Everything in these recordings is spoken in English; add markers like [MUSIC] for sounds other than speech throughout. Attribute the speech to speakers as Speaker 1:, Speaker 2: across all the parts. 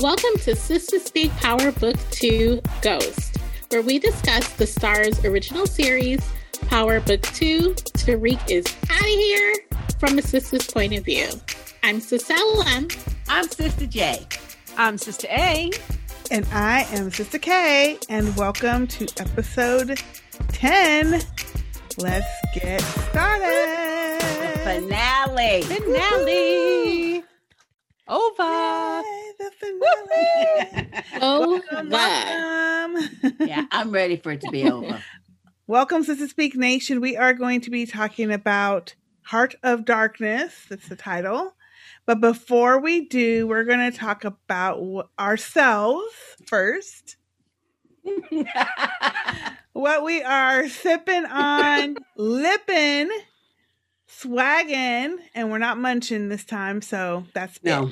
Speaker 1: Welcome to Sister Speak Power Book 2 Ghost, where we discuss the Stars original series, Power Book 2. Tariq is out of here from a sister's point of view. I'm Cicel
Speaker 2: [LAUGHS]
Speaker 1: M.
Speaker 2: I'm Sister J.
Speaker 3: I'm Sister A.
Speaker 4: And I am Sister K, and welcome to episode 10. Let's get started.
Speaker 2: Finale.
Speaker 3: Finale. Over.
Speaker 4: Yay, the finale.
Speaker 1: Oh,
Speaker 4: Welcome,
Speaker 1: the.
Speaker 4: welcome.
Speaker 2: Yeah, I'm ready for it to be over.
Speaker 4: Welcome, Sister Speak Nation. We are going to be talking about Heart of Darkness. That's the title. But before we do, we're going to talk about w- ourselves
Speaker 2: [LAUGHS]
Speaker 4: first. what we are sipping on, lipping, swagging, and we're not munching this time. So that's big.
Speaker 2: no,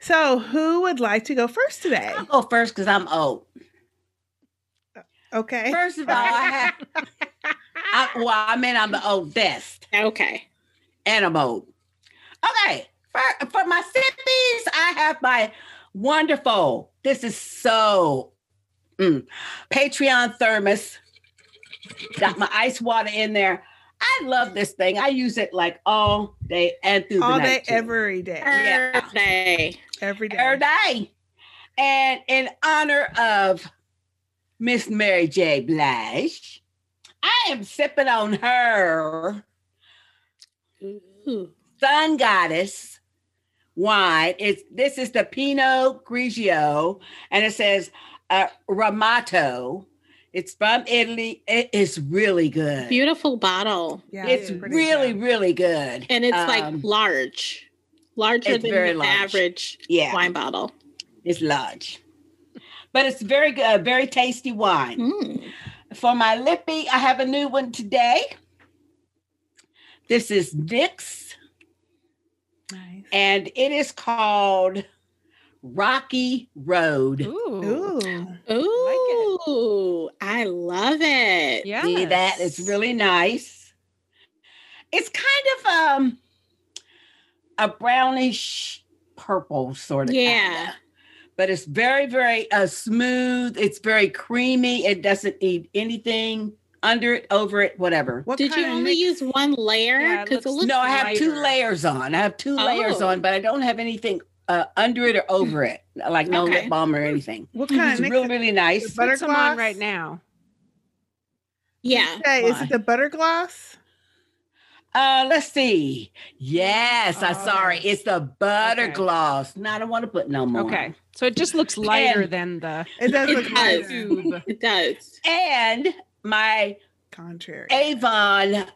Speaker 4: So who would like to go first today?
Speaker 2: I'll go first because I'm old.
Speaker 4: Okay.
Speaker 2: Oh, First of all, I have. I, well, I mean, I'm the oldest,
Speaker 1: Okay.
Speaker 2: and I'm old. Okay, for for my sippies, I have my wonderful. This is so mm, Patreon thermos. Got my ice water in there. I love this thing. I use it like all day and through the
Speaker 4: All day,
Speaker 2: night. too.
Speaker 4: every day.
Speaker 2: Yeah.
Speaker 1: Thursday.
Speaker 4: Every day.
Speaker 2: Every day. And in honor of Miss Mary J. Blige, I am sipping on her
Speaker 1: Ooh.
Speaker 2: Sun Goddess wine. It's this is the Pinot Grigio, and it says uh, Ramato. It's from Italy. It is really good.
Speaker 1: Beautiful bottle.
Speaker 4: Yeah,
Speaker 2: It's
Speaker 4: pretty
Speaker 2: really,
Speaker 4: good.
Speaker 2: really good.
Speaker 1: And it's
Speaker 2: Um,
Speaker 1: like large, larger
Speaker 2: it's
Speaker 1: than
Speaker 2: very
Speaker 1: the
Speaker 2: large.
Speaker 1: average
Speaker 2: yeah,
Speaker 1: wine bottle.
Speaker 2: it's large, but it's very good, very tasty wine.
Speaker 1: Mm.
Speaker 2: For my lippy, I have a new one today. This is Vicks,
Speaker 4: nice.
Speaker 2: and it is called Rocky Road.
Speaker 3: Ooh.
Speaker 4: Ooh.
Speaker 3: it.
Speaker 1: Ooh, I love it.
Speaker 3: Yeah.
Speaker 2: See that? It's really nice. It's kind of um a brownish purple sort of
Speaker 1: Yeah.
Speaker 2: kinda. but it's very very uh, smooth. It's very creamy. It doesn't need anything under it, over it, whatever.
Speaker 4: What
Speaker 1: Did you
Speaker 4: kinda
Speaker 1: only
Speaker 4: mix-
Speaker 1: use one layer?
Speaker 3: Yeah, it
Speaker 1: Because
Speaker 3: looks-
Speaker 1: it looks
Speaker 2: no, I have two
Speaker 3: lighter.
Speaker 2: layers on. I have two layers
Speaker 1: Oh.
Speaker 2: on, but I don't have anything uh, under it or over it, like no
Speaker 1: Okay.
Speaker 2: lip balm or anything.
Speaker 4: What kind
Speaker 2: It's
Speaker 4: of mix?
Speaker 2: really, really nice.
Speaker 4: With butter
Speaker 3: Put some on
Speaker 4: gloss?
Speaker 3: right now.
Speaker 1: Yeah.
Speaker 4: Hey, is
Speaker 2: Why?
Speaker 4: it the butter gloss?
Speaker 2: Uh, let's see. Yes, I'm
Speaker 4: Oh,
Speaker 2: sorry.
Speaker 4: okay.
Speaker 2: It's the butter
Speaker 3: Okay.
Speaker 2: gloss. No, I don't want to put no more.
Speaker 3: Okay. So it
Speaker 4: [LAUGHS]
Speaker 3: just looks lighter
Speaker 2: And-
Speaker 3: than the
Speaker 4: It does
Speaker 1: It
Speaker 4: look
Speaker 1: does.
Speaker 4: lighter.
Speaker 3: tube.
Speaker 1: It does.
Speaker 2: And my
Speaker 4: Contrary.
Speaker 2: Avon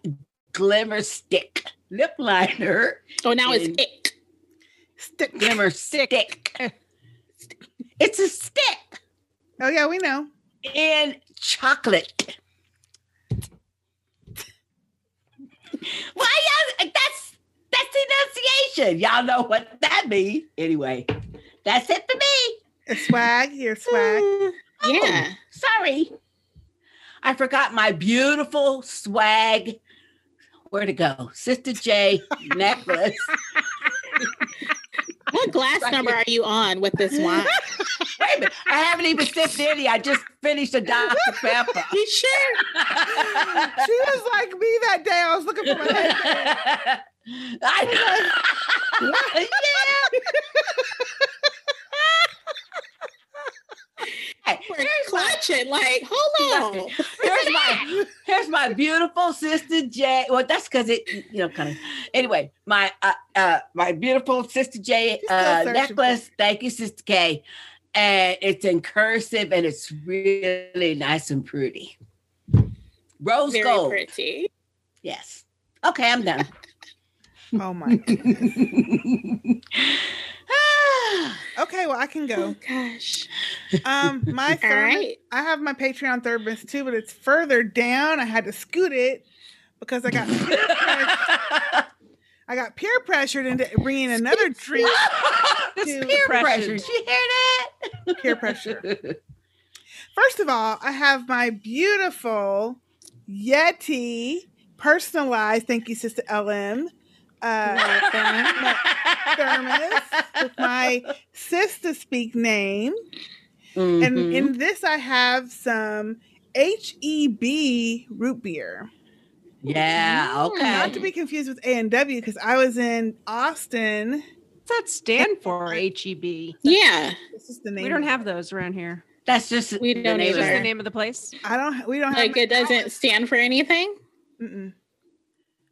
Speaker 2: Glimmer Stick lip liner.
Speaker 1: Oh, now it's
Speaker 2: And-
Speaker 1: ick.
Speaker 4: Stick.
Speaker 2: Glimmer Stick. It's a stick
Speaker 4: Oh yeah, we know.
Speaker 2: in chocolate. Why? Y'all, that's that's enunciation. Y'all know what that means. Anyway, that's it for me.
Speaker 4: It's swag.
Speaker 1: [LAUGHS]
Speaker 4: Your swag.
Speaker 1: Yeah.
Speaker 2: Oh. Sorry. I forgot my beautiful swag. Where to go?
Speaker 1: [LAUGHS]
Speaker 2: Sister J necklace.
Speaker 1: What glass
Speaker 2: Right
Speaker 1: number are you on with this wine?
Speaker 2: Wait a minute. I haven't even sipped any. I just finished a Dr. Pepper.
Speaker 1: [LAUGHS] you
Speaker 2: [LAUGHS]
Speaker 1: sure?
Speaker 4: she was like me that day. I was looking
Speaker 1: [LAUGHS]
Speaker 4: for my headband.
Speaker 2: I yeah.
Speaker 1: We're clutching. Like, hold on.
Speaker 2: here's my here's my beautiful sister Jay. Well, that's because it you know kind of anyway. My uh, uh my beautiful sister Jay
Speaker 4: She's still
Speaker 2: uh,
Speaker 4: searching for-
Speaker 2: necklace. Thank you, sister K. and it's in cursive and it's really nice and pretty. Rose
Speaker 1: Very
Speaker 2: gold.
Speaker 1: pretty.
Speaker 2: Yes. Okay, I'm
Speaker 4: [LAUGHS]
Speaker 2: done.
Speaker 4: Oh my. goodness.
Speaker 2: Ah,
Speaker 4: okay, well I can
Speaker 1: Oh
Speaker 4: go.
Speaker 1: gosh.
Speaker 4: Um,
Speaker 1: [LAUGHS]
Speaker 4: my
Speaker 1: All
Speaker 4: thermos-
Speaker 1: right.
Speaker 4: I have my Patreon thermos too, but it's further down. I had to scoot it because I got peer press- I got peer pressured into bringing another drink.
Speaker 3: That's
Speaker 4: Peer
Speaker 2: Peer
Speaker 3: pressure.
Speaker 2: pressure. Did you hear that?
Speaker 4: Peer pressure.
Speaker 2: [LAUGHS]
Speaker 4: First of all, I have my beautiful Yeti personalized. Thank you, Sister LM. Uh, thermos with my sister speak name. And
Speaker 2: Mhm.
Speaker 4: in this, I have some HEB root beer.
Speaker 2: yeah, okay.
Speaker 4: Mm, Not to be confused with A&W because I was in Austin.
Speaker 3: What's that stand
Speaker 4: [LAUGHS]
Speaker 3: for? H E B.
Speaker 1: Yeah.
Speaker 4: This is the name.
Speaker 3: We don't have those around here.
Speaker 2: That's just
Speaker 1: We don't
Speaker 2: the
Speaker 3: Just the
Speaker 1: either.
Speaker 3: name of the place.
Speaker 4: I don't. We don't have.
Speaker 1: Like it doesn't stand for anything.
Speaker 4: Mm-mm.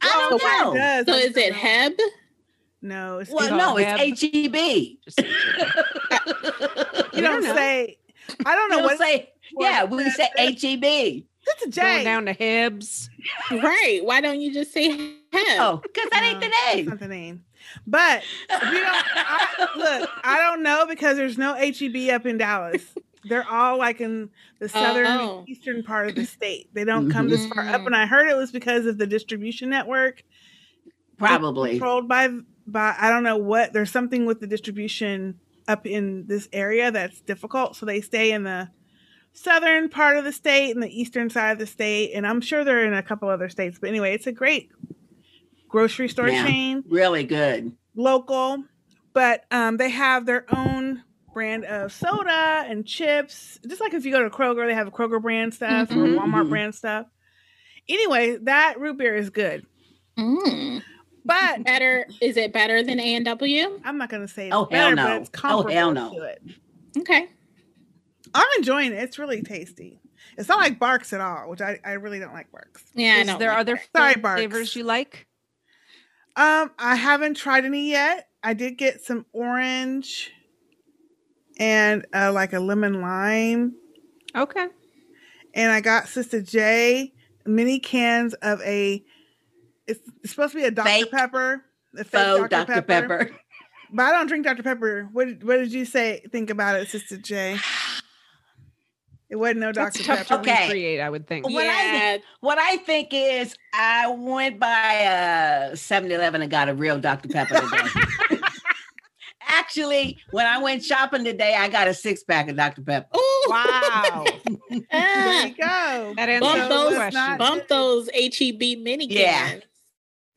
Speaker 2: I
Speaker 1: So
Speaker 2: don't
Speaker 1: why
Speaker 2: know.
Speaker 4: Does-
Speaker 1: So is it Heb?
Speaker 4: No. It's
Speaker 2: Well,
Speaker 3: called
Speaker 2: no,
Speaker 3: Heb.
Speaker 2: it's H E B.
Speaker 3: Just-
Speaker 4: you
Speaker 3: we
Speaker 4: don't
Speaker 3: don't know.
Speaker 4: say. I don't know
Speaker 2: We'll
Speaker 4: what.
Speaker 2: say,
Speaker 4: what
Speaker 2: yeah,
Speaker 4: it
Speaker 2: we
Speaker 4: says.
Speaker 2: say H E B.
Speaker 4: It's a J.
Speaker 3: Going down to Hibbs.
Speaker 1: Right. Why don't you just say Heb?
Speaker 2: Oh, because that ain't the
Speaker 4: No, It's
Speaker 2: name.
Speaker 4: not the name. But we don't. I, look, I don't know because there's no HEB up in Dallas. They're all like in the southern
Speaker 1: Oh.
Speaker 4: eastern part of the state. They don't come this far up.
Speaker 1: Mhm.
Speaker 4: And I heard it was because of the distribution network
Speaker 2: [LAUGHS] Probably.
Speaker 4: controlled by by I don't know what. There's something with the distribution up in this area that's difficult. So they stay in the southern part of the state and the eastern side of the state. And I'm sure they're in a couple other states. But anyway, it's a great grocery store
Speaker 2: Yeah.
Speaker 4: chain
Speaker 2: Really good.
Speaker 4: local, but um, they have their own brand of soda and chips. Just like if you go to Kroger, they have Kroger brand stuff
Speaker 1: Mhm.
Speaker 4: or Walmart
Speaker 2: Mhm.
Speaker 4: brand stuff. Anyway, that root beer is good,
Speaker 1: Mm.
Speaker 4: but
Speaker 1: Better is it better than A and W?
Speaker 4: I'm not going to say it's
Speaker 2: Oh,
Speaker 4: better,
Speaker 2: hell
Speaker 4: but
Speaker 2: no.
Speaker 4: it's
Speaker 2: Oh,
Speaker 4: comparable
Speaker 2: hell no.
Speaker 4: to it.
Speaker 1: Okay.
Speaker 4: I'm enjoying it. It's really tasty. It's not like Barks at all, which I, I really don't like Barks.
Speaker 1: Yeah. I
Speaker 3: Is
Speaker 1: don't
Speaker 3: there
Speaker 1: like
Speaker 3: other
Speaker 1: that.
Speaker 4: Sorry, Barks.
Speaker 3: flavors you like?
Speaker 4: Um, I haven't tried any yet. I did get some orange and uh, like a lemon lime
Speaker 3: Okay.
Speaker 4: and I got Sister J mini cans of a. It's, it's supposed to be a Dr
Speaker 2: Fake.
Speaker 4: Pepper, a fake
Speaker 2: So,
Speaker 4: Dr.
Speaker 2: Dr.
Speaker 4: Pepper.
Speaker 2: Pepper.
Speaker 4: But I don't drink Dr Pepper. What did- What did you say? Think about it, Sister J. It wasn't no
Speaker 3: That's
Speaker 4: Dr
Speaker 3: tough
Speaker 4: Pepper.
Speaker 3: to
Speaker 2: Okay.
Speaker 3: recreate, I would think.
Speaker 2: Well, What I
Speaker 1: yeah.
Speaker 2: [SIGHS] What I think is, I went by a 7 Eleven and got a real Dr. Pepper
Speaker 4: [LAUGHS]
Speaker 2: today. Actually, when I went shopping today, I got a six pack of Dr. Pepper.
Speaker 1: Ooh. [LAUGHS]
Speaker 4: Wow. there
Speaker 1: Ah.
Speaker 4: you go.
Speaker 3: That
Speaker 1: Bump
Speaker 3: answers
Speaker 1: those-
Speaker 3: the question.
Speaker 1: Bump those HEB mini
Speaker 2: Yeah.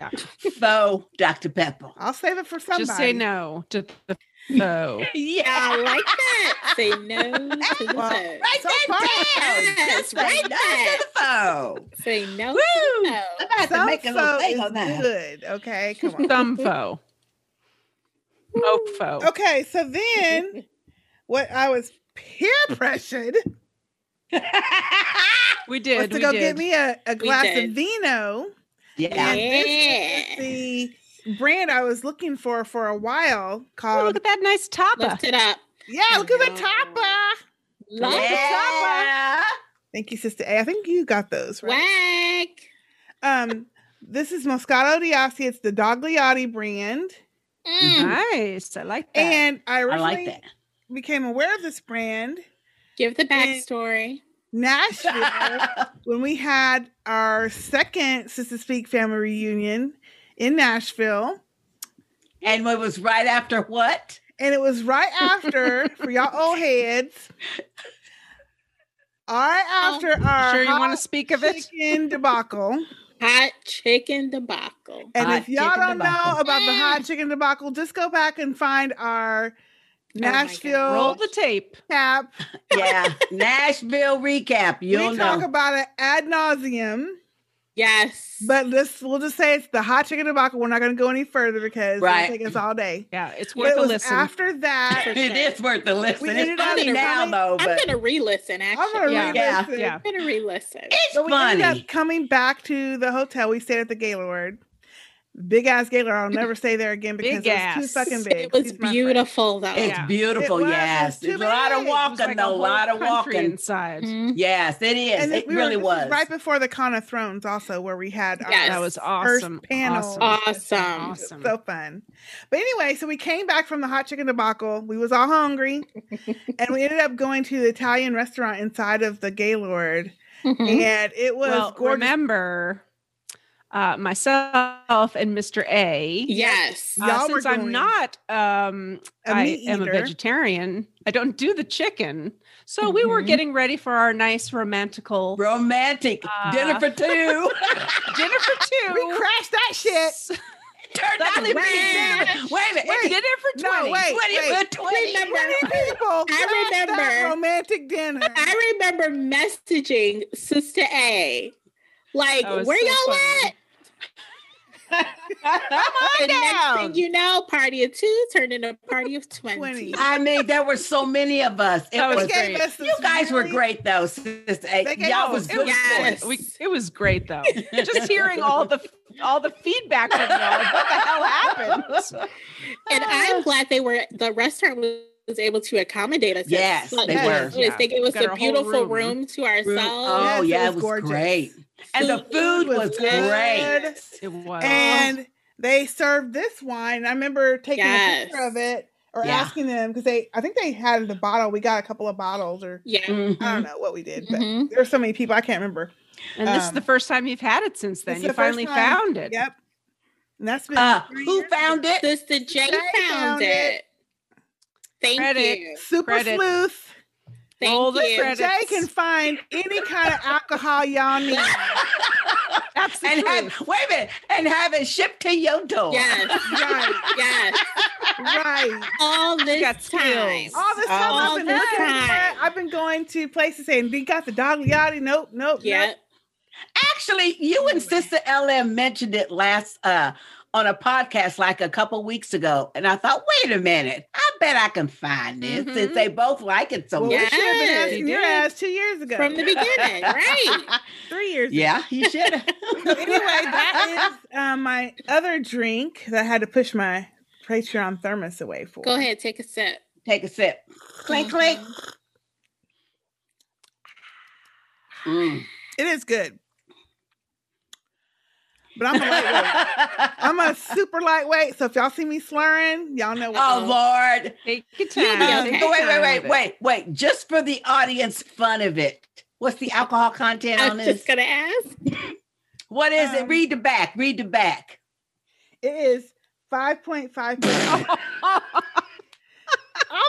Speaker 1: cans.
Speaker 2: [LAUGHS] Faux Dr. Pepper.
Speaker 4: I'll save it for somebody.
Speaker 3: Just say no to the no.
Speaker 2: Yeah,
Speaker 1: I like that. Say no to the
Speaker 4: Well,
Speaker 1: phone.
Speaker 2: Write
Speaker 4: So
Speaker 2: that
Speaker 4: far-
Speaker 2: down.
Speaker 1: Yes,
Speaker 2: Just write
Speaker 1: write
Speaker 2: that to the phone.
Speaker 1: Say no
Speaker 2: Woo!
Speaker 1: to the phone.
Speaker 2: I'm about to
Speaker 4: Some
Speaker 2: make a little
Speaker 4: foe
Speaker 2: thing
Speaker 4: is
Speaker 2: on [LAUGHS] that.
Speaker 4: good.
Speaker 3: [LAUGHS]
Speaker 4: Okay, come on. [LAUGHS]
Speaker 3: Thumb foe. Mofo.
Speaker 4: okay, so then what I was peer pressured
Speaker 3: We
Speaker 4: was
Speaker 3: did.
Speaker 4: to
Speaker 3: we
Speaker 4: go
Speaker 3: did.
Speaker 4: get me a, a glass of
Speaker 1: did.
Speaker 4: vino.
Speaker 2: yeah.
Speaker 4: And
Speaker 1: Yeah.
Speaker 4: this is the brand I was looking for for a while
Speaker 3: Oh,
Speaker 4: called
Speaker 3: look at that nice tapa.
Speaker 1: Lift it up.
Speaker 4: Yeah, look at the topper.
Speaker 1: Love
Speaker 2: Yeah.
Speaker 4: Thank you, Sister A. I think you got those,
Speaker 1: the
Speaker 4: right?
Speaker 1: whack.
Speaker 4: Um, this is Moscato Diassi. It's the Dogliotti brand. Hmm.
Speaker 1: Mm.
Speaker 3: Mm-hmm. Nice. I like that.
Speaker 4: And I
Speaker 2: I
Speaker 4: originally
Speaker 2: like that.
Speaker 4: became aware of this brand
Speaker 1: Give the backstory.
Speaker 4: Nashville
Speaker 3: [LAUGHS]
Speaker 4: when we had our second Sister Speak family reunion in Nashville.
Speaker 2: [LAUGHS] and it was right after what?
Speaker 4: And it was right after, for y'all
Speaker 3: [LAUGHS]
Speaker 4: old heads, right after our
Speaker 3: sure Oh, you
Speaker 4: hot
Speaker 3: want to speak of it?
Speaker 4: chicken debacle.
Speaker 1: Hot chicken debacle.
Speaker 4: And
Speaker 2: Hot
Speaker 4: if y'all
Speaker 2: chicken
Speaker 4: don't know
Speaker 2: debacle.
Speaker 4: about the hot chicken debacle, just go back and find our
Speaker 1: my God.
Speaker 3: Oh Roll
Speaker 4: Nashville
Speaker 3: the tape.
Speaker 4: cap. [LAUGHS]
Speaker 2: Yeah. Nashville recap. You'll
Speaker 4: we
Speaker 2: know.
Speaker 4: talk about it ad nauseum,
Speaker 1: Yes.
Speaker 4: but this we'll just say it's the hot chicken debacle. We're not going to go any further because
Speaker 2: Right.
Speaker 4: it'll take us all day.
Speaker 3: Yeah, it's
Speaker 4: But
Speaker 3: worth
Speaker 4: it
Speaker 3: a
Speaker 4: was
Speaker 3: listen.
Speaker 4: after that.
Speaker 2: [LAUGHS] it is worth the listen.
Speaker 4: We ended
Speaker 2: It's
Speaker 4: up
Speaker 2: funny
Speaker 4: in a
Speaker 2: now
Speaker 4: really-
Speaker 2: though,
Speaker 1: I'm
Speaker 2: oh, but
Speaker 1: gonna re-listen
Speaker 4: I'm
Speaker 1: actually.
Speaker 4: gonna
Speaker 3: Yeah.
Speaker 4: read
Speaker 2: Yeah.
Speaker 4: this.
Speaker 3: Yeah.
Speaker 1: I'm gonna re-listen.
Speaker 2: it's
Speaker 4: So we ended
Speaker 2: funny.
Speaker 4: up coming back to the hotel. We stayed at the Gaylord. Big ass Gaylor. I'll never stay there again because
Speaker 3: Big
Speaker 4: it was too
Speaker 3: ass.
Speaker 4: fucking big.
Speaker 1: It was
Speaker 4: He's my friend.
Speaker 1: beautiful though.
Speaker 2: It's
Speaker 3: Yeah.
Speaker 2: beautiful.
Speaker 4: It was,
Speaker 2: yes.
Speaker 4: it was
Speaker 2: There's
Speaker 4: too
Speaker 2: a lot of
Speaker 4: big. It was
Speaker 3: Like
Speaker 2: walking, though. A
Speaker 3: whole
Speaker 2: lot of
Speaker 3: country
Speaker 4: [LAUGHS]
Speaker 2: walking.
Speaker 3: inside.
Speaker 1: Mhm.
Speaker 2: Yes, it is.
Speaker 4: And
Speaker 2: it
Speaker 4: we were-
Speaker 2: really
Speaker 4: this
Speaker 2: was.
Speaker 4: right before the Con of Thrones, also where we had our
Speaker 1: Yes.
Speaker 3: That was
Speaker 4: first
Speaker 3: awesome.
Speaker 4: panel.
Speaker 3: Awesome.
Speaker 1: Awesome.
Speaker 3: Awesome.
Speaker 4: So fun. But anyway, so we came back from the hot chicken debacle. We was all hungry. and we ended up going to the Italian restaurant inside of the Gaylord.
Speaker 2: Mm-hmm.
Speaker 1: Mhm.
Speaker 4: And it was
Speaker 3: well,
Speaker 4: gorgeous.
Speaker 3: remember uh, myself and Mr. A.
Speaker 1: Yes.
Speaker 3: Uh,
Speaker 4: Y'all were
Speaker 3: since
Speaker 4: going
Speaker 3: I'm not, um,
Speaker 4: A
Speaker 3: I
Speaker 4: meat
Speaker 3: am a
Speaker 4: eater.
Speaker 3: vegetarian. I don't do the chicken, so we were
Speaker 4: Mm-hmm.
Speaker 1: Mhm.
Speaker 3: getting ready for our nice romantical
Speaker 2: Romantic dinner
Speaker 4: Ah.
Speaker 3: Uh,
Speaker 2: for two.
Speaker 3: [LAUGHS] dinner for
Speaker 4: [LAUGHS]
Speaker 3: two.
Speaker 4: we crashed that shit.
Speaker 2: Turned out to be
Speaker 4: Wow.
Speaker 2: dinner. Wait a minute.
Speaker 3: [LAUGHS] We did it for
Speaker 4: No,
Speaker 3: twenty.
Speaker 4: wait.
Speaker 2: Twenty for
Speaker 1: [LAUGHS]
Speaker 2: twenty.
Speaker 1: Remember-
Speaker 4: Many
Speaker 1: [LAUGHS]
Speaker 4: people crashed that
Speaker 1: remember.
Speaker 4: romantic dinner.
Speaker 1: [LAUGHS] I remember messaging Sister A, like,
Speaker 3: That
Speaker 1: where
Speaker 3: was so
Speaker 1: y'all
Speaker 3: funny.
Speaker 1: at?
Speaker 4: [LAUGHS]
Speaker 1: The next thing you know, party of two turned into a party
Speaker 3: [LAUGHS]
Speaker 1: of 20.
Speaker 4: Twenty.
Speaker 3: Ah.
Speaker 2: I mean, there were so many of us. It
Speaker 3: That was
Speaker 2: was.
Speaker 4: They gave
Speaker 3: great.
Speaker 4: us this
Speaker 2: You guys were
Speaker 4: really-
Speaker 2: great though, sister.
Speaker 4: They gave
Speaker 2: Y'all
Speaker 4: us-
Speaker 2: was
Speaker 3: it
Speaker 2: good.
Speaker 3: was
Speaker 1: Yes.
Speaker 3: We, it was great though. Just
Speaker 2: [LAUGHS]
Speaker 3: hearing all the all the feedback from y'all. What the hell happened?
Speaker 1: And I'm glad they were, the restaurant was able to accommodate us.
Speaker 2: Yes,
Speaker 1: Like,
Speaker 2: they
Speaker 4: were.
Speaker 1: notice, They gave us
Speaker 3: Got our
Speaker 1: a
Speaker 3: whole
Speaker 1: beautiful room.
Speaker 3: room. um,
Speaker 1: to
Speaker 2: Room-
Speaker 1: ourselves.
Speaker 2: Oh
Speaker 4: Yes, it
Speaker 2: yeah,
Speaker 4: was
Speaker 2: it was
Speaker 4: gorgeous.
Speaker 2: great, and the food was
Speaker 4: was good.
Speaker 2: great. Oh.
Speaker 3: It was.
Speaker 4: [LAUGHS] And they served this wine. I remember taking a picture
Speaker 1: Yes.
Speaker 4: of it or
Speaker 2: Yeah.
Speaker 4: asking them because they, I think they had the bottle. We got a couple of bottles or
Speaker 1: Yeah.
Speaker 4: I
Speaker 2: Mhm.
Speaker 4: don't know what we did, but
Speaker 1: Mhm.
Speaker 4: there were so many people I can't remember.
Speaker 3: And this is the
Speaker 4: Um,
Speaker 3: first time you've had it since then.
Speaker 4: It's
Speaker 3: You
Speaker 4: the first
Speaker 3: finally
Speaker 4: time-
Speaker 3: found [LAUGHS] it.
Speaker 4: Yep. And that's been
Speaker 2: Uh,
Speaker 4: three
Speaker 2: who
Speaker 4: years
Speaker 2: found
Speaker 4: ago.
Speaker 2: it?
Speaker 1: Sister J
Speaker 4: They
Speaker 1: found,
Speaker 4: found
Speaker 1: it.
Speaker 4: it.
Speaker 1: Thank
Speaker 3: Credit.
Speaker 1: you.
Speaker 4: Super
Speaker 3: Credit.
Speaker 4: sleuth.
Speaker 1: Thank
Speaker 3: Roll the
Speaker 1: you. [LAUGHS]
Speaker 3: credit.
Speaker 4: Jay can find any kind of alcohol
Speaker 1: [LAUGHS]
Speaker 4: y'all need.
Speaker 3: That's the
Speaker 2: and
Speaker 3: truth.
Speaker 2: have wait a minute, and have it shipped to your door.
Speaker 1: Yes.
Speaker 4: Right,
Speaker 1: Yes.
Speaker 4: right.
Speaker 1: All this
Speaker 3: got
Speaker 1: time.
Speaker 3: skills.
Speaker 4: All this time
Speaker 1: All
Speaker 4: I've been
Speaker 1: the
Speaker 4: looking
Speaker 1: time.
Speaker 4: for, I've been going to places saying, "We got the dog yachty." Nope, nope,
Speaker 1: Yep.
Speaker 4: nope.
Speaker 2: Actually, you and Sister LM mentioned it last uh on a podcast like a couple weeks ago. And I thought, wait a minute, I bet I can find this since
Speaker 3: Mhm.
Speaker 2: they both like it so
Speaker 4: Well,
Speaker 2: much.
Speaker 4: we should have been
Speaker 1: Yes.
Speaker 4: asking your
Speaker 3: You did.
Speaker 4: ass two years ago,
Speaker 1: From the
Speaker 3: [LAUGHS]
Speaker 1: beginning, right?
Speaker 4: three years. ago.
Speaker 2: Yeah, you should [LAUGHS] have.
Speaker 1: [LAUGHS]
Speaker 4: Anyway, that is uh, my other drink that I had to push my Patreon thermos away for.
Speaker 1: Go ahead, take a sip.
Speaker 2: Take a sip. Clink, clink. Mm. [LAUGHS]
Speaker 4: It is good, but I'm a lightweight.
Speaker 1: [LAUGHS]
Speaker 4: I'm a super lightweight, so if y'all see me slurring, y'all know what.
Speaker 2: oh Lord. Um,
Speaker 3: Take your
Speaker 1: You'll
Speaker 3: time.
Speaker 1: be
Speaker 3: Take
Speaker 1: okay.
Speaker 3: your
Speaker 2: oh, wait, wait,
Speaker 3: time
Speaker 2: wait,
Speaker 3: with it. [LAUGHS]
Speaker 2: wait, wait. Just for the audience fun of it. What's the alcohol content
Speaker 1: I
Speaker 2: on
Speaker 1: was
Speaker 2: this?
Speaker 1: just gonna ask.
Speaker 2: What is
Speaker 4: Um,
Speaker 2: it? Read the back. Read the back.
Speaker 4: It is five point five.
Speaker 2: [LAUGHS]
Speaker 4: I'll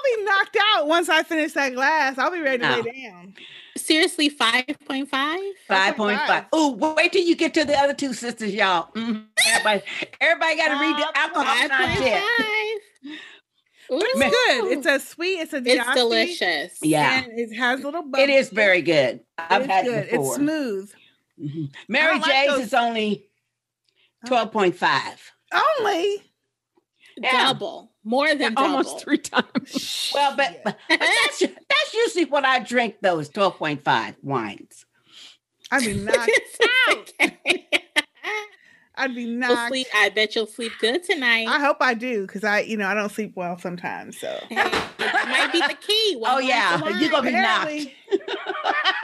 Speaker 4: be knocked out once I finish that glass. I'll be ready to
Speaker 2: No.
Speaker 4: lay down.
Speaker 1: Seriously, five point five?
Speaker 2: 5.5. Oh, wait till you get to the other two sisters, y'all. Mhm. Everybody, everybody got to read the alcohol
Speaker 1: Five point
Speaker 2: content.
Speaker 1: five.
Speaker 4: It's good. It's a sweet. It's a
Speaker 1: it's
Speaker 4: diachi,
Speaker 1: delicious.
Speaker 2: Yeah.
Speaker 4: and it has little. Bubbles.
Speaker 2: It is very good.
Speaker 4: It
Speaker 2: I've
Speaker 4: is
Speaker 2: had
Speaker 4: good.
Speaker 2: it before.
Speaker 4: It's smooth.
Speaker 2: Mhm. Mary
Speaker 4: I like
Speaker 2: J's
Speaker 4: those-
Speaker 2: is only 12.5.
Speaker 4: Only.
Speaker 2: Yeah.
Speaker 1: Double. More than double.
Speaker 3: Almost three times.
Speaker 2: Well, but, but
Speaker 4: [LAUGHS]
Speaker 2: that's, that's usually what I drink, though, is 12.5 wines.
Speaker 4: I'd
Speaker 1: [LAUGHS]
Speaker 4: be knocked.
Speaker 2: [LAUGHS]
Speaker 1: Okay.
Speaker 4: I'd be
Speaker 1: You'll
Speaker 4: knocked.
Speaker 1: sleep. I bet you'll sleep good tonight. [LAUGHS]
Speaker 4: I hope I do because I, you know, I don't sleep well sometimes. So
Speaker 1: That might be the key. One
Speaker 2: Oh,
Speaker 1: glass
Speaker 2: yeah.
Speaker 1: of wine.
Speaker 2: You're
Speaker 4: [LAUGHS]
Speaker 2: going to be knocked.
Speaker 4: Apparently-
Speaker 1: knock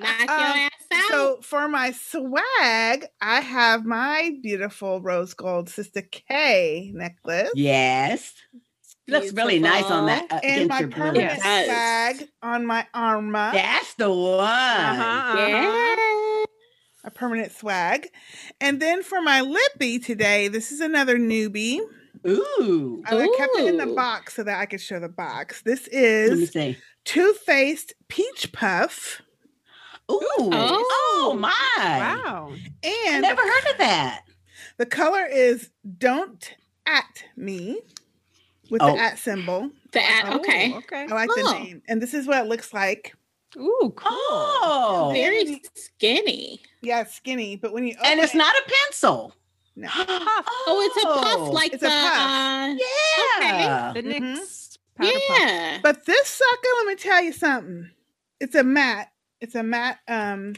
Speaker 1: your
Speaker 4: Um,
Speaker 1: ass out.
Speaker 4: So for my swag, I have my beautiful rose gold Sister K necklace.
Speaker 2: Yes. Looks really nice on that.
Speaker 1: Beautiful.
Speaker 2: Uh,
Speaker 4: And my
Speaker 2: against your blue.
Speaker 4: permanent
Speaker 1: Yes.
Speaker 4: swag on my arma.
Speaker 2: That's the one. Uh-huh,
Speaker 3: Uh-huh,
Speaker 4: Uh-huh.
Speaker 1: uh-huh. Yeah.
Speaker 4: A permanent swag. And then for my lippy today, this is another newbie.
Speaker 2: Ooh.
Speaker 4: I like, kept it in the
Speaker 1: Ooh.
Speaker 4: box so that I could show the box. This
Speaker 2: Let me
Speaker 4: is
Speaker 2: see.
Speaker 4: Too Faced Peach Puff.
Speaker 2: Ooh. Oh,
Speaker 1: Oh.
Speaker 2: my.
Speaker 3: Wow.
Speaker 2: I
Speaker 4: And
Speaker 2: never heard of that.
Speaker 4: the color is Don't At Me with
Speaker 2: Oh.
Speaker 4: the at symbol.
Speaker 1: The ad,
Speaker 3: Oh,
Speaker 1: okay.
Speaker 3: Okay.
Speaker 4: I like the
Speaker 1: Oh.
Speaker 4: name. And this is what it looks like.
Speaker 3: Ooh, cool.
Speaker 2: Oh.
Speaker 1: Very skinny.
Speaker 4: Yeah, it's skinny, but when you open
Speaker 2: And it's
Speaker 4: it-
Speaker 2: not a pencil.
Speaker 4: No.
Speaker 2: [GASPS] Oh,
Speaker 1: Oh, it's a puff like
Speaker 4: It's a
Speaker 1: the.
Speaker 4: puff.
Speaker 2: Yeah.
Speaker 3: Uh, The
Speaker 4: Mhm.
Speaker 3: next
Speaker 1: Uh,
Speaker 3: powder puff.
Speaker 1: yeah.
Speaker 4: But this sucker, let me tell you something. It's a matte. It's a matte um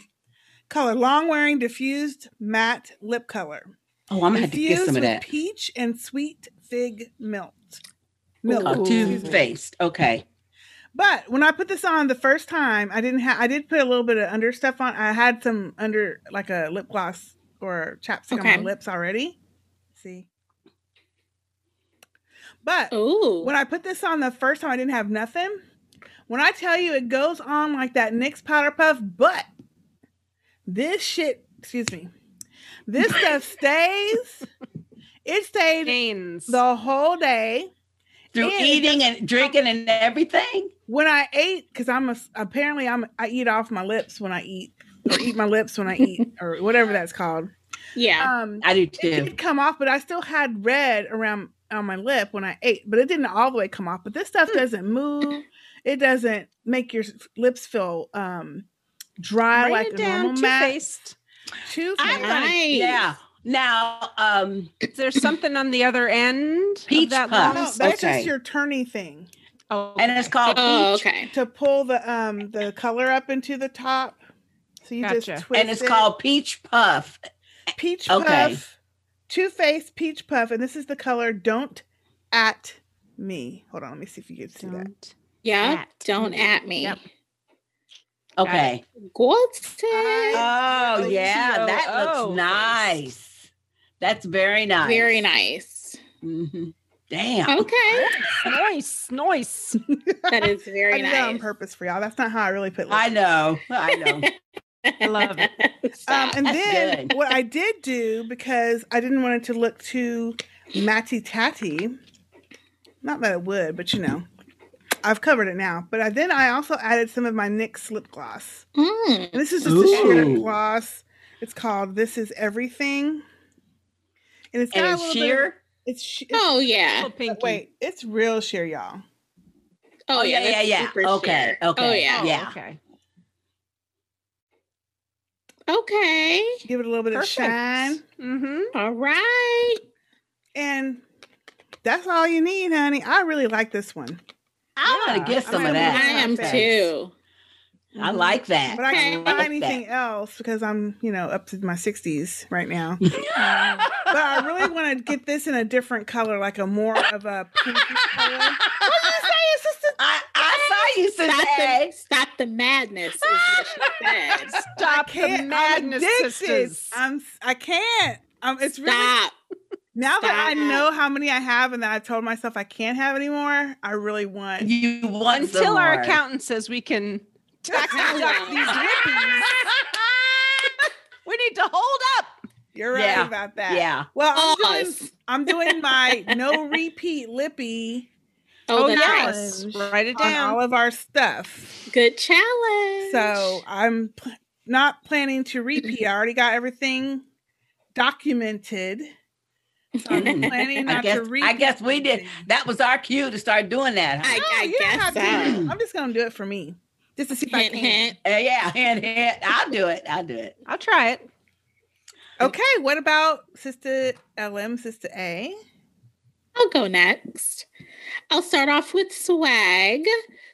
Speaker 4: color, long wearing diffused matte lip color.
Speaker 2: Oh, I'm gonna have to get
Speaker 4: infused
Speaker 2: some of
Speaker 4: with
Speaker 2: that.
Speaker 4: peach and sweet fig melt.
Speaker 2: Oh,
Speaker 4: Milk.
Speaker 2: two
Speaker 4: excuse me.
Speaker 2: faced. Okay.
Speaker 4: But when I put this on the first time, I didn't have. I did put a little bit of under stuff on. I had some under, like a lip gloss or chapstick
Speaker 1: Okay.
Speaker 4: on my lips already. See. But
Speaker 1: Ooh.
Speaker 4: when I put this on the first time, I didn't have nothing. When I tell you, it goes on like that NYX powder puff, but this shit. Excuse me. This stuff stays. It stayed
Speaker 3: Gains.
Speaker 4: the whole day.
Speaker 2: Through
Speaker 4: Yeah, it
Speaker 2: eating and drinking and everything.
Speaker 4: when I ate, because I'm a, apparently I'm I eat off my lips when I eat, or eat my lips when I eat, or whatever that's called.
Speaker 1: yeah.
Speaker 4: Um,
Speaker 2: I do
Speaker 4: it
Speaker 2: too.
Speaker 4: did come off, but I still had red around on my lip when I ate, but it didn't all the way come off. But this stuff doesn't move. It doesn't make your lips feel um dry
Speaker 3: Write
Speaker 4: like
Speaker 3: it
Speaker 4: a
Speaker 3: down,
Speaker 4: normal matte.
Speaker 3: two-faced.
Speaker 4: Too
Speaker 2: I'm
Speaker 4: fat.
Speaker 2: gonna,
Speaker 1: Nice.
Speaker 2: yeah. Now, um,
Speaker 3: Is there something on the other end? of
Speaker 2: Peach
Speaker 3: that
Speaker 2: puff.
Speaker 4: No,
Speaker 3: long
Speaker 4: that's
Speaker 2: Okay.
Speaker 4: just your turny thing
Speaker 3: Oh,
Speaker 2: and it's called
Speaker 1: Oh,
Speaker 2: peach,
Speaker 1: okay.
Speaker 4: to pull the um the color up into the top. So you
Speaker 3: Gotcha.
Speaker 4: just twist
Speaker 2: and it's
Speaker 4: it.
Speaker 2: called peach puff.
Speaker 4: peach
Speaker 2: Okay.
Speaker 4: puff, Two Face peach puff, and this is the color. Don't at me. Hold on, let me see if you can see that.
Speaker 3: Don't.
Speaker 1: Yeah.
Speaker 3: At
Speaker 1: Don't
Speaker 3: me.
Speaker 1: at me.
Speaker 3: Yep.
Speaker 2: Okay.
Speaker 1: Gorgeous.
Speaker 2: Oh yeah, that
Speaker 3: O-T-O-O
Speaker 2: looks nice. That's very nice.
Speaker 1: Oh, Very nice.
Speaker 2: hmm Damn.
Speaker 1: Okay.
Speaker 3: Nice, nice.
Speaker 1: That [LAUGHS] is
Speaker 4: I
Speaker 1: very
Speaker 4: did that on
Speaker 1: nice.
Speaker 4: purpose for y'all. That's not how I really put.
Speaker 2: I
Speaker 4: Lips.
Speaker 2: know.
Speaker 1: [LAUGHS]
Speaker 2: I know.
Speaker 3: I love it.
Speaker 4: Um,
Speaker 1: Stop.
Speaker 4: and
Speaker 2: That's
Speaker 4: then
Speaker 2: good.
Speaker 4: what I did do because I didn't want it to look too matty tatty. Not that it would, but you know, I've covered it now. But I, then I also added some of my NYX lip gloss.
Speaker 1: Mm.
Speaker 4: And this is just a sheer
Speaker 2: Ooh.
Speaker 4: lip gloss. It's called "This Is Everything," and it's got
Speaker 2: and
Speaker 4: a
Speaker 2: it's
Speaker 4: little Bit of,
Speaker 2: sheer.
Speaker 4: it's, sh- it's
Speaker 1: Oh yeah. [LAUGHS]
Speaker 3: Little pinky.
Speaker 4: Wait, it's real sheer, y'all.
Speaker 1: Oh, yeah.
Speaker 2: yeah,
Speaker 1: that's
Speaker 2: yeah, yeah.
Speaker 1: super
Speaker 2: Okay,
Speaker 1: sheer.
Speaker 2: okay.
Speaker 1: Oh
Speaker 3: Oh,
Speaker 1: yeah.
Speaker 2: Yeah.
Speaker 3: Okay.
Speaker 1: Okay.
Speaker 4: Give it a little bit
Speaker 3: Perfect.
Speaker 4: of shine,
Speaker 3: Mm-hmm.
Speaker 1: All right.
Speaker 4: and that's all you need, honey. I really like this one,
Speaker 2: I want
Speaker 3: Yeah,
Speaker 2: to get
Speaker 4: I
Speaker 2: some
Speaker 4: might
Speaker 2: of
Speaker 4: want
Speaker 1: I
Speaker 2: that.
Speaker 4: like
Speaker 1: am
Speaker 4: that.
Speaker 1: too.
Speaker 2: I like that.
Speaker 4: but I
Speaker 1: Okay.
Speaker 4: can't buy anything else because I'm, you know, up to my 60s right now. Um, But
Speaker 2: but
Speaker 4: I really want to get this in a different color, like a more of a pinky color.
Speaker 2: I, I saw you
Speaker 1: Stop the,
Speaker 2: today.
Speaker 1: stop the madness is what she [LAUGHS] said.
Speaker 3: Stop the madness,
Speaker 4: I'm addicted.
Speaker 3: sisters.
Speaker 4: I'm, I can't. Um, it's really
Speaker 1: Stop.
Speaker 4: now that I
Speaker 1: stop.
Speaker 4: know how many I have and that I told myself I can't have anymore. I really want
Speaker 2: You want some
Speaker 3: Until our
Speaker 1: [LAUGHS]
Speaker 2: more.
Speaker 3: accountant says we can tax deduct these
Speaker 1: Hello.
Speaker 3: hippies, we need to hold up.
Speaker 4: You're right
Speaker 2: Yeah.
Speaker 4: about that.
Speaker 2: Yeah.
Speaker 4: Well, I'm doing,
Speaker 1: Pause.
Speaker 4: I'm doing my no repeat lippy
Speaker 1: Oh, that's right.
Speaker 4: yes.
Speaker 3: Nice. Write it
Speaker 4: on
Speaker 3: down.
Speaker 4: all of our stuff.
Speaker 1: Good challenge.
Speaker 4: So I'm pl- not planning to repeat. I already got everything documented. So
Speaker 2: [LAUGHS]
Speaker 1: [LAUGHS]
Speaker 4: I'm
Speaker 2: Mm.
Speaker 4: planning
Speaker 2: I
Speaker 4: not
Speaker 2: guess,
Speaker 4: to Oh, repeat.
Speaker 2: I guess we did.
Speaker 4: anything.
Speaker 2: That was our cue to start doing that.
Speaker 1: I,
Speaker 2: Huh?
Speaker 4: No,
Speaker 1: I
Speaker 4: you don't
Speaker 1: guess
Speaker 4: have to.
Speaker 1: so.
Speaker 4: I'm just gonna do it for me, just to see if I
Speaker 1: Hint,
Speaker 4: can.
Speaker 1: hint.
Speaker 2: Uh, yeah, [LAUGHS] and, and I'll do it. I'll do it.
Speaker 3: I'll try it.
Speaker 4: Okay, what about Sister LM, Sister A?
Speaker 1: I'll go next. I'll start off with swag.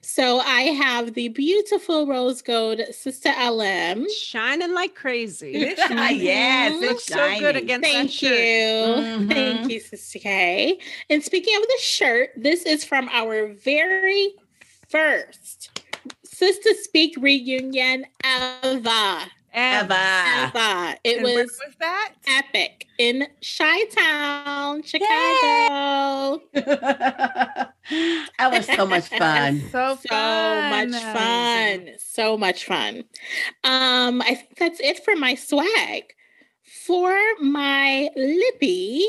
Speaker 1: So I have the beautiful rose gold Sister LM.
Speaker 3: Shining like crazy. Mm,
Speaker 4: It is
Speaker 2: [LAUGHS]
Speaker 4: shiny.
Speaker 2: yes, it's
Speaker 3: Looks so
Speaker 2: shiny.
Speaker 3: good against that
Speaker 1: Thank you.
Speaker 3: shirt.
Speaker 1: Thank you, [LAUGHS] Sister K. And speaking of the shirt, this is from our very first Sister Speak reunion ever.
Speaker 3: And [LAUGHS]
Speaker 2: Eva.
Speaker 1: Ever. It
Speaker 4: And where
Speaker 1: was
Speaker 4: was that?
Speaker 1: epic in Chi Town, Chicago.
Speaker 2: that was so much fun.
Speaker 1: [LAUGHS]
Speaker 4: So,
Speaker 1: So much fun. So much fun. Um, I think that's it for my swag. For my lippy,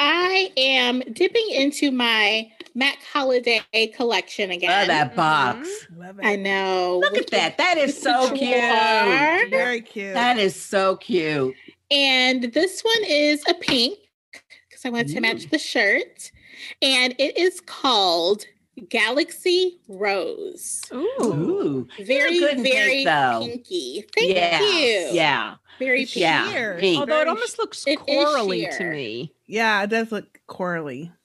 Speaker 1: I am dipping into my Mac Holiday collection
Speaker 2: Love
Speaker 1: again.
Speaker 3: Mhm.
Speaker 2: that box.
Speaker 1: Mm-hmm.
Speaker 4: Love it.
Speaker 1: I know.
Speaker 2: Look
Speaker 1: Wicked
Speaker 2: at that. That is so
Speaker 1: Couture.
Speaker 2: cute.
Speaker 4: Very cute.
Speaker 2: That is so cute.
Speaker 1: And this one is a pink because I wanted to match the shirt. And it is called Galaxy Rose.
Speaker 3: Ooh.
Speaker 2: Ooh.
Speaker 1: Very,
Speaker 2: good pink,
Speaker 1: very
Speaker 2: though.
Speaker 1: pinky. Thank
Speaker 2: yeah.
Speaker 1: you.
Speaker 2: Yeah.
Speaker 1: Very pinky.
Speaker 2: Yeah.
Speaker 4: Sheer.
Speaker 2: pink.
Speaker 3: Although it almost looks
Speaker 1: It is
Speaker 3: corally to
Speaker 1: sheer.
Speaker 3: me.
Speaker 4: Yeah, it does look corally.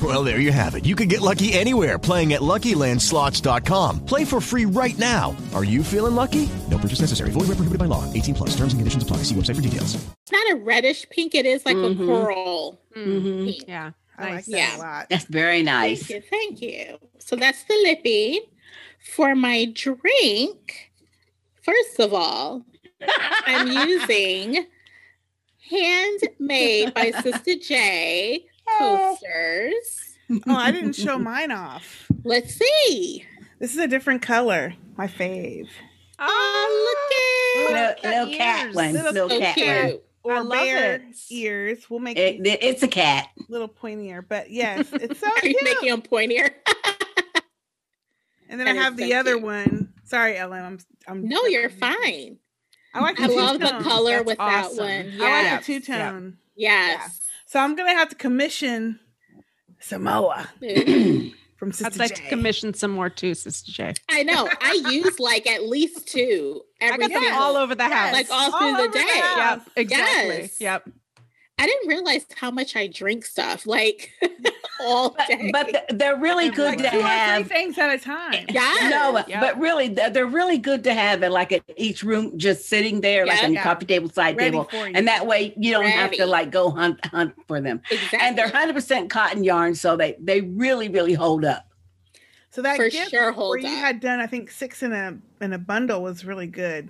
Speaker 5: Well, there you have it. You can get lucky anywhere playing at LuckyLandSlots.com. Play for free right now. Are you feeling lucky? No purchase necessary. Void where prohibited by law. 18 plus. Terms and conditions apply. See website for details.
Speaker 1: It's not a reddish pink. It is like mm-hmm. a coral.
Speaker 3: Mm-hmm. Pink. Yeah.
Speaker 4: I like yeah. that a lot.
Speaker 2: That's very nice.
Speaker 1: Thank you. Thank you. So that's the lippy. For my drink, first of all, I'm using handmade by Sister
Speaker 2: [LAUGHS]
Speaker 1: J coasters.
Speaker 4: Oh, I didn't show mine off.
Speaker 1: Let's see.
Speaker 4: This is a different color. My fave.
Speaker 3: Ah,
Speaker 1: Oh,
Speaker 2: look at little, little cat one. Little, little cat cute. one
Speaker 4: or bear it. ears. We'll make
Speaker 2: it, it, It's a cat.
Speaker 4: Little pointier,
Speaker 2: [LAUGHS]
Speaker 4: but yes, it's so
Speaker 1: cute. making them pointier. [LAUGHS]
Speaker 4: and then that I have the so other cute. one. Sorry, Ellen. I'm. I'm
Speaker 1: no, you're fine.
Speaker 4: I like.
Speaker 1: I love the color That's with awesome. that one.
Speaker 4: Yes. I like the two tone.
Speaker 1: Yes. yes.
Speaker 4: So I'm gonna have to commission Samoa. from Sister
Speaker 3: I'd like J. to commission some more too, Sister J.
Speaker 1: I know. I use like at least two every
Speaker 3: I got them all over the house.
Speaker 1: Like all, all through the day. The
Speaker 3: yep. Exactly. Yes. Yep.
Speaker 1: I didn't realize how much I drink stuff like [LAUGHS] all
Speaker 2: but,
Speaker 1: day.
Speaker 2: But th- they're really good like to
Speaker 4: two
Speaker 2: have
Speaker 4: or three things at a time.
Speaker 1: Yeah.
Speaker 2: [LAUGHS] No, yep. but really they're, they're really good to have in like at each room just sitting there yep. like on your yep. coffee table, side Ready table. And that way you don't Ready. have to like go hunt hunt for them. Exactly. And they're 100% cotton yarn so they they really really hold up.
Speaker 4: So that for gift sure where up. you had done I think 6 in a in a bundle was really good.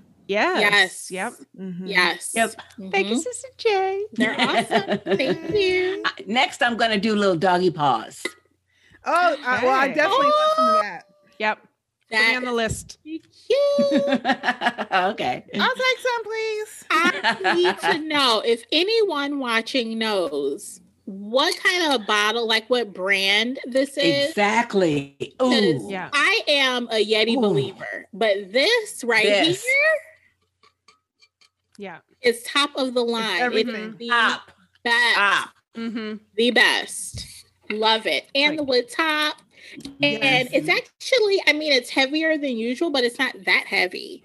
Speaker 1: Yes.
Speaker 3: Yes. Yep.
Speaker 1: Mm-hmm. Yes.
Speaker 2: Yep.
Speaker 3: Mm-hmm. Thank you, Sister J.
Speaker 1: They're awesome. Thank you.
Speaker 2: Next, I'm going to do little doggy paws. [LAUGHS]
Speaker 4: Oh, okay. I, well, I definitely oh. listen to that.
Speaker 3: Yep. That on the list.
Speaker 1: Cute.
Speaker 2: [LAUGHS] okay.
Speaker 4: I'll take some, please.
Speaker 1: I need to know if anyone watching knows what kind of bottle, like what brand this is.
Speaker 2: Exactly. Ooh.
Speaker 1: Yeah. I am a Yeti Ooh. believer, but this right this. here.
Speaker 3: Yeah.
Speaker 1: It's top of the line. It's, it's the Up. best. Up.
Speaker 3: Mm-hmm.
Speaker 1: The best. Love it. And like, the wood top. Yes. And it's actually, I mean, it's heavier than usual, but it's not that heavy.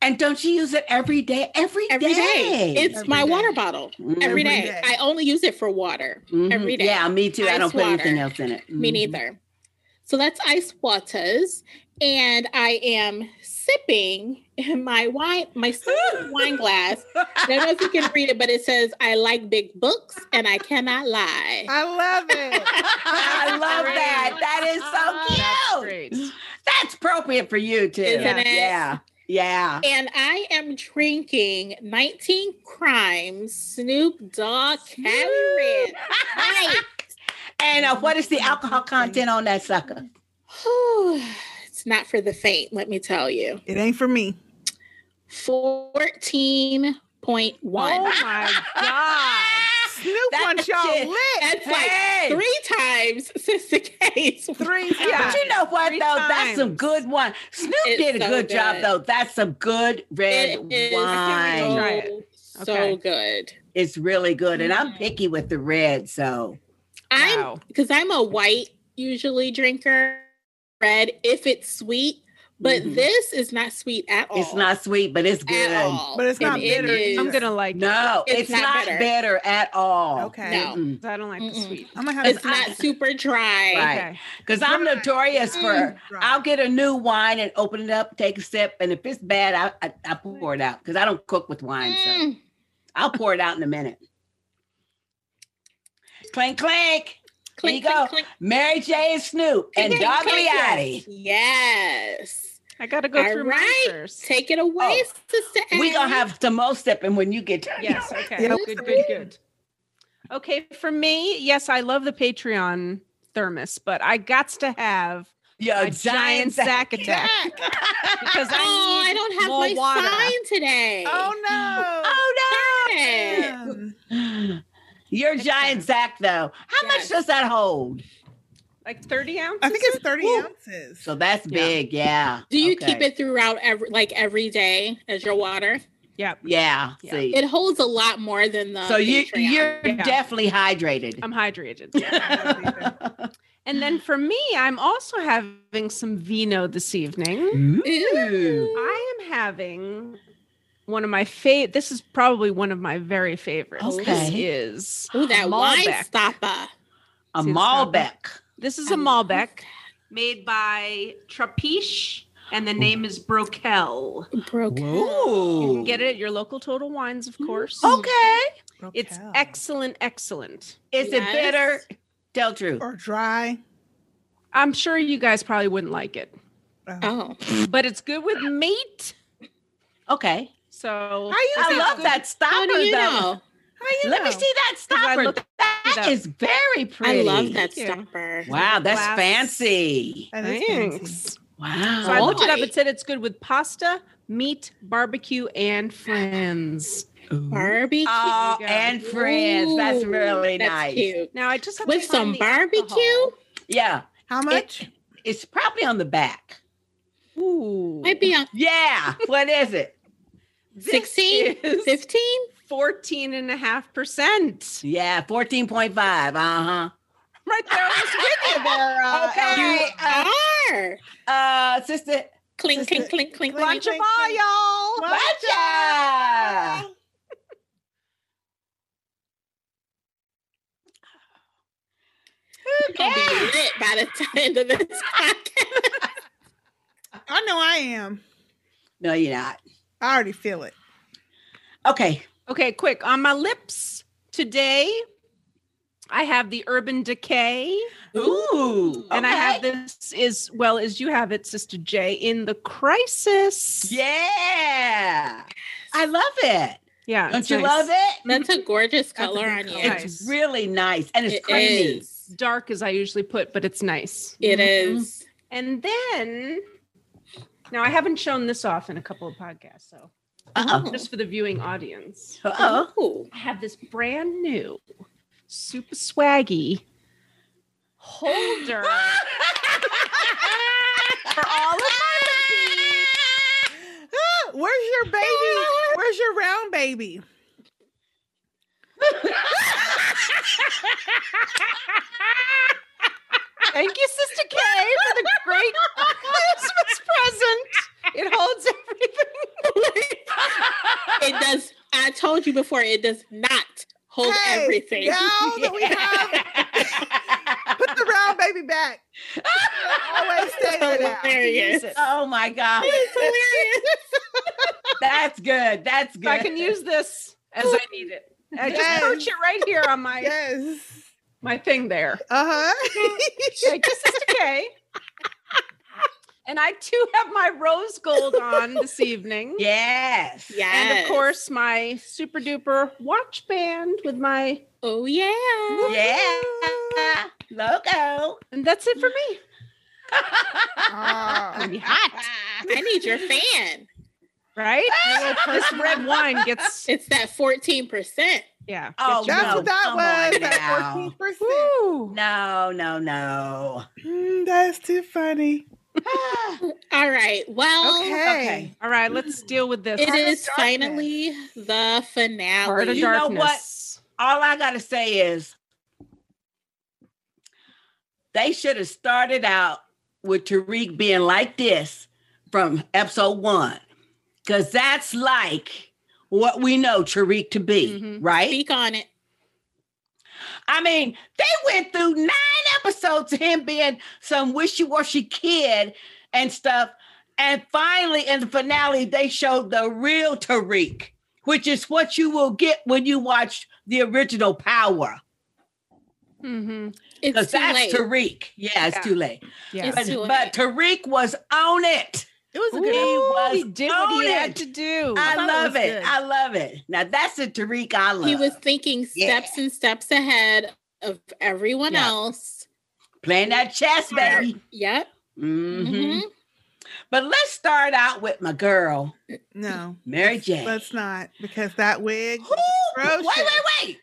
Speaker 2: And don't you use it every day? Every,
Speaker 1: every day. day. It's every my day. water bottle mm-hmm. every day. day. I only use it for water mm-hmm. every day.
Speaker 2: Yeah, me too. Ice I don't water. put anything else in it.
Speaker 1: Me neither. So that's ice waters. And I am sipping [LAUGHS] in my wine, my wine glass. I don't know if you can read it, but it says, I like big books and I cannot lie.
Speaker 4: I love it.
Speaker 2: [LAUGHS] I love great. that.
Speaker 1: Ah,
Speaker 2: That is so cute. That's, That's appropriate for you too.
Speaker 1: Isn't it?
Speaker 2: Yeah.
Speaker 1: [LAUGHS]
Speaker 2: Yeah.
Speaker 1: And I am drinking 19 Crimes Snoop Dogg Cali
Speaker 2: Right. and uh, what is the alcohol content on that sucker?
Speaker 1: [SIGHS] it's not for the faint, let me tell you.
Speaker 4: [LAUGHS] It ain't for me.
Speaker 1: 14.1. Oh
Speaker 3: my God.
Speaker 2: [LAUGHS]
Speaker 4: Snoop that's y'all shit. lit.
Speaker 1: That's Oh, hey. like three times [LAUGHS] since the case.
Speaker 4: Three times.
Speaker 2: Yeah, but you know what three though? Times. That's some good wine. Snoop it's did a so good, good, job though. That's some good red
Speaker 1: it
Speaker 2: wine.
Speaker 1: So, so okay. good.
Speaker 2: It's really good. And
Speaker 1: Mm-hmm.
Speaker 2: I'm picky with the red, so
Speaker 1: wow. I'm because I'm a white usually drinker. Red if it's sweet, but mm-hmm. this is not sweet at all.
Speaker 2: It's not sweet, but it's good.
Speaker 4: But it's not and bitter. It
Speaker 3: is, I'm gonna like
Speaker 2: no. It. It's, it's, not, not bitter. bitter. at all.
Speaker 4: Okay.
Speaker 1: No,
Speaker 3: Mm-mm. I don't like Mm-mm. the sweet.
Speaker 4: I'm gonna
Speaker 1: have
Speaker 4: [LAUGHS]
Speaker 1: it's not super dry.
Speaker 2: Right. Mm. Because okay. I'm notorious for I'll get a new wine and open it up, take a sip, and if it's bad, I I, I pour it out because I don't cook with wine, mm. so I'll pour it out in a minute. Clank clank. Clink, there you clink, go. Clink. Mary J. and Snoop and Dog Leotti.
Speaker 1: Yes.
Speaker 3: I gotta go All through right. mine first.
Speaker 1: Take it away, oh, sister.
Speaker 2: Mm-hmm. [LAUGHS] We're gonna have some more stepping when you get done.
Speaker 3: Yes, okay. Yep. Good, good, good. Okay, for me, yes, I love the Patreon thermos, but I got to have
Speaker 2: yeah,
Speaker 3: a giant, sack attack [LAUGHS] because
Speaker 1: oh,
Speaker 3: I
Speaker 1: I
Speaker 3: need
Speaker 1: don't have
Speaker 3: more
Speaker 1: my
Speaker 3: water.
Speaker 1: sign today.
Speaker 4: Oh no.
Speaker 2: Oh no!
Speaker 1: Dang it.
Speaker 2: Your giant Zach though. How much does that hold?
Speaker 3: Like thirty ounces.
Speaker 4: I think it's 30
Speaker 3: Woo.
Speaker 4: ounces.
Speaker 2: So that's big, yeah.
Speaker 1: Do you
Speaker 2: Okay.
Speaker 1: keep it throughout every like every day as your water?
Speaker 3: Yeah,
Speaker 2: Yeah.
Speaker 3: Yeah.
Speaker 2: See.
Speaker 1: It uh, holds a lot more than the.
Speaker 2: so you
Speaker 1: Patreon.
Speaker 2: you're
Speaker 3: Yeah.
Speaker 2: definitely hydrated. [LAUGHS]
Speaker 3: I'm hydrated. and then for me, I'm also having some vino this evening.
Speaker 2: Ooh.
Speaker 3: I am having one of my favorite. This is probably one of my very favorites. This
Speaker 2: Okay.
Speaker 3: is
Speaker 1: Ooh, that wine
Speaker 3: Malbec.
Speaker 1: stopper.
Speaker 2: A
Speaker 3: See the
Speaker 2: Malbec.
Speaker 3: This is a
Speaker 1: I love
Speaker 3: Malbec made by Trapiche, and the name is Broquel.
Speaker 1: Broke.
Speaker 3: You
Speaker 2: Ooh.
Speaker 3: can get it at your local Total Wines, of course.
Speaker 4: Oh,
Speaker 2: Okay.
Speaker 3: It's
Speaker 4: Brocal.
Speaker 3: excellent, excellent.
Speaker 2: Is
Speaker 1: Yes.
Speaker 2: it bitter? Tell truth.
Speaker 4: or dry.
Speaker 3: I'm sure you guys probably wouldn't like it,
Speaker 1: Oh,
Speaker 3: but it's good with meat.
Speaker 2: Okay.
Speaker 3: So
Speaker 4: How you
Speaker 3: Is
Speaker 2: I
Speaker 3: it
Speaker 4: know?
Speaker 2: love that stopper
Speaker 1: how do you
Speaker 2: though.
Speaker 1: know?
Speaker 4: How you
Speaker 2: Let me
Speaker 4: know?
Speaker 2: see that
Speaker 3: I
Speaker 2: stopper.
Speaker 3: looked it
Speaker 2: That
Speaker 3: up.
Speaker 2: is very pretty.
Speaker 1: I love that
Speaker 3: Thank you.
Speaker 1: stopper.
Speaker 2: Wow, that's
Speaker 3: Glass.
Speaker 2: fancy.
Speaker 4: That is fancy.
Speaker 3: thanks.
Speaker 2: Wow.
Speaker 3: So I looked it up.
Speaker 1: Alright.
Speaker 3: It said it's good with pasta, meat, barbecue, and flans.
Speaker 1: Barbecue.
Speaker 2: Oh,
Speaker 3: There you go.
Speaker 2: and friends. That's
Speaker 1: Ooh,
Speaker 2: really
Speaker 1: that's
Speaker 2: nice.
Speaker 1: Cute.
Speaker 3: Now I just have
Speaker 1: With
Speaker 3: to find
Speaker 1: some
Speaker 3: the
Speaker 1: barbecue.
Speaker 3: alcohol.
Speaker 2: Yeah.
Speaker 4: How much?
Speaker 2: It's probably on the back.
Speaker 3: Ooh,
Speaker 1: Might be on
Speaker 2: Yeah. What is it?
Speaker 1: 16,
Speaker 3: is-
Speaker 1: 15.
Speaker 3: 14 and a half percent.
Speaker 2: Yeah, 14.5. Uh-huh.
Speaker 3: Right there almost with you there.
Speaker 2: [LAUGHS]
Speaker 3: Uh,
Speaker 2: Okay. Uh,
Speaker 1: Are.
Speaker 2: uh, sister
Speaker 1: Clink,
Speaker 2: Sister-
Speaker 1: clink, clink, clink,
Speaker 4: Lunch
Speaker 1: clink.
Speaker 4: of
Speaker 3: Bye, y'all.
Speaker 2: Bacha.
Speaker 1: It's gonna be lit by the [LAUGHS] t- end of this podcast.
Speaker 4: I know I am.
Speaker 2: No, you're not.
Speaker 4: I already feel it.
Speaker 2: Okay.
Speaker 3: Okay, quick. On my lips today, I have the Urban Decay,
Speaker 2: Ooh.
Speaker 3: and I
Speaker 2: okay.
Speaker 3: have this is well as you have it, Sister J, in the crisis.
Speaker 2: Yeah. I love it.
Speaker 3: yeah.
Speaker 2: Don't
Speaker 3: it's
Speaker 2: you
Speaker 3: nice.
Speaker 2: love it?
Speaker 1: That's a gorgeous
Speaker 3: That's a
Speaker 1: color
Speaker 3: good
Speaker 1: on you.
Speaker 3: color.
Speaker 1: It
Speaker 2: It's
Speaker 3: Nice.
Speaker 2: really nice and it's
Speaker 1: is.
Speaker 2: creamy.
Speaker 3: Dark as I usually put, but it's nice.
Speaker 1: It
Speaker 2: Mhm.
Speaker 1: is.
Speaker 3: And then, now I haven't shown this off in a couple of podcasts, so
Speaker 2: Uh-oh.
Speaker 3: just for the viewing audience,
Speaker 2: Uh-huh.
Speaker 1: Oh.
Speaker 2: Uh-oh.
Speaker 1: Ooh.
Speaker 3: I have this brand new, super swaggy holder for all of my
Speaker 4: Ah, where's your baby? Where's your round baby?
Speaker 3: [LAUGHS] Thank you, Sister K, for the great Christmas present. It holds everything.
Speaker 1: It does. I told you before, it does not hold
Speaker 4: Hey,
Speaker 1: everything.
Speaker 4: Now that we have put the round baby back. Always say that. out.
Speaker 1: Hilarious.
Speaker 2: oh my God. [LAUGHS] That's good. That's good.
Speaker 3: I can use this as I need it. I just
Speaker 4: Yes.
Speaker 3: coach it right here on my
Speaker 4: Yes.
Speaker 3: my thing there.
Speaker 4: Uh huh.
Speaker 3: Thank you, Sister K. And I too have my rose gold on this evening.
Speaker 2: Yes.
Speaker 1: Yes.
Speaker 3: And of course, my super duper watch band with my.
Speaker 1: Oh, yeah.
Speaker 2: Yeah. Logo.
Speaker 3: And that's it for me.
Speaker 4: Ah.
Speaker 3: Pretty hot,
Speaker 1: I need your fan.
Speaker 3: right? this red wine gets.
Speaker 1: It's that 14%.
Speaker 3: Yeah.
Speaker 2: Oh,
Speaker 3: gets
Speaker 4: [LAUGHS]
Speaker 3: you
Speaker 4: That's
Speaker 2: no,
Speaker 4: what that
Speaker 2: come
Speaker 4: was.
Speaker 2: on
Speaker 4: That
Speaker 2: now.
Speaker 4: fourteen percent.
Speaker 3: Woo.
Speaker 2: No, no, no.
Speaker 4: Mm, That's too funny.
Speaker 1: All right.
Speaker 2: Oh,
Speaker 1: Well,
Speaker 4: Okay.
Speaker 3: All right, let's deal with this.
Speaker 1: it
Speaker 4: of
Speaker 1: is
Speaker 4: darkness.
Speaker 1: finally the finale.
Speaker 3: Heart of
Speaker 2: You know
Speaker 3: darkness.
Speaker 2: All I got to say is they should have started out with Tariq being like this from episode one, because that's like what we know Tariq to be,
Speaker 3: Mhm.
Speaker 2: right?
Speaker 1: Speak on it.
Speaker 2: I mean, they went through nine episodes of him being some wishy-washy kid and stuff. And finally, in the finale, they showed the real Tariq, which is what you will get when you watch the original Power.
Speaker 3: Mm-hmm.
Speaker 1: It's
Speaker 2: Because
Speaker 1: too
Speaker 2: that's
Speaker 1: late.
Speaker 2: Tariq. Yeah, it's
Speaker 3: Yeah.
Speaker 2: too late.
Speaker 3: Yeah.
Speaker 1: It's
Speaker 2: But,
Speaker 1: too
Speaker 2: but
Speaker 1: late.
Speaker 2: Tariq was on it. It was
Speaker 3: a good-
Speaker 2: He,
Speaker 3: Ooh,
Speaker 2: was
Speaker 3: he did what he had
Speaker 2: goated.
Speaker 3: to do. I
Speaker 2: I,
Speaker 3: thought it
Speaker 2: love
Speaker 3: was
Speaker 2: it.
Speaker 3: good.
Speaker 2: I love it. Now that's the Tariq I love.
Speaker 1: He was thinking
Speaker 2: Yeah.
Speaker 1: steps and steps ahead of everyone
Speaker 2: Yeah.
Speaker 1: else.
Speaker 2: playing that chess, baby.
Speaker 1: Yep. Mm-hmm.
Speaker 2: hmm
Speaker 3: Mm-hmm.
Speaker 2: But let's start out with my girl,
Speaker 4: No,
Speaker 2: Mary J.
Speaker 4: let's not because that wig.
Speaker 2: Wait, wait, wait.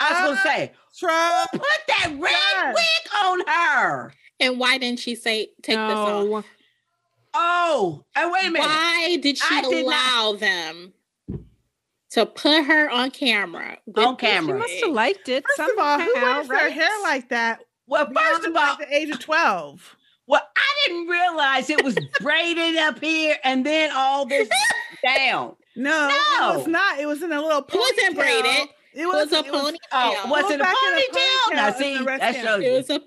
Speaker 2: I was gonna say,
Speaker 4: [LAUGHS] Trump.
Speaker 2: put that red wig on her.
Speaker 1: And why didn't she say take this off?
Speaker 2: Oh, and wait a minute.
Speaker 1: Why did she
Speaker 2: I did not-
Speaker 1: allow them to put her on camera? with
Speaker 2: On
Speaker 1: [LAUGHS] this
Speaker 2: camera.
Speaker 1: wig?
Speaker 3: Must have liked it.
Speaker 4: First of all, who
Speaker 3: somehow,
Speaker 4: wears their
Speaker 3: right?
Speaker 4: hair like that?
Speaker 2: Well, first of all,
Speaker 4: at the age of twelve.
Speaker 2: well, I didn't realize it was braided up here and then all this down.
Speaker 4: No,
Speaker 2: No.
Speaker 4: it was not. It was in a little ponytail.
Speaker 1: It wasn't braided.
Speaker 4: It
Speaker 1: It was
Speaker 4: was
Speaker 1: a ponytail.
Speaker 2: Oh, was
Speaker 4: Go
Speaker 2: it a
Speaker 4: back in a
Speaker 2: ponytail?
Speaker 4: ponytail
Speaker 2: Now
Speaker 4: and the
Speaker 2: see,
Speaker 4: rest
Speaker 2: that
Speaker 4: down.
Speaker 2: shows
Speaker 1: It
Speaker 2: you.
Speaker 1: was a.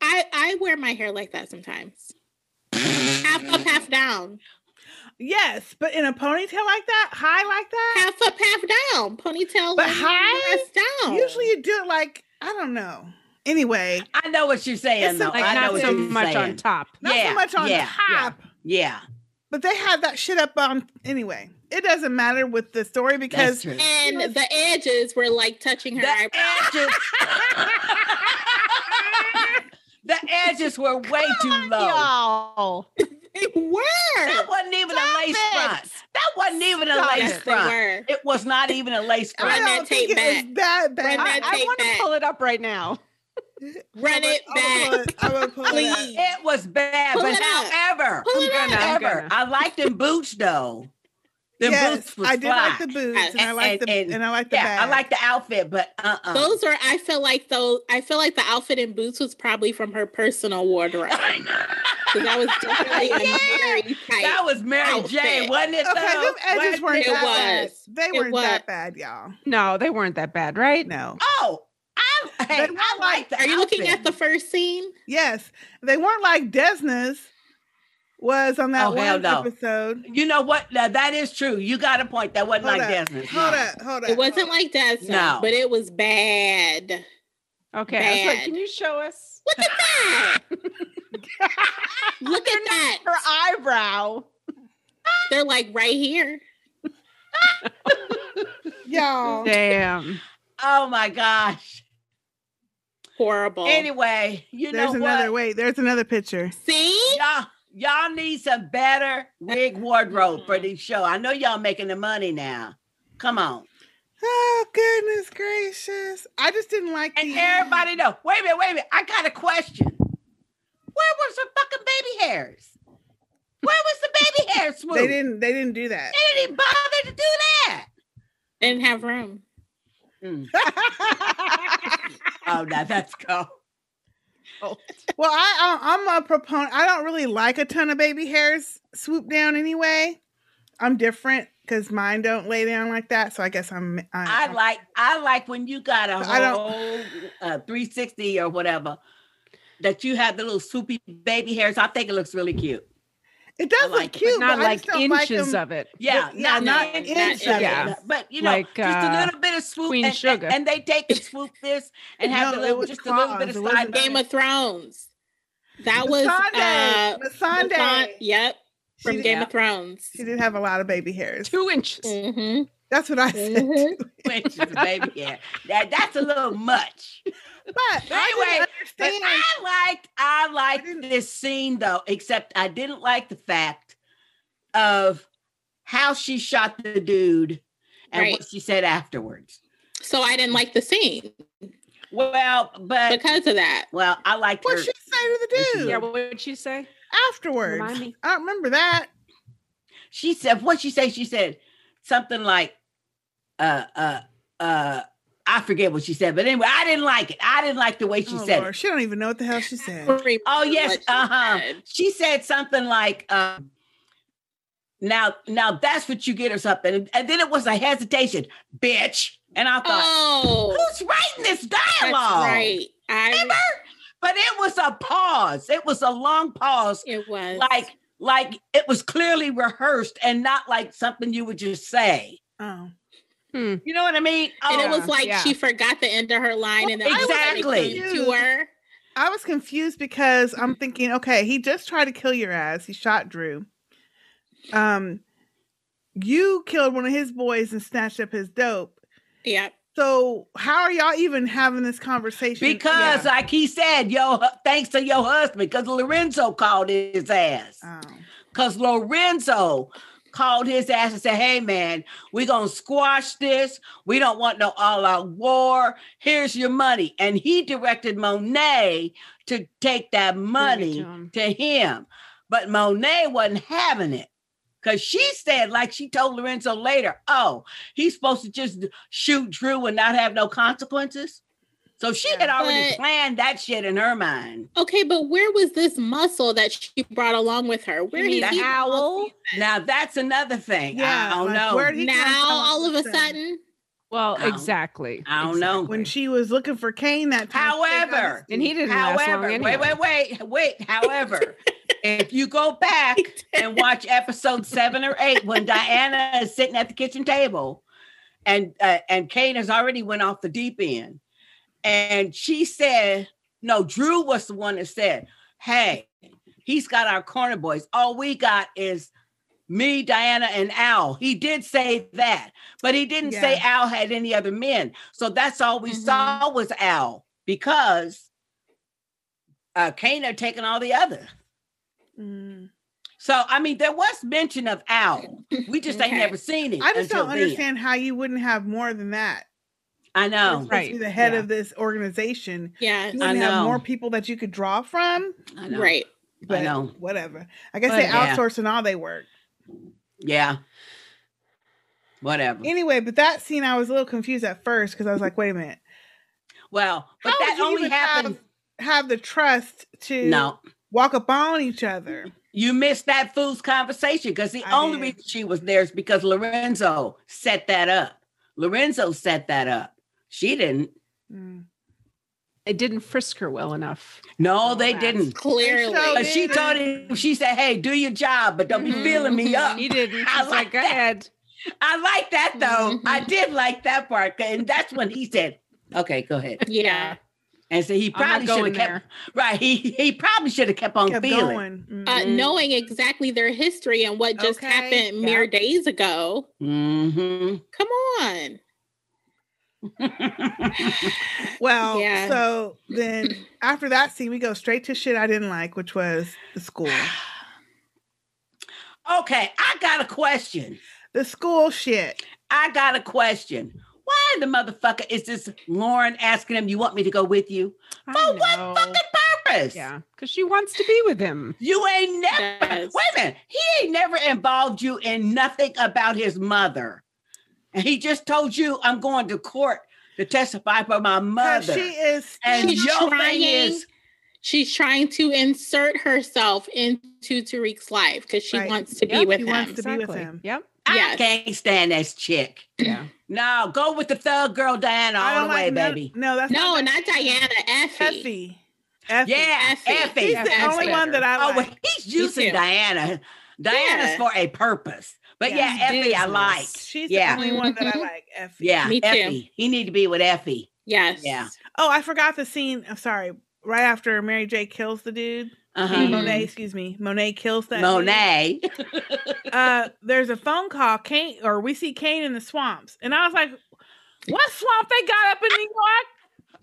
Speaker 1: I I wear my hair like that sometimes. half up, half down.
Speaker 4: Yes, but in a ponytail like that, high like that.
Speaker 1: Half up, half down. Ponytail,
Speaker 4: But
Speaker 1: one
Speaker 4: high?
Speaker 1: rest down.
Speaker 4: Usually you do it like I don't know. Anyway,
Speaker 2: I know what you're saying,
Speaker 4: It's
Speaker 2: though.
Speaker 4: like
Speaker 2: I know
Speaker 3: not
Speaker 2: what
Speaker 3: so
Speaker 2: you're
Speaker 3: much
Speaker 2: saying.
Speaker 3: on top.
Speaker 4: not
Speaker 2: Yeah,
Speaker 4: so much on
Speaker 2: yeah,
Speaker 4: top,
Speaker 2: Yeah,
Speaker 4: but they had that shit up on anyway. It doesn't matter with the story
Speaker 2: that's
Speaker 4: because
Speaker 2: true.
Speaker 1: and the edges were like touching her
Speaker 2: The
Speaker 1: eyebrow.
Speaker 2: edges. [LAUGHS] the edges were way too low.
Speaker 3: Y'all.
Speaker 1: They were.
Speaker 2: That wasn't even a lace
Speaker 3: it.
Speaker 2: front. That wasn't even a
Speaker 3: Stop
Speaker 2: lace
Speaker 1: Yes, they
Speaker 2: front.
Speaker 1: were.
Speaker 2: It was not even a lace
Speaker 4: I
Speaker 1: Run
Speaker 2: front.
Speaker 1: that
Speaker 4: don't think
Speaker 1: tape
Speaker 4: it was that bad.
Speaker 3: I,
Speaker 1: that tape
Speaker 3: want
Speaker 1: back.
Speaker 3: to pull it up right now.
Speaker 1: Run it
Speaker 2: oh
Speaker 4: I'm
Speaker 1: back.
Speaker 4: gonna pull it- I'm gonna pull it up.
Speaker 1: Please.
Speaker 2: It was bad,
Speaker 1: Pull
Speaker 2: but
Speaker 1: it up.
Speaker 2: however,
Speaker 1: Pull it
Speaker 3: gonna- I'm
Speaker 2: however,
Speaker 3: gonna.
Speaker 2: I like them boots though. Them boots was
Speaker 4: I did
Speaker 2: fly.
Speaker 4: like the boots, and, I like the and, I like the
Speaker 2: yeah,
Speaker 4: bag.
Speaker 2: I like the outfit, but uh uh
Speaker 1: Those are. I feel like though. I feel like the outfit and boots was probably from her personal wardrobe. 'Cause
Speaker 2: [LAUGHS]
Speaker 1: that was definitely a very tight.
Speaker 2: that was Mary J,
Speaker 1: outfit.
Speaker 2: wasn't it?
Speaker 4: Okay,
Speaker 2: though?
Speaker 4: them edges
Speaker 2: Wasn't
Speaker 1: it
Speaker 4: weren't that
Speaker 1: was.
Speaker 4: bad. They
Speaker 1: It
Speaker 4: weren't that
Speaker 1: was.
Speaker 4: bad, y'all.
Speaker 3: No, they weren't that bad, right?
Speaker 4: No.
Speaker 2: Oh, I, hey,
Speaker 4: They
Speaker 2: I like that.
Speaker 1: are you looking at the first scene?
Speaker 4: Yes, they weren't like Desna's was on that
Speaker 2: Oh,
Speaker 4: one
Speaker 2: hell no.
Speaker 4: episode.
Speaker 2: You know what? Now, that is true. You got a point. That wasn't
Speaker 4: Hold
Speaker 2: like
Speaker 4: up.
Speaker 2: Desmond's.
Speaker 4: Hold
Speaker 2: no.
Speaker 4: up, hold up.
Speaker 1: It wasn't like that, so-
Speaker 2: No.
Speaker 1: but it was bad.
Speaker 3: Okay. I was like,
Speaker 1: Bad.
Speaker 3: can you show us
Speaker 1: Look at that! Look at that!
Speaker 3: her eyebrow?
Speaker 1: They're like right here.
Speaker 4: y'all.
Speaker 3: Damn.
Speaker 2: Oh my gosh.
Speaker 1: Horrible.
Speaker 2: Anyway, you
Speaker 4: There's
Speaker 2: know
Speaker 4: another
Speaker 2: what?
Speaker 4: wait. There's another picture.
Speaker 1: See,
Speaker 2: Y'all, y'all need some better wig wardrobe for this show. I know y'all making the money now. Come on.
Speaker 4: Oh goodness gracious! I just didn't like
Speaker 2: And
Speaker 4: the-
Speaker 2: everybody know. Wait a minute, wait a minute. I got a question. Where was her fucking baby hairs? Where was the
Speaker 4: [LAUGHS]
Speaker 2: baby hair swoop?
Speaker 4: [LAUGHS] They didn't. They didn't do that. [LAUGHS]
Speaker 2: They didn't even bother to do that.
Speaker 1: didn't have room.
Speaker 2: Oh, now that's go.
Speaker 4: Well, I, I I'm a proponent. I don't really like a ton of baby hairs swoop down anyway. I'm different because mine don't lay down like that. So I guess I'm. I,
Speaker 2: I like I like when you got a
Speaker 4: I don't-
Speaker 2: whole uh, 360 or whatever that you have the little swoopy baby hairs. I think it looks really cute.
Speaker 4: It does
Speaker 2: I like it, but
Speaker 4: look cute,
Speaker 3: Not
Speaker 4: but I just
Speaker 3: like
Speaker 4: don't
Speaker 3: inches
Speaker 4: like 'em.
Speaker 3: of it.
Speaker 2: Yeah,
Speaker 4: But- yeah, not
Speaker 1: an
Speaker 2: inches,
Speaker 1: inch.
Speaker 3: Yeah.
Speaker 2: But you know,
Speaker 3: Like,
Speaker 2: just a
Speaker 3: uh,
Speaker 2: little bit of swoop,
Speaker 3: Queen
Speaker 2: and,
Speaker 3: Sugar.
Speaker 2: and they take the swoop this and have
Speaker 4: [LAUGHS]
Speaker 2: the
Speaker 4: No, it
Speaker 2: little,
Speaker 4: was
Speaker 2: just a little bit
Speaker 4: claws.
Speaker 2: of
Speaker 4: It wasn't
Speaker 2: side.
Speaker 1: Game of Thrones. That was
Speaker 4: Masande.
Speaker 1: uh,
Speaker 4: Masande.
Speaker 1: Masan- Yep,
Speaker 4: She
Speaker 1: from
Speaker 4: did-
Speaker 1: Game of Thrones.
Speaker 4: She did have a lot of baby hairs.
Speaker 3: Two inches.
Speaker 1: Mhm,
Speaker 4: That's what I
Speaker 2: [LAUGHS]
Speaker 4: said.
Speaker 1: mhm.
Speaker 2: inches, baby hair. That that's a little much.
Speaker 4: [LAUGHS] But
Speaker 2: Anyway,
Speaker 4: I
Speaker 2: But
Speaker 4: didn't understand.
Speaker 2: I liked I liked this scene though, except I didn't like the fact of how she shot the dude and
Speaker 1: Right.
Speaker 2: what she said afterwards.
Speaker 1: So I didn't like the scene
Speaker 2: Well, but
Speaker 1: because of that.
Speaker 2: well, I liked
Speaker 4: What
Speaker 2: her.
Speaker 4: she say to the dude
Speaker 3: Yeah, what would she say?
Speaker 4: afterwards?
Speaker 3: Remind me.
Speaker 4: I don't remember that.
Speaker 2: she said what she said she said something like uh uh uh i forget what she said but anyway i didn't like it i didn't like the way she
Speaker 4: oh,
Speaker 2: said
Speaker 4: Lord,
Speaker 2: it
Speaker 4: she don't even know what the hell she said.
Speaker 2: oh [LAUGHS]
Speaker 1: Remember
Speaker 2: yes
Speaker 1: what she
Speaker 2: uh-huh
Speaker 1: said.
Speaker 2: she said something like um now now that's what you get or something and, and then it was a hesitation bitch and i thought
Speaker 1: Oh,
Speaker 2: who's writing this
Speaker 1: that's
Speaker 2: dialogue
Speaker 1: right. I
Speaker 2: Remember? but it was a pause it was a long pause
Speaker 1: it was
Speaker 2: like like it was clearly rehearsed and not like something you would just say
Speaker 4: Oh,
Speaker 3: Hmm.
Speaker 2: You know what I mean? Oh,
Speaker 1: and it was like
Speaker 3: yeah.
Speaker 1: she forgot the end of her line, and then
Speaker 2: Exactly.
Speaker 1: exactly to her.
Speaker 4: I was confused because I'm thinking, okay, he just tried to kill your ass. He shot Drew. Um, you killed one of his boys and snatched up his dope.
Speaker 1: Yeah.
Speaker 4: So how are y'all even having this conversation?
Speaker 2: Because, like he said, yo, thanks to your husband, because Lorenzo called his ass.
Speaker 4: Oh.
Speaker 2: Because Lorenzo called his ass and said, hey, man, we going to squash this. We don't want no all out war. Here's your money. And he directed Monet to take that money to him. But Monet wasn't having it. Cause she said, like she told Lorenzo later, oh, he's supposed to just shoot Drew and not have no consequences. So she had already
Speaker 1: But-
Speaker 2: planned that shit in her mind.
Speaker 1: Okay, but where was this muscle that she brought along with her? Where did
Speaker 2: the
Speaker 1: he
Speaker 2: owl? Now that's another thing.
Speaker 1: Yeah,
Speaker 2: I don't
Speaker 1: like,
Speaker 2: know.
Speaker 1: where'd he come Now, from? all of a sudden?
Speaker 3: Well,
Speaker 2: I don't-
Speaker 3: exactly.
Speaker 2: I don't know.
Speaker 4: When she was looking for Kane that time.
Speaker 2: However,
Speaker 3: And he didn't last long
Speaker 2: however,
Speaker 3: anyway.
Speaker 2: wait, wait, wait,
Speaker 3: [LAUGHS]
Speaker 2: wait. However, if you go back and watch episode seven or eight, when Diana is sitting at the kitchen table, and uh, and Kane has already went off the deep end, and she said, "No, Drew was the one that said, hey, he's got our corner boys. All we got is." Me, Diana, and Al. He did say that, but he didn't say Al had any other men. So that's all
Speaker 4: Mm-hmm.
Speaker 2: we saw was Al because uh Kane had taken all the other.
Speaker 4: Mm.
Speaker 2: So I mean, there was mention of Al. We just ain't never seen it.
Speaker 4: I just
Speaker 2: until
Speaker 4: don't
Speaker 2: then.
Speaker 4: understand how you wouldn't have more than that.
Speaker 2: I know.
Speaker 4: You're supposed to be the head of this organization.
Speaker 1: Yeah,
Speaker 4: you
Speaker 2: Oh. I
Speaker 4: wouldn't have
Speaker 2: know.
Speaker 4: more people that you could draw from.
Speaker 2: I know. Right. I
Speaker 4: But
Speaker 2: know.
Speaker 4: Whatever. Like
Speaker 2: But-
Speaker 4: I said,
Speaker 2: Yeah.
Speaker 4: outsourcing all they work.
Speaker 2: Yeah. Whatever.
Speaker 4: Anyway, but that scene I was a little confused at first because I was like, wait a minute.
Speaker 2: Well, but
Speaker 4: How
Speaker 2: that
Speaker 4: would you
Speaker 2: only
Speaker 4: even
Speaker 2: happened.
Speaker 4: Have, have the trust to
Speaker 2: No.
Speaker 4: walk up on each other.
Speaker 2: You missed that fool's conversation because the only reason she was there is because Lorenzo set that up. Lorenzo set that up. She didn't.
Speaker 4: Mm.
Speaker 3: They didn't frisk her well enough.
Speaker 4: Oh,
Speaker 2: No, they didn't.
Speaker 3: Clearly.
Speaker 2: But she told him, she said, hey, do your job, but don't
Speaker 1: Mm-hmm,
Speaker 2: be feeling me up.
Speaker 3: He [LAUGHS] didn't.
Speaker 2: I
Speaker 3: She's like,
Speaker 2: like
Speaker 3: go
Speaker 2: that.
Speaker 3: ahead.
Speaker 2: I like that though.
Speaker 1: Mm-hmm.
Speaker 2: I did like that part. And that's when he said, okay, go ahead.
Speaker 1: Yeah.
Speaker 2: And so he
Speaker 1: I'm not
Speaker 2: probably should
Speaker 1: going
Speaker 2: have kept right. He he probably should have kept on feeling.
Speaker 1: Uh, knowing exactly their history and what just happened mere days ago.
Speaker 2: Mm-hmm. [LAUGHS]
Speaker 1: Come on.
Speaker 4: Well,
Speaker 1: Yeah.
Speaker 4: so then after that scene, we go straight to shit I didn't like, which was
Speaker 2: [SIGHS]
Speaker 4: the school.
Speaker 2: Okay, I got a question.
Speaker 4: The school shit.
Speaker 2: I got a question. Why the motherfucker is this Lauren asking him, you want me to go with you? For what fucking purpose?
Speaker 3: Yeah, because she wants to be with him.
Speaker 2: You ain't never wait a minute. He ain't never involved you in nothing about his mother. And he just told you I'm going to court to testify for my mother.
Speaker 4: she is
Speaker 2: and
Speaker 1: she's
Speaker 2: your
Speaker 1: trying,
Speaker 2: thing is
Speaker 1: she's trying to insert herself into Tariq's life because she wants to be
Speaker 2: Yep,
Speaker 1: with
Speaker 2: she
Speaker 1: him.
Speaker 2: wants to be with Exactly. him.
Speaker 3: Yep.
Speaker 2: I can't stand this chick.
Speaker 3: Yeah.
Speaker 2: No, go with the thug girl Diana all the way,
Speaker 4: no,
Speaker 2: baby.
Speaker 4: No, that's
Speaker 1: No, not Diana. Effie.
Speaker 4: Effie. Effie.
Speaker 2: Yeah,
Speaker 1: Effie.
Speaker 2: Effie.
Speaker 4: He's the
Speaker 2: Effie's
Speaker 4: only one
Speaker 2: better.
Speaker 4: that I
Speaker 2: Oh, well,
Speaker 4: like.
Speaker 2: he's
Speaker 4: Me
Speaker 2: using
Speaker 4: too.
Speaker 2: Diana. Diana's
Speaker 4: Yeah.
Speaker 2: for a purpose. But yeah,
Speaker 4: Yeah.
Speaker 2: Effie, I
Speaker 4: Business.
Speaker 2: like.
Speaker 4: She's the
Speaker 2: yeah.
Speaker 4: only one
Speaker 1: Mm-hmm.
Speaker 4: that I like, Effie.
Speaker 2: Yeah,
Speaker 4: Me too.
Speaker 2: Effie. He need to be with Effie.
Speaker 1: Yes.
Speaker 2: Yeah.
Speaker 4: Oh, I forgot the scene. I'm sorry. Right after Mary J kills the dude,
Speaker 2: Uh-huh.
Speaker 4: I mean, Monet, excuse me, Monet kills that dude.
Speaker 2: Monet.
Speaker 4: uh, there's a phone call. Kane, or we see Kane in the swamps, and I was like, "What swamp they got up in New York?"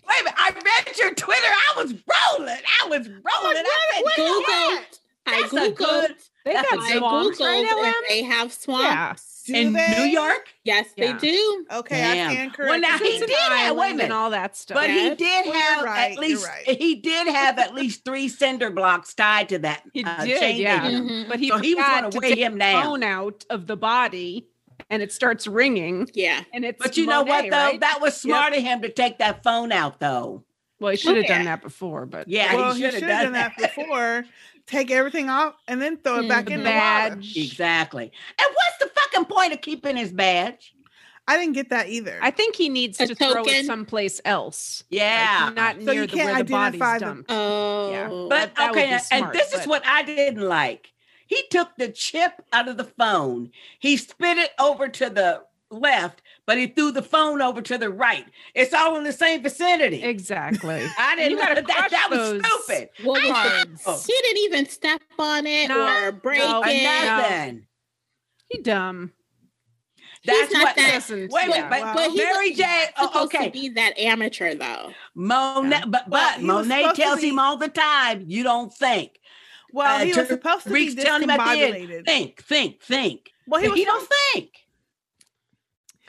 Speaker 2: [LAUGHS] Wait a minute, I read your Twitter. I was rolling. I was rolling. I said,
Speaker 1: Googled.
Speaker 2: Oh, "Yeah,
Speaker 1: I
Speaker 2: that's a
Speaker 1: Googled.
Speaker 2: good.
Speaker 3: They
Speaker 2: that's a
Speaker 3: got
Speaker 1: I
Speaker 2: good-
Speaker 3: swamps,
Speaker 1: Googled
Speaker 3: right,
Speaker 1: if
Speaker 3: LM?
Speaker 1: they have swamps.
Speaker 4: Do
Speaker 2: in
Speaker 4: they?
Speaker 2: New York.
Speaker 1: Yes,
Speaker 3: Yeah.
Speaker 1: they do.
Speaker 4: Okay,
Speaker 2: Damn.
Speaker 4: I stand corrected.
Speaker 2: Well, now he
Speaker 3: It's
Speaker 2: did
Speaker 3: an
Speaker 2: have
Speaker 3: island
Speaker 2: wait a
Speaker 3: and
Speaker 2: minute,
Speaker 3: all that stuff.
Speaker 2: but he
Speaker 4: Yes.
Speaker 2: did
Speaker 4: Well, you're
Speaker 2: have
Speaker 4: right,
Speaker 2: at
Speaker 4: you're
Speaker 2: least
Speaker 4: right.
Speaker 2: he did have at least three cinder blocks tied to that.
Speaker 3: He
Speaker 2: uh, chain
Speaker 3: did,
Speaker 2: to
Speaker 3: yeah.
Speaker 2: him.
Speaker 1: Mm-hmm.
Speaker 3: But Mm-hmm. he,
Speaker 2: So he was
Speaker 3: forgot
Speaker 2: gonna
Speaker 3: to
Speaker 2: weigh
Speaker 3: take
Speaker 2: him
Speaker 3: the
Speaker 2: down.
Speaker 3: phone out of the body, and it starts ringing.
Speaker 1: Yeah.
Speaker 3: And it's
Speaker 2: But you know what
Speaker 3: Monet,
Speaker 2: though?
Speaker 3: right?
Speaker 2: That was smart of him to take that phone out though.
Speaker 3: Well, he should have
Speaker 4: Yeah.
Speaker 3: done that before, but
Speaker 2: Yeah,
Speaker 4: well,
Speaker 2: he
Speaker 4: he
Speaker 2: should have done, that. Mm,
Speaker 4: before. Take everything off and then throw it back
Speaker 3: the
Speaker 4: in the water.
Speaker 3: badge.
Speaker 2: Exactly. And what's the fucking point of keeping his badge?
Speaker 4: I didn't get that either.
Speaker 3: I think he needs
Speaker 1: A
Speaker 3: to throw it
Speaker 1: token?
Speaker 3: someplace else.
Speaker 2: Yeah.
Speaker 3: Like, not
Speaker 4: So
Speaker 3: near
Speaker 4: you
Speaker 3: the, where
Speaker 4: can't
Speaker 3: the body's
Speaker 4: identify the-
Speaker 3: dumped.
Speaker 1: Oh.
Speaker 3: Yeah.
Speaker 2: But
Speaker 3: That- that would
Speaker 2: okay,
Speaker 3: be
Speaker 2: and-
Speaker 3: smart,
Speaker 2: and this is
Speaker 3: but-
Speaker 2: what I didn't like. He took the chip out of the phone. He spit it over to the left, but he threw the phone over to the right. It's all in the same vicinity.
Speaker 4: [LAUGHS]
Speaker 3: Exactly.
Speaker 2: I didn't
Speaker 1: You
Speaker 2: know
Speaker 1: gotta
Speaker 2: that. That
Speaker 1: crush
Speaker 2: was
Speaker 1: those
Speaker 2: stupid.
Speaker 1: Well,
Speaker 2: I
Speaker 1: you-
Speaker 2: didn't know.
Speaker 1: she didn't even step on it
Speaker 3: No,
Speaker 1: or break
Speaker 3: no,
Speaker 1: it.
Speaker 3: no.
Speaker 2: Nothing.
Speaker 3: He dumb.
Speaker 2: That's
Speaker 1: not
Speaker 2: what.
Speaker 1: that-
Speaker 2: Wait, wait,
Speaker 1: Yeah.
Speaker 2: but,
Speaker 1: Wow.
Speaker 2: but
Speaker 1: But he
Speaker 2: Mary
Speaker 1: was
Speaker 2: J.
Speaker 1: supposed
Speaker 2: oh,
Speaker 1: to
Speaker 2: okay,
Speaker 1: be that amateur though.
Speaker 2: Monet, but but
Speaker 4: Well, he was
Speaker 2: Monet
Speaker 4: supposed to
Speaker 2: tells
Speaker 4: be-
Speaker 2: him all the time, "You don't think."
Speaker 4: Well, he was
Speaker 2: Tariq's
Speaker 4: supposed to be
Speaker 2: telling him at the end,
Speaker 4: discombobulated.
Speaker 2: Think, think, think.
Speaker 4: Well, he
Speaker 2: But
Speaker 4: was
Speaker 2: he don't think.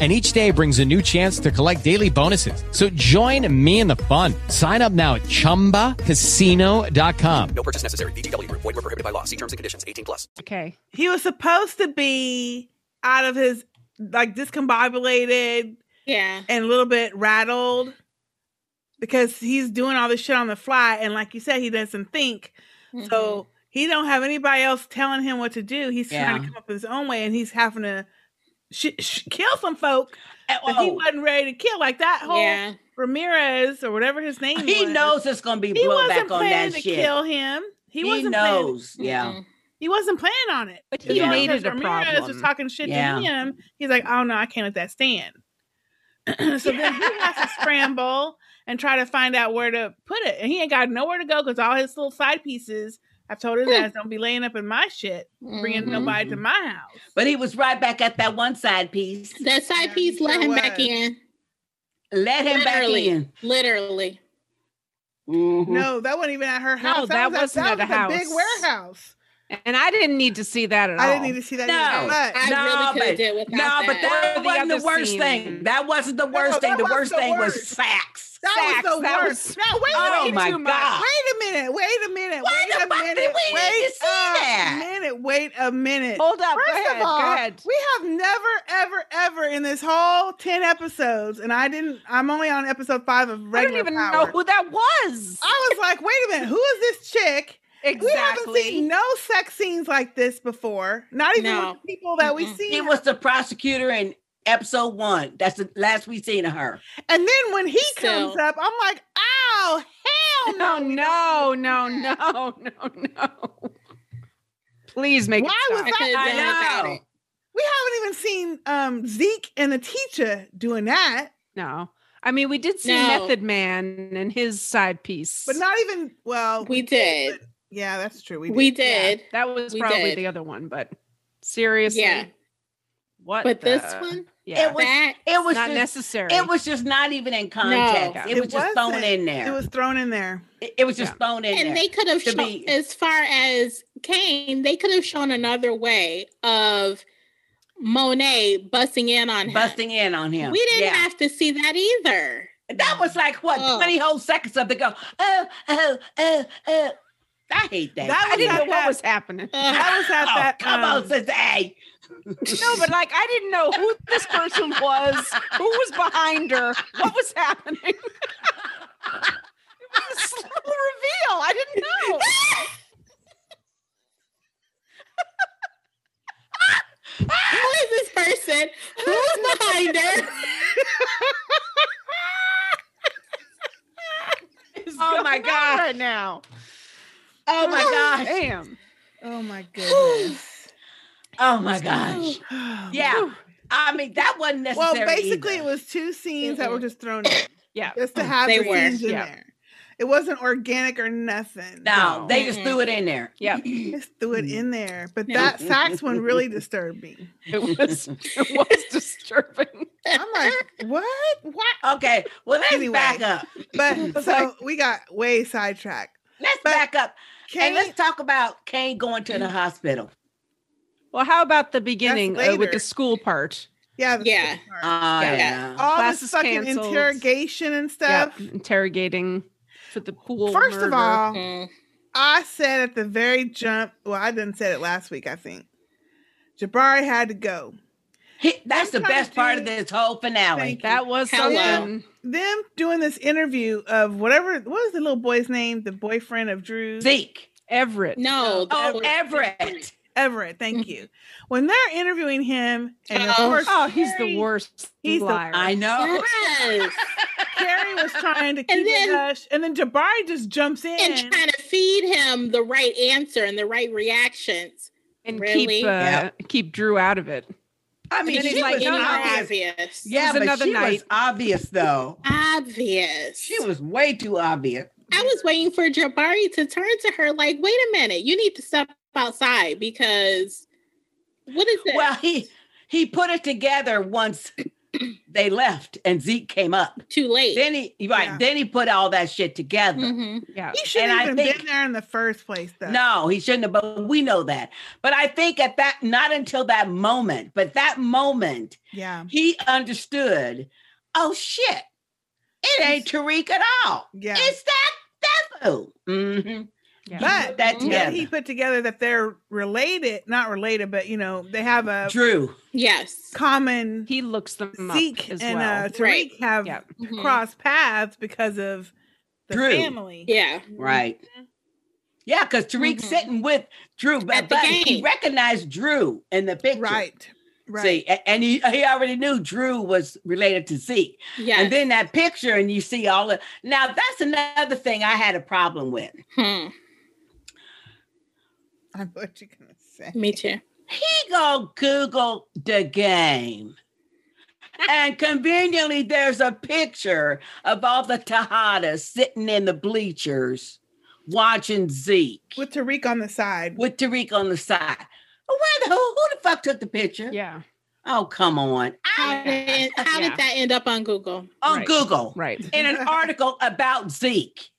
Speaker 6: And each day brings a new chance to collect daily bonuses. So join me in the fun. Sign up now at chumbacasino.com.
Speaker 7: No purchase necessary. VGW Group. Void were prohibited by law. See terms and conditions. 18 plus.
Speaker 3: Okay.
Speaker 4: He was supposed to be out of his like discombobulated
Speaker 1: Yeah.
Speaker 4: and a little bit rattled because he's doing all this shit on the fly and like you said he doesn't think.
Speaker 1: Mm-hmm.
Speaker 4: So he don't have anybody else telling him what to do. He's trying
Speaker 2: Mm-hmm. Yeah.
Speaker 4: to come up with his own way and he's having to sh- sh- kill some folk that he
Speaker 2: oh.
Speaker 4: wasn't ready to kill like that whole
Speaker 1: Yeah.
Speaker 4: Ramirez or whatever his name
Speaker 2: [LAUGHS] He
Speaker 4: was.
Speaker 2: knows it's gonna be
Speaker 4: he wasn't
Speaker 2: blowback on
Speaker 4: planning
Speaker 2: that
Speaker 4: to
Speaker 2: shit.
Speaker 4: kill him. He,
Speaker 2: He
Speaker 4: wasn't
Speaker 2: knows,
Speaker 4: planning.
Speaker 2: yeah.
Speaker 4: He wasn't planning on it. But
Speaker 3: he made it a
Speaker 4: was
Speaker 3: problem.
Speaker 4: talking shit
Speaker 2: Yeah.
Speaker 4: to him. He's like, oh no, I can't let that stand. [CLEARS THROAT] so then he has to scramble and try to find out where to put it. And he ain't got nowhere to go because all his little side pieces, I've told
Speaker 2: Hmm.
Speaker 4: his ass, don't be laying up in my shit,
Speaker 1: Mm-hmm.
Speaker 4: bringing nobody to my house.
Speaker 2: But he was right back at that one side piece.
Speaker 1: That side piece let
Speaker 4: sure
Speaker 1: him back
Speaker 4: was.
Speaker 1: in.
Speaker 2: Let him
Speaker 1: Literally.
Speaker 2: back in.
Speaker 1: Literally.
Speaker 2: Mhm.
Speaker 4: No, that wasn't even at her
Speaker 3: No,
Speaker 4: house.
Speaker 3: that
Speaker 4: was
Speaker 3: wasn't
Speaker 4: that
Speaker 3: at a
Speaker 4: was big
Speaker 3: house.
Speaker 4: warehouse.
Speaker 3: And I didn't need to see that at all.
Speaker 4: I didn't need to see that.
Speaker 2: No,
Speaker 4: either, but-
Speaker 1: I
Speaker 2: no,
Speaker 1: really could
Speaker 2: but-
Speaker 1: have did without
Speaker 2: No,
Speaker 1: that.
Speaker 2: but that
Speaker 3: Or the
Speaker 2: wasn't the
Speaker 3: other
Speaker 2: worst
Speaker 3: scene.
Speaker 2: thing. That wasn't the worst
Speaker 4: no,
Speaker 2: thing.
Speaker 4: that
Speaker 2: The
Speaker 4: was
Speaker 2: worst
Speaker 4: the
Speaker 2: thing was
Speaker 4: worst.
Speaker 2: sacks.
Speaker 4: That was the
Speaker 3: Sacks, that
Speaker 4: worst.
Speaker 3: was-
Speaker 4: No, wait
Speaker 2: Oh
Speaker 4: a minute.
Speaker 2: my
Speaker 4: Too much.
Speaker 2: God.
Speaker 4: Wait a minute. Wait a minute.
Speaker 2: Why
Speaker 4: wait
Speaker 2: the
Speaker 4: a
Speaker 2: fuck did
Speaker 4: minute.
Speaker 2: we
Speaker 4: wait
Speaker 2: need to see
Speaker 4: a
Speaker 2: that?
Speaker 4: minute. Wait a minute.
Speaker 3: Hold up.
Speaker 4: First
Speaker 3: go ahead.
Speaker 4: of all,
Speaker 3: go ahead.
Speaker 4: we have never, ever, ever in this whole ten episodes, and I didn't. I'm only on episode five of
Speaker 3: I don't
Speaker 4: regular
Speaker 3: even
Speaker 4: Power.
Speaker 3: know who that was.
Speaker 4: I was like, wait a minute. Who is this chick? We haven't
Speaker 3: Exactly.
Speaker 4: seen no sex scenes like this before. Not even
Speaker 1: No.
Speaker 4: with the people that we
Speaker 1: Mm-mm.
Speaker 4: see.
Speaker 2: He was the prosecutor in episode one. That's the last we seen of her.
Speaker 4: And then when he
Speaker 1: So-
Speaker 4: comes up, I'm like, oh hell
Speaker 3: [LAUGHS] No,
Speaker 4: no,
Speaker 3: no, no, no, no, no. Please make
Speaker 4: Why
Speaker 3: it
Speaker 4: was
Speaker 3: stop.
Speaker 1: I could have
Speaker 2: I
Speaker 1: done without
Speaker 2: know.
Speaker 1: it.
Speaker 4: We haven't even seen um, Zeke and the teacher doing that,
Speaker 3: No. I mean, we did see
Speaker 1: No.
Speaker 3: Method Man and his side piece.
Speaker 4: but not even well.
Speaker 1: We did.
Speaker 4: Yeah, that's true. We did.
Speaker 1: We
Speaker 3: Yeah,
Speaker 1: did.
Speaker 3: that was
Speaker 1: We
Speaker 3: probably
Speaker 1: did.
Speaker 3: the other one, but seriously.
Speaker 1: Yeah.
Speaker 3: What
Speaker 1: But this
Speaker 3: the-
Speaker 1: one,
Speaker 3: Yeah.
Speaker 2: It was-
Speaker 1: that
Speaker 2: It was
Speaker 3: not
Speaker 2: just,
Speaker 3: necessary.
Speaker 2: It was just not even in context.
Speaker 3: No.
Speaker 2: it was just
Speaker 4: wasn't.
Speaker 2: thrown in there.
Speaker 4: It was thrown in there.
Speaker 2: It, it was just thrown in
Speaker 1: and
Speaker 2: there.
Speaker 1: they could have
Speaker 2: to
Speaker 1: shown,
Speaker 2: be-
Speaker 1: as far as Kane, they could have shown another way of Monet busting in on him.
Speaker 2: busting in on him.
Speaker 1: We didn't
Speaker 2: Yeah.
Speaker 1: have to see that either.
Speaker 2: That was like what
Speaker 4: Mm.
Speaker 1: Oh.
Speaker 2: twenty whole seconds of the go. Oh, oh, oh, oh. I hate that.
Speaker 4: That
Speaker 3: I
Speaker 4: was
Speaker 3: didn't know
Speaker 4: at
Speaker 3: what
Speaker 4: that.
Speaker 3: was happening.
Speaker 1: Ugh.
Speaker 4: that was
Speaker 2: [LAUGHS]
Speaker 4: at
Speaker 2: Oh,
Speaker 4: that.
Speaker 2: come
Speaker 4: um,
Speaker 2: on, today.
Speaker 3: No, but like I didn't know who this person was, who was behind her, what was happening. [LAUGHS] it was a slow reveal. I didn't know.
Speaker 1: Who is this person?
Speaker 2: [LAUGHS]
Speaker 1: Who's behind her?
Speaker 3: It's
Speaker 2: Oh, my
Speaker 3: going on
Speaker 2: God.
Speaker 3: Right now.
Speaker 2: Oh my gosh.
Speaker 3: Damn.
Speaker 4: Oh my goodness.
Speaker 2: Oh my gosh.
Speaker 4: [SIGHS]
Speaker 2: Yeah. I mean, that wasn't
Speaker 4: well,
Speaker 2: necessary.
Speaker 4: basically,
Speaker 2: either.
Speaker 4: it was two scenes that were just thrown in,
Speaker 3: Yeah.
Speaker 4: just to have
Speaker 1: They
Speaker 4: the
Speaker 1: were,
Speaker 4: scenes in
Speaker 3: yeah.
Speaker 4: there. It wasn't organic or nothing.
Speaker 2: no,
Speaker 3: no.
Speaker 2: they just threw it in there.
Speaker 3: Yeah.
Speaker 4: They Just threw it in there, but
Speaker 1: No.
Speaker 4: that sax one really disturbed me.
Speaker 3: It
Speaker 4: [LAUGHS]
Speaker 3: was it was disturbing.
Speaker 4: I'm
Speaker 1: [LAUGHS]
Speaker 4: like, what? What?
Speaker 2: Okay. Well, let's
Speaker 4: Anyway.
Speaker 2: back up.
Speaker 4: But so we got way sidetracked.
Speaker 2: Let's
Speaker 4: But- Mm.
Speaker 2: back up. Kane, let's talk about Kane going to the hospital.
Speaker 3: Well, how about the beginning uh, with the school part?
Speaker 4: Yeah.
Speaker 1: Yeah.
Speaker 2: Uh,
Speaker 3: Yeah.
Speaker 2: yeah.
Speaker 4: All
Speaker 3: Classes
Speaker 4: this fucking
Speaker 3: canceled.
Speaker 4: interrogation and
Speaker 3: Yeah,
Speaker 4: stuff.
Speaker 3: interrogating for the pool.
Speaker 4: First of
Speaker 3: murder.
Speaker 4: all,
Speaker 1: Mm,
Speaker 4: I said at the very jump. Well, I didn't say it last week. I think Jabari had to go.
Speaker 2: that's the best part of this whole finale.
Speaker 3: That was
Speaker 4: Them, them doing this interview of whatever. What was the little boy's name? The boyfriend of Drew
Speaker 2: Zeke
Speaker 3: Everett.
Speaker 1: No,
Speaker 2: Oh, Everett.
Speaker 4: Everett.
Speaker 3: Mm-hmm.
Speaker 4: Thank you. When they're interviewing him, and of
Speaker 3: Oh.
Speaker 4: course,
Speaker 3: Oh, he's the worst
Speaker 4: He's
Speaker 3: liar.
Speaker 4: the
Speaker 3: I
Speaker 2: Oh,
Speaker 3: know.
Speaker 2: [LAUGHS]
Speaker 1: Yes.
Speaker 4: Carrie was trying [LAUGHS] to keep
Speaker 1: then-
Speaker 4: it hush, and then Jabari just jumps in.
Speaker 1: and trying to feed him the right answer and the right reactions.
Speaker 3: And
Speaker 1: really?
Speaker 3: keep uh, keep Drew out of it.
Speaker 2: I mean,
Speaker 1: And
Speaker 2: she
Speaker 1: she
Speaker 2: was
Speaker 1: was
Speaker 2: obvious.
Speaker 1: obvious.
Speaker 2: Yeah,
Speaker 3: It was
Speaker 2: but
Speaker 3: another
Speaker 2: she was
Speaker 3: night.
Speaker 2: obvious though.
Speaker 1: Obvious.
Speaker 2: She was way too obvious.
Speaker 1: I was waiting for Jabari to turn to her like, wait a minute, you need to step outside because what is it?
Speaker 2: Well, he he put it together once they left and Zeke came up.
Speaker 1: Too late. Mm-hmm.
Speaker 2: Then he right, then he put all that shit together.
Speaker 3: Yeah.
Speaker 4: He shouldn't
Speaker 2: And I
Speaker 4: even
Speaker 2: think-
Speaker 4: been there in the first place, though.
Speaker 2: No, he shouldn't have, but we know that. But I think at that not until that moment, but that moment
Speaker 4: Yeah.
Speaker 2: he understood, oh shit, it ain't Tariq at all.
Speaker 4: Yeah.
Speaker 2: It's that that fool. Mm-hmm.
Speaker 4: But
Speaker 2: Put that
Speaker 4: until
Speaker 2: together.
Speaker 4: he put together that they're related, not related, but you know, they have a
Speaker 2: Drew.
Speaker 1: Yes.
Speaker 4: common
Speaker 3: he looks them up
Speaker 4: Zeke
Speaker 3: as
Speaker 4: and
Speaker 3: well.
Speaker 4: uh, Tariq
Speaker 3: Right.
Speaker 4: have
Speaker 3: Yeah.
Speaker 1: Mhm.
Speaker 4: crossed paths because of the
Speaker 2: Drew.
Speaker 4: family.
Speaker 1: Yeah.
Speaker 2: Right.
Speaker 4: Mm-hmm.
Speaker 2: Yeah, because Tariq's sitting with Drew, but, but he recognized Drew in the picture.
Speaker 4: Right. Right.
Speaker 2: See, a- and he, he already knew Drew was related to Zeke.
Speaker 1: Yes.
Speaker 2: And then that picture, and you see all of now that's another thing I had a problem with.
Speaker 1: Hmm.
Speaker 4: I know what you're gonna say.
Speaker 1: Me too.
Speaker 2: He go Google the game. and conveniently there's a picture of all the Tejadas sitting in the bleachers watching Zeke.
Speaker 4: With Tariq on the side.
Speaker 2: with Tariq on the side. Where the who, who the fuck took the picture?
Speaker 3: Yeah.
Speaker 2: Oh come on.
Speaker 1: How
Speaker 2: [LAUGHS]
Speaker 1: did, how
Speaker 2: Yeah.
Speaker 1: did that end up on Google?
Speaker 2: On
Speaker 3: Right.
Speaker 2: Google.
Speaker 3: Right.
Speaker 2: In an
Speaker 3: [LAUGHS]
Speaker 2: article about Zeke.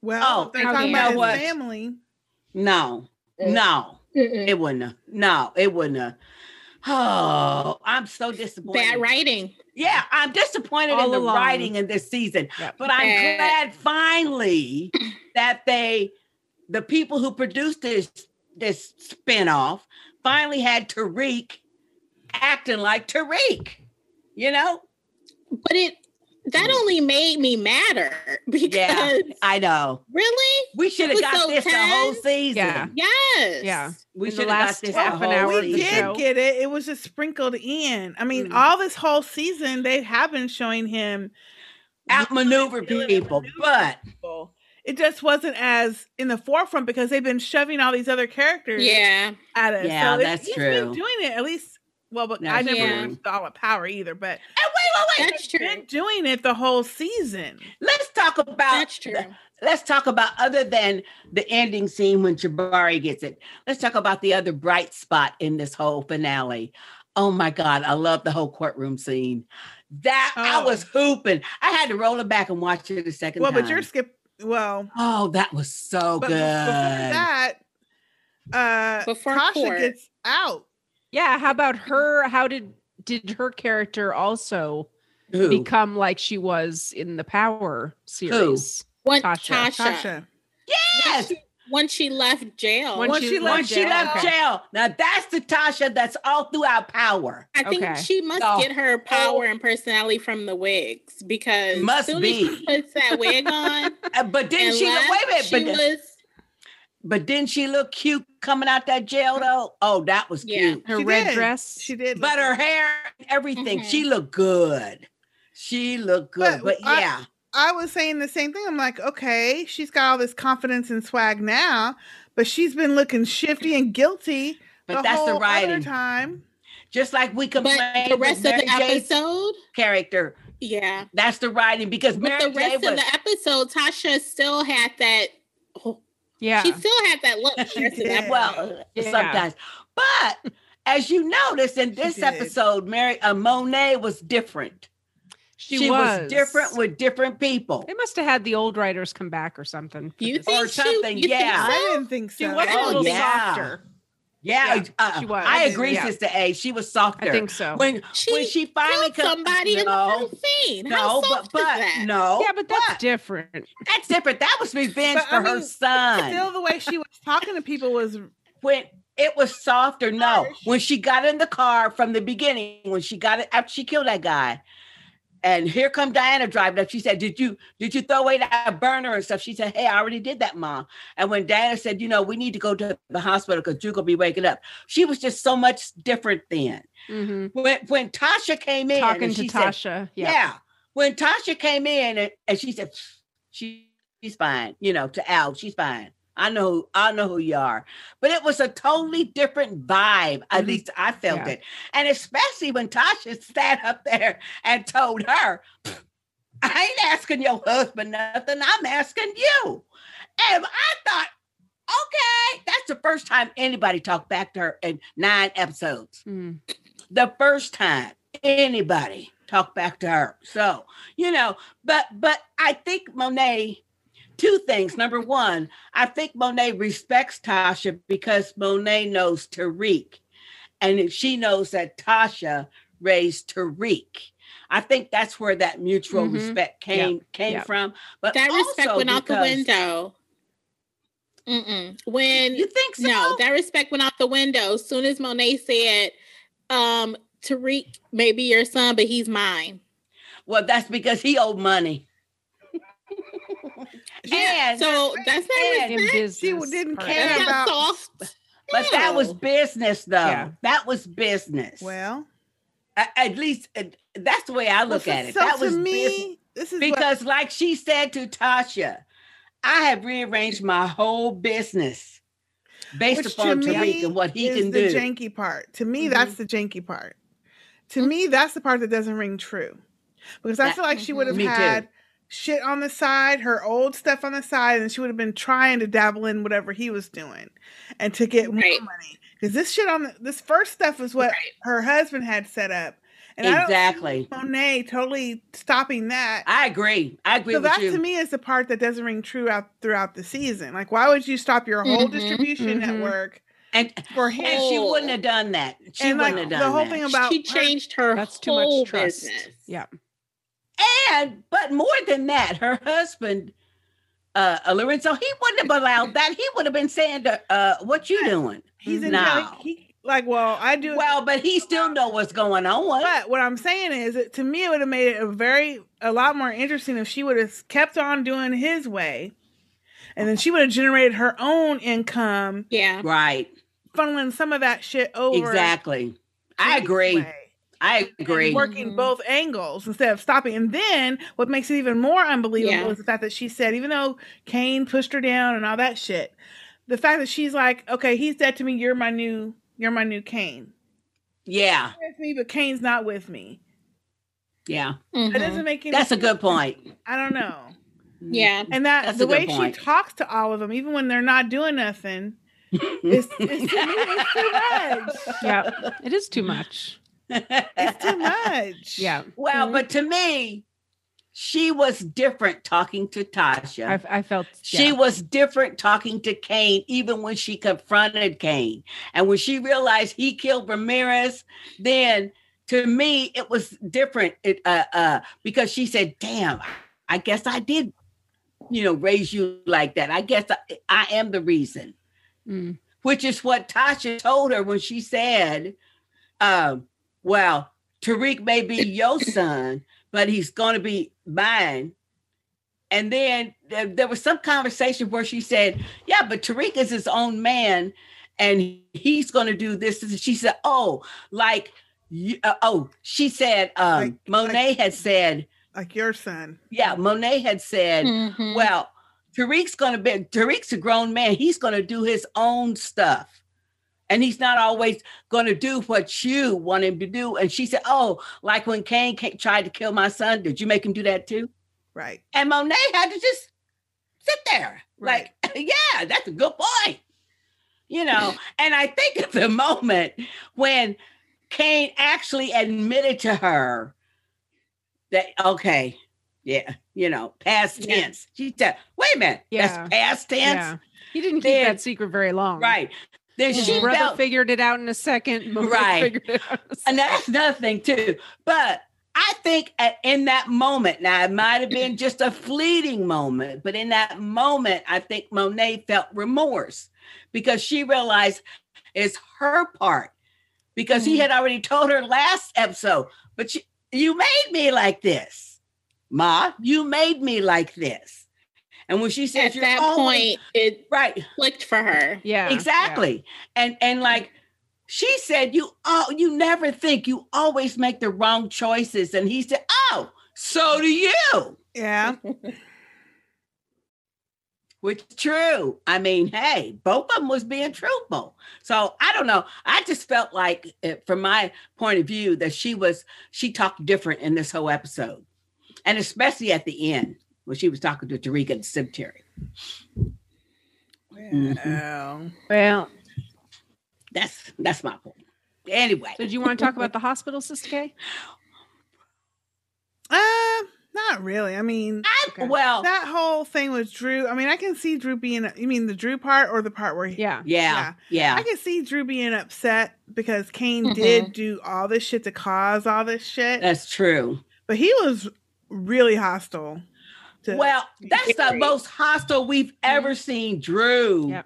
Speaker 4: Well,
Speaker 2: Oh,
Speaker 4: if they're
Speaker 2: how
Speaker 4: talking
Speaker 2: do you know
Speaker 4: about his
Speaker 2: what?
Speaker 4: family.
Speaker 2: No. No. It wouldn't have. No, it wouldn't have. Oh, I'm so disappointed.
Speaker 1: Bad writing.
Speaker 2: Yeah, I'm disappointed
Speaker 3: All
Speaker 2: in the
Speaker 3: along.
Speaker 2: writing in this season, but I'm
Speaker 1: Bad.
Speaker 2: glad finally that they, the people who produced this this spinoff, finally had Tariq acting like Tariq. You know?
Speaker 1: But it that only made me madder [LAUGHS] because
Speaker 2: Mm. Yeah, I know.
Speaker 1: really?
Speaker 2: We should have
Speaker 1: It was
Speaker 2: got
Speaker 1: so
Speaker 2: this the whole
Speaker 1: tense.
Speaker 2: season.
Speaker 3: Yeah.
Speaker 1: Yes.
Speaker 3: Yeah.
Speaker 2: We
Speaker 3: In the
Speaker 2: should have got
Speaker 3: last
Speaker 2: this the
Speaker 3: half an
Speaker 2: whole
Speaker 3: hour of
Speaker 4: We
Speaker 3: the
Speaker 2: season.
Speaker 4: did
Speaker 3: show.
Speaker 4: get it. It was just sprinkled in. I
Speaker 2: Mm-hmm.
Speaker 4: mean, all this whole season they have been showing him
Speaker 2: Outmaneuver people, but
Speaker 4: people. It just wasn't as in the forefront because they've been shoving all these other characters
Speaker 1: Yeah.
Speaker 4: at us.
Speaker 2: Yeah,
Speaker 4: so it-
Speaker 2: that's
Speaker 4: he's been
Speaker 2: true.
Speaker 4: doing it at least. Well, but I
Speaker 2: That's
Speaker 4: never
Speaker 1: true.
Speaker 4: watched all of Power either,
Speaker 2: and
Speaker 4: but
Speaker 2: wait, wait, wait.
Speaker 1: That's true.
Speaker 4: been doing it the whole season.
Speaker 2: Let's talk about
Speaker 1: That's true.
Speaker 2: let's talk about other than the ending scene when Jabari gets it. Let's talk about the other bright spot in this whole finale. Oh my God, I love the whole courtroom scene. That I
Speaker 4: Oh.
Speaker 2: was hooping. I had to roll it back and watch it a second
Speaker 4: Well,
Speaker 2: time.
Speaker 4: but you're skip. Well,
Speaker 2: oh, that was so
Speaker 4: but
Speaker 2: good.
Speaker 4: before that, uh,
Speaker 1: Before
Speaker 4: Tasha
Speaker 1: court.
Speaker 4: gets out.
Speaker 3: Yeah. How about her? How did did her character also
Speaker 2: Who?
Speaker 3: become like she was in the Power series?
Speaker 1: When
Speaker 3: Tasha.
Speaker 1: Tasha,
Speaker 4: Tasha.
Speaker 2: yes,
Speaker 1: when she left jail,
Speaker 3: When
Speaker 4: Once
Speaker 3: she
Speaker 4: she
Speaker 3: left
Speaker 2: when she
Speaker 3: jail.
Speaker 2: left
Speaker 3: Okay.
Speaker 2: jail. Now that's the Tasha that's all throughout power.
Speaker 1: I think
Speaker 3: Okay.
Speaker 1: she must
Speaker 2: No.
Speaker 1: get her power and personality from the wigs because
Speaker 2: Must
Speaker 1: soon as
Speaker 2: be.
Speaker 1: she puts that wig on.
Speaker 2: [LAUGHS] Uh, But didn't
Speaker 1: and
Speaker 2: she
Speaker 1: left,
Speaker 2: look, wait a minute,
Speaker 1: she
Speaker 2: but,
Speaker 1: was
Speaker 2: but didn't she look cute coming out that jail though? Oh, that was
Speaker 1: Yeah.
Speaker 2: cute.
Speaker 3: Her
Speaker 4: She
Speaker 3: red
Speaker 4: did.
Speaker 3: dress.
Speaker 4: She did,
Speaker 2: but her hair and everything
Speaker 1: Mhm.
Speaker 2: she looked good she looked good but,
Speaker 4: But I-
Speaker 2: yeah
Speaker 4: I was saying the same thing. I'm like, okay, she's got all this confidence and swag now, but she's been looking shifty and guilty.
Speaker 2: But that's the
Speaker 4: whole other
Speaker 2: writing.
Speaker 4: time.
Speaker 2: just like we complained
Speaker 1: but the
Speaker 2: with
Speaker 1: rest of the
Speaker 2: Mary J's
Speaker 1: episode,
Speaker 2: character
Speaker 1: yeah.
Speaker 2: that's the writing because
Speaker 1: But
Speaker 2: Mary
Speaker 1: the
Speaker 2: J
Speaker 1: rest
Speaker 2: was
Speaker 1: of the episode, Tasha still had that.
Speaker 3: Yeah.
Speaker 1: She still had that
Speaker 2: [LAUGHS]
Speaker 1: look. the rest of the
Speaker 4: did.
Speaker 1: episode.
Speaker 2: well uh,
Speaker 3: Yeah.
Speaker 2: sometimes but
Speaker 3: [LAUGHS]
Speaker 2: as you notice in this
Speaker 4: did.
Speaker 2: episode Mary uh, Monet was different She, was. different with different people.
Speaker 3: They must have had the old writers come back or something. for
Speaker 2: You
Speaker 3: this.
Speaker 2: think Or she- something, you think yeah. so?
Speaker 4: I didn't think
Speaker 3: She
Speaker 4: so.
Speaker 3: was a
Speaker 4: Oh,
Speaker 3: little
Speaker 2: yeah.
Speaker 3: softer.
Speaker 2: Yeah,
Speaker 3: Yeah,
Speaker 2: uh,
Speaker 3: she was.
Speaker 2: I
Speaker 3: I think-
Speaker 2: agree,
Speaker 3: yeah.
Speaker 2: Sister A. She was softer.
Speaker 3: I think so.
Speaker 2: When she when she finally
Speaker 1: killed somebody in the first scene.
Speaker 2: No,
Speaker 1: How soft
Speaker 2: but
Speaker 1: is
Speaker 2: but
Speaker 1: that?
Speaker 2: no.
Speaker 3: Yeah, but that's different.
Speaker 2: That's different. That was revenge
Speaker 4: But,
Speaker 2: for
Speaker 4: I
Speaker 2: her
Speaker 4: mean,
Speaker 2: son.
Speaker 4: Still, the way she was talking to people was
Speaker 2: when it was softer. No, when she got in the car from the beginning, when she got it after she killed that guy, and here come Diana driving up. She said, "Did you did you throw away that burner and stuff?" She said, "Hey, I already did that, mom." And when Diana said, "You know, we need to go to the hospital because you gonna be waking up," she was just so much different then.
Speaker 3: Mhm.
Speaker 2: When when Tasha came in,
Speaker 3: Talking
Speaker 2: and
Speaker 3: to
Speaker 2: she said-
Speaker 3: Tasha, yeah.
Speaker 2: when Tasha came in and, and she said, "Pfft, she, she's fine, you know, to Al, she's fine. I know, I know who you are. But it was a totally different vibe. At least I felt
Speaker 3: Mm-hmm. Yeah.
Speaker 2: it. And especially when Tasha [LAUGHS] sat up there and told her, "Pfft, I ain't asking your husband nothing. I'm asking you. And I thought, okay, that's the first time anybody talked back to her in nine episodes.
Speaker 3: Mm-hmm.
Speaker 2: The first time anybody talked back to her. So, you know, but but I think Monet, two things. Number one, I think Monet respects Tasha because Monet knows Tariq. And she knows that Tasha raised Tariq. I think that's where that mutual
Speaker 1: Mhm.
Speaker 2: respect came came
Speaker 1: Yep.
Speaker 2: from. But
Speaker 1: that respect
Speaker 2: also
Speaker 1: went out the
Speaker 2: because-
Speaker 1: window. Mm-mm. When
Speaker 2: you think so?
Speaker 1: No, that respect went out the window. As soon as Monet said, um, "Tariq may be your son, but he's mine."
Speaker 2: Well, that's because he
Speaker 1: [LAUGHS]
Speaker 2: owed money. and
Speaker 1: so that's not
Speaker 2: and-
Speaker 1: respect.
Speaker 4: she didn't
Speaker 3: part.
Speaker 4: care
Speaker 1: That's not
Speaker 4: about.
Speaker 1: soft.
Speaker 2: But that was
Speaker 1: No.
Speaker 2: business, though.
Speaker 3: Yeah.
Speaker 2: That was business.
Speaker 4: Well,
Speaker 2: A- at least uh, that's the way I look
Speaker 4: Well,
Speaker 2: at it.
Speaker 4: so
Speaker 2: That
Speaker 4: to
Speaker 2: was business.
Speaker 4: me. This is what-
Speaker 2: because, like she said to Tasha, I have rearranged my whole business based
Speaker 4: Which to
Speaker 2: upon
Speaker 4: me
Speaker 2: Tariq and what he
Speaker 4: is
Speaker 2: can
Speaker 4: the
Speaker 2: do. Mm-hmm.
Speaker 4: janky part. To me, that's the janky part. To me, that's the part that doesn't ring true, because I
Speaker 2: That- Mm-hmm.
Speaker 4: feel like she would have
Speaker 2: Me too.
Speaker 4: had shit on the side, her old stuff on the side, and she would have been trying to dabble in whatever he was doing, and to get
Speaker 1: Right.
Speaker 4: more money. Because this shit on the, this first stuff is what her husband had set up, and
Speaker 2: exactly.
Speaker 4: I don't see Monet totally stopping that.
Speaker 2: I agree. I agree
Speaker 4: So
Speaker 2: with
Speaker 4: that
Speaker 2: you.
Speaker 4: to me is the part that doesn't ring true out throughout the season. Like, why would you stop your whole
Speaker 1: Mhm,
Speaker 2: Mm-hmm.
Speaker 4: distribution
Speaker 3: mhm.
Speaker 4: network
Speaker 2: and
Speaker 4: for him?
Speaker 2: and she wouldn't have done that. She
Speaker 4: And, like,
Speaker 2: wouldn't have
Speaker 4: the
Speaker 2: done
Speaker 4: whole
Speaker 2: that.
Speaker 4: thing about
Speaker 1: Oh, she
Speaker 4: her-
Speaker 1: changed her
Speaker 3: That's too much
Speaker 1: whole
Speaker 3: trust.
Speaker 1: business.
Speaker 3: Yeah.
Speaker 2: And but more than that, her husband, uh, uh, Lorenzo, he wouldn't have allowed that. He would have been saying, to, uh, "What you doing?"
Speaker 4: He's in
Speaker 2: No.
Speaker 4: like, he, like, well, I do.
Speaker 2: Well, but he still know what's going on.
Speaker 4: but what I'm saying is, that to me, it would have made it a very a lot more interesting if she would have kept on doing his way, and then she would have generated her own income,
Speaker 1: Yeah.
Speaker 2: Right?
Speaker 4: funneling some of that shit over.
Speaker 2: Exactly. I
Speaker 4: his
Speaker 2: agree.
Speaker 4: way.
Speaker 2: I
Speaker 4: and
Speaker 2: agree.
Speaker 4: working both angles instead of stopping. And then what makes it even more unbelievable
Speaker 1: Yeah.
Speaker 4: is the fact that she said, even though Kane pushed her down and all that shit, the fact that she's like, okay, he said to me, "You're my new, you're my new Kane."
Speaker 2: Yeah,
Speaker 4: With me, but Kane's not with me.
Speaker 2: yeah.
Speaker 4: That
Speaker 1: Mhm.
Speaker 4: doesn't make any.
Speaker 2: That's a good point.
Speaker 4: I don't know.
Speaker 2: [LAUGHS]
Speaker 1: Yeah.
Speaker 4: And that
Speaker 2: That's a
Speaker 4: the
Speaker 2: good
Speaker 4: way
Speaker 2: point.
Speaker 4: she talks to all of them, even when they're not
Speaker 2: [LAUGHS]
Speaker 4: doing nothing, it's, it's to me, it's too much.
Speaker 3: Yeah. It is too much.
Speaker 4: It's too much.
Speaker 3: [LAUGHS] Yeah.
Speaker 2: Well, but to me, she was different talking to Tasha.
Speaker 3: I, I felt
Speaker 2: She
Speaker 3: yeah.
Speaker 2: was different talking to Kane, even when she confronted Kane. And when she realized he killed Ramirez, then to me, it was different it, uh, uh, because she said, Damn, I guess I did, you know, raise you like that. I guess I, I am the reason,
Speaker 3: Mm.
Speaker 2: which is what Tasha told her when she said, um, Well, Tariq may
Speaker 4: [LAUGHS]
Speaker 2: be your son, but he's going to be mine. And then there, there was some conversation where she said, Yeah, but Tariq is his own man and he's going to do this. And she said, Oh, like, you, uh, oh, she said, um,
Speaker 4: Like-
Speaker 2: Monet had said,
Speaker 4: Like your son.
Speaker 2: Yeah, Monet had said,
Speaker 1: Mhm.
Speaker 2: Well, Tariq's going to be, Tariq's a grown man. He's going to do his own stuff. And he's not always going to do what you want him to do. And she said, Oh, like when Kane ca- tried to kill my son, did you make him do that too?
Speaker 4: Right.
Speaker 2: And Monet had to just sit there.
Speaker 4: Right.
Speaker 2: Like, [LAUGHS] yeah, that's a good point. You know, and I think at the moment when Kane actually admitted to her That okay. Yeah, you know, past
Speaker 3: Yeah.
Speaker 2: tense. She said, "Wait a minute,
Speaker 3: Yeah.
Speaker 2: that's past tense."
Speaker 3: Yeah. He didn't keep
Speaker 2: Then-
Speaker 3: that secret very long.
Speaker 2: Right. Then
Speaker 3: His
Speaker 2: she
Speaker 3: brother
Speaker 2: felt-
Speaker 3: figured it out in a second. Mona
Speaker 2: Right.
Speaker 3: figured it out.
Speaker 2: And that's [LAUGHS] another thing too. But I think at, in that moment, now it might have been just a fleeting moment, but in that moment, I think Monet felt remorse because she realized it's her part because
Speaker 1: Mm.
Speaker 2: he had already told her last episode, but you, you made me like this, Ma. You made me like this. And when she said
Speaker 1: At that point,
Speaker 2: it right
Speaker 1: clicked for her.
Speaker 3: Yeah,
Speaker 2: exactly. And and like she said, you all you never think you always make the wrong choices. And he said, oh, so do you.
Speaker 4: Yeah.
Speaker 2: Which is true. I mean, hey, both of them was being truthful. So I don't know. I just felt like, eh, from my point of view, that she was she talked different in this whole episode, and especially at the end when she was talking to Tariq at the cemetery. Mm-hmm.
Speaker 4: Mhm.
Speaker 3: Well,
Speaker 2: that's that's my point. Anyway,
Speaker 3: So do you want to talk about the hospital, Sister Kay?
Speaker 4: Uh, not really. I mean,
Speaker 2: well,
Speaker 4: that whole thing with Drew. I mean, I can see Drew being. You mean the Drew part or the part where he?
Speaker 3: Yeah,
Speaker 2: Yeah, yeah.
Speaker 4: I can see Drew being upset because Kane
Speaker 2: Mhm.
Speaker 4: did do all this shit to cause all this shit.
Speaker 2: That's true.
Speaker 4: But he was really hostile. to-
Speaker 2: Well, that's the most hostile we've
Speaker 4: Mm-hmm.
Speaker 2: ever seen Drew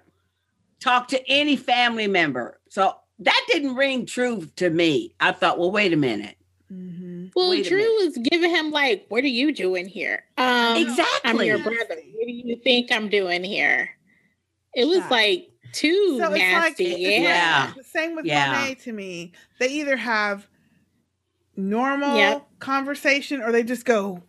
Speaker 2: talk to any family member. So that didn't ring true to me. I thought, well, wait a minute.
Speaker 4: Mm-hmm.
Speaker 1: Well,
Speaker 2: Wait a
Speaker 1: Drew was giving him like, "What are you doing here?" Um, I'm your brother. What do you think I'm doing here? It was like too
Speaker 4: So it's like,
Speaker 1: nasty.
Speaker 4: it's
Speaker 1: yeah.
Speaker 4: like the same with
Speaker 1: Yeah.
Speaker 4: Monet to me. They either have normal
Speaker 1: Yep.
Speaker 4: conversation or they just go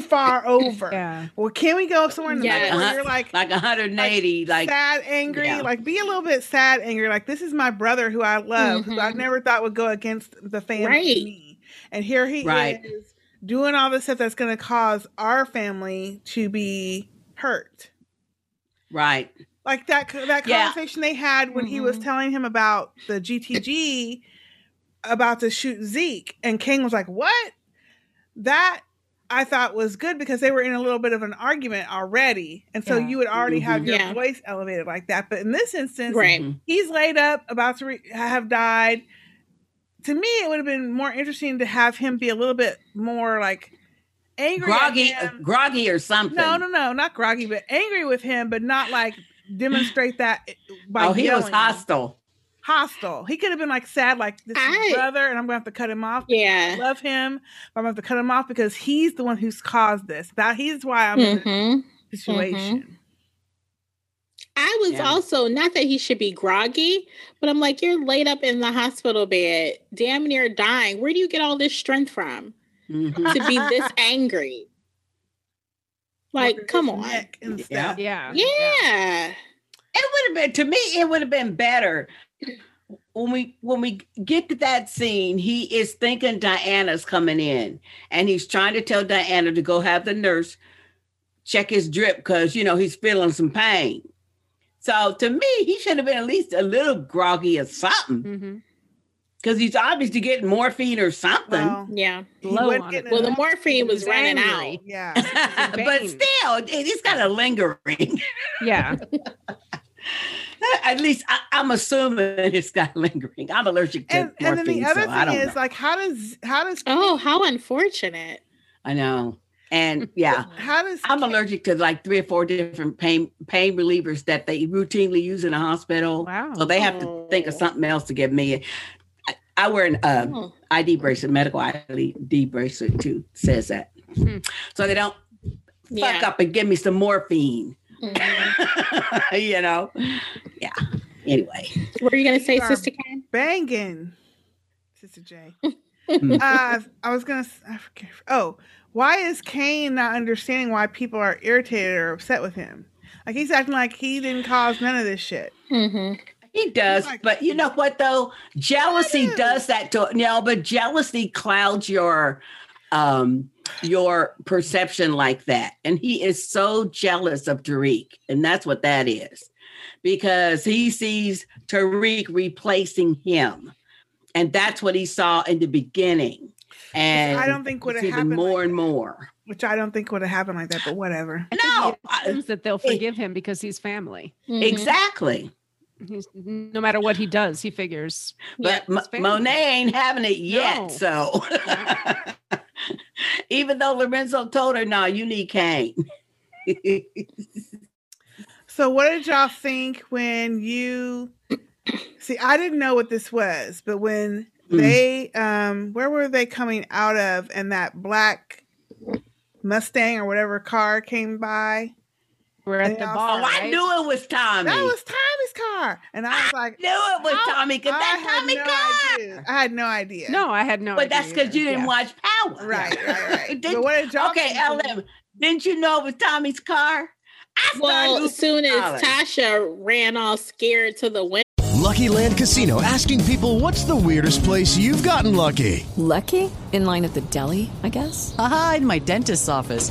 Speaker 1: [LAUGHS]
Speaker 4: far over.
Speaker 3: yeah.
Speaker 4: Well, can we go somewhere in the middle where
Speaker 2: uh-huh,
Speaker 4: you're like
Speaker 2: like 180, like,
Speaker 4: sad, angry,
Speaker 2: Yeah.
Speaker 4: like be a little bit sad, angry. Like this is my brother who I love, who I never thought would go against the family,
Speaker 1: Mm-hmm. Right.
Speaker 4: me. and here he
Speaker 1: Right.
Speaker 4: is doing all this stuff that's going to cause our family to be hurt.
Speaker 2: right.
Speaker 4: Like that that
Speaker 2: Yeah.
Speaker 4: conversation they had when he
Speaker 3: Mm-hmm.
Speaker 4: was telling him about the GTG about to shoot Zeke, and King was like, "What?" That I thought was good because they were in a little bit of an argument already, and so
Speaker 3: Yeah.
Speaker 4: you would already have
Speaker 3: Mhm.
Speaker 4: your
Speaker 3: Yeah.
Speaker 4: voice elevated like that. But in this instance,
Speaker 3: Right. Mhm.
Speaker 4: he's laid up, about to re- have died. To me, it would have been more interesting to have him be a little bit more like angry, at
Speaker 2: Groggy,
Speaker 3: uh,
Speaker 4: him.
Speaker 2: groggy or something.
Speaker 4: No, no, no, not groggy, but angry with him, but not like demonstrate that by
Speaker 2: oh, he was
Speaker 4: yelling.
Speaker 2: hostile.
Speaker 4: hostile. He could have been like sad, like this is my brother, and I'm gonna have to cut him off.
Speaker 1: Yeah,
Speaker 4: I love him, but I'm gonna have to cut him off because he's the one who's caused this. That he's why I'm
Speaker 1: Mm-hmm.
Speaker 4: in this situation.
Speaker 1: I was
Speaker 4: Yeah.
Speaker 1: also not that he should be groggy, but I'm like, you're laid up in the hospital bed, damn near dying. Where do you get all this strength from
Speaker 2: Mm-hmm.
Speaker 1: to be this angry? Like, come on.
Speaker 2: Yeah.
Speaker 3: Yeah.
Speaker 1: Yeah.
Speaker 2: It would have been to me, it would have been better when we when we get to that scene, he is thinking Diana's coming in and he's trying to tell Diana to go have the nurse check his drip because you know he's feeling some pain. So to me, he should have been at least a little groggy or
Speaker 3: Mm-hmm.
Speaker 2: something. Because he's obviously getting morphine or something. [LAUGHS]
Speaker 1: Yeah.
Speaker 2: Blow wasn't on it. getting
Speaker 1: Well, the
Speaker 2: enough.
Speaker 1: morphine
Speaker 2: He
Speaker 1: was
Speaker 2: was
Speaker 1: running
Speaker 2: angry.
Speaker 1: out.
Speaker 4: Yeah.
Speaker 2: but still, it- it's got a lingering. [LAUGHS]
Speaker 3: Yeah.
Speaker 2: At least I, I'm assuming it's got lingering. I'm allergic to
Speaker 4: And, and then
Speaker 2: morphine,
Speaker 4: the other
Speaker 2: so I
Speaker 4: thing
Speaker 2: don't
Speaker 4: is
Speaker 2: know.
Speaker 4: like, how does how does
Speaker 1: oh how unfortunate
Speaker 2: I know. And yeah,
Speaker 4: how does
Speaker 2: I'm allergic to like three or four different pain pain relievers that they routinely use in a hospital. Wow. So they have to think of something else to give me. I, I wear an uh,
Speaker 1: Oh.
Speaker 2: ID bracelet, medical ID bracelet too says that. So they don't fuck up and give me some morphine. [LAUGHS] you know. Yeah. Anyway.
Speaker 1: What are you going to say,
Speaker 4: are
Speaker 1: Sister Karen?
Speaker 4: Banging, Sister J. uh, I was gonna. s- I forget. Oh, why is Kane not understanding why people are irritated or upset with him? Like he's acting like he didn't cause none of this shit.
Speaker 1: Mm-hmm.
Speaker 2: He does, but you know what though? Jealousy does that to no, but jealousy clouds your um your perception like that. And he is so jealous of Tariq, and that's what that is. Because he sees Tariq replacing him. And that's what he saw in the beginning. and
Speaker 4: I don't think would have
Speaker 2: it's even
Speaker 4: happened
Speaker 2: more
Speaker 4: like
Speaker 2: and more.
Speaker 4: Which I don't think would have happened like that, but whatever.
Speaker 3: No, assumes that they'll forgive him because he's family.
Speaker 1: Mm-hmm.
Speaker 2: Exactly.
Speaker 3: He's, no matter what he does, he figures.
Speaker 2: But
Speaker 3: Yeah,
Speaker 2: Mo-
Speaker 3: it's family.
Speaker 2: Monet ain't having it yet.
Speaker 3: No.
Speaker 2: So [LAUGHS] even though Lorenzo told her, no, you need Kane. [LAUGHS]
Speaker 4: So, what did y'all think when you see? I didn't know what this was, but when they, um, where were they coming out of? And that black Mustang or whatever car came by.
Speaker 3: We're
Speaker 2: at the bar, Oh, I right? knew it was Tommy.
Speaker 4: That was Tommy's car, and I
Speaker 2: [LAUGHS]
Speaker 4: was like, "Oh,
Speaker 2: knew it was Tommy because that Tommy
Speaker 4: no
Speaker 2: car.
Speaker 4: idea. I had no idea.
Speaker 3: No, I had no
Speaker 2: But that's because you didn't watch Power.
Speaker 4: Right,
Speaker 2: [LAUGHS]
Speaker 4: right, right.
Speaker 2: Did-
Speaker 4: but what did y'all
Speaker 2: okay,
Speaker 4: think when-
Speaker 2: LM, didn't you know it was Tommy's car? I started
Speaker 1: Well, as soon as
Speaker 2: hooping and
Speaker 1: Tasha ran all scared to the window,
Speaker 5: Lucky Land Casino asking people what's the weirdest place you've gotten lucky?
Speaker 8: Lucky? In line at the deli, I guess?
Speaker 2: Uh,
Speaker 8: Aha, in my dentist's office.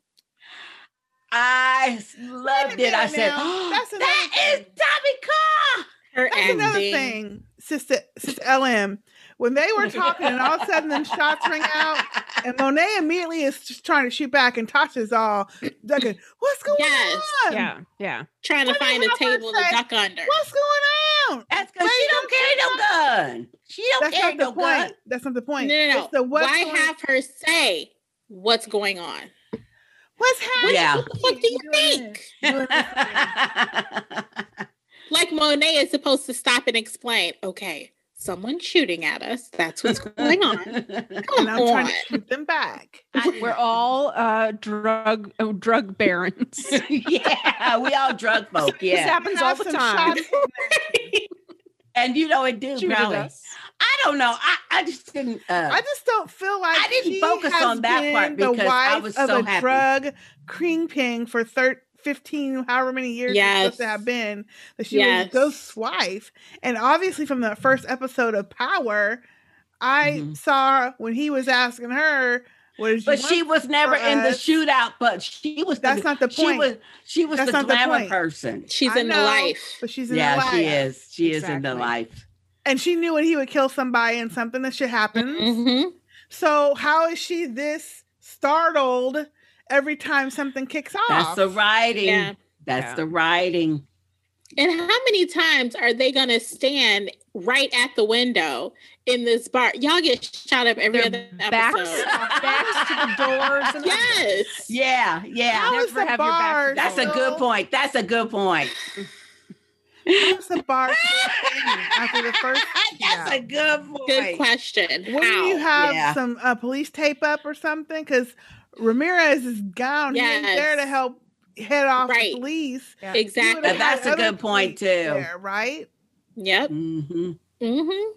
Speaker 2: I loved it. I said, "Oh,
Speaker 4: Now, that's another
Speaker 2: that is Tommy Car.
Speaker 1: Her
Speaker 4: That's another
Speaker 1: acting.
Speaker 4: thing, sister, sister LM. When they were talking, and all of a sudden, them shots ring out,
Speaker 2: [LAUGHS]
Speaker 4: and Monet immediately is just trying to shoot back, and Tasha's all ducking. What's going
Speaker 1: Yes.
Speaker 4: on?
Speaker 3: Yeah, yeah.
Speaker 1: Trying to
Speaker 4: What
Speaker 1: find
Speaker 4: did
Speaker 1: a
Speaker 4: Howard
Speaker 1: table to
Speaker 4: say?
Speaker 1: duck under.
Speaker 4: What's going on?
Speaker 2: That's because
Speaker 4: Why
Speaker 2: she
Speaker 4: you
Speaker 2: don't
Speaker 4: don't
Speaker 2: carry no
Speaker 4: carry
Speaker 2: gun. She don't
Speaker 4: That's
Speaker 2: carry
Speaker 4: not the
Speaker 2: no
Speaker 4: point.
Speaker 2: gun.
Speaker 4: That's not the point.
Speaker 1: No, no, no.
Speaker 4: It's the what's
Speaker 1: Why
Speaker 4: going-
Speaker 1: have her say what's going on?
Speaker 4: what's happening?
Speaker 2: Yeah.
Speaker 1: What the fuck do you think? Like Monet is supposed to stop and explain. Okay, someone's shooting at us. That's
Speaker 4: [LAUGHS]
Speaker 1: what's going on. Come
Speaker 2: [LAUGHS]
Speaker 4: And I'm
Speaker 1: on.
Speaker 4: trying to shoot them back.
Speaker 3: We're all uh, drug oh,
Speaker 9: [LAUGHS]
Speaker 2: [LAUGHS]
Speaker 3: drug barons.
Speaker 2: yeah, we all drug folk.
Speaker 3: This
Speaker 2: Yeah,
Speaker 3: happens
Speaker 4: Have
Speaker 3: all the
Speaker 4: some
Speaker 3: time.
Speaker 4: shots.
Speaker 2: and you know it do,
Speaker 3: Shooted
Speaker 2: probably.
Speaker 3: us.
Speaker 2: I don't know. I, I just didn't. Uh,
Speaker 4: I just don't feel like
Speaker 2: I didn't
Speaker 4: she
Speaker 2: focus
Speaker 4: has
Speaker 2: on that part
Speaker 4: been the
Speaker 2: because I
Speaker 4: wife
Speaker 2: was
Speaker 4: of
Speaker 2: so
Speaker 4: a
Speaker 2: happy.
Speaker 4: drug kingpin for thir- 15, however many years it's supposed to
Speaker 1: Yes.
Speaker 4: have been that she
Speaker 1: Yes.
Speaker 4: was Ghost's wife. And obviously, from the first episode of Power, I
Speaker 2: Mhm.
Speaker 4: saw when he was asking her, "What did you?"
Speaker 2: but
Speaker 4: want
Speaker 2: she was never
Speaker 4: for
Speaker 2: in the
Speaker 4: us?"
Speaker 2: shootout. But she was.
Speaker 4: That's not the
Speaker 2: She
Speaker 4: point.
Speaker 2: was. She was
Speaker 4: That's
Speaker 2: the
Speaker 4: not the
Speaker 2: glamour
Speaker 4: point.
Speaker 2: person.
Speaker 1: She's
Speaker 4: I
Speaker 1: in the
Speaker 4: know,
Speaker 1: life.
Speaker 4: but she's in
Speaker 2: Yeah,
Speaker 4: the life,
Speaker 2: she is. She is in the
Speaker 3: Exactly.
Speaker 2: life.
Speaker 4: and she knew when he would kill somebody and something that shit happens.
Speaker 2: Mm-hmm.
Speaker 1: hmm
Speaker 4: So how is she this startled every time something kicks off?
Speaker 2: That's the writing.
Speaker 1: Yeah.
Speaker 2: That's
Speaker 3: Yeah.
Speaker 2: the writing.
Speaker 1: And how many times are they going to stand right at the window in this bar? Y'all get shot up every
Speaker 3: Their
Speaker 1: other
Speaker 3: backs,
Speaker 1: episode.
Speaker 3: backs to the doors. And
Speaker 1: Yes.
Speaker 2: Yeah, yeah.
Speaker 4: How is
Speaker 3: Never
Speaker 4: the
Speaker 3: have your back
Speaker 4: bar?
Speaker 3: to
Speaker 2: That's a
Speaker 4: still-
Speaker 2: good point. That's a good point.
Speaker 4: How is the bar [LAUGHS] still standing after the first?
Speaker 2: [LAUGHS] That's
Speaker 4: Yeah.
Speaker 2: a good point.
Speaker 1: Good question.
Speaker 4: Wouldn't
Speaker 1: How?
Speaker 4: you have
Speaker 2: Yeah.
Speaker 4: some uh, police tape up or something? Because Ramirez is down. He ain't there to
Speaker 1: Yes.
Speaker 4: help head off
Speaker 1: Right.
Speaker 4: the police. You
Speaker 1: exactly.
Speaker 4: would've
Speaker 2: Now,
Speaker 4: had
Speaker 2: that's a
Speaker 4: other
Speaker 2: good point,
Speaker 4: police
Speaker 2: too.
Speaker 4: there, right?
Speaker 1: Yep.
Speaker 2: Mhm.
Speaker 1: Mm-hmm.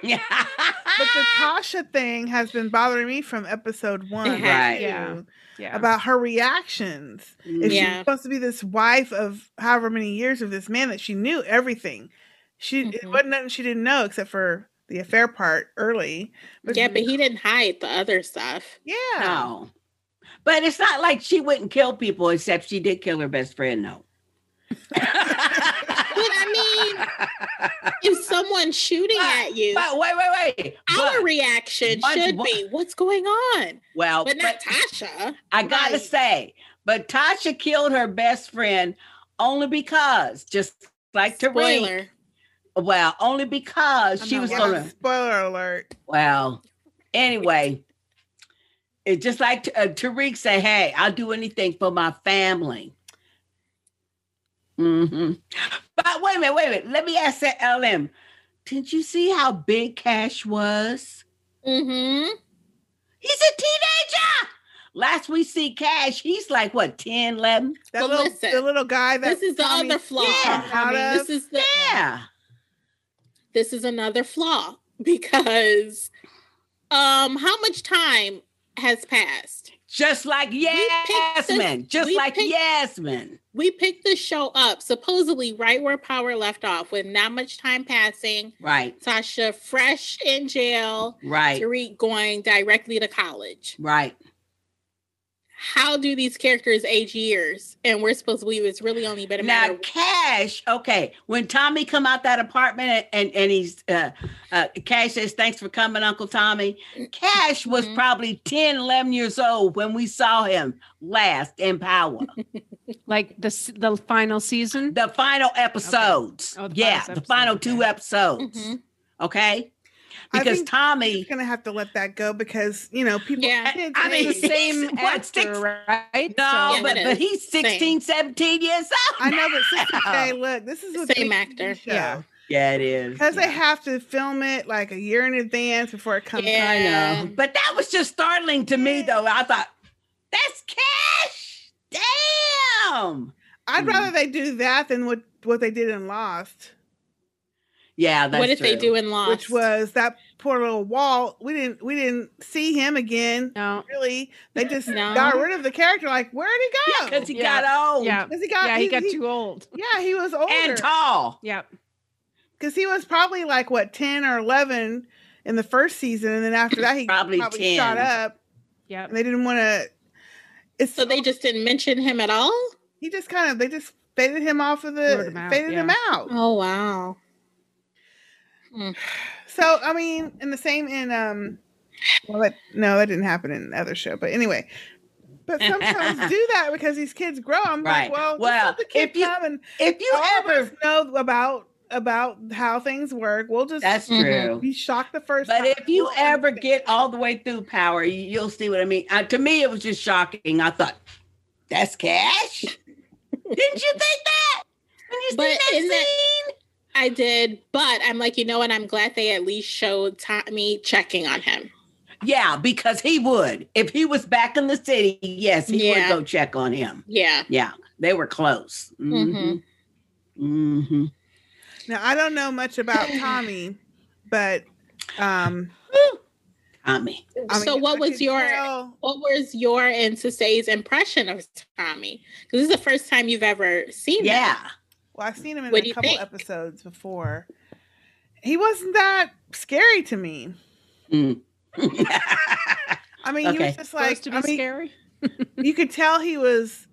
Speaker 2: Yeah.
Speaker 4: But the
Speaker 2: Ah!
Speaker 4: Tasha thing has been bothering me from episode one.
Speaker 1: has,
Speaker 4: right?
Speaker 3: yeah.
Speaker 4: too,
Speaker 3: Yeah.
Speaker 4: About her reactions. If
Speaker 2: Mhm.
Speaker 4: she's
Speaker 1: Yeah.
Speaker 4: supposed to be this wife of however many years of this man that she knew everything. She it
Speaker 1: Mhm.
Speaker 4: wasn't nothing she didn't know except for the affair part early.
Speaker 1: Yeah, but he didn't hide the other stuff.
Speaker 4: Yeah.
Speaker 2: No. But it's not like she wouldn't kill people, except she did kill her best
Speaker 1: [LAUGHS]
Speaker 2: friend, though.
Speaker 1: But
Speaker 2: [LAUGHS]
Speaker 1: I mean, if someone's shooting at you,
Speaker 2: But wait, wait, wait.
Speaker 1: our
Speaker 2: But-
Speaker 1: reaction
Speaker 2: But
Speaker 1: should
Speaker 2: what-
Speaker 1: be, what's going on?
Speaker 2: well,
Speaker 1: But not
Speaker 2: but
Speaker 1: Tasha.
Speaker 2: I gotta
Speaker 4: right.
Speaker 2: say, but Tasha killed her best friend only because, just like Tareen,
Speaker 1: Spoiler.
Speaker 2: well, only because
Speaker 3: I'm
Speaker 2: she
Speaker 3: not
Speaker 2: was
Speaker 4: Yeah,
Speaker 3: watching.
Speaker 2: gonna
Speaker 4: Spoiler alert.
Speaker 2: Well, anyway, it's just like uh, Tariq said, "Hey, I'll do anything for my family." hmm But wait a minute, wait a minute. Let me ask that LM. Didn't you see how big Cash was? Mm-hmm. He's a teenager. Last we see Cash, he's like what, 10, 11?
Speaker 4: That little, the little guy that
Speaker 1: This is the
Speaker 4: Tommy-
Speaker 1: other flaw.
Speaker 4: Yeah, out
Speaker 1: I mean,
Speaker 4: of-
Speaker 1: this is the yeah. This is another flaw [LAUGHS] because um how much time has passed?
Speaker 2: Just like Yasmin. Just like Yasmin.
Speaker 1: We picked the show up supposedly right where Power left off with not much time passing.
Speaker 2: Right.
Speaker 1: Tasha fresh in jail.
Speaker 2: Right.
Speaker 1: Tariq going directly to college.
Speaker 2: Right.
Speaker 1: How do these characters age years? And we're supposed to believe it's really only been a
Speaker 2: Now
Speaker 1: matter of
Speaker 2: Cash, okay. When Tommy come out that apartment and and he's uh, uh Cash says thanks for coming, Uncle Tommy. Cash was
Speaker 9: Mm-hmm.
Speaker 2: probably 10, 11 years old when we saw him last in
Speaker 9: [LAUGHS]
Speaker 2: Power.
Speaker 9: like the s- the final season,
Speaker 2: the final episodes.
Speaker 9: Oh, the final
Speaker 2: yeah,
Speaker 9: Mm-hmm.
Speaker 2: the final two episodes. Okay, because Tommy
Speaker 4: gonna have to let that go because you know people. kids
Speaker 2: I [LAUGHS] mean,
Speaker 4: age.
Speaker 2: the same what, six,
Speaker 9: right?
Speaker 2: No,
Speaker 4: So-
Speaker 2: but,
Speaker 4: Yeah, it
Speaker 2: but
Speaker 4: is.
Speaker 2: he's 16, 17 years old.
Speaker 4: I know, but Sister
Speaker 2: now.
Speaker 4: K, look, this is what
Speaker 1: Same
Speaker 4: they
Speaker 1: actor.
Speaker 4: do, Yeah,
Speaker 2: yeah, it is.
Speaker 4: because they have to film it like a year in advance before it comes.
Speaker 2: Yeah, I know. But that was just startling to me, though. I thought that's cash. Damn.
Speaker 4: I'd
Speaker 2: Mm-hmm.
Speaker 4: rather they do that than what what they did in Lost.
Speaker 2: Yeah, that's true.
Speaker 4: Which was that poor little Walt. We didn't we didn't see him again.
Speaker 9: No,
Speaker 4: really, they just
Speaker 9: No.
Speaker 4: got rid of the character. Like, where would he go?
Speaker 2: Oh, 'cause he Yeah. got old.
Speaker 9: Yeah.
Speaker 4: 'Cause he got
Speaker 9: Yeah, he got too old.
Speaker 4: Yeah, he was older and
Speaker 2: tall.
Speaker 9: Yep.
Speaker 4: Because he was probably like what ten or eleven in the first season, and then after that he
Speaker 1: Probably
Speaker 4: probably,
Speaker 1: 10.
Speaker 4: shot up.
Speaker 9: Yeah,
Speaker 4: they didn't want to. It's
Speaker 1: so they just didn't mention him at all.
Speaker 4: He just kind of they just faded him off of the
Speaker 1: Blurred him out,
Speaker 4: faded him
Speaker 1: yeah.
Speaker 4: out.
Speaker 1: Oh wow.
Speaker 4: So I mean, in the same in um, well, that, no, that didn't happen in the other show. But anyway, but
Speaker 2: [LAUGHS]
Speaker 4: some shows do that because these kids grow. I'm
Speaker 2: Right.
Speaker 4: like, well, just
Speaker 2: Well,
Speaker 4: let the kid
Speaker 2: if you-
Speaker 4: come and
Speaker 2: if you
Speaker 4: ever know about about how things work, we'll just
Speaker 2: That's
Speaker 1: Mm-hmm.
Speaker 2: true.
Speaker 4: Be shocked the first.
Speaker 2: But
Speaker 4: time.
Speaker 2: if you ever get all the way through power, you- you'll see what I mean. Uh, to me, it was just shocking. I thought, that's cash. Didn't you think that? When you
Speaker 1: but
Speaker 2: seen that
Speaker 1: in that, I did, but I'm like, you know what? I'm glad they at least showed Tommy checking on him.
Speaker 2: yeah, because he would. If he was back in the city, yes, he
Speaker 1: Yeah.
Speaker 2: would go check on him.
Speaker 1: Yeah.
Speaker 2: Yeah, they were close. Mm-hmm.
Speaker 4: Mhm.
Speaker 2: hmm hmm
Speaker 4: now, I don't know much
Speaker 2: [LAUGHS]
Speaker 4: about Tommy, but um,
Speaker 2: Tommy.
Speaker 4: I
Speaker 1: so
Speaker 4: mean,
Speaker 1: what
Speaker 4: I
Speaker 1: was
Speaker 4: could
Speaker 1: your
Speaker 4: tell-
Speaker 1: what was your and Sisay's impression of Tommy? Because this is the first time you've ever seen
Speaker 2: Yeah.
Speaker 1: him.
Speaker 4: Well, I've seen him in
Speaker 1: What do
Speaker 4: a
Speaker 1: you
Speaker 4: couple
Speaker 1: think?
Speaker 4: episodes before. He wasn't that scary to me.
Speaker 2: Mm.
Speaker 4: I mean, he
Speaker 9: Okay.
Speaker 4: was just like
Speaker 9: Supposed to be
Speaker 4: I mean,
Speaker 9: scary.
Speaker 4: you could tell he was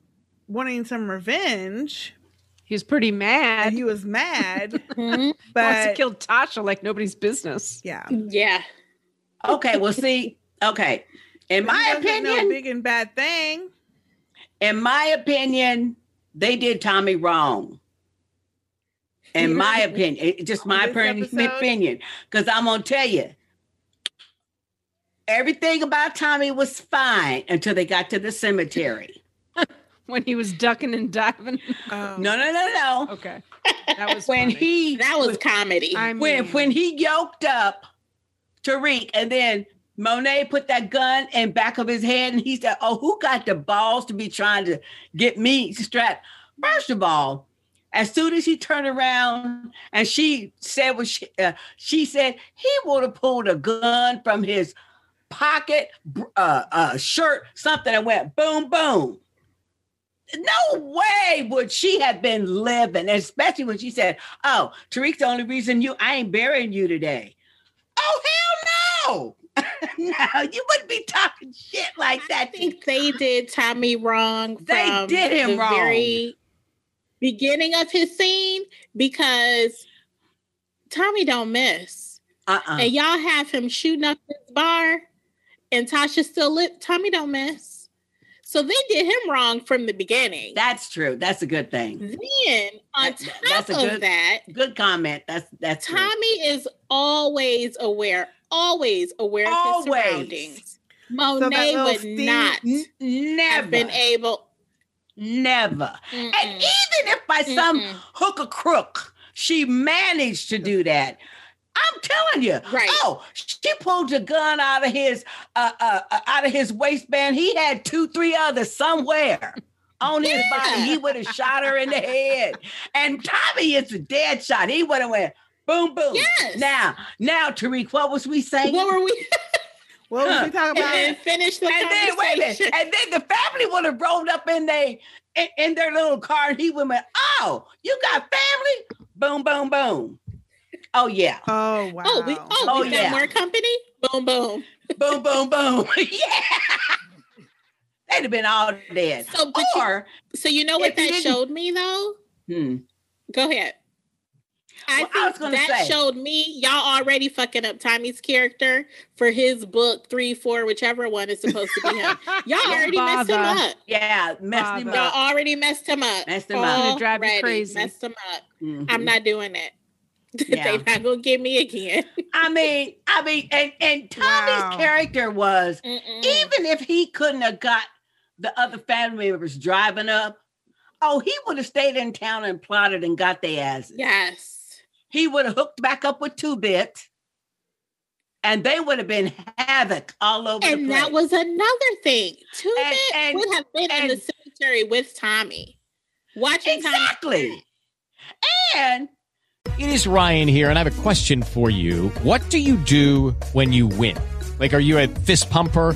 Speaker 4: wanting some revenge.
Speaker 9: He was pretty mad.
Speaker 4: He was mad,
Speaker 1: Mm-hmm.
Speaker 9: He wants to
Speaker 4: but
Speaker 9: kill Tasha like nobody's business.
Speaker 4: Yeah.
Speaker 1: Yeah.
Speaker 2: [LAUGHS] Okay, well, see, okay. In my
Speaker 4: doesn't know
Speaker 2: opinion,
Speaker 4: big and bad thing.
Speaker 2: In my opinion, they did Tommy wrong. In my opinion, it- just my opinion, [LAUGHS]
Speaker 4: episode?
Speaker 2: opinion, because I'm gonna tell you, everything about Tommy was fine until they got to the cemetery.
Speaker 9: when he was ducking and diving. [LAUGHS]
Speaker 4: Oh. Um,
Speaker 2: No, no, no, no.
Speaker 9: Okay, that was
Speaker 2: when
Speaker 9: funny.
Speaker 2: he
Speaker 1: that was comedy.
Speaker 9: I
Speaker 2: when
Speaker 9: mean-
Speaker 2: when he yoked up Tariq, and then Monet put that gun in back of his head, and he said, "Oh, who got the balls to be trying to get me strapped?" First of all, as soon as he turned around and she said what she, uh, she said, he would have pulled a gun from his pocket, br- uh, uh, shirt, something, and went boom, boom no way would she have been living, especially when she said, Oh, Tariq's the only reason you I ain't burying you today. Oh, hell no. [LAUGHS] no, you wouldn't be talking shit like that.
Speaker 1: I think they did Tommy wrong.
Speaker 2: They
Speaker 1: from
Speaker 2: did him
Speaker 1: the
Speaker 2: wrong.
Speaker 1: Very beginning of his scene because Tommy don't miss,
Speaker 2: Uh-uh.
Speaker 1: and y'all have him shooting up this bar, and Tasha still lit. Tommy don't miss, so they did him wrong from the beginning.
Speaker 2: That's true. That's a good thing.
Speaker 1: Then on
Speaker 2: That-
Speaker 1: top
Speaker 2: that's a
Speaker 1: of
Speaker 2: good
Speaker 1: that,
Speaker 2: good comment. That's that's true.
Speaker 1: Tommy is always aware, always aware of his
Speaker 2: Always.
Speaker 1: surroundings. Monet
Speaker 2: little
Speaker 1: would
Speaker 2: Steve
Speaker 1: not
Speaker 2: n- never
Speaker 1: have been able
Speaker 2: never. And even even if by some hook or crook she managed to do that. I'm telling you. Right. Oh, she pulled the gun out of his uh, uh, uh, out of his waistband. He had two, three others [LAUGHS] somewhere on his body. He would have shot her in the head. And Tommy is a dead shot. He would have went boom, boom. Yes. Now, now, Tariq, what was we saying? What were we?
Speaker 4: What was we talking about?
Speaker 1: And then finish the
Speaker 2: and then, wait a minute.
Speaker 1: conversation.
Speaker 2: And then the family would have rolled up in they in, in their little car, and he would have went, "Oh, you got family? Boom, boom, boom." Oh yeah.
Speaker 4: Oh wow.
Speaker 1: Oh, we, oh, we got more company. Boom, boom,
Speaker 2: boom, boom, boom. [LAUGHS] yeah. They'd have been all dead.
Speaker 1: So, but you- so you know what
Speaker 2: if you
Speaker 1: that
Speaker 2: didn't-
Speaker 1: showed me though?
Speaker 2: Hmm.
Speaker 1: Go ahead. I
Speaker 2: Well, I
Speaker 1: think
Speaker 2: was gonna
Speaker 1: that
Speaker 2: say-
Speaker 1: showed me y'all already fucking up Tommy's character for his book three, four, whichever one is supposed to be
Speaker 2: [LAUGHS]
Speaker 1: him. Y'all
Speaker 2: Don't
Speaker 1: already messed him
Speaker 2: bother.
Speaker 1: up.
Speaker 2: Yeah, messed him
Speaker 1: Y'all
Speaker 2: up.
Speaker 1: already messed him up.
Speaker 2: Messed him up. Gonna drive you
Speaker 1: Already
Speaker 2: crazy.
Speaker 1: Messed him up.
Speaker 2: Mhm.
Speaker 1: I'm not doing that.
Speaker 2: Yeah.
Speaker 1: [LAUGHS] they not gonna get me again.
Speaker 2: I mean, I mean, and and Tommy's
Speaker 1: Wow. Mm.
Speaker 2: character was even if he couldn't have got the other family members driving up, oh, he would have stayed in town and plotted and got their asses.
Speaker 1: Yes,
Speaker 2: he would have hooked back up with Two Bit, and they would have been havoc all over. the
Speaker 1: and
Speaker 2: place.
Speaker 1: that was another thing. Two
Speaker 2: And- and-
Speaker 1: would have been in the cemetery with Tommy, watching
Speaker 2: exactly. And
Speaker 6: It is Ryan here, and I have a question for you. What do you do when you win? Like, are you a fist pumper?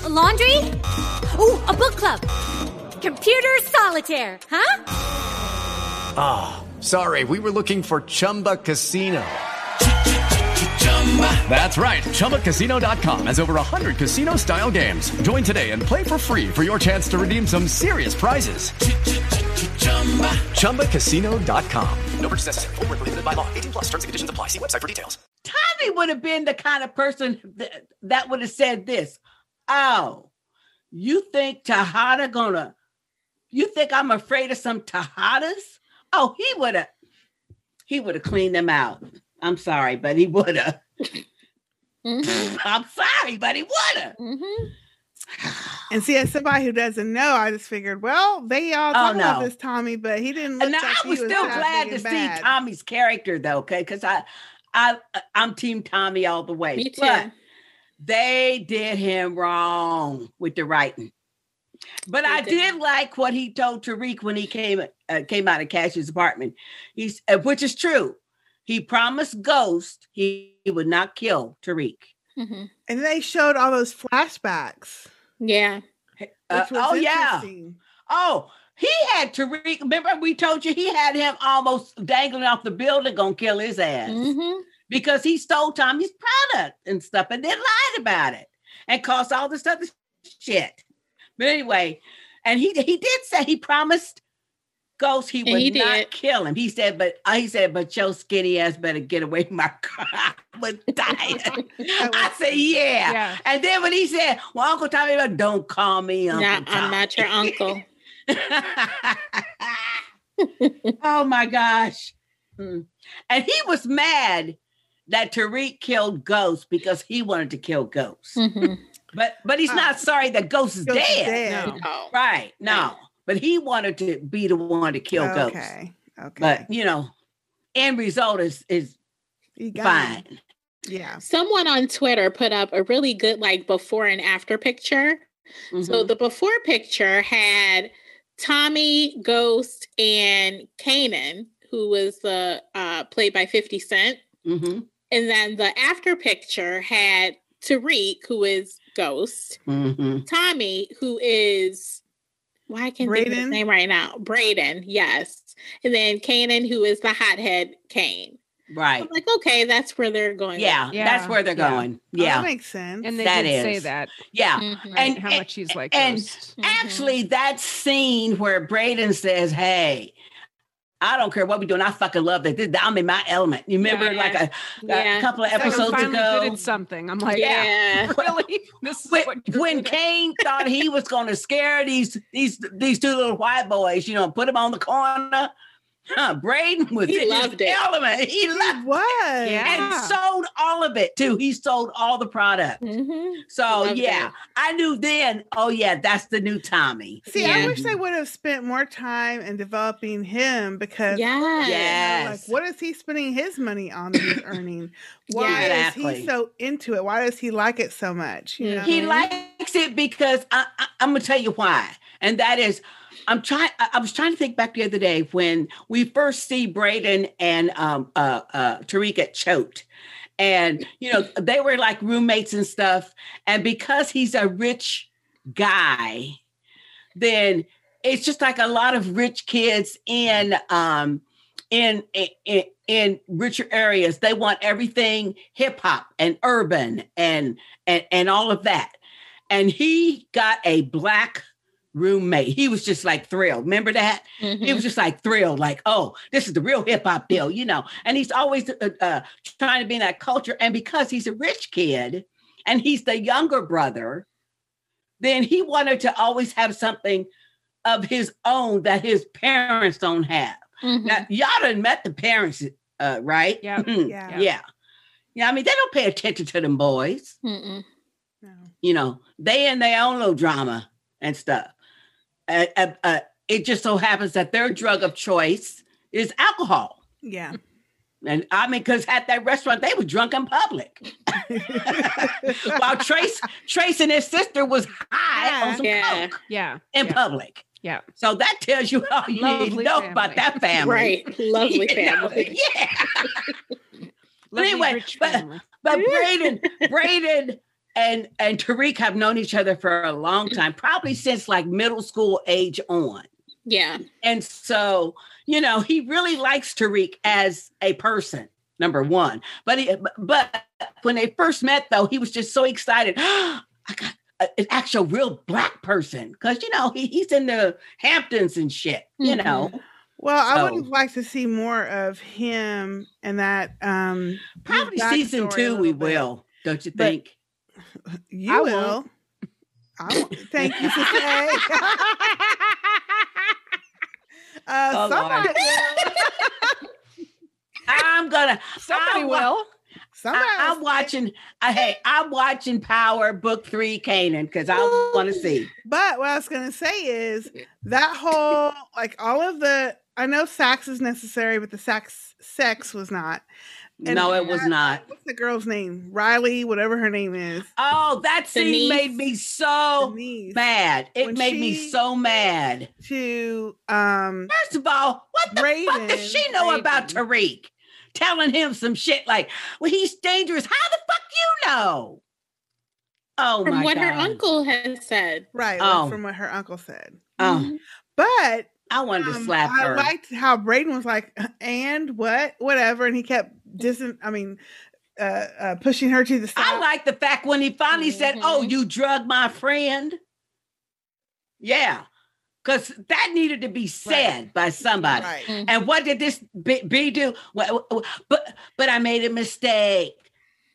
Speaker 10: laundry? Ooh, a book club. Computer solitaire, huh?
Speaker 11: Ah, sorry, we were looking for Chumba Casino. That's right, ChumbaCasino.com has over 100 casino style games. Join today and play for free for your chance to redeem some serious prizes. ChumbaCasino.com.
Speaker 7: No purchase necessary. Void were prohibited by law. 18 plus. Terms and conditions apply. See website for details.
Speaker 2: Tommy would have been the kind of person that, that would have said this. Oh, you think Tejada gonna, you think I'm afraid of some Tejadas? Oh, he would have, he would have cleaned them out. I'm sorry, but he would have.
Speaker 1: Mm-hmm.
Speaker 2: [LAUGHS] I'm sorry, but he would have.
Speaker 4: And see, as somebody who doesn't know, I just figured, well, they all
Speaker 2: Oh,
Speaker 4: talk about
Speaker 2: no.
Speaker 4: this Tommy, but he didn't. Look
Speaker 2: And
Speaker 4: like
Speaker 2: I
Speaker 4: he
Speaker 2: was still
Speaker 4: that
Speaker 2: glad
Speaker 4: big
Speaker 2: to
Speaker 4: and bad.
Speaker 2: see Tommy's character though, okay? Because I, I, uh, I'm Team Tommy all the way.
Speaker 4: Me too.
Speaker 2: But they did him wrong with the writing. But I did like what he told Tariq when he came uh, came out of Cash's apartment. He's uh, which is true. He promised Ghost he, he would not kill Tariq.
Speaker 1: Mm-hmm.
Speaker 4: And they showed all those flashbacks.
Speaker 1: Yeah.
Speaker 2: Uh,
Speaker 4: Which was
Speaker 2: oh yeah.
Speaker 4: interesting.
Speaker 2: Oh, he had Tariq. Remember, we told you he had him almost dangling off the building, gonna kill his ass
Speaker 4: Mm-hmm.
Speaker 1: Mm-hmm.
Speaker 2: because he stole Tommy's product and stuff, and then lied about it and caused all this other shit. But anyway, and he he did say he promised Ghost he
Speaker 1: And
Speaker 2: would
Speaker 1: he
Speaker 2: not
Speaker 1: did.
Speaker 2: kill him. He said, but uh, he said, but your skinny ass better get away from my car. [LAUGHS] I was
Speaker 1: [LAUGHS]
Speaker 2: dying. I said, yeah.
Speaker 1: Yeah.
Speaker 2: And then when he said, well, Uncle Tommy, like, don't call me Uncle
Speaker 1: Nah, I'm not your
Speaker 2: Tommy."
Speaker 1: uncle.
Speaker 2: [LAUGHS] oh my gosh. Mm. And he was mad that Tariq killed Ghost because he wanted to kill Ghost.
Speaker 1: Mm. Mm-hmm.
Speaker 2: But but he's not sorry that Ghost is
Speaker 4: Ghost is
Speaker 2: dead.
Speaker 4: dead.
Speaker 2: Oh.
Speaker 1: No.
Speaker 2: Right. No. But he wanted to be the one to kill Ghost.
Speaker 4: Okay. Okay.
Speaker 2: But you know, end result is is fine.
Speaker 4: Yeah.
Speaker 1: Someone on Twitter put up a really good like before and after picture.
Speaker 2: Mm-hmm,
Speaker 1: So the before picture had Tommy, Ghost, and Kanan, who was the uh, played by Fifty Cent,
Speaker 2: Mhm.
Speaker 1: and then the after picture had Tariq, who is Ghost,
Speaker 2: Mhm.
Speaker 1: Tommy, who is why I can't think of his
Speaker 4: Brayden?
Speaker 1: name right now, Braden, yes, and then Kanan, who is the hothead Kane.
Speaker 2: Right.
Speaker 1: I'm like, okay, that's where they're going.
Speaker 2: Yeah,
Speaker 1: with it.
Speaker 2: that's where they're going.
Speaker 4: Oh,
Speaker 2: Yeah.
Speaker 4: that makes sense.
Speaker 9: And they
Speaker 2: That
Speaker 9: did say
Speaker 2: is.
Speaker 9: that.
Speaker 2: Yeah.
Speaker 1: Mm-hmm.
Speaker 9: Right,
Speaker 2: And
Speaker 9: how much he's like.
Speaker 2: and
Speaker 9: Ghost.
Speaker 2: actually that scene where Braden says, Hey, I don't care what we're doing. I fucking love that. This- I'm in my element. You remember, like a, a
Speaker 1: Mm-hmm.
Speaker 2: couple of
Speaker 9: It's like I'm
Speaker 2: episodes
Speaker 9: finally
Speaker 2: ago,
Speaker 9: good at something. I'm like,
Speaker 1: [LAUGHS]
Speaker 2: yeah.
Speaker 9: [LAUGHS]
Speaker 2: [LAUGHS]
Speaker 9: really? This is when,
Speaker 2: when Kane thought he was going to scare these these these two little white boys, you know, put them on the corner. Huh, Braden was
Speaker 1: He
Speaker 2: in his
Speaker 1: loved it.
Speaker 2: element. He loved
Speaker 4: was.
Speaker 2: and sold all of it too. He sold all the product.
Speaker 1: Mm-hmm.
Speaker 2: So
Speaker 4: Loved
Speaker 2: yeah,
Speaker 4: it.
Speaker 2: I knew then. Oh yeah, that's the new Tommy.
Speaker 4: See, I wish they would have spent more time in developing him because
Speaker 2: Yes.
Speaker 4: you know,
Speaker 2: Yes.
Speaker 4: like what is he spending his money on that
Speaker 2: [COUGHS]
Speaker 4: he's earning? Why is
Speaker 2: Exactly.
Speaker 4: he so into it? Why does he like it so much? You know?
Speaker 2: He likes it because I, I, I'm gonna tell you why, and that is, I'm trying. I, I was trying to think back the other day when we first see Braden and um, uh, uh, Tariq get choked, and you know they were like roommates and stuff, and because he's a rich guy, then it's just like a lot of rich kids in um in in in richer areas they want everything hip hop and urban and and and all of that and he got a black roommate he was just like thrilled remember that
Speaker 1: Mm-hmm.
Speaker 2: he was just like thrilled like oh this is the real hip hop deal you know and he's always uh, uh, trying to be in that culture and because he's a rich kid and he's the younger brother then he wanted to always have something of his own that his parents don't have.
Speaker 1: Mm-hmm.
Speaker 2: Now, y'all done met the parents, uh, right? Yeah.
Speaker 4: Yeah.
Speaker 2: yeah. Yeah. I mean, they don't pay attention to them boys.
Speaker 1: Mm-mm.
Speaker 2: You know, they in their own little drama and stuff. Uh, uh, uh, it just so happens that their drug of choice is alcohol. [LAUGHS]
Speaker 4: Yeah. [LAUGHS]
Speaker 2: And I mean, because at that restaurant, they were drunk in public.
Speaker 9: [LAUGHS]
Speaker 2: While Trace, Trace and his sister was high on some
Speaker 9: Yeah.
Speaker 2: coke
Speaker 9: yeah.
Speaker 2: in public.
Speaker 9: Yeah.
Speaker 2: So that tells you all you need to
Speaker 9: Lovely
Speaker 2: know about that family.
Speaker 1: Right. Lovely
Speaker 2: You know,
Speaker 1: family.
Speaker 2: [LAUGHS] yeah. but anyway, but, [LAUGHS] but Braden,
Speaker 9: [LAUGHS]
Speaker 2: Braden and and Tariq have known each other for a long time, probably since like middle school age on.
Speaker 1: Yeah.
Speaker 2: And so, you know, he really likes Tariq as a person, number one. But he, but when they first met, though, he was just so excited. [GASPS] I got a- an actual real black person because you know he, he's in the Hamptons and shit. You
Speaker 4: Mm-hmm.
Speaker 2: know,
Speaker 4: Well, I would
Speaker 2: So-
Speaker 4: have liked to see more of him and that. um
Speaker 2: probably season
Speaker 4: backstory a
Speaker 2: two we
Speaker 4: little bit.
Speaker 2: will. Don't you
Speaker 4: But-
Speaker 2: think?
Speaker 4: You will. I won't. Thank you, Sister
Speaker 2: [LAUGHS]
Speaker 4: A. [LAUGHS] uh,
Speaker 2: Oh,
Speaker 4: somebody,
Speaker 2: Lord. I'm gonna. Somebody will.
Speaker 4: Somebody
Speaker 2: I, am watching. I, hey, I'm watching Power Book Three Canaan because I want to see.
Speaker 4: But what I was gonna say is that whole like all of the I know sax is necessary, but the sax sex was not.
Speaker 2: No, it was
Speaker 4: that-
Speaker 2: not.
Speaker 4: What's the girl's name? Riley, whatever her name is.
Speaker 2: Oh, that scene
Speaker 4: Denise.
Speaker 2: made me so mad. It
Speaker 4: When
Speaker 2: made me
Speaker 4: she-
Speaker 2: so mad.
Speaker 4: To um
Speaker 2: First of all, what the fuck
Speaker 4: Raven-
Speaker 2: does she know about Tariq? Telling him some shit like, "Well, he's dangerous." How the fuck you know? Oh
Speaker 4: From
Speaker 2: my
Speaker 4: what
Speaker 2: god!
Speaker 4: her
Speaker 1: Uncle has said.
Speaker 4: Right, like
Speaker 2: Oh.
Speaker 4: from what her uncle said.
Speaker 1: Mm-hmm.
Speaker 2: Oh,
Speaker 4: But
Speaker 2: I wanted to slap
Speaker 4: Um, I
Speaker 2: her.
Speaker 4: liked how Braden was like, "Uh, and what, whatever, and he kept dising. I mean, uh, uh pushing her to the side.
Speaker 2: I like the fact when he finally said, "Oh,
Speaker 4: Mm-hmm.
Speaker 2: you drug my friend." Yeah, because that needed to be said by somebody.
Speaker 4: Right.
Speaker 2: And what did this B, B do? Well, well, but but I made a mistake.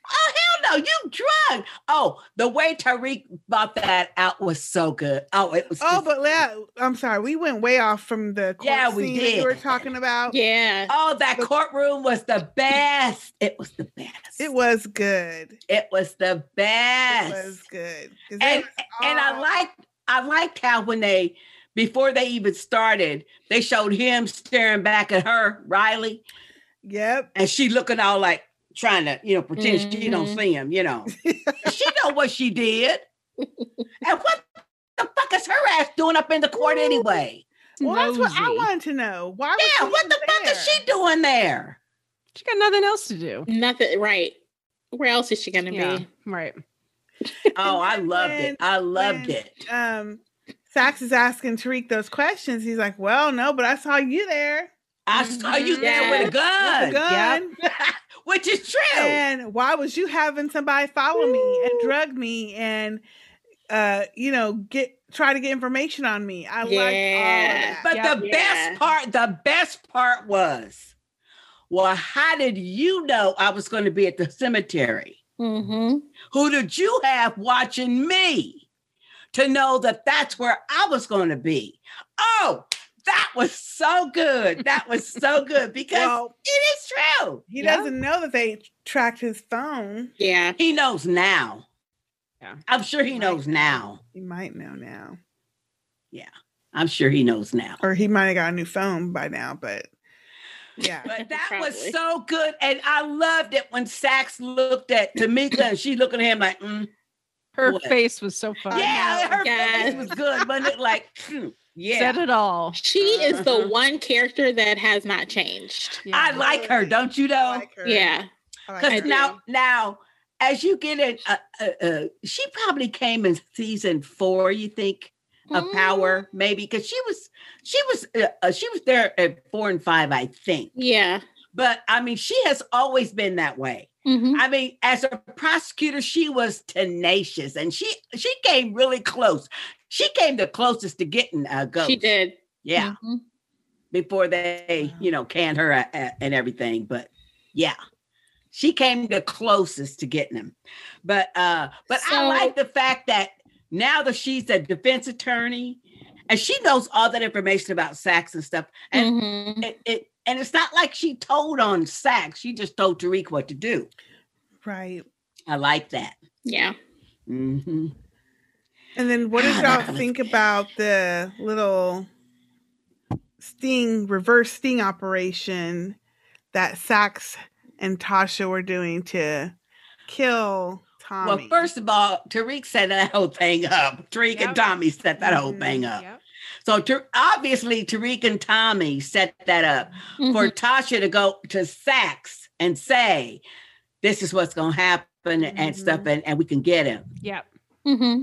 Speaker 2: Oh hell no! You drug. Oh, the way Tariq bought that out was so good. Oh, it was.
Speaker 4: Oh, but yeah, I'm sorry, we went way off from the court
Speaker 2: Yeah, we
Speaker 4: scene that
Speaker 2: did.
Speaker 4: you were talking about.
Speaker 1: Yeah.
Speaker 2: Oh, that courtroom was the best. It was the best.
Speaker 4: It was good.
Speaker 2: It was the best.
Speaker 4: It was good. 'Cause that
Speaker 2: and
Speaker 4: was
Speaker 2: and I
Speaker 4: all-
Speaker 2: like I liked how when they before they even started, they showed him staring back at her, Riley.
Speaker 4: Yep.
Speaker 2: And she looking all like trying to, you know, pretend she don't
Speaker 1: Mhm.
Speaker 2: see him, you [LAUGHS] know. she know what she did. And what the fuck is her ass doing up in the court anyway?
Speaker 4: Well, that's what I wanted to know. Why was
Speaker 2: Yeah,
Speaker 4: she
Speaker 2: what the fuck is she doing there?
Speaker 9: She got nothing else to do.
Speaker 1: Nothing. Right. Where else is she gonna
Speaker 9: Yeah,
Speaker 1: be?
Speaker 9: Right.
Speaker 2: Oh, I loved it. I loved
Speaker 4: when,
Speaker 2: it.
Speaker 4: Um, Sax is asking Tariq those questions. He's like, "Well, no, but I saw you there."
Speaker 2: I saw you there Mm-hmm. with a gun.
Speaker 4: With a gun.
Speaker 2: [LAUGHS] Which is true.
Speaker 4: And why was you having somebody follow me and drug me and uh you know get try to get information on me. I like all of
Speaker 2: Yeah.
Speaker 4: that.
Speaker 2: But the best part, the best part was, well, how did you know I was going to be at the cemetery?
Speaker 1: Mm-hmm.
Speaker 2: Who did you have watching me to know that that's where I was going to be? Oh, that was so good. That was so good because
Speaker 4: Well,
Speaker 2: it is true.
Speaker 4: He doesn't know that they tracked his phone.
Speaker 1: Yeah.
Speaker 2: He knows now. Yeah. I'm sure he knows now.
Speaker 4: He might know now.
Speaker 2: Yeah. I'm sure he knows now.
Speaker 4: Or he might have got a new phone by now, but yeah.
Speaker 2: But that was so good. And I loved it when Sax looked at Tamika and she looking at him like, mm,
Speaker 9: Her
Speaker 2: what?
Speaker 9: face was so funny.
Speaker 2: [LAUGHS] Yeah, her face was good, but it like, hmm, yeah.
Speaker 9: Said it all.
Speaker 1: She is
Speaker 2: Uh-huh.
Speaker 1: the one character that has not changed.
Speaker 2: I like her, don't you know?
Speaker 1: Yeah.
Speaker 2: Because
Speaker 1: I do.
Speaker 2: now, now, as you get in, uh, uh, uh, she probably came in season four. You think of
Speaker 1: Mm.
Speaker 2: Power, maybe because she was, she was, uh, uh, she was there at four and five, I think.
Speaker 1: Yeah.
Speaker 2: But I mean, she has always been that way.
Speaker 1: Mm-hmm.
Speaker 2: I mean, as a prosecutor, she was tenacious, and she she came really close. She came the closest to getting a ghost.
Speaker 1: She did.
Speaker 2: yeah.
Speaker 1: Mm-hmm.
Speaker 2: Before they, you know, canned her a- a- and everything, but yeah, she came the closest to getting him. But uh, but I like the fact that now that she's a defense attorney, and she knows all that information about Sachs and stuff, and
Speaker 1: Mm-hmm.
Speaker 2: it, it and it's not like she told on Sachs; she just told Tariq what to do.
Speaker 4: Right.
Speaker 2: I like that.
Speaker 1: Yeah.
Speaker 2: Mm-hmm.
Speaker 4: And
Speaker 2: [SIGHS]
Speaker 4: then what did y'all think about the little sting, reverse sting operation that Sax and Tasha were doing to kill
Speaker 2: Well,
Speaker 4: Tommy?
Speaker 2: first of all, Tariq set that whole thing up. Tariq and Tommy set that whole thing up.
Speaker 3: Mm-hmm.
Speaker 2: So Tar- obviously, Tariq and Tommy set that up
Speaker 1: Mm-hmm.
Speaker 2: for Tasha to go to Sachs and say, "This is what's going to happen" and stuff, and, and we can get him.
Speaker 9: Yep.
Speaker 1: Mm-hmm.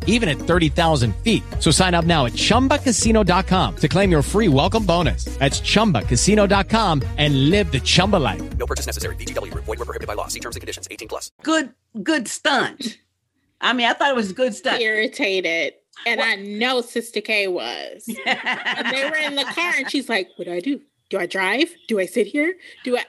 Speaker 6: even at 30,000 feet. So sign up now at chumbacasino.com to claim your free welcome bonus. That's chumbacasino.com and live the Chumba life.
Speaker 7: No purchase necessary. VGW Group. Void were prohibited by law. See terms and conditions. 18 plus.
Speaker 2: good, good stunt. I mean, I thought it was a good [LAUGHS] stunt.
Speaker 1: Irritated. And I know Sister K was. and they were in the car and she's like, What do I do? Do I drive? Do I sit here? Do I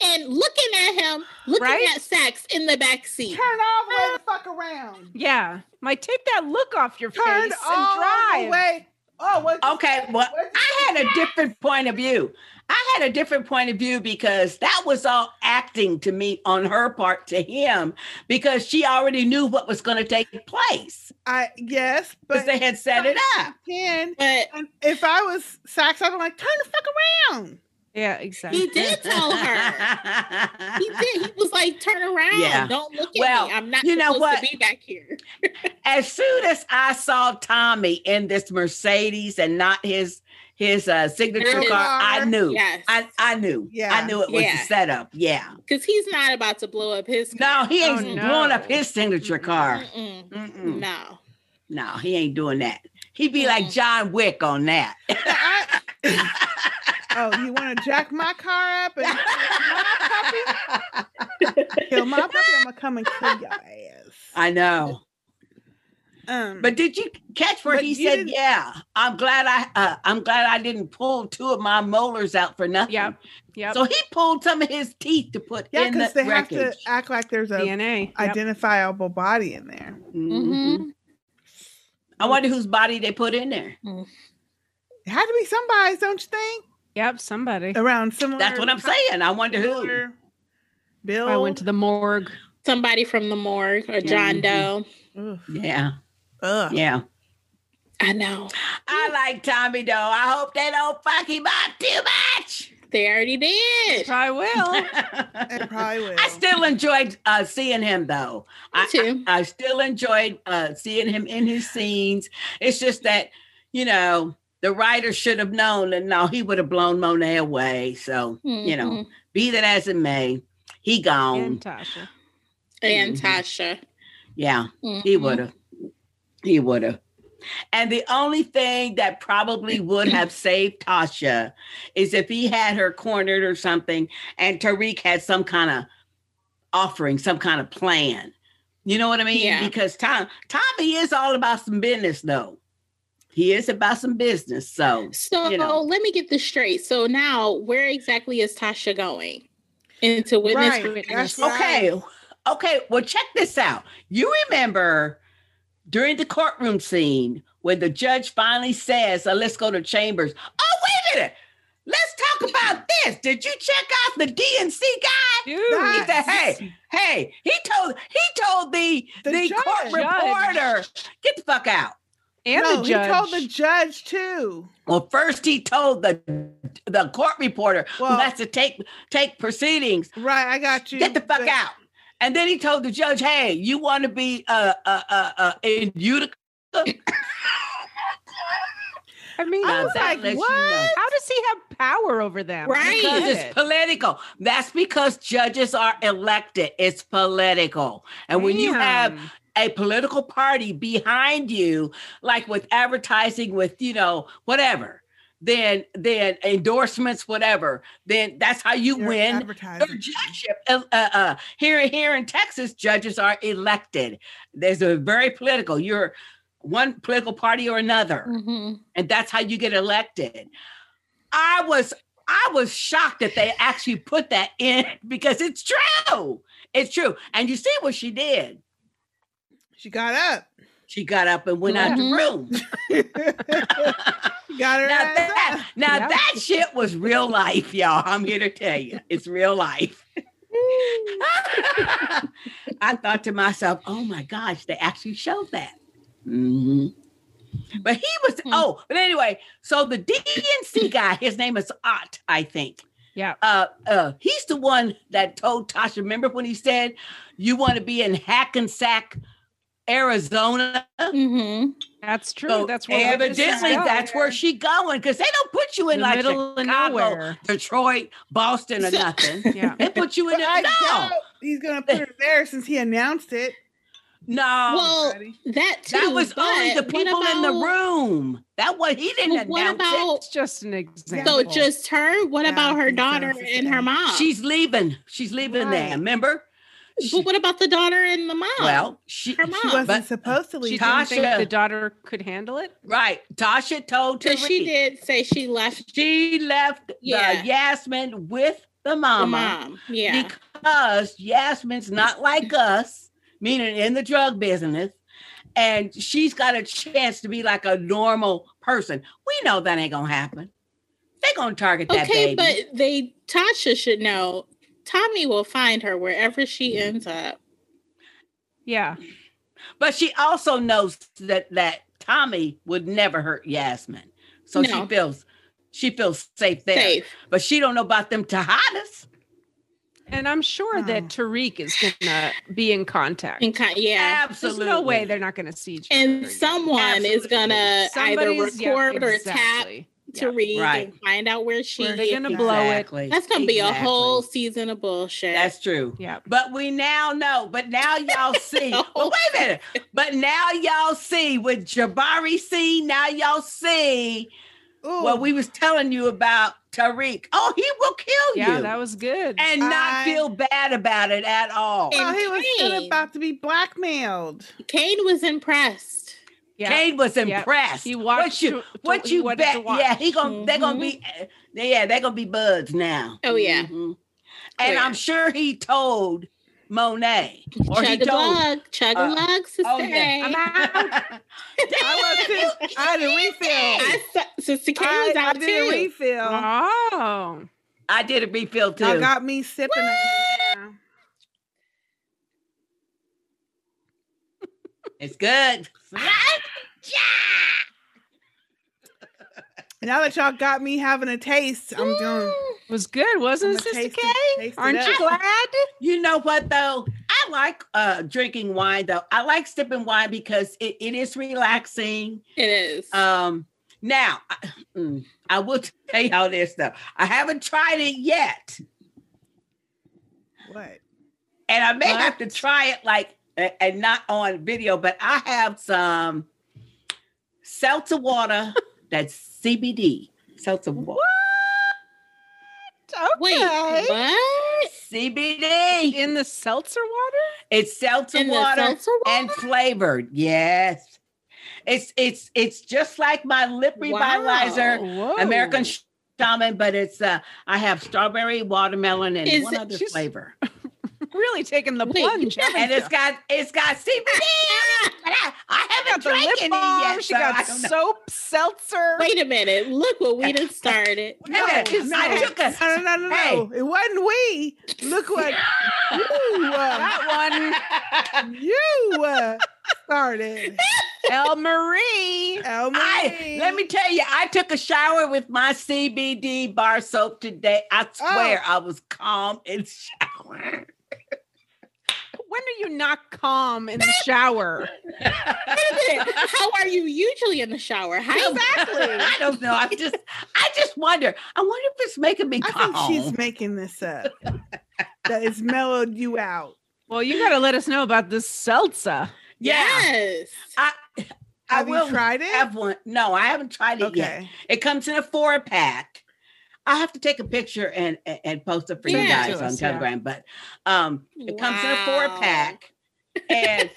Speaker 1: and looking at him, looking at Sax in the back seat.
Speaker 4: Turn
Speaker 2: [LAUGHS]
Speaker 4: all the way the fuck around.
Speaker 9: Yeah. Like, take that look off your
Speaker 4: Turn
Speaker 9: face
Speaker 4: all
Speaker 9: and drive.
Speaker 4: the way. Oh, what?
Speaker 2: Okay, well, I had a different point of view. I had a different point of view because that was all acting to me on her part to him because she already knew what was going to take place.
Speaker 4: I yes,
Speaker 2: because
Speaker 4: but
Speaker 2: they had set it up.
Speaker 4: Can
Speaker 1: but
Speaker 4: and if I was Sax, I'd be like, turn the fuck
Speaker 2: [LAUGHS]
Speaker 4: around.
Speaker 9: Yeah, exactly.
Speaker 1: He did tell her. he did. He was like, turn around.
Speaker 2: Yeah.
Speaker 1: Don't look at
Speaker 2: Well,
Speaker 1: me. I'm not
Speaker 2: you know
Speaker 1: supposed
Speaker 2: what?
Speaker 1: to be back here.
Speaker 2: As soon as I saw Tommy in this Mercedes and not his his uh, signature
Speaker 1: His
Speaker 2: car, I
Speaker 1: car,
Speaker 2: knew.
Speaker 1: yes.
Speaker 2: I, I knew.
Speaker 4: Yeah.
Speaker 2: I knew it was
Speaker 1: Yeah.
Speaker 2: a setup. Yeah.
Speaker 1: Because he's not about to blow up his
Speaker 2: No, he ain't
Speaker 1: Oh,
Speaker 2: blowing up his signature car.
Speaker 1: Mm-mm.
Speaker 2: Mm-mm.
Speaker 1: No.
Speaker 2: No, he ain't doing that. He'd be like John Wick on
Speaker 4: [LAUGHS]
Speaker 2: that.
Speaker 4: Oh, you want to jack my car up and kill my puppy? Kill my puppy. I'm gonna come and kill your ass.
Speaker 2: I know.
Speaker 4: Um,
Speaker 2: Uh, But did you catch where
Speaker 4: but
Speaker 2: he
Speaker 4: you
Speaker 2: said,
Speaker 4: didn't-
Speaker 2: "Yeah, I'm glad I, uh, I'm glad I didn't pull two of my molars out for nothing." Yep.
Speaker 9: Yep.
Speaker 2: So he pulled some of his teeth to put
Speaker 4: yeah,
Speaker 2: in the
Speaker 4: because they
Speaker 2: wreckage.
Speaker 4: have to act like there's a
Speaker 9: DNA, yep.
Speaker 4: identifiable body in there.
Speaker 1: Mm-hmm.
Speaker 2: Mhm. I wonder whose body they put in there.
Speaker 4: It had to be somebody's, don't you think?
Speaker 9: Yep, somebody.
Speaker 4: Around similar.
Speaker 2: That's what I'm saying. I wonder who.
Speaker 4: Bill.
Speaker 9: I went to the morgue.
Speaker 1: Somebody from the morgue or John
Speaker 2: Mm-hmm.
Speaker 1: Doe.
Speaker 4: Ugh.
Speaker 2: Yeah.
Speaker 4: Ugh.
Speaker 2: Yeah.
Speaker 1: I know.
Speaker 2: I like Tommy though. I hope they don't fuck him up too
Speaker 4: [LAUGHS]
Speaker 2: much.
Speaker 1: They already did.
Speaker 9: I will.
Speaker 2: [LAUGHS]
Speaker 4: It probably will.
Speaker 2: I still enjoyed uh, seeing him though. I,
Speaker 1: too.
Speaker 2: I, I still enjoyed uh, seeing him in his scenes. It's just that, you know, the writer should have known that no, he would have blown Monet away. So, you know,
Speaker 1: Mhm.
Speaker 2: be that as it may, He gone.
Speaker 9: And Tasha.
Speaker 1: And Tasha.
Speaker 2: Yeah,
Speaker 1: Mm-hmm.
Speaker 2: he would have. He would have. And the only thing that probably would have saved Tasha is if he had her cornered or something, and Tariq had some kind of offering, some kind of plan. You know what I mean?
Speaker 1: Yeah.
Speaker 2: Because Tom, Tommy is all about some business, though. He is about some business. So,
Speaker 1: So
Speaker 2: you know,
Speaker 1: let me get this straight. So now, where exactly is Tasha going? Into witness
Speaker 2: Right,
Speaker 1: witness.
Speaker 2: that's right. Okay. Okay, well, check this out. You remember during the courtroom scene when the judge finally says, uh, let's go to chambers. Oh, wait a minute. Let's talk about this. Did you check out the DNC guy? He said, hey, hey, he told he told the the, court reporter, get the fuck out.
Speaker 4: no, he told the judge too.
Speaker 2: Well, first he told the the court reporter who has to take take proceedings.
Speaker 4: Right, I got you.
Speaker 2: Get the fuck out. And then he told the judge, "Hey, you want to be uh, uh, uh, uh, in Utica?"
Speaker 9: I mean,
Speaker 2: Now
Speaker 9: I was
Speaker 2: that
Speaker 9: like,
Speaker 2: lets you
Speaker 9: what?
Speaker 2: know.
Speaker 9: How does he have power over them?
Speaker 2: Because it's political. That's because judges are elected. It's political. And when you have a political party behind you, like with advertising, with you know, whatever, then then endorsements, whatever, then that's how you win your judgeship. Uh, uh, uh, here, here in Texas, judges are elected. There's a very political. You're one political party or another,
Speaker 1: Mm. Mm-hmm,
Speaker 2: and that's how you get elected. I was I was shocked that they actually put that in [LAUGHS] because it's true. It's true. And you see what she did.
Speaker 4: She got up.
Speaker 2: She got up and went out the room. [LAUGHS]
Speaker 4: got her.
Speaker 2: Now that, now that shit was real life, y'all. I'm here to tell you. It's real life. [LAUGHS] I thought to myself, oh my gosh, they actually showed that. Mhm. But he was oh, but anyway, so the DNC guy, his name is Ott, I think.
Speaker 9: Yeah.
Speaker 2: Uh uh, he's the one that told Tasha, remember when he said you want to be in Hackensack, Arizona?
Speaker 1: mm-hmm.
Speaker 9: That's true. That's where
Speaker 2: where
Speaker 9: all this is
Speaker 2: evidently
Speaker 9: going.
Speaker 2: that's where she going because they don't put you in,
Speaker 9: The
Speaker 2: like
Speaker 9: middle of
Speaker 2: Chicago,
Speaker 9: nowhere.
Speaker 2: Detroit,
Speaker 1: [LAUGHS]
Speaker 2: Boston, or nothing. [LAUGHS] yeah. They put you in
Speaker 4: I
Speaker 2: there. No.
Speaker 4: doubt he's gonna put her there since he announced it.
Speaker 2: No.
Speaker 1: Well, that
Speaker 2: that
Speaker 1: too,
Speaker 2: was only the
Speaker 1: but what
Speaker 2: people in the
Speaker 1: about-
Speaker 2: room. That was he didn't
Speaker 1: But what
Speaker 2: announce
Speaker 1: about-
Speaker 2: it.
Speaker 9: It's just an example.
Speaker 1: So just her? What about her daughter and her mom?
Speaker 2: She's leaving. She's leaving
Speaker 1: Right.
Speaker 2: there. Remember?
Speaker 1: but what about the daughter and the mom?
Speaker 2: Well, she,
Speaker 1: Her mom. She wasn't
Speaker 4: supposed to
Speaker 9: She
Speaker 2: leave.
Speaker 9: didn't think
Speaker 2: Tasha-
Speaker 9: the daughter could handle it.
Speaker 2: Right. Tasha told
Speaker 1: because she
Speaker 2: Tariq.
Speaker 1: did say she left.
Speaker 2: She left
Speaker 1: Yeah.
Speaker 2: the Yasmin with the mama.
Speaker 1: mom, yeah.
Speaker 2: Because Yasmin's not like us, meaning in the drug business, and she's got a chance to be like a normal person. We know that ain't gonna happen. They gonna target that
Speaker 1: Okay,
Speaker 2: baby.
Speaker 1: but they Tasha should know. Tommy will find her wherever she ends up.
Speaker 9: Yeah.
Speaker 2: But she also knows that that Tommy would never hurt Yasmin, so
Speaker 1: No.
Speaker 2: she feels she feels safe there.
Speaker 1: Safe.
Speaker 2: But she don't know about them Tejadas.
Speaker 9: And I'm sure
Speaker 2: Hmm.
Speaker 9: that Tariq is gonna be in contact.
Speaker 1: In con- yeah.
Speaker 9: There's no way they're not gonna see each other.
Speaker 1: And someone is gonna
Speaker 9: Somebody's- yeah,
Speaker 1: either record
Speaker 9: exactly.
Speaker 1: or tap to read
Speaker 2: Right.
Speaker 1: and find out where she
Speaker 9: They're
Speaker 1: is.
Speaker 9: gonna blow it.
Speaker 2: Exactly.
Speaker 1: That's gonna be a
Speaker 2: Exactly.
Speaker 1: whole season of bullshit.
Speaker 2: That's true.
Speaker 9: Yeah.
Speaker 2: But we now know. But
Speaker 9: [LAUGHS]
Speaker 2: now y'all see. But wait a minute. But now y'all see with Jabari C. Now y'all see what we was telling you about Tariq. Oh, he will kill
Speaker 9: Yeah,
Speaker 2: you
Speaker 9: that was good.
Speaker 2: and not feel bad about it at all.
Speaker 4: Well, oh, he was still
Speaker 1: Kane.
Speaker 4: about to be blackmailed.
Speaker 1: Kane was impressed.
Speaker 9: Yeah.
Speaker 2: Kane was
Speaker 9: Yeah.
Speaker 2: impressed.
Speaker 9: He watched
Speaker 2: What you?
Speaker 9: to- to-
Speaker 2: what
Speaker 9: he
Speaker 2: you
Speaker 9: wanted to
Speaker 2: bet?
Speaker 9: watch. Mm-hmm.
Speaker 2: Yeah, he gonna. They're gonna be. eh, Yeah, they're gonna be buds now.
Speaker 1: Oh yeah.
Speaker 2: Mhm. And I'm sure he told Monet or he
Speaker 1: Chug a
Speaker 2: told
Speaker 1: lug, chug a
Speaker 2: uh,
Speaker 1: lug, sister.
Speaker 2: oh, yeah.
Speaker 4: [LAUGHS]
Speaker 1: I'm
Speaker 4: I was too. I had a refill.
Speaker 1: sister Kane
Speaker 4: I,
Speaker 1: was
Speaker 4: I
Speaker 1: out
Speaker 4: did a
Speaker 1: too.
Speaker 4: refill. I
Speaker 9: Oh.
Speaker 2: I did a refill too.
Speaker 4: got me sipping. on it now.
Speaker 2: It's good.
Speaker 4: Now that y'all got me having a taste, I'm
Speaker 2: Mm,
Speaker 4: doing.
Speaker 9: It was good, wasn't it,
Speaker 4: I'ma
Speaker 9: Sister
Speaker 4: taste it-
Speaker 9: K?
Speaker 4: taste it
Speaker 9: Aren't you
Speaker 4: up.
Speaker 9: glad?
Speaker 2: You know what though? I like uh drinking wine though. I like sipping wine because it, it is relaxing.
Speaker 1: It is.
Speaker 2: Um now I, mm, [LAUGHS] I will tell y'all this though. I haven't tried it yet.
Speaker 4: What?
Speaker 2: and I may have to try it like a- and not on video, but I have some seltzer
Speaker 3: [LAUGHS]
Speaker 2: water that's CBD seltzer water.
Speaker 3: Okay. Wait,
Speaker 2: what? CBD
Speaker 3: in the seltzer water?
Speaker 2: It's seltzer
Speaker 3: In the
Speaker 2: water,
Speaker 3: seltzer
Speaker 2: and flavored. Yes. It's it's it's just like my lip
Speaker 3: Wow.
Speaker 2: revitalizer
Speaker 3: Whoa.
Speaker 2: American shaman, but it's uh I have strawberry, watermelon, and
Speaker 3: Is
Speaker 2: one
Speaker 3: it-
Speaker 2: other
Speaker 3: she's-
Speaker 2: flavor.
Speaker 3: [LAUGHS] Really taking the plunge.
Speaker 2: and it's got it's got CBD. but I, I haven't
Speaker 3: the
Speaker 2: drank
Speaker 3: lip
Speaker 2: any
Speaker 3: balm.
Speaker 2: yet.
Speaker 3: She
Speaker 2: so
Speaker 3: got
Speaker 2: I don't know.
Speaker 3: soap, seltzer.
Speaker 1: Wait a minute. Look what we just started.
Speaker 2: [LAUGHS] No, I took a
Speaker 4: No, no, no, no, no. It wasn't we.
Speaker 2: [LAUGHS]
Speaker 4: Look what you, uh,
Speaker 3: that one.
Speaker 4: you uh, started.
Speaker 3: El Marie.
Speaker 4: El Marie.
Speaker 2: I, let me tell you, I took a shower with my CBD bar soap today. I swear,
Speaker 4: Oh.
Speaker 2: I was calm [LAUGHS] in shower.
Speaker 3: When are you not calm in the shower?
Speaker 1: Wait a minute. How are you usually in the shower? How [LAUGHS]
Speaker 2: I don't know. I just, I just wonder. I wonder if it's making me
Speaker 4: I
Speaker 2: calm.
Speaker 4: think she's making this up. that it's mellowed you out.
Speaker 3: Well, you got to let us know about this seltzer.
Speaker 1: Yes.
Speaker 2: I, I
Speaker 4: Have you
Speaker 2: will
Speaker 4: tried it?
Speaker 2: Have one? No, I haven't tried it yet.
Speaker 4: Okay.
Speaker 2: It comes in a four pack. I have to take a picture and and- and post it for you
Speaker 1: Yeah.
Speaker 2: guys
Speaker 1: To
Speaker 2: on
Speaker 1: us, yeah.
Speaker 2: Telegram. But um, it comes in a four pack. And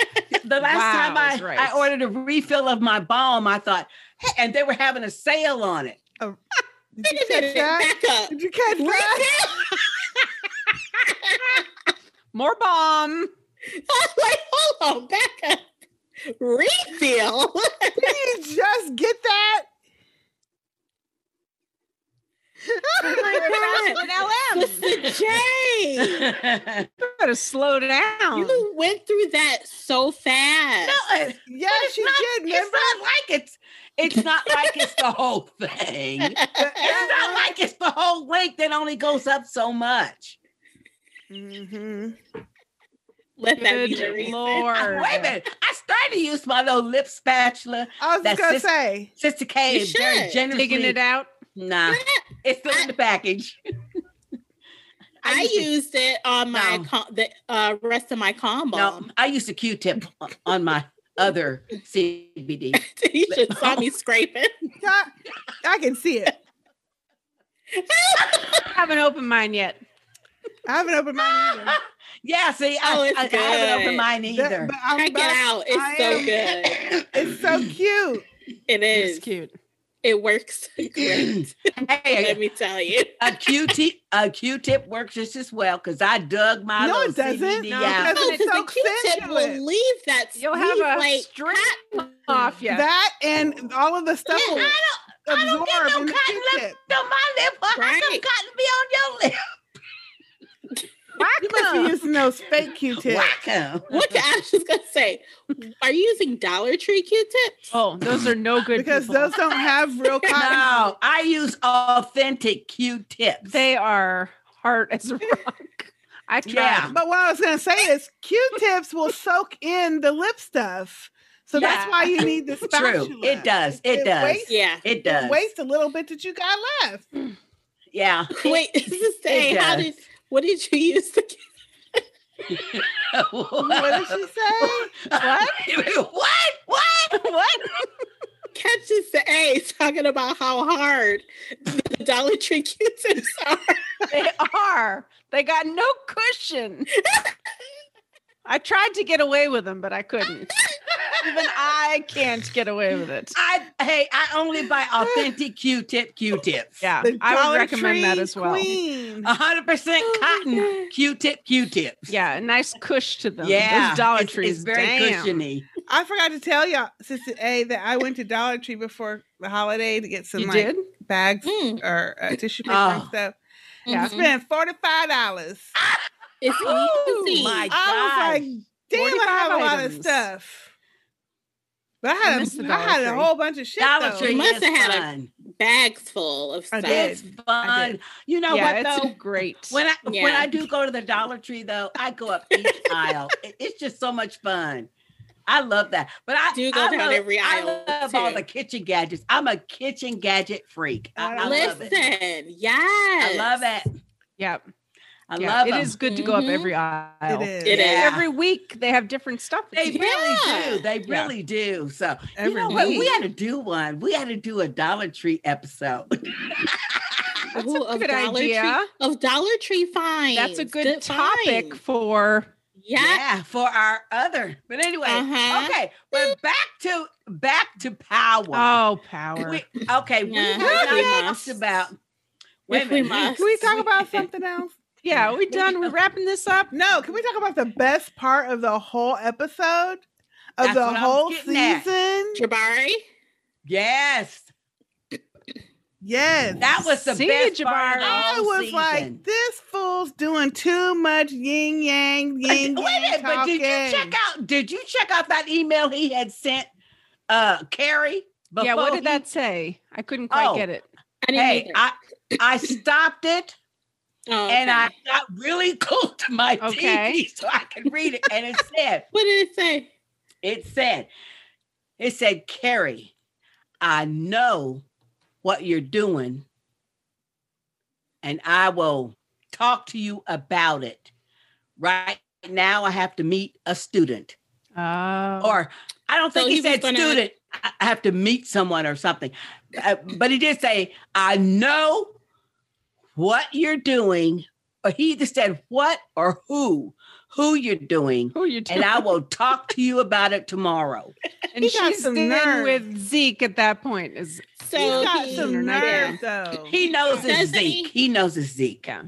Speaker 2: the last
Speaker 3: Wow,
Speaker 2: time
Speaker 3: that's
Speaker 2: I,
Speaker 3: right.
Speaker 2: I ordered a refill of my balm, I thought, hey, and they were having a sale on it.
Speaker 4: Did you
Speaker 1: Wait a
Speaker 2: [LAUGHS]
Speaker 4: catch
Speaker 1: minute.
Speaker 4: that?
Speaker 1: Back up.
Speaker 4: [LAUGHS] Did you catch that?
Speaker 1: [LAUGHS]
Speaker 3: More bomb.
Speaker 2: [LAUGHS]
Speaker 1: like, hold on. Back up. Refill. [LAUGHS]
Speaker 4: Did you just get that?
Speaker 1: Oh my God. Sister J.
Speaker 3: You better slow down.
Speaker 1: You went through that so fast.
Speaker 2: No, it-
Speaker 4: Yeah,
Speaker 2: but it's
Speaker 4: she
Speaker 2: not,
Speaker 4: did.
Speaker 2: It's
Speaker 4: Remember?
Speaker 2: not like it's it's not like it's the whole thing. It's not like it's the whole length that only goes up so much.
Speaker 4: Mhm.
Speaker 1: Let that be the
Speaker 3: Good
Speaker 1: reason.
Speaker 2: I-
Speaker 3: lord.
Speaker 2: wait a minute. I started to use my little lip spatula.
Speaker 4: I was
Speaker 2: That's
Speaker 4: gonna
Speaker 2: just-
Speaker 4: say.
Speaker 2: Sister K
Speaker 1: You
Speaker 2: is very
Speaker 1: should.
Speaker 2: generously.
Speaker 3: Digging it out.
Speaker 2: Nah, it's still in the package.
Speaker 1: I used it on my
Speaker 2: No.
Speaker 1: com- the uh, rest of my combo.
Speaker 2: No,
Speaker 1: [LAUGHS]
Speaker 2: I used a Q-tip on- on my other
Speaker 4: [LAUGHS]
Speaker 2: CBD.
Speaker 1: you should saw me scraping.
Speaker 4: I, I can see it.
Speaker 3: haven't opened mine yet.
Speaker 4: I haven't
Speaker 2: [LAUGHS]
Speaker 4: opened mine either.
Speaker 2: yeah, see,
Speaker 1: Oh,
Speaker 2: I,
Speaker 1: it's
Speaker 2: I, I haven't
Speaker 1: good.
Speaker 2: opened mine
Speaker 4: That-
Speaker 2: either.
Speaker 4: but I'm
Speaker 1: Check
Speaker 4: about-
Speaker 1: it out. It's
Speaker 4: I
Speaker 1: so
Speaker 4: am-
Speaker 1: good.
Speaker 4: It's so cute.
Speaker 1: It
Speaker 3: It's
Speaker 1: is.
Speaker 3: cute.
Speaker 1: It works. [LAUGHS]
Speaker 2: [LAUGHS]
Speaker 1: great.
Speaker 2: hey,
Speaker 1: Let me tell you.
Speaker 2: a Q-tip, a Q-tip works just as well because I dug my
Speaker 4: No,
Speaker 2: little
Speaker 4: it doesn't.
Speaker 2: CBD
Speaker 4: No,
Speaker 2: out.
Speaker 1: No,
Speaker 4: it
Speaker 1: because
Speaker 4: doesn't.
Speaker 1: Oh, the
Speaker 4: soak
Speaker 1: Q-tip
Speaker 4: sensuous.
Speaker 1: will leave that.
Speaker 3: You'll have
Speaker 1: leave,
Speaker 3: a
Speaker 1: like,
Speaker 3: string off you.
Speaker 4: That and all of the stuff
Speaker 2: Yeah,
Speaker 4: will
Speaker 2: I don't, I don't
Speaker 4: absorb
Speaker 2: get no
Speaker 4: in the
Speaker 2: cotton lip
Speaker 4: Q-tip.
Speaker 2: on my lip. Why right. some
Speaker 1: Right.
Speaker 2: cotton be on your lip? [LAUGHS]
Speaker 4: You must be using those fake Q-tips.
Speaker 2: Why come?
Speaker 1: [LAUGHS] What the- I was just gonna say? Are you using Dollar Tree Q-tips?
Speaker 3: Oh, those are no good.
Speaker 4: Because
Speaker 3: people.
Speaker 4: those don't
Speaker 2: [LAUGHS]
Speaker 4: have real cotton.
Speaker 2: No, I use authentic Q-tips.
Speaker 3: they are
Speaker 2: [LAUGHS]
Speaker 3: hard as a rock. I tried.
Speaker 2: Yeah.
Speaker 4: But what I was going to say is Q-tips will soak in the lip stuff. So that's
Speaker 3: Yeah.
Speaker 4: why you need the spatula.
Speaker 2: [LAUGHS] True, it does. It,
Speaker 4: It
Speaker 2: does.
Speaker 4: wastes-
Speaker 1: Yeah.
Speaker 2: it
Speaker 4: It
Speaker 2: does.
Speaker 4: wastes a little bit that you got left.
Speaker 2: Yeah.
Speaker 1: [LAUGHS]
Speaker 2: [LAUGHS]
Speaker 1: Wait, [LAUGHS] say how
Speaker 2: does.
Speaker 1: did what did you use to [LAUGHS]
Speaker 4: What did she
Speaker 2: [LAUGHS]
Speaker 4: say?
Speaker 2: What? what?
Speaker 4: [LAUGHS]
Speaker 2: What? What?
Speaker 1: catch us the A talking about how hard [LAUGHS] the Dollar Tree Q-tips are?
Speaker 3: They are. They got no cushion. I tried to get away with them, but I couldn't. Even I can't get away with it.
Speaker 2: I hey, I only buy authentic Q-tip Q-tips.
Speaker 3: Yeah,
Speaker 4: The
Speaker 3: I
Speaker 4: Dollar
Speaker 3: would recommend that
Speaker 4: Tree
Speaker 3: as well.
Speaker 4: Queen.
Speaker 2: hundred percent
Speaker 1: Oh,
Speaker 2: cotton Q-tip Q-tips.
Speaker 3: Yeah, a nice cush to them.
Speaker 2: Yeah,
Speaker 3: Those Dollar
Speaker 2: it's,
Speaker 3: Trees.
Speaker 2: It's very
Speaker 3: damn.
Speaker 2: cushiony.
Speaker 4: I forgot to tell y'all, Sister A, that I went to Dollar Tree before the holiday to get some
Speaker 3: You
Speaker 4: like
Speaker 3: did?
Speaker 4: bags
Speaker 1: Mm.
Speaker 4: or uh, tissue paper
Speaker 2: Oh.
Speaker 4: and stuff. I
Speaker 2: mm-hmm.
Speaker 1: Mhm.
Speaker 4: spent forty five dollars.
Speaker 1: It's
Speaker 2: Oh,
Speaker 1: easy.
Speaker 2: my God.
Speaker 4: I was like, damn, I have a
Speaker 3: 45
Speaker 4: lot of
Speaker 3: items.
Speaker 4: stuff. But I
Speaker 3: I
Speaker 4: had,
Speaker 3: miss the
Speaker 4: a, I
Speaker 3: Dollar
Speaker 4: had a
Speaker 3: Tree.
Speaker 4: whole bunch of shit.
Speaker 2: Dollar
Speaker 4: though.
Speaker 2: Tree
Speaker 1: Must
Speaker 2: is
Speaker 1: have had a-
Speaker 2: fun.
Speaker 1: bags full of
Speaker 4: I
Speaker 1: stuff.
Speaker 4: did.
Speaker 2: It's fun. You know
Speaker 3: yeah,
Speaker 2: what
Speaker 3: it's
Speaker 2: though?
Speaker 3: great.
Speaker 2: When I when
Speaker 1: Yeah.
Speaker 2: I do go to the Dollar Tree though, I go up each aisle. It- it's just so much fun. I love that. But I
Speaker 1: Do go
Speaker 2: I
Speaker 1: down
Speaker 2: love,
Speaker 1: every aisle,
Speaker 2: I love all
Speaker 1: too.
Speaker 2: the kitchen gadgets. I'm a kitchen gadget freak. I, I love
Speaker 1: Listen,
Speaker 2: it.
Speaker 1: yes.
Speaker 2: I love it.
Speaker 3: Yep.
Speaker 2: I
Speaker 9: Yeah,
Speaker 2: love
Speaker 9: it
Speaker 2: them.
Speaker 9: is good to go up every
Speaker 2: Mhm.
Speaker 9: aisle.
Speaker 2: It is.
Speaker 9: Yeah.
Speaker 2: Yeah.
Speaker 9: Every week they have different stuff.
Speaker 2: They really do. They
Speaker 9: Yeah.
Speaker 2: really do. So
Speaker 9: Every
Speaker 2: you know what?
Speaker 9: week.
Speaker 2: We had to do one. We had to do a Dollar Tree episode. [LAUGHS]
Speaker 1: Ooh, of
Speaker 2: good
Speaker 1: Dollar
Speaker 2: idea.
Speaker 1: Tree, of Dollar Tree finds.
Speaker 9: That's a good topic
Speaker 2: for
Speaker 1: Yeah.
Speaker 2: yeah for our other. But anyway,
Speaker 9: Uh-huh.
Speaker 2: okay, we're back to back to power.
Speaker 9: Oh, power.
Speaker 2: We, okay, we
Speaker 9: Yeah,
Speaker 2: have
Speaker 9: we
Speaker 2: not
Speaker 9: must.
Speaker 2: talked about.
Speaker 9: If we must. Can we talk [LAUGHS] about something
Speaker 4: else?
Speaker 9: Yeah, are we done? We're wrapping this
Speaker 2: [LAUGHS]
Speaker 9: up.
Speaker 4: No, can we talk about the best part of the whole episode? Of
Speaker 2: That's
Speaker 4: the
Speaker 2: what I was
Speaker 4: whole
Speaker 2: getting at.
Speaker 4: season?
Speaker 1: Jabari?
Speaker 2: Yes.
Speaker 4: Yes.
Speaker 2: That was the See ya, best part of the Jabari.
Speaker 4: I
Speaker 2: whole
Speaker 4: was
Speaker 2: season.
Speaker 4: like, this fool's doing too much yin yang,
Speaker 2: But-
Speaker 4: yin yang.
Speaker 2: Uh, Wait a minute, but did you check out? Did you check out that email he had sent uh Carrie?
Speaker 9: Yeah, what
Speaker 2: before
Speaker 9: did that
Speaker 2: he-
Speaker 9: say? I couldn't quite
Speaker 2: Oh,
Speaker 9: get it.
Speaker 1: I didn't
Speaker 2: Hey,
Speaker 1: either.
Speaker 2: I I
Speaker 1: [LAUGHS]
Speaker 2: stopped it
Speaker 1: Oh,
Speaker 2: and I
Speaker 1: okay.
Speaker 2: got really close to my
Speaker 1: Okay.
Speaker 2: TV [LAUGHS] so I could read it. And it said,
Speaker 1: What did it say?
Speaker 2: It said, it said, Carrie, I know what you're doing, and I will talk to you about it. Right now, I have to meet a student.
Speaker 9: Oh. [LAUGHS]
Speaker 2: Or I don't
Speaker 1: Oh. So
Speaker 2: think
Speaker 1: he
Speaker 2: he,
Speaker 1: was
Speaker 2: said
Speaker 1: gonna-
Speaker 2: student. I I have to meet someone or something. Uh, but he did say, I know what you're doing. Or he either said what or who, who you're doing.
Speaker 9: Who Oh, you're
Speaker 2: And I will talk to you about it tomorrow.
Speaker 9: And
Speaker 4: He got
Speaker 9: she's
Speaker 4: some
Speaker 9: in
Speaker 4: nerve.
Speaker 9: with Zeke at that point. Is
Speaker 1: So
Speaker 4: He's got
Speaker 1: he-
Speaker 4: some
Speaker 1: yeah.
Speaker 4: nerve, though.
Speaker 2: He knows it's
Speaker 1: Oh. Doesn't
Speaker 2: Zeke. He knows it's Zeke.
Speaker 9: Yeah.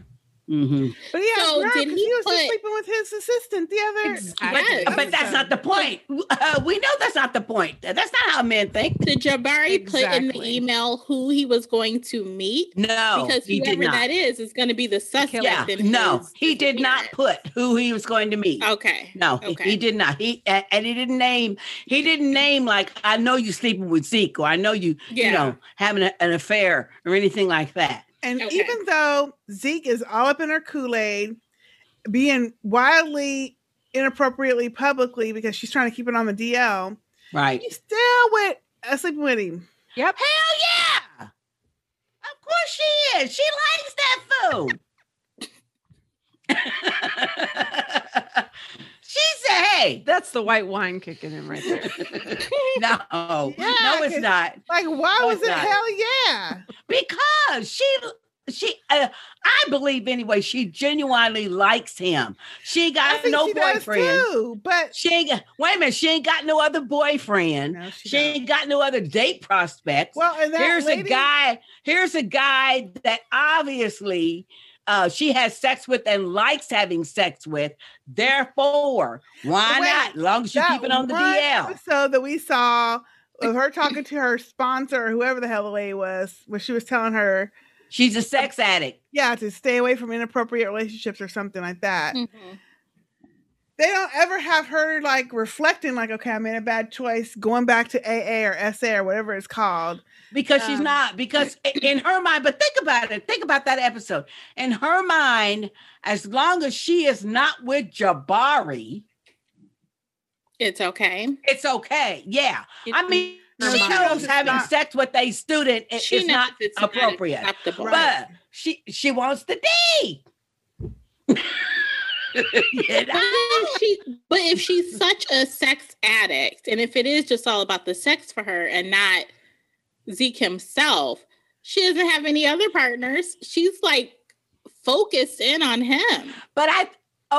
Speaker 2: Mhm.
Speaker 4: But he has
Speaker 1: So
Speaker 4: nerve
Speaker 1: did
Speaker 4: 'cause
Speaker 1: he
Speaker 4: he, was just
Speaker 1: put-
Speaker 4: sleeping with his assistant the other.
Speaker 2: But,
Speaker 1: Yes.
Speaker 2: but that's not the point. Uh, we know that's not the point. That's not how men think.
Speaker 1: Did Jabari put in the
Speaker 9: Exactly.
Speaker 1: email who he was going to meet?
Speaker 2: No,
Speaker 1: because
Speaker 2: Oh, he did
Speaker 1: whoever
Speaker 2: not.
Speaker 1: that is is going to be the suspect.
Speaker 2: yeah,
Speaker 1: in
Speaker 2: no,
Speaker 1: his-
Speaker 2: he did not put who he was going to meet.
Speaker 1: Okay.
Speaker 2: No, he-
Speaker 1: Okay.
Speaker 2: he did not. He a- and he didn't name. He didn't name like I know you sleeping with Zeke or I know you,
Speaker 1: Yeah.
Speaker 2: you know, having a- an affair or anything like that.
Speaker 4: And
Speaker 1: Okay.
Speaker 4: even though Zeke is all up in her Kool Aid, being wildly inappropriately publicly because she's trying to keep it on the DL,
Speaker 2: Right.
Speaker 4: she's still with uh, sleeping with him.
Speaker 9: Yep.
Speaker 2: Hell yeah! Of course she is. She likes that food. she said, "Hey,
Speaker 9: That's the white wine kicking in right
Speaker 2: [LAUGHS]
Speaker 9: there.
Speaker 2: no, no, it's
Speaker 4: 'cause-
Speaker 2: not
Speaker 4: Like, why
Speaker 2: No,
Speaker 4: was
Speaker 2: it's
Speaker 4: it
Speaker 2: not.
Speaker 4: hell yeah?
Speaker 2: because she." She, uh, I believe anyway. She genuinely likes him. She
Speaker 4: I
Speaker 2: got
Speaker 4: think
Speaker 2: no
Speaker 4: she does
Speaker 2: boyfriend.
Speaker 4: too, but
Speaker 2: She ain't got, wait a minute. She ain't got no other boyfriend.
Speaker 4: No, she
Speaker 2: she ain't got no other date prospects.
Speaker 4: well, and that
Speaker 2: here's
Speaker 4: lady,
Speaker 2: a guy here's a guy that obviously uh, she has sex with and likes having sex with therefore why
Speaker 4: Wait,
Speaker 2: not long as you
Speaker 4: that
Speaker 2: keep it on the
Speaker 4: one
Speaker 2: dl
Speaker 4: episode that we saw
Speaker 2: [CLEARS THROAT]
Speaker 4: of her talking to her sponsor or whoever the hell the lady was, where she was telling her,
Speaker 2: she's a sex addict
Speaker 4: yeah, to stay away from inappropriate relationships or something like that.
Speaker 1: Mhm.
Speaker 4: they don't ever have her like reflecting like okay i made a bad choice going back to aa or sa or whatever it's called
Speaker 2: because she's
Speaker 4: Um,
Speaker 2: not because i- in her mind but think about it think about that episode in her mind as long as she is not with jabari
Speaker 1: It's okay.
Speaker 2: it's okay yeah i mean
Speaker 1: her
Speaker 2: she
Speaker 1: mind.
Speaker 2: knows
Speaker 4: It's
Speaker 2: having
Speaker 4: not-
Speaker 2: sex with a student i-
Speaker 1: She
Speaker 2: is
Speaker 1: knows
Speaker 2: not
Speaker 1: it's not
Speaker 2: appropriate
Speaker 1: acceptable.
Speaker 4: Right.
Speaker 2: but she she wants the D. [LAUGHS] You
Speaker 1: But
Speaker 2: know?
Speaker 1: if she, but if she's such a sex addict, and if it is just all about the sex for her and not Zeke himself, she doesn't have any other partners. She's like focused in on him.
Speaker 2: But I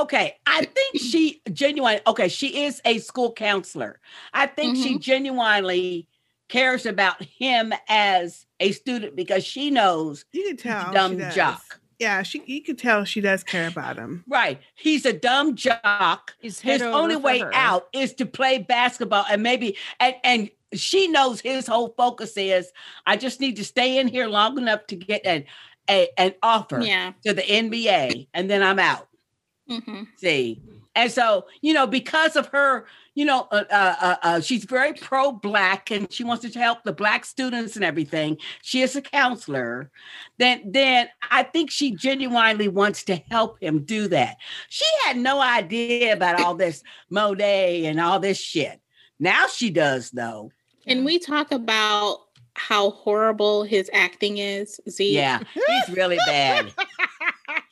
Speaker 2: okay, I think she genuinely okay, she is a school counselor. I think
Speaker 1: Mm-hmm.
Speaker 2: she genuinely cares about him as a student because she knows
Speaker 4: you can tell oh, she
Speaker 2: dumb
Speaker 4: does.
Speaker 2: jock.
Speaker 4: yeah she you can tell she does care about him
Speaker 2: Right. He's a dumb jock.
Speaker 9: He's head
Speaker 2: His
Speaker 9: over
Speaker 2: only
Speaker 9: for
Speaker 2: way
Speaker 9: her.
Speaker 2: out is to play basketball and maybe and and she knows his whole focus is I just need to stay in here long enough to get an a, an offer
Speaker 1: Yeah.
Speaker 2: to the NBA and then I'm out.
Speaker 1: hmm
Speaker 2: See, and so you know, because of her, you know, uh, uh, uh, uh, she's very pro black, and she wants to help the black students and everything. She is a counselor. Then, then I think she genuinely wants to help him do that. She had no idea about all this Monet and all this shit. Now she does, though.
Speaker 1: And we talk about how horrible his acting is, Zeke.
Speaker 2: Yeah, he's really bad.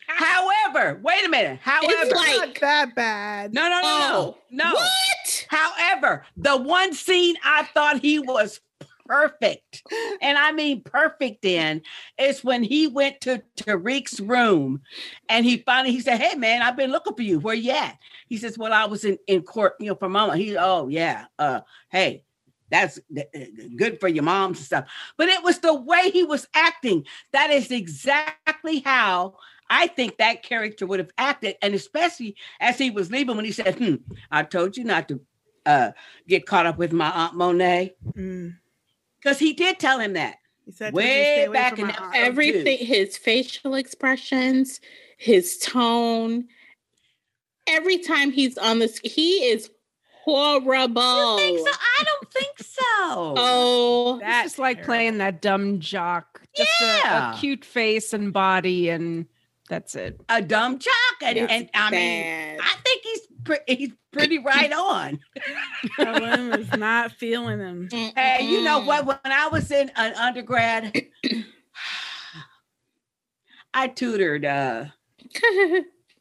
Speaker 2: However, wait a minute. However,
Speaker 4: not that bad.
Speaker 2: no, no, no, no, no. What? However, the one scene I thought he was perfect, and I mean perfect in, is when he went to Tariq's room and he finally he said, Hey man, I've been looking for you. Where you at? He says, Well, I was in, in court, you know, for mama. He, oh yeah, uh, hey. That's uh, good for your moms and stuff. But it was the way he was acting. That is exactly how I think that character would have acted, and especially as he was leaving when he said, "Hmm, I told you not to uh, get caught up with my aunt Monet," because he did tell him that.
Speaker 4: Mm. He said,
Speaker 2: "Way back in episode two."
Speaker 1: everything, his facial expressions, his tone. Every time he's on this, he is horrible.
Speaker 2: I don't think so.
Speaker 1: [LAUGHS] Oh,
Speaker 3: that's just like playing that dumb jock. Just a- a,
Speaker 2: Yeah.
Speaker 3: cute face and body, and that's it.
Speaker 2: A dumb jock, and,
Speaker 3: Yeah.
Speaker 2: and I mean, I think he's pre- he's
Speaker 1: [LAUGHS]
Speaker 2: pretty right on.
Speaker 4: Helen is not feeling him.
Speaker 2: Hey, you
Speaker 1: Mm.
Speaker 2: know what? When I was in an undergrad,
Speaker 1: [CLEARS THROAT]
Speaker 2: I tutored uh,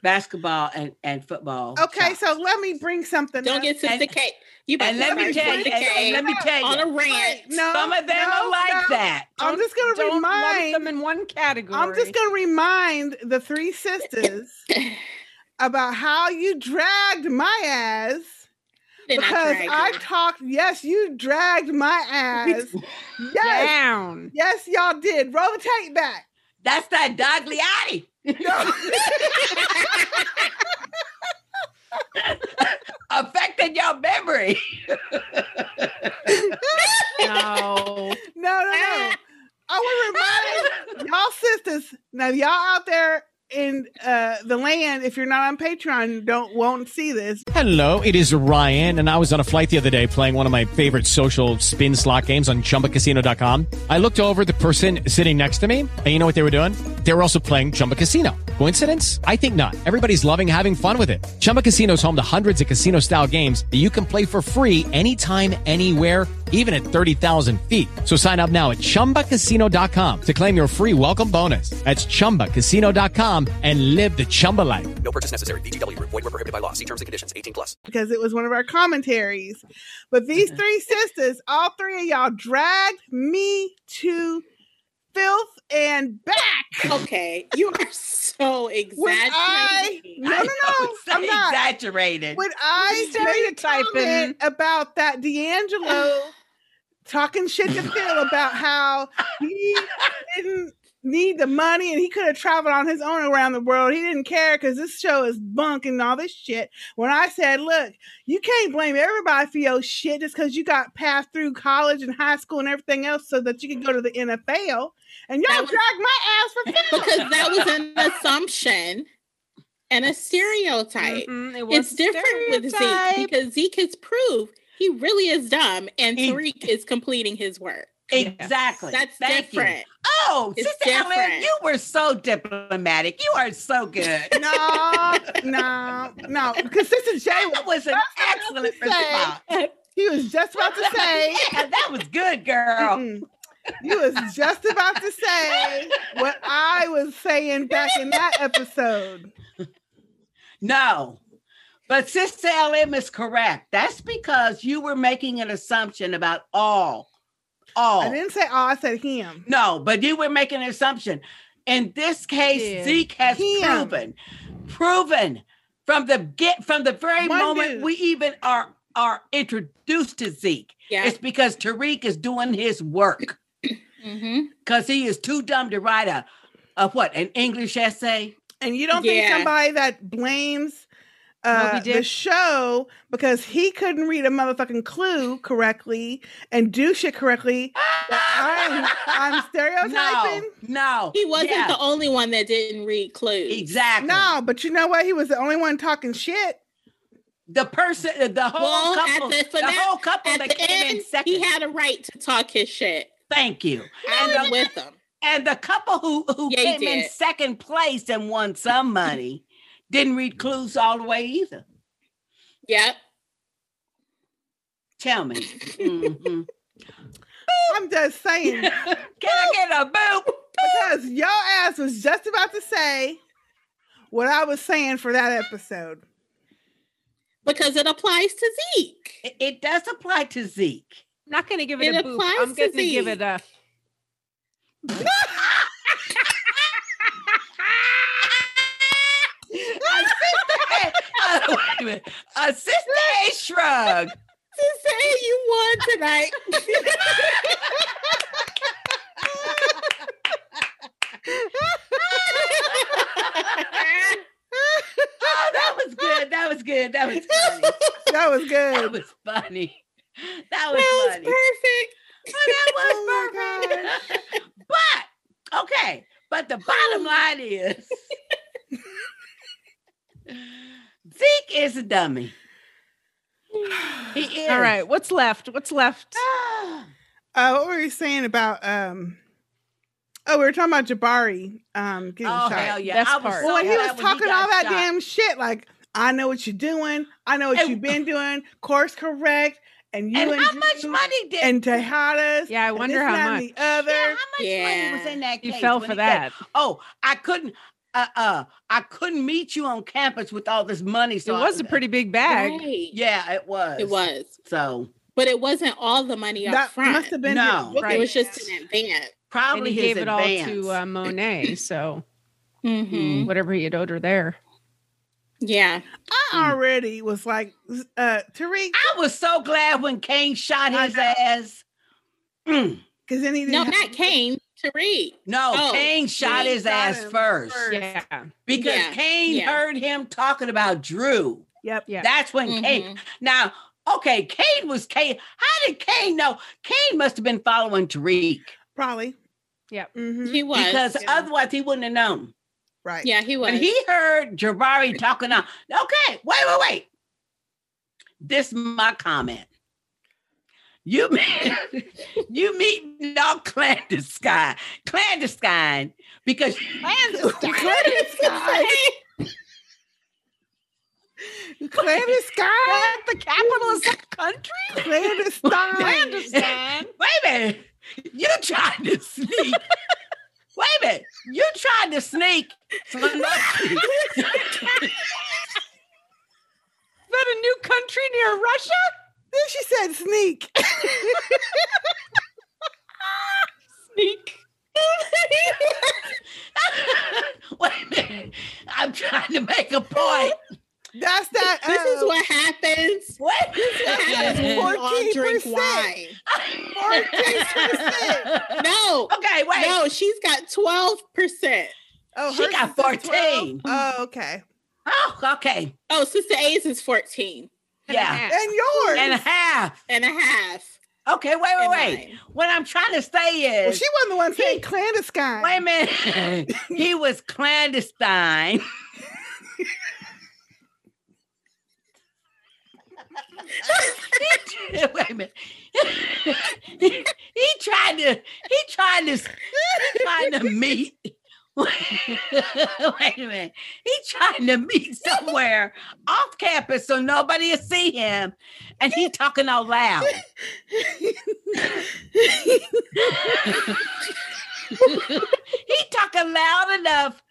Speaker 2: basketball and, and football.
Speaker 4: Okay, so let me bring
Speaker 1: [LAUGHS]
Speaker 4: something.
Speaker 1: Don't
Speaker 4: up.
Speaker 1: get sophisticated. You about
Speaker 2: And
Speaker 1: to
Speaker 2: let me
Speaker 1: start
Speaker 2: tell you, and- and let me tell you,
Speaker 1: on a rant.
Speaker 4: No,
Speaker 2: some of them
Speaker 4: no,
Speaker 2: are like
Speaker 4: no.
Speaker 2: that.
Speaker 4: I'm just gonna
Speaker 3: Don't lump
Speaker 4: remind
Speaker 3: them in one category.
Speaker 4: I'm just gonna remind
Speaker 2: [LAUGHS]
Speaker 4: the three sisters about how you dragged my ass.
Speaker 1: Did not
Speaker 4: Because
Speaker 1: drag
Speaker 4: I
Speaker 1: you.
Speaker 4: talked, yes, you dragged my ass. Yes,
Speaker 3: down.
Speaker 4: yes, y'all did. Roll the tape back.
Speaker 2: That's that Dogliotti.
Speaker 4: [LAUGHS]
Speaker 2: Affected your memory.
Speaker 3: No.
Speaker 4: No, no, no. I want to remind y'all sisters. Now, y'all out there in uh, the land, if you're not on Patreon, you don't won't see this.
Speaker 6: Hello, it is Ryan, and I was on a flight the other day playing one of my favorite social spin slot games on chumbacasino.com. I looked over at the person sitting next to me, and you know what they were doing? They were also playing Chumba Casino. Coincidence? I think not. Everybody's loving having fun with it. Chumba Casino is home to hundreds of casino style games that you can play for free anytime, anywhere even at 30,000 feet. So sign up now at ChumbaCasino.com to claim your free welcome bonus. That's ChumbaCasino.com and live the Chumba life.
Speaker 7: No purchase necessary. VGW Group. Void were prohibited by law. See terms and conditions. 18 plus.
Speaker 4: because it was one of our commentaries. But these three sisters, all three of y'all, dragged me to filth and back.
Speaker 1: Okay, you are
Speaker 2: [LAUGHS]
Speaker 1: so
Speaker 4: When I
Speaker 1: exaggerating.
Speaker 4: no no no, I'm not.
Speaker 2: exaggerated.
Speaker 4: When I
Speaker 3: Stereotyping.
Speaker 4: stereotyping about that D'Angelo talking shit to Phil about how he didn't need the money and he could have traveled on his own around the world. He didn't care because this show is bunk and all this shit. When I said, look, you can't blame everybody for your shit just because you got passed through college and high school and everything else so that you could go to the NFL. And y'all dragged my ass for Phil.
Speaker 1: because that was
Speaker 2: [LAUGHS]
Speaker 1: an assumption and a stereotype.
Speaker 2: Mm-hmm.
Speaker 3: Mhm, it
Speaker 1: it's
Speaker 3: a
Speaker 1: different with Zeke
Speaker 3: stereotype.
Speaker 1: because Zeke has proved he really is dumb, and
Speaker 2: He-
Speaker 1: Tariq is completing his work.
Speaker 2: Exactly.
Speaker 1: That's
Speaker 2: Thank you.
Speaker 1: different.
Speaker 2: Oh,
Speaker 1: It's
Speaker 2: Sister Ellen,
Speaker 1: different.
Speaker 2: you were so diplomatic. You are so
Speaker 4: [LAUGHS]
Speaker 2: good.
Speaker 4: No, no, [LAUGHS] no. Because Sister J
Speaker 2: That was an excellent response.
Speaker 4: He was just about to say,
Speaker 2: [LAUGHS] Yeah, that was good, girl.
Speaker 4: Mm-mm. you was just about to say what I was saying back in that episode.
Speaker 2: No. But Sister LM is correct. That's because you were making an assumption about all. All.
Speaker 4: I didn't say all, I said him.
Speaker 2: No, but you were making an assumption. In this case,
Speaker 4: Yeah.
Speaker 2: Zeke has
Speaker 4: Him.
Speaker 2: proven, proven from the get from the very
Speaker 4: One
Speaker 2: moment
Speaker 4: dude.
Speaker 2: we even are are introduced to Zeke.
Speaker 1: Yeah.
Speaker 2: It's because Tariq is doing his work
Speaker 1: hmm
Speaker 2: because he is too dumb to write a, a what an English essay.
Speaker 4: And you don't think
Speaker 1: Yeah.
Speaker 4: somebody that blames uh,
Speaker 3: Moby
Speaker 4: the
Speaker 3: Dick.
Speaker 4: show because he couldn't read a motherfucking clue correctly and do shit correctly. that
Speaker 2: [LAUGHS]
Speaker 4: I'm, I'm
Speaker 2: No,
Speaker 4: stereotyping.
Speaker 2: no,
Speaker 1: He wasn't
Speaker 2: yeah,
Speaker 1: the only one that didn't read clues.
Speaker 2: exactly.
Speaker 4: No, but you know what? He was the only one talking shit.
Speaker 2: The person, the whole
Speaker 1: Well, at
Speaker 2: couple,
Speaker 1: the
Speaker 2: the,
Speaker 1: fina-
Speaker 2: whole couple
Speaker 1: At
Speaker 2: that
Speaker 1: the
Speaker 2: came
Speaker 1: end,
Speaker 2: in second.
Speaker 1: he had a right to talk his shit.
Speaker 2: Thank you.
Speaker 1: And I'm with him.
Speaker 2: And the couple who who
Speaker 1: Yeah, he
Speaker 2: came in
Speaker 1: did.
Speaker 2: second place and won some money didn't
Speaker 1: Mm.
Speaker 2: read clues all the way either.
Speaker 1: Yep.
Speaker 2: Tell me,
Speaker 1: Mm-hmm.
Speaker 2: Mhm.
Speaker 4: I'm just
Speaker 2: [LAUGHS]
Speaker 4: saying.
Speaker 2: can I get a boop?
Speaker 4: Because your ass was just about to say what I was saying for that episode.
Speaker 1: Because it applies to Zeke.
Speaker 2: It, it does apply to Zeke. [LAUGHS]
Speaker 3: I'm not going to give it, a boop. I'm going to give it a.
Speaker 2: Oh, wait a minute. A sister A shrug. [LAUGHS]
Speaker 1: Sister A, you won tonight.
Speaker 2: oh, that was good. That was good. That was funny.
Speaker 4: That was good.
Speaker 2: That was funny. That was,
Speaker 1: That was
Speaker 2: funny. perfect. that was
Speaker 4: Oh [LAUGHS]
Speaker 2: perfect. [LAUGHS] but okay. But the bottom line is [LAUGHS] Zeke is a dummy. He is.
Speaker 3: All right. What's left? What's left?
Speaker 2: [SIGHS]
Speaker 4: Uh, what were you saying about? um Oh, we were talking about Jabari. Um, getting
Speaker 2: Oh,
Speaker 4: shot.
Speaker 2: hell yeah. Best I was part. so
Speaker 4: well, when he
Speaker 2: mad
Speaker 4: was
Speaker 2: when he
Speaker 4: talking
Speaker 2: got
Speaker 4: all that
Speaker 2: shot.
Speaker 4: damn shit, like I know what you're doing. I know what you've been doing. Course correct. And you
Speaker 2: And
Speaker 4: and,
Speaker 2: how much money did-
Speaker 4: and Tejadas?
Speaker 3: Yeah, I
Speaker 4: and
Speaker 3: wonder
Speaker 4: this,
Speaker 3: how
Speaker 4: that, and
Speaker 3: much.
Speaker 4: The other.
Speaker 2: Yeah, how much money was
Speaker 3: Yeah.
Speaker 2: in that
Speaker 3: You
Speaker 2: case?
Speaker 3: fell
Speaker 2: when
Speaker 3: for
Speaker 2: he said,
Speaker 3: that.
Speaker 2: oh, I couldn't. Uh, uh, I couldn't meet you on campus with all this money. So
Speaker 1: was
Speaker 2: I-
Speaker 1: a pretty big bag. Right.
Speaker 2: Yeah, it was.
Speaker 1: It was.
Speaker 2: So
Speaker 1: But it wasn't all the money up
Speaker 2: That
Speaker 1: front.
Speaker 2: must have been No. his book
Speaker 1: It
Speaker 2: Right.
Speaker 1: was just an advance.
Speaker 3: And
Speaker 2: probably
Speaker 3: he
Speaker 2: his
Speaker 3: gave it all
Speaker 2: advance.
Speaker 3: to uh, Monet. So
Speaker 2: Mm-hmm.
Speaker 1: Mhm.
Speaker 3: whatever he had owed her there.
Speaker 1: Yeah.
Speaker 4: I already was like, uh, Tariq.
Speaker 2: I was so glad when Kane shot his ass. [CLEARS THROAT] Because
Speaker 4: then he
Speaker 1: No, not Kane. Tariq.
Speaker 2: No,
Speaker 1: Oh,
Speaker 2: Kane shot
Speaker 1: Kane
Speaker 2: his
Speaker 1: shot
Speaker 2: ass
Speaker 1: him
Speaker 2: first.
Speaker 1: first.
Speaker 3: Yeah.
Speaker 2: Because
Speaker 1: Yeah,
Speaker 2: Kane
Speaker 1: yeah.
Speaker 2: heard him talking about Drew.
Speaker 4: Yep.
Speaker 3: Yeah.
Speaker 2: That's when
Speaker 1: Mm-hmm.
Speaker 2: Kane. Now, okay, Kane was Kane. How did Kane know? Kane must have been following Tariq
Speaker 4: Probably. Mm-hmm.
Speaker 3: Yeah.
Speaker 1: He was.
Speaker 2: because otherwise he wouldn't have known.
Speaker 4: Right.
Speaker 1: Yeah, he was.
Speaker 2: And he heard Jabari talking on. Okay, wait, wait, wait. This my comment. You [LAUGHS] meet, you meet all clandestine, clandestine because
Speaker 3: [LAUGHS]
Speaker 4: clandestine. Clandestine.
Speaker 3: the capital of some country?
Speaker 1: [LAUGHS]
Speaker 2: [LAUGHS]
Speaker 4: Clandestine.
Speaker 3: Clandestine.
Speaker 2: Wait a minute. You tried to
Speaker 3: [LAUGHS]
Speaker 2: sneak. Wait a minute. You tried to sneak. some money.
Speaker 3: [LAUGHS] Is that a new country near Russia?
Speaker 4: Then she said
Speaker 1: [LAUGHS]
Speaker 4: sneak.
Speaker 3: Sneak.
Speaker 2: [LAUGHS] Wait a minute. I'm trying to make a point.
Speaker 4: That's that.
Speaker 1: This is
Speaker 4: uh,
Speaker 1: what happens.
Speaker 2: What? [LAUGHS]
Speaker 1: What happens when you all drink
Speaker 4: 14%.
Speaker 1: wine?
Speaker 4: 14%.
Speaker 1: No.
Speaker 2: [LAUGHS] Okay, wait.
Speaker 1: No, she's got twelve percent.
Speaker 4: Oh,
Speaker 2: She
Speaker 4: hers
Speaker 2: got
Speaker 4: is a 12?
Speaker 2: 14.
Speaker 4: Oh, okay.
Speaker 2: Oh, okay.
Speaker 1: Oh, Sister A's is fourteen
Speaker 4: [LAUGHS]
Speaker 2: Yeah.
Speaker 4: And yours.
Speaker 2: And a half.
Speaker 1: and a half.
Speaker 2: Okay, wait, wait,
Speaker 1: And
Speaker 2: wait.
Speaker 1: mine.
Speaker 2: What I'm trying to say
Speaker 4: well,
Speaker 2: is
Speaker 4: she wasn't the one saying clandestine.
Speaker 2: wait a minute. [LAUGHS] he was clandestine. [LAUGHS] Wait a minute. [LAUGHS] he, he tried to he tried to he tried to meet [LAUGHS] wait a minute. He trying to meet somewhere off campus so nobody will see him. And he talking out loud. he talking loud enough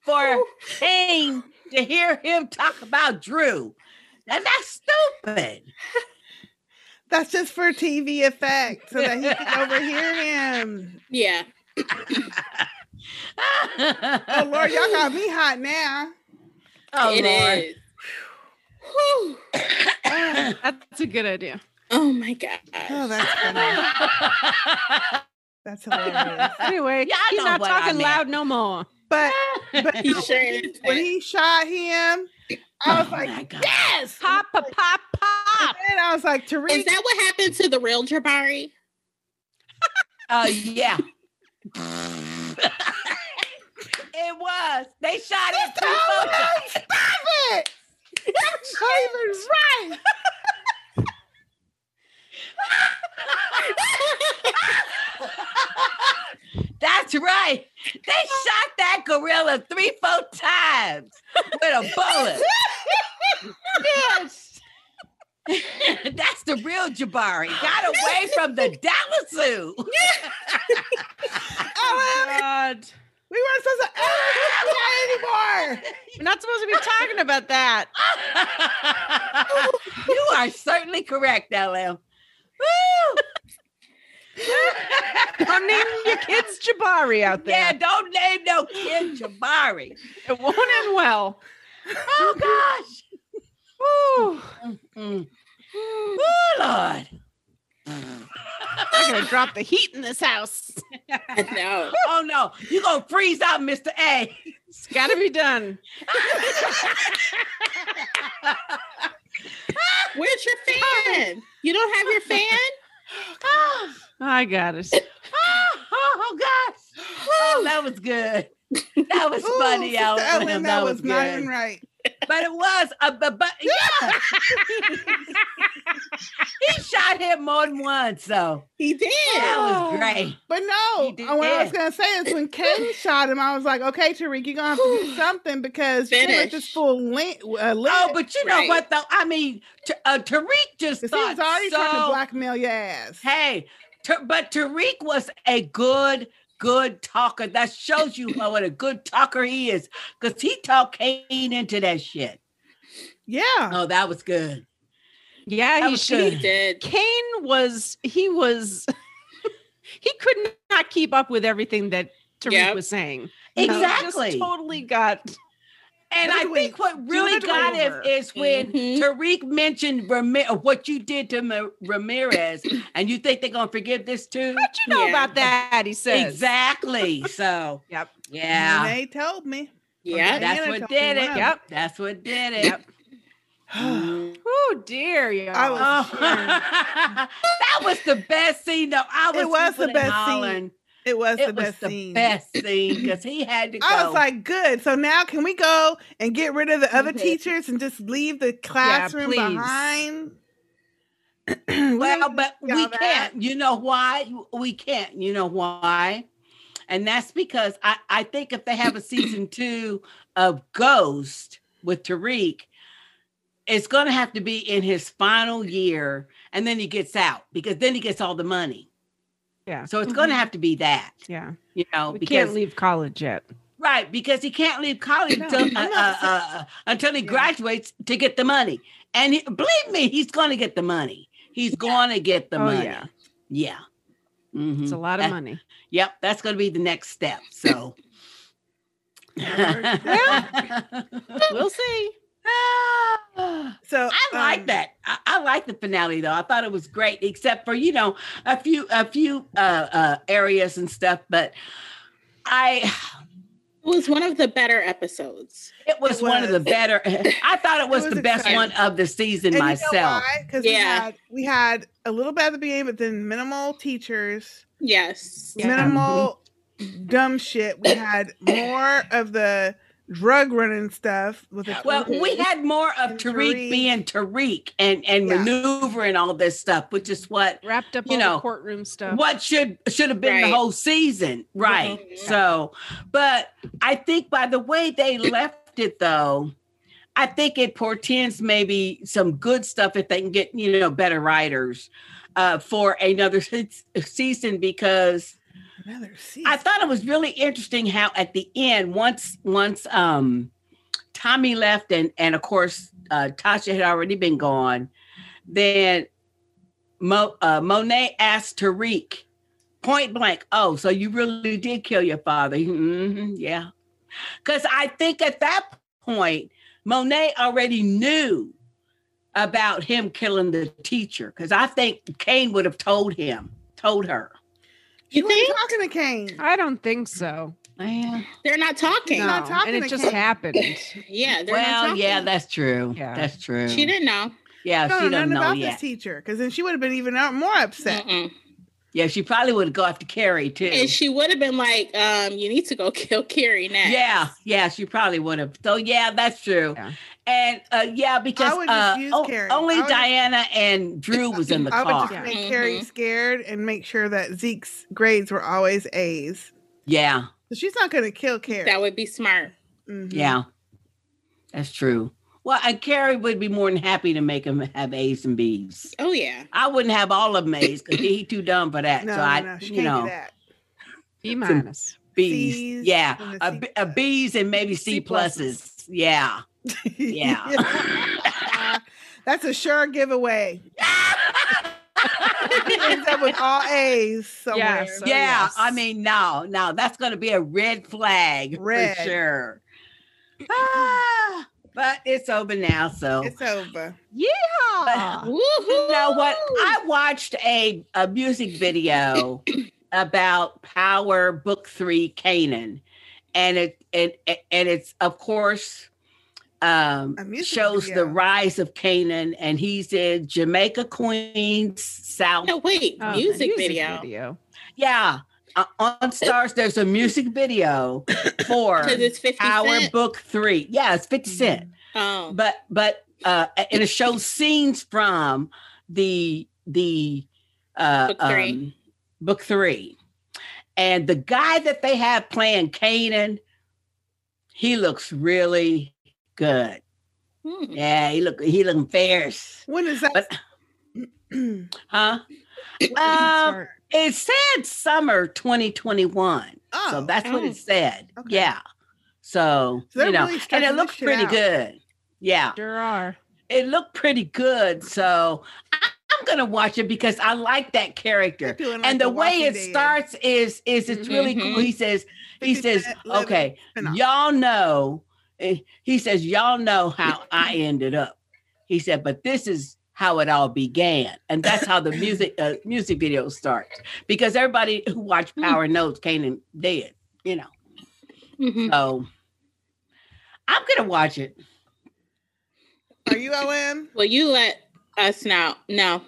Speaker 2: for Kane to hear him talk about Drew. Now that's stupid.
Speaker 4: That's just for TV effect so that he can overhear him.
Speaker 1: Yeah.
Speaker 4: Oh, Lord, y'all got me hot now.
Speaker 2: [LAUGHS] Oh
Speaker 1: it
Speaker 2: Lord. [LAUGHS]
Speaker 1: is. Whew.
Speaker 3: [LAUGHS] That's a good idea.
Speaker 1: Oh my god.
Speaker 4: Oh, that's funny. That's hilarious.
Speaker 3: Anyway,
Speaker 2: Y'all
Speaker 3: he's
Speaker 2: know
Speaker 3: not
Speaker 2: what I
Speaker 3: talking
Speaker 2: meant.
Speaker 3: loud no more.
Speaker 4: But,
Speaker 1: [LAUGHS]
Speaker 4: but
Speaker 1: He sure is.
Speaker 4: when he shot him, I
Speaker 1: [LAUGHS]
Speaker 4: was like,
Speaker 2: Oh, my God.
Speaker 4: yes.
Speaker 3: Pop, pop, pop, pop.
Speaker 4: And I was like, Tariq,
Speaker 1: Is that what happened to the real
Speaker 2: [LAUGHS]
Speaker 1: Jabari?
Speaker 2: Uh, yeah. it was. They shot it. too much.
Speaker 4: stop it. That's not even right.
Speaker 2: That's right. They shot that gorilla three, four times with a bullet. yes. [LAUGHS] That's the real Jabari. Got away from the Dallas zoo.
Speaker 3: Oh, God.
Speaker 4: We weren't supposed to ever
Speaker 2: [LAUGHS]
Speaker 4: do that anymore.
Speaker 3: We're not supposed to be talking about that.
Speaker 2: [LAUGHS] you are certainly correct, LL. Woo!
Speaker 3: I'm naming your kids Jabari out there.
Speaker 2: Yeah, don't name no kid Jabari.
Speaker 3: It won't end well.
Speaker 2: Oh
Speaker 4: [LAUGHS]
Speaker 3: gosh.
Speaker 2: Woo. Oh Lord.
Speaker 3: I'm gonna drop the heat in this house.
Speaker 2: no. Oh no. You're gonna freeze out, Mr. A.
Speaker 4: [LAUGHS]
Speaker 3: It's gotta be done.
Speaker 1: Where's your fan? You don't
Speaker 2: [LAUGHS]
Speaker 1: have your fan?
Speaker 2: Oh,
Speaker 3: I got it.
Speaker 2: oh, oh, gosh. Oh, that was good. That was
Speaker 4: Ooh,
Speaker 2: funny,
Speaker 4: Sister
Speaker 2: y'all. That,
Speaker 4: Ellen, that
Speaker 2: was,
Speaker 4: was not
Speaker 2: good.
Speaker 4: even right.
Speaker 2: But it was a but,
Speaker 4: [LAUGHS]
Speaker 2: but yeah. [LAUGHS] he shot him more than once, so
Speaker 1: he did.
Speaker 2: That
Speaker 4: Oh.
Speaker 2: was great.
Speaker 4: But no, and what I was gonna say is
Speaker 2: [LAUGHS]
Speaker 4: when Ken shot him, I was like, okay, Tariq, you're gonna have to do
Speaker 2: [SIGHS]
Speaker 4: something because you can't let this fool link. Uh,
Speaker 2: Oh, but you know what though? I mean, t- uh, Tariq just
Speaker 4: Because he was
Speaker 2: thought
Speaker 4: already
Speaker 2: so-
Speaker 4: trying to blackmail your ass.
Speaker 2: Hey, Ta- but Tariq was a good, good talker. That shows you what a good talker he is, because he talked Kane into that shit.
Speaker 4: Yeah.
Speaker 2: Oh, that was good.
Speaker 3: Yeah,
Speaker 2: That
Speaker 3: he
Speaker 2: was
Speaker 3: should.
Speaker 2: good.
Speaker 1: did.
Speaker 3: Kane was he was [LAUGHS] he could not keep up with everything that Tariq
Speaker 2: Yep.
Speaker 3: was saying. He just
Speaker 2: Exactly.
Speaker 3: totally got
Speaker 2: And I think what really
Speaker 3: do it
Speaker 2: got him
Speaker 3: over. Mm-hmm.
Speaker 2: is when Tariq mentioned Ramir- what you did to Ma- Ramirez, and you think they're gonna forgive this too? How'd
Speaker 3: you know about that? He says.
Speaker 2: exactly. So
Speaker 3: yep,
Speaker 2: yeah,
Speaker 4: And they told me. [SIGHS]
Speaker 2: yeah, that's
Speaker 4: Hannah
Speaker 2: what
Speaker 4: told
Speaker 2: did
Speaker 4: me
Speaker 2: it.
Speaker 4: when.
Speaker 2: Yep, that's what did it.
Speaker 3: Oh dear, yeah.
Speaker 4: I was
Speaker 2: Oh. that was the best scene though. I was
Speaker 4: It was the
Speaker 2: hooping and
Speaker 4: best
Speaker 2: hollering.
Speaker 4: scene. It was
Speaker 2: It
Speaker 4: the
Speaker 2: was
Speaker 4: best
Speaker 2: the
Speaker 4: scene.
Speaker 2: best scene because he had to go.
Speaker 4: I was like, good. So now can we go and get rid of the other teachers and just leave the classroom
Speaker 2: please.
Speaker 4: behind? [CLEARS THROAT]
Speaker 2: well, but we can't. You know why? We can't. You know why? And that's because I, I think if they have a season two of Ghost with Tariq, it's going to have to be in his final year. And then he gets out because then he gets all the money.
Speaker 3: Yeah.
Speaker 2: So it's going to
Speaker 3: Mhm.
Speaker 2: have to be that,
Speaker 3: yeah.
Speaker 2: you know,
Speaker 3: We
Speaker 2: because
Speaker 3: can't leave college yet.
Speaker 2: Right, because he can't leave college until, uh, uh, uh, until he graduates to get the money. And he, believe me, he's going to get the money. He's going to get the
Speaker 3: Oh,
Speaker 2: money.
Speaker 3: yeah.
Speaker 2: Yeah. Mm-hmm.
Speaker 3: It's a lot of
Speaker 2: That-
Speaker 3: money.
Speaker 2: Yep, that's going to be the next
Speaker 3: [LAUGHS]
Speaker 2: step. So [LAUGHS]
Speaker 3: we'll see. Um,
Speaker 4: So
Speaker 2: [SIGHS]
Speaker 4: um,
Speaker 2: I like that. I, I like the finale though. I thought it was great, except for you know a few a few uh, uh, areas and stuff. But I
Speaker 1: It was one of the better episodes.
Speaker 2: It was, one of the
Speaker 4: [LAUGHS]
Speaker 2: better. I thought it was,
Speaker 4: was
Speaker 2: the best
Speaker 4: exciting.
Speaker 2: one of the season
Speaker 4: And
Speaker 2: myself.
Speaker 4: You know why? Because
Speaker 1: Yeah.
Speaker 4: we, had, we had a little bit at the beginning, but then minimal teachers,
Speaker 1: Yes.
Speaker 4: minimal dumb shit. We had more of the drug running stuff with the
Speaker 2: Well, we had more of Tariq,
Speaker 4: Mm-hmm. Tariq.
Speaker 2: being Tariq and and
Speaker 4: Yeah.
Speaker 2: maneuvering all this stuff, which is what
Speaker 3: wrapped up
Speaker 2: you
Speaker 3: all
Speaker 2: know
Speaker 3: the courtroom stuff.
Speaker 2: what should should have been
Speaker 3: Right.
Speaker 2: the whole season, right?
Speaker 4: Mm-hmm.
Speaker 2: So, but I think by the way they left it though, I think it portends maybe some good stuff if they can get you know better writers uh, for another [LAUGHS] season because
Speaker 4: Another season.
Speaker 2: I thought it was really interesting how at the end, once once um Tommy left and and of course uh Tasha had already been gone, then Mo, uh, Monet asked Tariq point blank, "Oh, so you really did kill your father?" hmm yeah, because I think at that point Monet already knew about him killing the teacher because I think Kane would have told him, told her.
Speaker 4: You think talking to Kane?
Speaker 2: Uh,
Speaker 3: I don't think so.
Speaker 1: They're not talking.
Speaker 3: No, and it just happened.
Speaker 1: Yeah, they're not
Speaker 2: Well,
Speaker 1: talking.
Speaker 2: yeah, that's true. That's true.
Speaker 1: She didn't know.
Speaker 2: Yeah,
Speaker 4: No,
Speaker 2: she
Speaker 4: none
Speaker 2: doesn't know
Speaker 4: about
Speaker 2: yet. Mm-hmm.
Speaker 4: this teacher, because then she would have been even out- more upset.
Speaker 2: Yeah, she probably would go after Carrie too.
Speaker 1: And she would have been like, um, you need to go [LAUGHS] kill Carrie next.
Speaker 2: yeah, yeah, she probably would have. So yeah, that's true. And uh, yeah, because
Speaker 4: would
Speaker 2: uh,
Speaker 4: just use
Speaker 2: o-
Speaker 4: Carrie. I
Speaker 2: only
Speaker 4: would just-
Speaker 2: Diana and Drew was in the
Speaker 4: I would
Speaker 2: car. Mm-hmm.
Speaker 4: just make Carrie scared and make sure that Zeke's grades were always A's.
Speaker 2: yeah,
Speaker 4: So she's not going to kill Carrie. Mm-hmm. That
Speaker 1: would be smart.
Speaker 2: yeah, that's true. Well, and Carrie would be more than happy to make him have A's and B's.
Speaker 1: Oh yeah.
Speaker 2: I wouldn't have all of them A's because he too dumb for that.
Speaker 4: No,
Speaker 2: so I,
Speaker 4: no,
Speaker 2: you
Speaker 4: she can't
Speaker 2: know,
Speaker 4: do that.
Speaker 3: B minus.
Speaker 2: B's. Yeah, a, B- a B's and maybe C, pluses. Yeah, yeah.
Speaker 4: [LAUGHS] That's a
Speaker 1: [LAUGHS]
Speaker 4: sure giveaway. It ends up with all A's somewhere.
Speaker 2: yeah, I mean, no, no, that's going to be a red flag
Speaker 4: Red.
Speaker 2: for
Speaker 4: [CLEARS THROAT]
Speaker 2: sure. Ah, but it's over now, so
Speaker 4: It's over.
Speaker 2: yeah. Uh, you know what? I watched a a music
Speaker 4: [CLEARS THROAT]
Speaker 2: video about Power Book Three Canaan, and it and and it's of course um shows the rise of Canaan, and he's in Jamaica, Queens, South.
Speaker 1: No, wait,
Speaker 2: Oh,
Speaker 1: music,
Speaker 2: music
Speaker 1: video.
Speaker 2: Yeah. Uh, on Stars, there's a music
Speaker 1: [COUGHS]
Speaker 2: video for
Speaker 1: 'Cause it's 50
Speaker 2: Power
Speaker 1: Cent.
Speaker 2: Book Three. Yeah, it's 50 Cent.
Speaker 1: Oh.
Speaker 2: But but uh and it shows scenes from the the uh
Speaker 1: Book three.
Speaker 2: um, book three. And the guy that they have playing Canaan, he looks really good.
Speaker 1: Mm. Hmm.
Speaker 2: Yeah, he look he looking fierce.
Speaker 4: When is that?
Speaker 2: [CLEARS THROAT] huh? Um, it said summer 2021. so that's what
Speaker 1: Oh.
Speaker 2: it said. Yeah. So,
Speaker 1: So they're
Speaker 2: you know,
Speaker 1: really
Speaker 2: and
Speaker 1: stretching
Speaker 2: it
Speaker 1: this
Speaker 2: looks
Speaker 1: shit
Speaker 2: pretty
Speaker 1: out.
Speaker 2: good. Yeah.
Speaker 9: Sure are.
Speaker 2: It looked pretty good. So I- I'm gonna watch it because I like that character.
Speaker 4: doing like
Speaker 2: and the
Speaker 4: The
Speaker 2: way
Speaker 4: Walking
Speaker 2: it
Speaker 4: Dead.
Speaker 2: starts is is it's really cool.
Speaker 1: Mm-hmm.
Speaker 4: Mhm.
Speaker 2: He says, he says,
Speaker 4: Eleven,
Speaker 2: okay,
Speaker 4: spin-off.
Speaker 2: y'all know. eh, He says, y'all
Speaker 1: [LAUGHS]
Speaker 2: know how I ended up. He said, but this is how it all began, and that's how the music uh, music video starts because everybody
Speaker 1: [LAUGHS]
Speaker 2: who watched Power knows Kanan dead, you know.
Speaker 1: Mm-hmm.
Speaker 2: So I'm gonna watch it. [LAUGHS]
Speaker 4: Are you OM?
Speaker 1: Well, you let us know. No.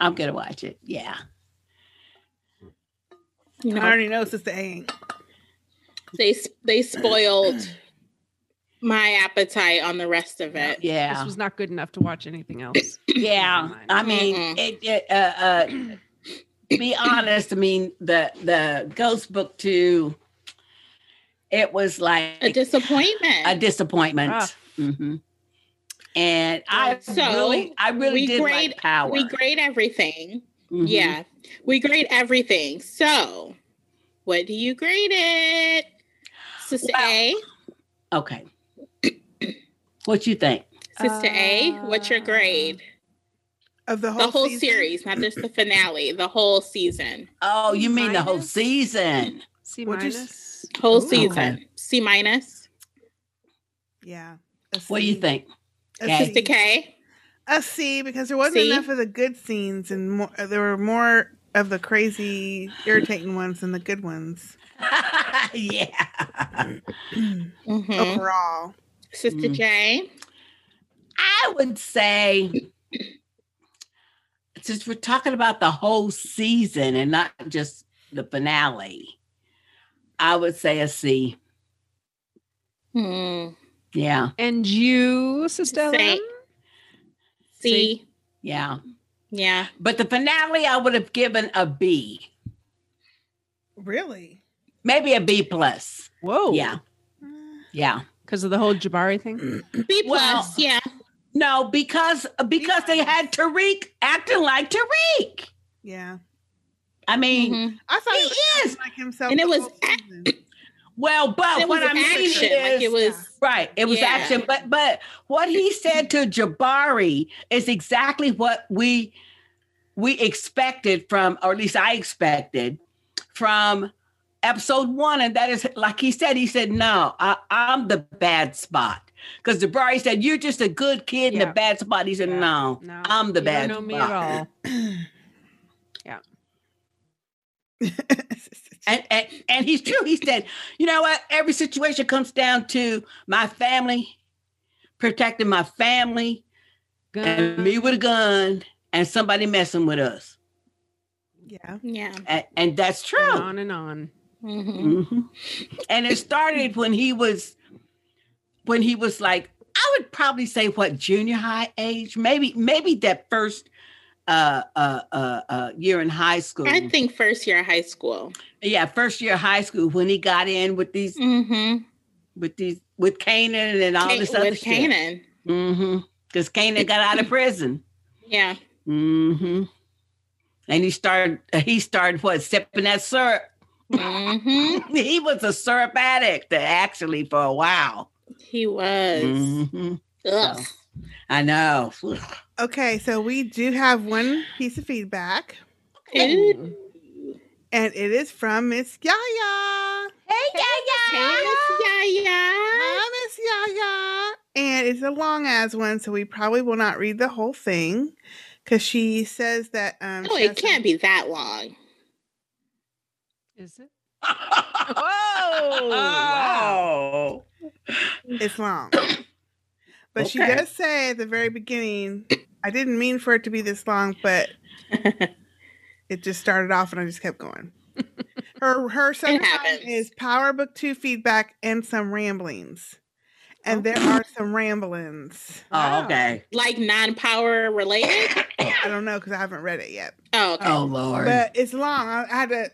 Speaker 2: I'm gonna watch it. Yeah.
Speaker 4: I already know Sister Ain't.
Speaker 1: They s- they spoiled my appetite on the rest of it.
Speaker 2: Yeah.
Speaker 9: This was not good enough to watch anything else.
Speaker 2: Yeah, I mean,
Speaker 1: Mm-mm.
Speaker 2: it, it, uh, uh, be honest. I mean, the the Ghost Book two, it was like a
Speaker 1: disappointment.
Speaker 2: A disappointment.
Speaker 1: Rough.
Speaker 2: hmm And I
Speaker 1: Ah. So,
Speaker 2: really, I really did like Power.
Speaker 1: We grade everything.
Speaker 2: Mhm.
Speaker 1: Yeah. We grade everything. So, what do you grade it? Sister A?
Speaker 2: okay, what you think?
Speaker 1: Sister A, what's your grade?
Speaker 4: Of the
Speaker 2: uh,
Speaker 1: whole, series, not just the finale, the whole season.
Speaker 2: Oh, you mean the whole season?
Speaker 9: C
Speaker 1: minus? Whole
Speaker 2: Ooh.
Speaker 1: season.
Speaker 2: Okay.
Speaker 1: C minus.
Speaker 4: Yeah.
Speaker 2: What do you think?
Speaker 4: A
Speaker 2: Okay.
Speaker 4: C.
Speaker 1: Okay.
Speaker 4: A C because there wasn't
Speaker 1: C.
Speaker 4: enough of the good scenes and more, there were more of the crazy, irritating ones than the good ones. [CLEARS THROAT]
Speaker 2: [LAUGHS] yeah. Oh.
Speaker 4: Overall.
Speaker 1: Sister Mm-hmm.
Speaker 2: Mm.
Speaker 1: J.
Speaker 2: I would say, since we're talking about the whole season and not just the finale, I would say a C.
Speaker 1: Hmm.
Speaker 2: Yeah.
Speaker 9: And you, Sister
Speaker 1: Say-
Speaker 9: Ellen?
Speaker 1: C.
Speaker 2: Yeah.
Speaker 1: Yeah.
Speaker 2: But the finale, I would have given a B,
Speaker 4: Really?
Speaker 2: maybe a B plus.
Speaker 9: Whoa.
Speaker 2: Yeah. Mm. Yeah.
Speaker 9: Because of the whole Jabari thing?
Speaker 1: B plus, yeah.
Speaker 2: No, because because they had Tariq acting like Tariq.
Speaker 4: Yeah.
Speaker 2: I mean,
Speaker 1: Mm-hmm.
Speaker 4: I thought
Speaker 2: he is
Speaker 4: like himself.
Speaker 1: And it was
Speaker 2: Well, but
Speaker 1: It
Speaker 2: what
Speaker 1: was
Speaker 2: I mean
Speaker 1: action,
Speaker 2: is,
Speaker 1: like it was-
Speaker 2: right. It was
Speaker 1: Yeah.
Speaker 2: action, but but what he said to Jabari is exactly what we we expected from, or at least I expected from episode one, and that is like he said. He said, "No, I, I'm the bad spot." Because Jabari said, "You're just a good kid in a bad spot." He said, no, I'm the
Speaker 9: you
Speaker 2: bad
Speaker 9: don't know me
Speaker 2: spot."
Speaker 9: at all. yeah.
Speaker 4: [LAUGHS]
Speaker 2: and, and and he's true. He said, you know what? Every situation comes down to my family, protecting my family, and me with a gun, and somebody messing with us.
Speaker 4: Yeah.
Speaker 1: Yeah.
Speaker 2: And, and that's true.
Speaker 9: And on and on.
Speaker 1: Mm-hmm.
Speaker 2: Mhm. And it started when he was when he was like, I would probably say what junior high age, maybe maybe that first uh uh uh, uh year in high school.
Speaker 1: I think first year of high school.
Speaker 2: Yeah, first year of high school when he got in with these,
Speaker 1: Mm-hmm.
Speaker 2: with these, with Canaan and all
Speaker 1: Ca-
Speaker 2: this other
Speaker 1: with
Speaker 2: shit.
Speaker 1: Kanan.
Speaker 2: mm-hmm. Because Canaan got out of prison.
Speaker 1: Yeah.
Speaker 2: Mm-hmm. and he started he started what sipping that syrup. [LAUGHS]
Speaker 1: Mm-hmm.
Speaker 2: he was a syrup addict actually for a while.
Speaker 1: He was.
Speaker 2: Mhm.
Speaker 1: Ugh.
Speaker 2: I know. [LAUGHS]
Speaker 4: Okay, so we do have one piece of feedback. And it is from Miss Yaya.
Speaker 2: Hey, Yaya.
Speaker 4: Hey,
Speaker 1: Miss Yaya.
Speaker 4: Hi, Miss Yaya. And it's a long ass one, so we probably will not read the whole thing because she says that. Um,
Speaker 1: Oh, it can't be that long.
Speaker 9: Is it?
Speaker 3: Whoa!
Speaker 2: wow.
Speaker 4: It's long. But she
Speaker 3: Okay.
Speaker 4: does say at the very beginning, I didn't mean for it to be this long, but it just started off and I just kept going. Her her summertime is Power Book 2 feedback and some ramblings. And there are some ramblings.
Speaker 2: Oh, okay.
Speaker 1: Like non power [COUGHS] related?
Speaker 4: I don't know because I haven't read it yet.
Speaker 1: Oh, okay.
Speaker 2: Oh Lord.
Speaker 4: But it's long. I, I had to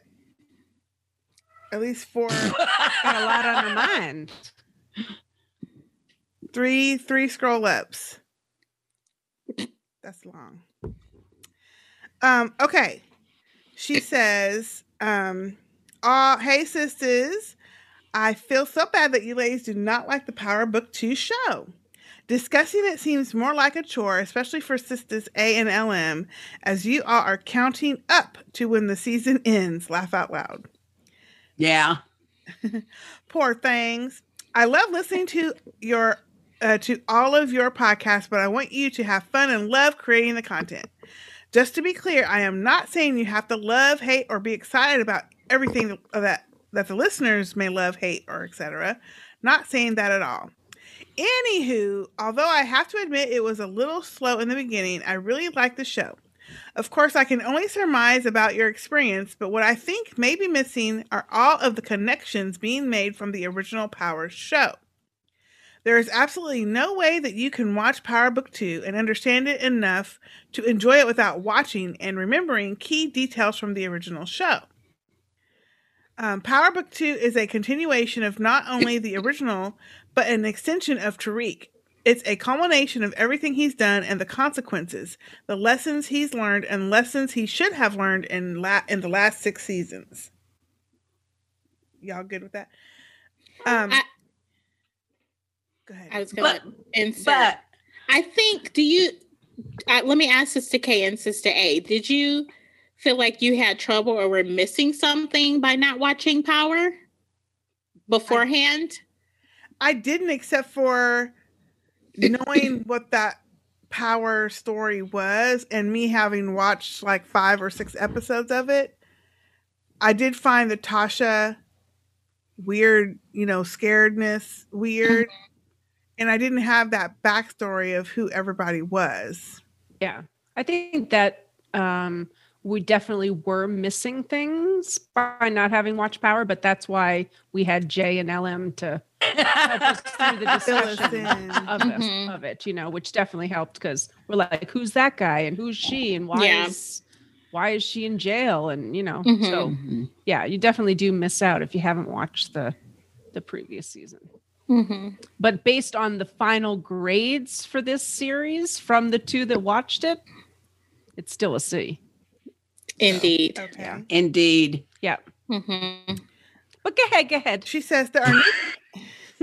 Speaker 4: at least four
Speaker 3: Got a
Speaker 9: [LAUGHS]
Speaker 3: lot on her mind.
Speaker 4: three three scroll ups that's long um okay she says um uh hey sisters i feel so bad that you ladies do not like the power book 2 show discussing it seems more like a chore especially for sisters a and lm as you all are counting up to when the season ends laugh out loud
Speaker 2: yeah.
Speaker 4: poor things. I love listening to your uh, to all of your podcasts, but I want you to have fun and love creating the content. Just to be clear, I am not saying you have to love, hate, or be excited about everything that that the listeners may love, hate, or etc. Not saying that at all. Anywho, although I have to admit it was a little slow in the beginning, I really like the show. Of course, I can only surmise about your experience, but what I think may be missing are all of the connections being made from the original Power show. There is absolutely no way that you can watch Power Book 2 and understand it enough to enjoy it without watching and remembering key details from the original show. Um, Power Book 2 is a continuation of not only the original, but an extension of Tariq. It's a culmination of everything he's done and the consequences, the lessons he's learned, and lessons he should have learned in, la- in the last six seasons. Y'all good with that? Um,
Speaker 1: I was going to insert. But I think, do you, uh, let me ask Sister K and Sister A, did you feel like you had trouble or were missing something by not watching Power beforehand?
Speaker 4: I didn't, except for knowing what that power story was and me having watched like five or six episodes of it. I did find the Tasha weird, you know, scaredness weird. And I didn't have that backstory of who everybody was.
Speaker 9: Yeah. I think that um, we definitely were missing things by not having watch power, but that's why we had Jay and LM to help us through
Speaker 2: [LAUGHS]
Speaker 9: the discussion of, this-
Speaker 3: Mhm.
Speaker 9: of it, you know, which definitely helped because we're like, who's that guy and who's she and why
Speaker 3: Yeah.
Speaker 9: is why is she in jail? And you know,
Speaker 3: Mhm.
Speaker 9: so yeah, you definitely do miss out if you haven't watched the the previous season.
Speaker 4: Mm-hmm.
Speaker 9: But based on the final grades for this series from the two that watched it, it's still a C.
Speaker 1: Indeed.
Speaker 4: Okay.
Speaker 2: Indeed.
Speaker 9: Yeah.
Speaker 1: Mm-hmm.
Speaker 9: But go ahead, go ahead.
Speaker 4: She says there are new,
Speaker 2: [LAUGHS]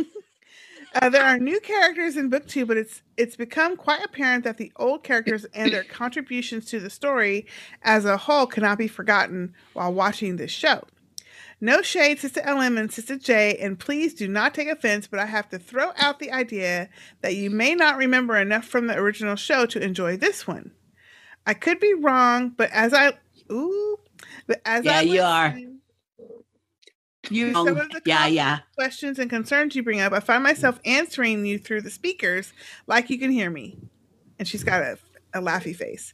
Speaker 4: uh, there are new characters in book two, but it's it's become quite apparent that the old characters and
Speaker 2: [CLEARS THROAT]
Speaker 4: their contributions to the story as a whole cannot be forgotten while watching this show. No shade, Sister LM and Sister J, and please do not take offense, but I have to throw out the idea that you may not remember enough from the original show to enjoy this one. I could be wrong, but as I ooh, but as
Speaker 2: yeah,
Speaker 4: I
Speaker 2: you
Speaker 4: listen-
Speaker 2: are. You
Speaker 4: some of the
Speaker 2: um, yeah, yeah.
Speaker 4: questions and concerns you bring up, I find myself answering you through the speakers like you can hear me. And she's got a, a laughy face.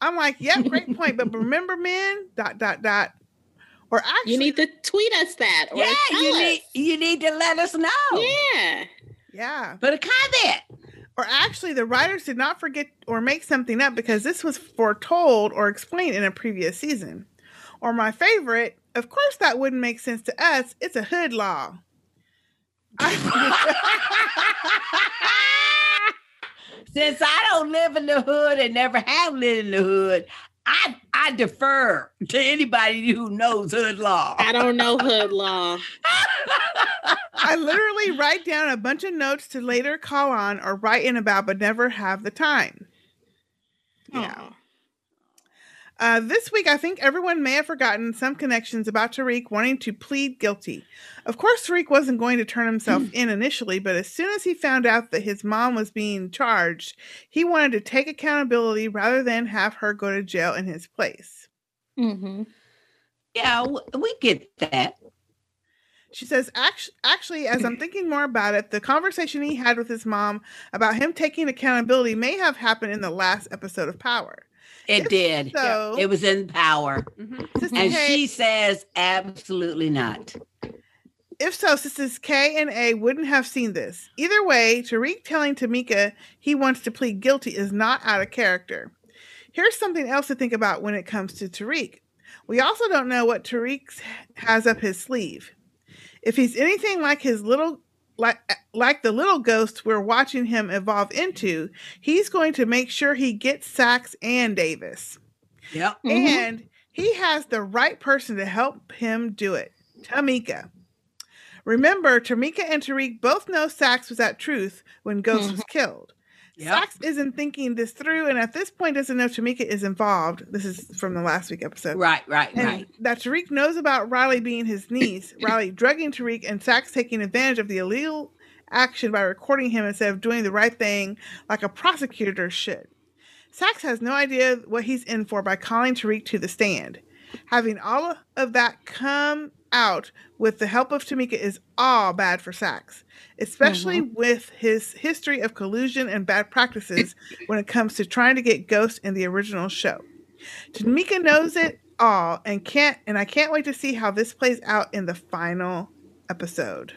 Speaker 4: I'm like, yeah,
Speaker 1: [LAUGHS]
Speaker 4: great point. But remember, men, dot, dot, dot. Or actually,
Speaker 1: You need to tweet us that. Or
Speaker 4: Yeah,
Speaker 1: tell
Speaker 4: you
Speaker 1: us.
Speaker 4: need-
Speaker 2: You need to let us know.
Speaker 1: Yeah.
Speaker 4: Yeah.
Speaker 2: But a comment.
Speaker 4: Or actually, the writers did not forget or make something up because this was foretold or explained in a previous season. Or my favorite, of course, that wouldn't make sense to us. It's a hood law.
Speaker 2: [LAUGHS] Since I don't live in the hood and never have lived in the hood, I I defer to anybody who knows hood law.
Speaker 1: I don't know hood law. [LAUGHS]
Speaker 4: I literally write down a bunch of notes to later call on or write in about, but never have the time. Yeah. Uh, this week, I think everyone may have forgotten some connections about Tariq wanting to plead guilty. Of course, Tariq wasn't going to turn himself in initially, but as soon as he found out that his mom was being charged, he wanted to take accountability rather than have her go to jail in his place.
Speaker 1: Mm-hmm.
Speaker 2: Yeah, we get that.
Speaker 4: She says, actually, actually, as I'm thinking more about it, the conversation he had with his mom about him taking accountability may have happened in the last episode of Power.
Speaker 2: It
Speaker 4: If
Speaker 2: did.
Speaker 4: so-
Speaker 2: It was in power.
Speaker 4: Sister
Speaker 2: And
Speaker 4: Kay-
Speaker 2: she says, absolutely not.
Speaker 4: If so, sisters K and A wouldn't have seen this. Either way, Tariq telling Tamika he wants to plead guilty is not out of character. Here's something else to think about when it comes to Tariq. We also don't know what Tariq has up his sleeve. If he's anything like his little like like the little ghost we're watching him evolve into, he's going to make sure he gets Sachs and Davis.
Speaker 2: Yep.
Speaker 4: And he has the right person to help him do it. Tamika. Remember, Tamika and Tariq both know Sax was at Truth when Ghost was killed. Sax isn't thinking this through, and at this point doesn't know Tamika is involved. This is from the last week episode.
Speaker 2: Right, right,
Speaker 4: And
Speaker 2: right.
Speaker 4: That Tariq knows about Riley being his niece, Riley drugging Tariq, and Sax taking advantage of the illegal action by recording him instead of doing the right thing like a prosecutor should. Sax has no idea what he's in for by calling Tariq to the stand. Having all of that come out with the help of Tamika is all bad for Sax, especially with his history of collusion and bad practices when it comes to trying to get Ghost in the original show. Tamika knows it all and can't and I can't wait to see how this plays out in the final episode.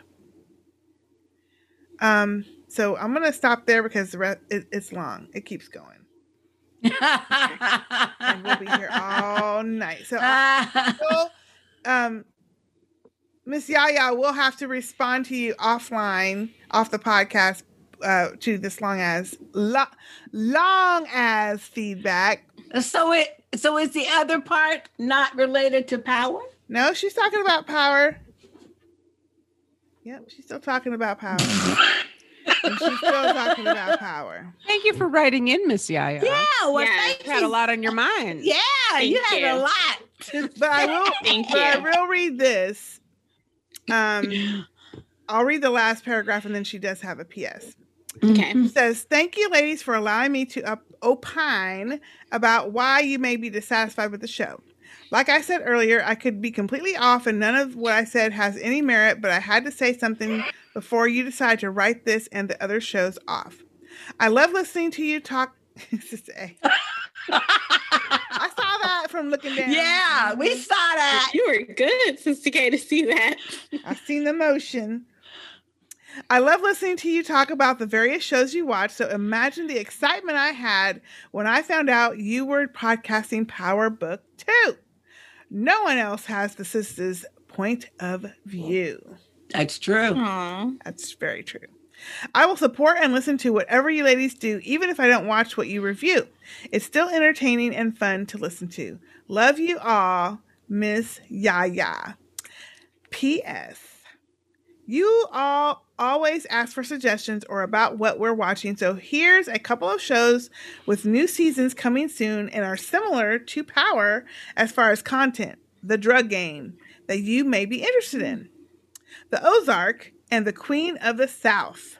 Speaker 4: Um so I'm going to stop there because the rest, it, it's long. It keeps going. and we'll be here all night. So,
Speaker 2: Uh,
Speaker 4: we'll, um, Miss Yaya, we'll have to respond to you offline, off the podcast, uh, to this long as lo- long as feedback.
Speaker 2: [LAUGHS] So it so is the other part not related to power?
Speaker 4: No, she's talking about power. Yep, she's still talking
Speaker 9: [LAUGHS]
Speaker 4: about power. And she's still talking
Speaker 9: [LAUGHS]
Speaker 4: about power.
Speaker 9: Thank you for writing in, Miss Yaya.
Speaker 4: Yeah, well,
Speaker 9: you
Speaker 4: thank
Speaker 9: had
Speaker 4: you.
Speaker 9: a lot on your mind.
Speaker 4: Yeah, you Thank had a you. lot. but I will.
Speaker 9: Thank
Speaker 4: but I
Speaker 9: you.
Speaker 4: will read this.
Speaker 9: [GASPS]
Speaker 4: Um, I'll read the last paragraph, and then she does have a PS.
Speaker 1: Okay.
Speaker 4: It says, "Thank you, ladies, for allowing me to up- opine about why you may be dissatisfied with the show." Like I said earlier, I could be completely off and none of what I said has any merit, but I had to say something before you decide to write this and the other shows off. I love listening to you talk. [LAUGHS] Sister A. I saw that from looking down.
Speaker 2: Yeah,
Speaker 4: Mm-hmm.
Speaker 2: we saw that.
Speaker 1: Uh, You were good, Sister K, to see that.
Speaker 4: I've seen the motion. I love listening to you talk about the various shows you watch. So imagine the excitement I had when I found out you were podcasting Power Book 2. No one else has the sisters' point of view.
Speaker 2: That's true.
Speaker 4: That's very true. I will support and listen to whatever you ladies do, even if I don't watch what you review. It's still entertaining and fun to listen to. Love you all, Miss Yaya. P.S. You all always ask for suggestions or about what we're watching, so here's a couple of shows with new seasons coming soon and are similar to Power as far as content, the drug game, that you may be interested in the Ozark, and the Queen of the South.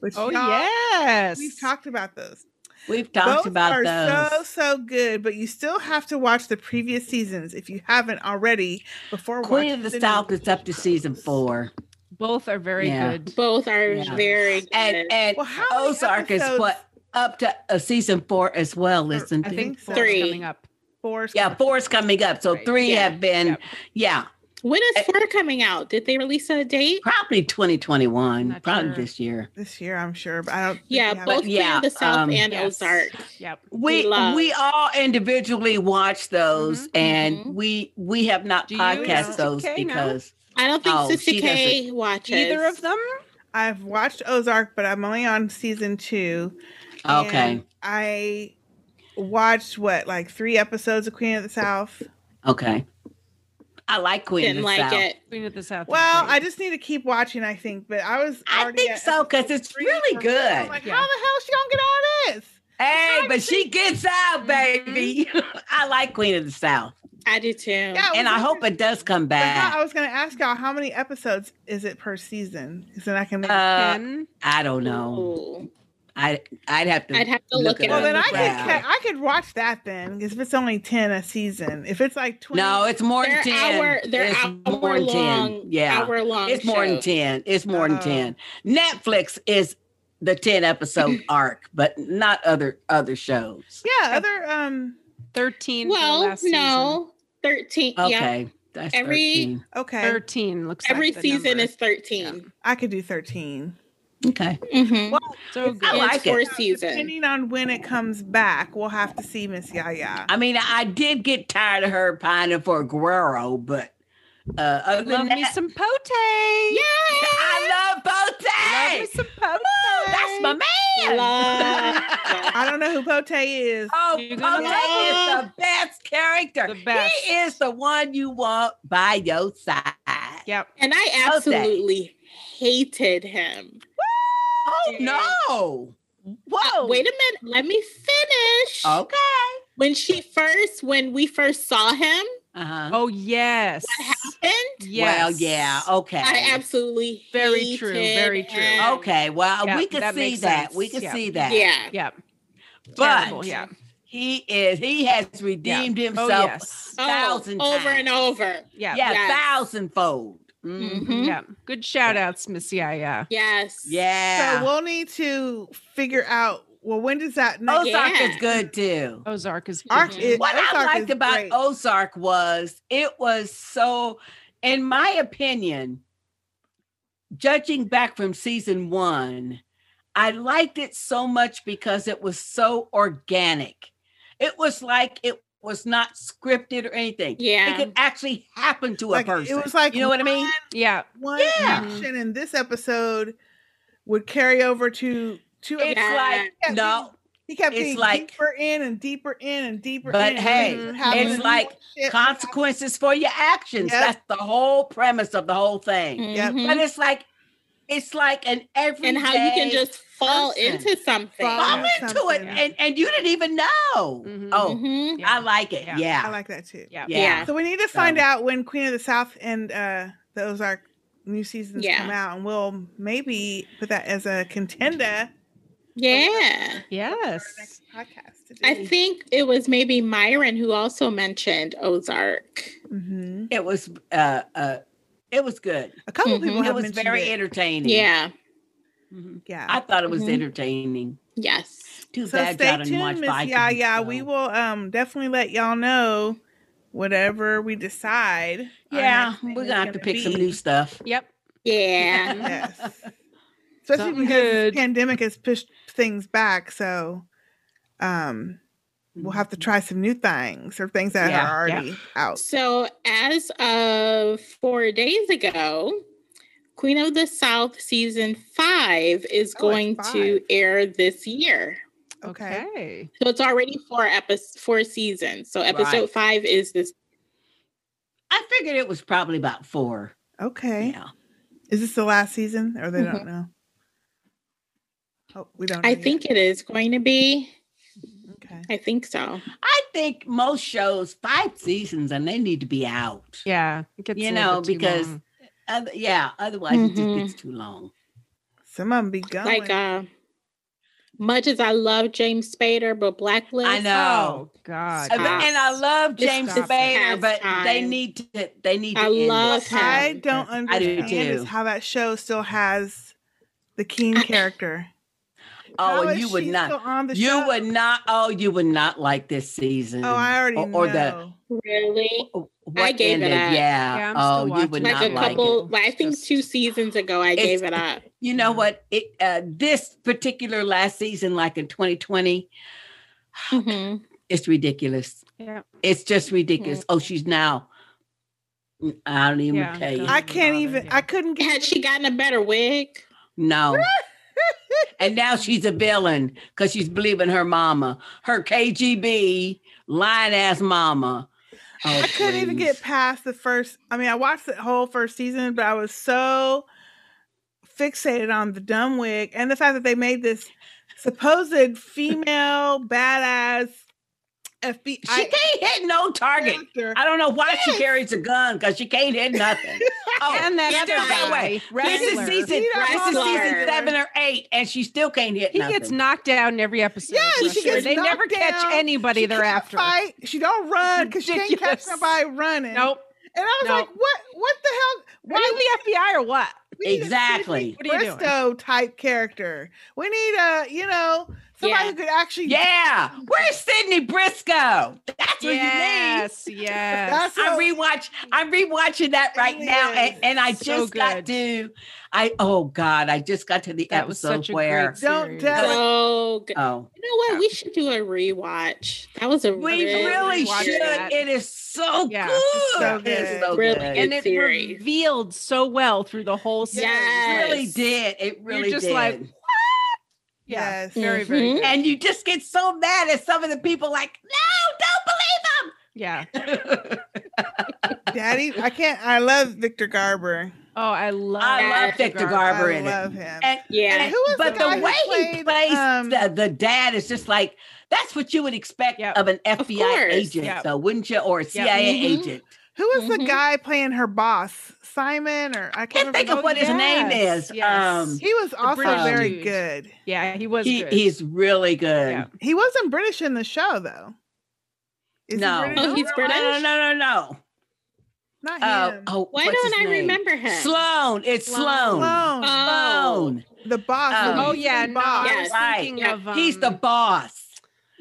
Speaker 4: Which
Speaker 9: Oh,
Speaker 4: y'all-
Speaker 9: yes.
Speaker 4: we've talked about those.
Speaker 2: We've talked
Speaker 4: Both
Speaker 2: about
Speaker 4: are
Speaker 2: those.
Speaker 4: so so good, but you still have to watch the previous seasons if you haven't already. Before
Speaker 2: Queen
Speaker 4: watching
Speaker 2: of the
Speaker 4: new-
Speaker 2: South is up to season four.
Speaker 9: Both are very
Speaker 2: Yeah.
Speaker 9: good.
Speaker 1: Both are
Speaker 2: Yeah.
Speaker 1: very good.
Speaker 2: And and
Speaker 4: many
Speaker 2: Ozark is
Speaker 4: episodes-
Speaker 2: what up to uh, season four as well, isn't
Speaker 9: I
Speaker 2: it?
Speaker 9: think four
Speaker 1: Three.
Speaker 9: is coming up.
Speaker 4: Four.
Speaker 2: Yeah, four is coming up. So three
Speaker 1: Yeah.
Speaker 2: have been yeah,
Speaker 1: When is four coming out? Did they release a date?
Speaker 2: probably twenty twenty one,
Speaker 1: Not
Speaker 2: probably
Speaker 1: sure.
Speaker 2: this year.
Speaker 4: this year, I'm sure, but I don't. think we
Speaker 1: Yeah,
Speaker 4: have-
Speaker 1: both Queen
Speaker 2: yeah,
Speaker 1: of the South
Speaker 2: um,
Speaker 1: and
Speaker 9: yes.
Speaker 1: Ozark.
Speaker 9: Yep.
Speaker 1: We
Speaker 2: we
Speaker 1: love.
Speaker 2: we all individually watch those
Speaker 4: Mm-hmm.
Speaker 2: and we we have not
Speaker 9: Do you
Speaker 2: podcast
Speaker 9: know?
Speaker 2: those
Speaker 9: Okay, no.
Speaker 2: because
Speaker 1: I don't think
Speaker 2: Oh,
Speaker 1: Sister
Speaker 2: she
Speaker 1: K watches
Speaker 9: Either of them?
Speaker 4: I've watched Ozark, but I'm only on season two.
Speaker 2: Okay.
Speaker 4: and I watched what like three episodes of Queen of the South.
Speaker 2: Okay. I like Queen
Speaker 4: Didn't
Speaker 2: of the
Speaker 4: like
Speaker 2: South.
Speaker 4: it.
Speaker 9: Queen of the South.
Speaker 4: Well, I just need to keep watching. I think, but I was. I
Speaker 2: think so because it's really good.
Speaker 4: I'm like, how the hell she gonna get all this?
Speaker 2: Hey, but she gets out, baby. [LAUGHS] I like Queen of the South.
Speaker 1: I do too.
Speaker 4: Yeah,
Speaker 2: and I
Speaker 4: Mm-hmm. was-
Speaker 2: hope it does come
Speaker 4: But
Speaker 2: back.
Speaker 4: how- I was going to ask y'all how many episodes is it per season? Because then I can make
Speaker 2: Uh,
Speaker 4: ten.
Speaker 2: I don't know. I I'd have to.
Speaker 4: I'd have to look
Speaker 2: it
Speaker 4: Well,
Speaker 2: up.
Speaker 4: then I could
Speaker 2: Yeah.
Speaker 4: ca- I could watch that then. 'cause if it's only ten a season, if it's like twenty,
Speaker 2: No, it's more than
Speaker 4: They're
Speaker 2: 10.
Speaker 4: hour- they're
Speaker 2: it's
Speaker 4: hour
Speaker 2: more than 10.
Speaker 4: long-
Speaker 2: Yeah.
Speaker 4: hour long
Speaker 2: It's more than
Speaker 4: shows.
Speaker 2: 10. It's more than
Speaker 4: Oh.
Speaker 2: 10. Netflix is the 10
Speaker 4: [LAUGHS]
Speaker 2: episode arc, but not other other shows.
Speaker 4: yeah, other um,
Speaker 9: thirteen.
Speaker 4: for
Speaker 1: Well,
Speaker 4: last
Speaker 1: no, thirteen.
Speaker 2: Okay.
Speaker 1: Yeah.
Speaker 2: That's
Speaker 1: Every
Speaker 2: 13.
Speaker 4: okay,
Speaker 9: thirteen looks.
Speaker 1: every
Speaker 9: like the
Speaker 1: season
Speaker 9: number.
Speaker 1: is thirteen. Mm-hmm.
Speaker 4: I could do thirteen.
Speaker 2: Okay.
Speaker 1: Well,
Speaker 9: so
Speaker 2: I like
Speaker 4: four
Speaker 2: it.
Speaker 1: seasons.
Speaker 4: Depending on when it comes back, we'll have to see Miss Yaya.
Speaker 2: I mean, I did get tired of her pining for Guerrero, but uh, other
Speaker 9: Love
Speaker 2: than that,
Speaker 9: me some pote. Yeah,
Speaker 2: I love pote.
Speaker 9: Love me some pote.
Speaker 2: that's my man.
Speaker 4: [LAUGHS] I
Speaker 2: [LAUGHS]
Speaker 4: don't know who Pote is.
Speaker 2: Oh,
Speaker 4: You're gonna
Speaker 2: Pote is
Speaker 4: love-
Speaker 2: the best character.
Speaker 9: best.
Speaker 2: He is the one you want by your side.
Speaker 9: Yep.
Speaker 1: And I
Speaker 2: Pote.
Speaker 1: absolutely hated him. Uh,
Speaker 2: Oh no! Whoa!
Speaker 1: wait a minute. Let me finish.
Speaker 2: Okay.
Speaker 1: When she first, when we first saw him,
Speaker 2: Uh-huh.
Speaker 9: Oh yes.
Speaker 1: and
Speaker 9: Yes.
Speaker 2: Well, yeah, Oh, okay.
Speaker 1: I absolutely
Speaker 9: Very true, very true.
Speaker 1: hated him.
Speaker 2: okay, well,
Speaker 9: Yeah,
Speaker 2: we could
Speaker 9: that
Speaker 2: see
Speaker 9: makes
Speaker 2: that.
Speaker 9: sense.
Speaker 2: We could
Speaker 9: Yeah.
Speaker 2: see that.
Speaker 1: Yeah.
Speaker 9: Yeah.
Speaker 2: But
Speaker 9: Terrible, yeah.
Speaker 2: he is he has redeemed
Speaker 9: Yeah. Oh,
Speaker 2: himself
Speaker 9: yes.
Speaker 2: a thousand
Speaker 1: Oh, over
Speaker 2: times.
Speaker 1: and over.
Speaker 9: Yeah.
Speaker 2: Yeah,
Speaker 1: Yes.
Speaker 2: thousandfold. Mhm.
Speaker 1: Mhm.
Speaker 9: Yeah. Good shout outs, Miss Yaya.
Speaker 1: Yes.
Speaker 2: Yeah.
Speaker 4: So we'll need to figure out. Well, when does that? next-
Speaker 2: Ozark is good too.
Speaker 9: Ozark is
Speaker 4: Arc
Speaker 9: good.
Speaker 4: is-
Speaker 2: What
Speaker 4: Oh, Ozark
Speaker 2: I
Speaker 4: is
Speaker 2: liked about
Speaker 4: great.
Speaker 2: Ozark was it was so, in my opinion, judging back from season one, I liked it so much because it was so organic. It was like it was not scripted or anything.
Speaker 1: Yeah.
Speaker 2: It could actually happen to
Speaker 4: Like,
Speaker 2: a person.
Speaker 4: It was like
Speaker 2: you know what I mean?
Speaker 9: yeah.
Speaker 4: one
Speaker 2: Yeah.
Speaker 4: action in this episode would carry over to two.
Speaker 2: It's
Speaker 4: episodes.
Speaker 2: like,
Speaker 4: Yeah,
Speaker 2: no,
Speaker 4: he kept
Speaker 2: it's
Speaker 4: getting
Speaker 2: like-
Speaker 4: deeper in and deeper in and deeper.
Speaker 2: But
Speaker 4: in.
Speaker 2: hey,
Speaker 4: Mhm. Having
Speaker 2: it's
Speaker 4: more
Speaker 2: like
Speaker 4: shit.
Speaker 2: consequences for your actions.
Speaker 4: Yep.
Speaker 2: That's the whole premise of the whole thing.
Speaker 4: Yep.
Speaker 2: But it's like it's like an every
Speaker 1: Mm-hmm. And how you can just fall into something.
Speaker 2: fall
Speaker 4: Yeah,
Speaker 2: into it
Speaker 4: something.
Speaker 2: and, and you didn't even know.
Speaker 1: Mm-hmm.
Speaker 2: Oh, I like it. Yeah.
Speaker 4: I like that too.
Speaker 9: Yeah.
Speaker 2: Yeah.
Speaker 4: So we need to find out when Queen of the South and uh the Ozark new seasons
Speaker 1: Yeah.
Speaker 4: come out, and we'll maybe put that as a contender
Speaker 1: Yeah.
Speaker 9: Yes.
Speaker 4: podcast. To do.
Speaker 1: I think it was maybe Myron who also mentioned Ozark.
Speaker 4: Mhm.
Speaker 2: It was uh uh it was good.
Speaker 4: a couple
Speaker 1: Mm-hmm.
Speaker 4: people
Speaker 2: It
Speaker 4: have
Speaker 2: was
Speaker 4: mentioned
Speaker 2: very
Speaker 4: it.
Speaker 2: entertaining.
Speaker 1: Yeah.
Speaker 4: Yeah.
Speaker 2: I thought it was
Speaker 1: Mhm.
Speaker 2: entertaining.
Speaker 1: Yes.
Speaker 2: Too
Speaker 4: Mm-hmm. so
Speaker 2: bad
Speaker 4: stay
Speaker 2: y'all didn't watch
Speaker 4: tuned, Miss
Speaker 2: Vikings.
Speaker 4: Yaya.
Speaker 2: so.
Speaker 4: We will um definitely let y'all know whatever we decide. our
Speaker 2: Yeah,
Speaker 4: next thing
Speaker 2: we're
Speaker 4: is
Speaker 2: gonna have to pick some
Speaker 4: be.
Speaker 2: new stuff.
Speaker 9: Yep.
Speaker 1: Yeah.
Speaker 2: [LAUGHS]
Speaker 4: Yes. Especially
Speaker 9: Something
Speaker 4: because
Speaker 9: good.
Speaker 4: the pandemic has pushed things back, so um we'll have to
Speaker 2: Mm-hmm.
Speaker 4: try some new things or things that
Speaker 9: Yeah,
Speaker 4: are already
Speaker 9: yeah.
Speaker 4: out.
Speaker 1: So, as of four days ago, Queen of the South season five is
Speaker 4: Oh,
Speaker 1: going
Speaker 4: it's
Speaker 1: to
Speaker 4: five.
Speaker 1: air this year.
Speaker 4: Okay.
Speaker 9: Okay.
Speaker 1: So it's already four episodes, four seasons. So episode
Speaker 2: Right.
Speaker 1: five is this.
Speaker 2: I figured it was probably about four.
Speaker 4: Okay.
Speaker 2: Yeah. Mm-hmm.
Speaker 4: Is this the last season or they don't know? Oh, we don't know.
Speaker 1: I
Speaker 4: yet.
Speaker 1: think it is going to be.
Speaker 4: Okay.
Speaker 1: I think so.
Speaker 2: I think most shows five seasons and they need to be out.
Speaker 9: Yeah. It gets a
Speaker 2: You
Speaker 9: little
Speaker 2: know,
Speaker 9: bit too
Speaker 2: because
Speaker 9: long.
Speaker 2: other, yeah, otherwise it
Speaker 1: Mhm.
Speaker 2: just gets too long.
Speaker 4: Some of them be going.
Speaker 1: Like, uh, much as I love James Spader, but Blacklist.
Speaker 2: I know.
Speaker 9: Oh God.
Speaker 2: And- And I love
Speaker 1: This
Speaker 2: James
Speaker 1: stop
Speaker 2: Spader,
Speaker 1: past
Speaker 2: but they
Speaker 1: time.
Speaker 2: need to they need to
Speaker 1: I
Speaker 2: end it.
Speaker 1: love
Speaker 4: What I
Speaker 1: him.
Speaker 4: don't
Speaker 2: uh, I do
Speaker 4: understand is
Speaker 2: too.
Speaker 4: how that show still has
Speaker 2: [COUGHS]
Speaker 4: the Keen character.
Speaker 2: Oh,
Speaker 4: How
Speaker 2: and
Speaker 4: is
Speaker 2: you would
Speaker 4: she still
Speaker 2: not
Speaker 4: on the
Speaker 2: you
Speaker 4: show?
Speaker 2: would not oh you would not like this season.
Speaker 4: Oh, I already
Speaker 2: or,
Speaker 4: know.
Speaker 2: or the oh,
Speaker 1: Really?
Speaker 2: what
Speaker 1: gave it
Speaker 2: ended.
Speaker 1: up.
Speaker 2: Yeah.
Speaker 9: Yeah, I'm
Speaker 2: oh,
Speaker 9: still
Speaker 2: you would
Speaker 9: watching
Speaker 1: Like
Speaker 2: not
Speaker 1: a
Speaker 2: like it.
Speaker 1: couple, I think
Speaker 9: Just-
Speaker 1: two seasons ago, I
Speaker 2: It's-
Speaker 1: gave it up.
Speaker 2: [SIGHS] You know what? It uh, this particular last season, like in 2020,
Speaker 1: Mhm.
Speaker 2: it's ridiculous.
Speaker 9: Yeah.
Speaker 2: It's just ridiculous. Oh, she's now. mm, I don't even
Speaker 9: Yeah,
Speaker 2: tell you.
Speaker 9: don't-
Speaker 4: I can't even. I couldn't get.
Speaker 3: [LAUGHS]
Speaker 1: Had she gotten a better wig?
Speaker 2: No. and now she's a villain because she's believing her mama, her KGB lying ass mama. Oh,
Speaker 4: I couldn't even
Speaker 2: please.
Speaker 4: get past the first. I mean, I watched the whole first season, but I was so fixated on the dumb wig and the fact that they made this supposed female badass FBI.
Speaker 2: She can't hit no target. I don't know why she carries a gun because she can't hit nothing.
Speaker 3: [LAUGHS]
Speaker 2: Oh,
Speaker 3: And that
Speaker 2: still
Speaker 3: other
Speaker 2: can't
Speaker 3: guy,
Speaker 2: wait. This
Speaker 3: wrestler.
Speaker 2: is season.
Speaker 3: He
Speaker 2: This is
Speaker 3: wrestler.
Speaker 2: season seven or eight, and she still can't hit.
Speaker 3: He
Speaker 2: nothing.
Speaker 3: gets knocked down in every episode.
Speaker 2: Yeah,
Speaker 3: for
Speaker 2: she
Speaker 3: sure.
Speaker 2: gets
Speaker 3: They
Speaker 2: knocked
Speaker 3: never catch
Speaker 4: down.
Speaker 3: anybody
Speaker 4: She
Speaker 3: they're
Speaker 4: can't
Speaker 3: after.
Speaker 4: Fight. She don't run because she can't catch
Speaker 3: Ridiculous.
Speaker 4: somebody running.
Speaker 3: Nope.
Speaker 4: And I was
Speaker 3: Nope.
Speaker 4: like, what? What the hell? Why
Speaker 3: are you the FBI or what?
Speaker 2: Exactly.
Speaker 4: What are you Bristow type character. We need a, you know, somebody who could actually.
Speaker 2: Yeah. Where's Sydney Briscoe? That's what
Speaker 3: Yes,
Speaker 2: you need.
Speaker 3: yes.
Speaker 2: I'm rewatch. I'm rewatching that right now, and, and I
Speaker 3: So
Speaker 2: just got to. I oh god, I just got to the
Speaker 3: That was
Speaker 2: episode
Speaker 3: such a
Speaker 2: where
Speaker 3: great Don't series. tell it.
Speaker 1: So good.
Speaker 2: Oh.
Speaker 1: You know what? We should do a rewatch. That was a
Speaker 2: We really should. It is so good. It's so
Speaker 1: really
Speaker 2: good.
Speaker 1: good
Speaker 3: and it
Speaker 1: series.
Speaker 3: revealed so well through the whole series.
Speaker 2: It really did. It really
Speaker 3: You're just
Speaker 2: did.
Speaker 3: like, what? Yeah,
Speaker 4: Yes.
Speaker 3: very, very
Speaker 2: Mhm.
Speaker 3: good.
Speaker 2: And you just get so mad at some of the people, like, no, don't believe him.
Speaker 3: Yeah.
Speaker 4: Daddy, I can't. I love Victor Garber.
Speaker 3: Oh, I love.
Speaker 2: I love Victor Garber in
Speaker 4: I love
Speaker 2: it.
Speaker 4: him.
Speaker 2: And,
Speaker 1: Yeah.
Speaker 2: and-
Speaker 4: Who was the
Speaker 2: but the,
Speaker 4: guy who
Speaker 2: way he
Speaker 4: played,
Speaker 2: plays
Speaker 4: um,
Speaker 2: the, the dad is just like that's what you would expect of an FBI
Speaker 4: course.
Speaker 2: agent,
Speaker 4: Yep.
Speaker 2: though, wouldn't you? Or a CIA
Speaker 4: Mhm.
Speaker 2: agent.
Speaker 4: Who was the guy playing her boss? Simon or I can't, remember
Speaker 2: think of
Speaker 4: his
Speaker 2: what his
Speaker 4: name.
Speaker 2: name is. Um,
Speaker 4: Oh, he was also
Speaker 2: British
Speaker 4: very
Speaker 2: dude.
Speaker 4: good.
Speaker 3: Yeah, he was.
Speaker 2: He, he's really good.
Speaker 4: He wasn't British in the show though. Is he
Speaker 2: No.
Speaker 4: British?
Speaker 2: No, no, no, no, no.
Speaker 4: Not
Speaker 2: Uh,
Speaker 4: him.
Speaker 2: oh,
Speaker 4: Why
Speaker 2: what's his
Speaker 4: don't I
Speaker 2: name?
Speaker 4: remember him?
Speaker 2: Sloan. It's
Speaker 4: Sloan.
Speaker 2: Sloan.
Speaker 4: Sloan.
Speaker 1: Oh.
Speaker 2: Sloan.
Speaker 4: The boss.
Speaker 2: Um,
Speaker 3: oh yeah, no, I was
Speaker 2: Right.
Speaker 3: thinking
Speaker 2: Yeah.
Speaker 3: of. Um,
Speaker 2: He's the boss.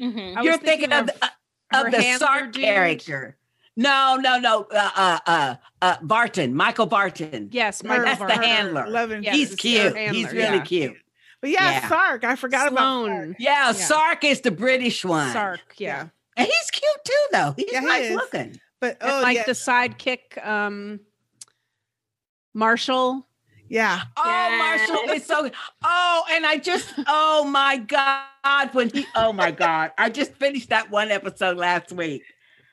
Speaker 1: Mhm.
Speaker 3: I
Speaker 2: You're
Speaker 3: was
Speaker 2: thinking,
Speaker 3: thinking
Speaker 2: of,
Speaker 3: of
Speaker 2: the- uh,
Speaker 3: her
Speaker 2: of the
Speaker 3: handler
Speaker 2: Sark
Speaker 3: dude.
Speaker 2: character. No, no, no. Uh, uh, uh, uh, Barton, Michael Barton.
Speaker 3: Yes,
Speaker 4: Michael
Speaker 2: that's
Speaker 4: Barton.
Speaker 2: the handler.
Speaker 4: Love and
Speaker 2: He's
Speaker 4: Justice.
Speaker 2: cute.
Speaker 4: Her
Speaker 2: He's
Speaker 4: handler,
Speaker 2: really
Speaker 4: yeah.
Speaker 2: cute.
Speaker 4: But yeah,
Speaker 2: Yeah.
Speaker 4: Sark. I forgot about Sark.
Speaker 2: Yeah, Sark is the British one.
Speaker 3: Sark. Yeah.
Speaker 2: and he's cute too, though. He's
Speaker 4: Yeah, he
Speaker 2: nice
Speaker 4: is.
Speaker 2: looking.
Speaker 4: But
Speaker 3: And,
Speaker 4: oh,
Speaker 3: like
Speaker 4: yeah.
Speaker 3: the sidekick, um, Marshall.
Speaker 4: yeah.
Speaker 2: Oh, Marshall is so. Oh, and I just. Oh my God, when he. Oh my God, I just finished that one episode last week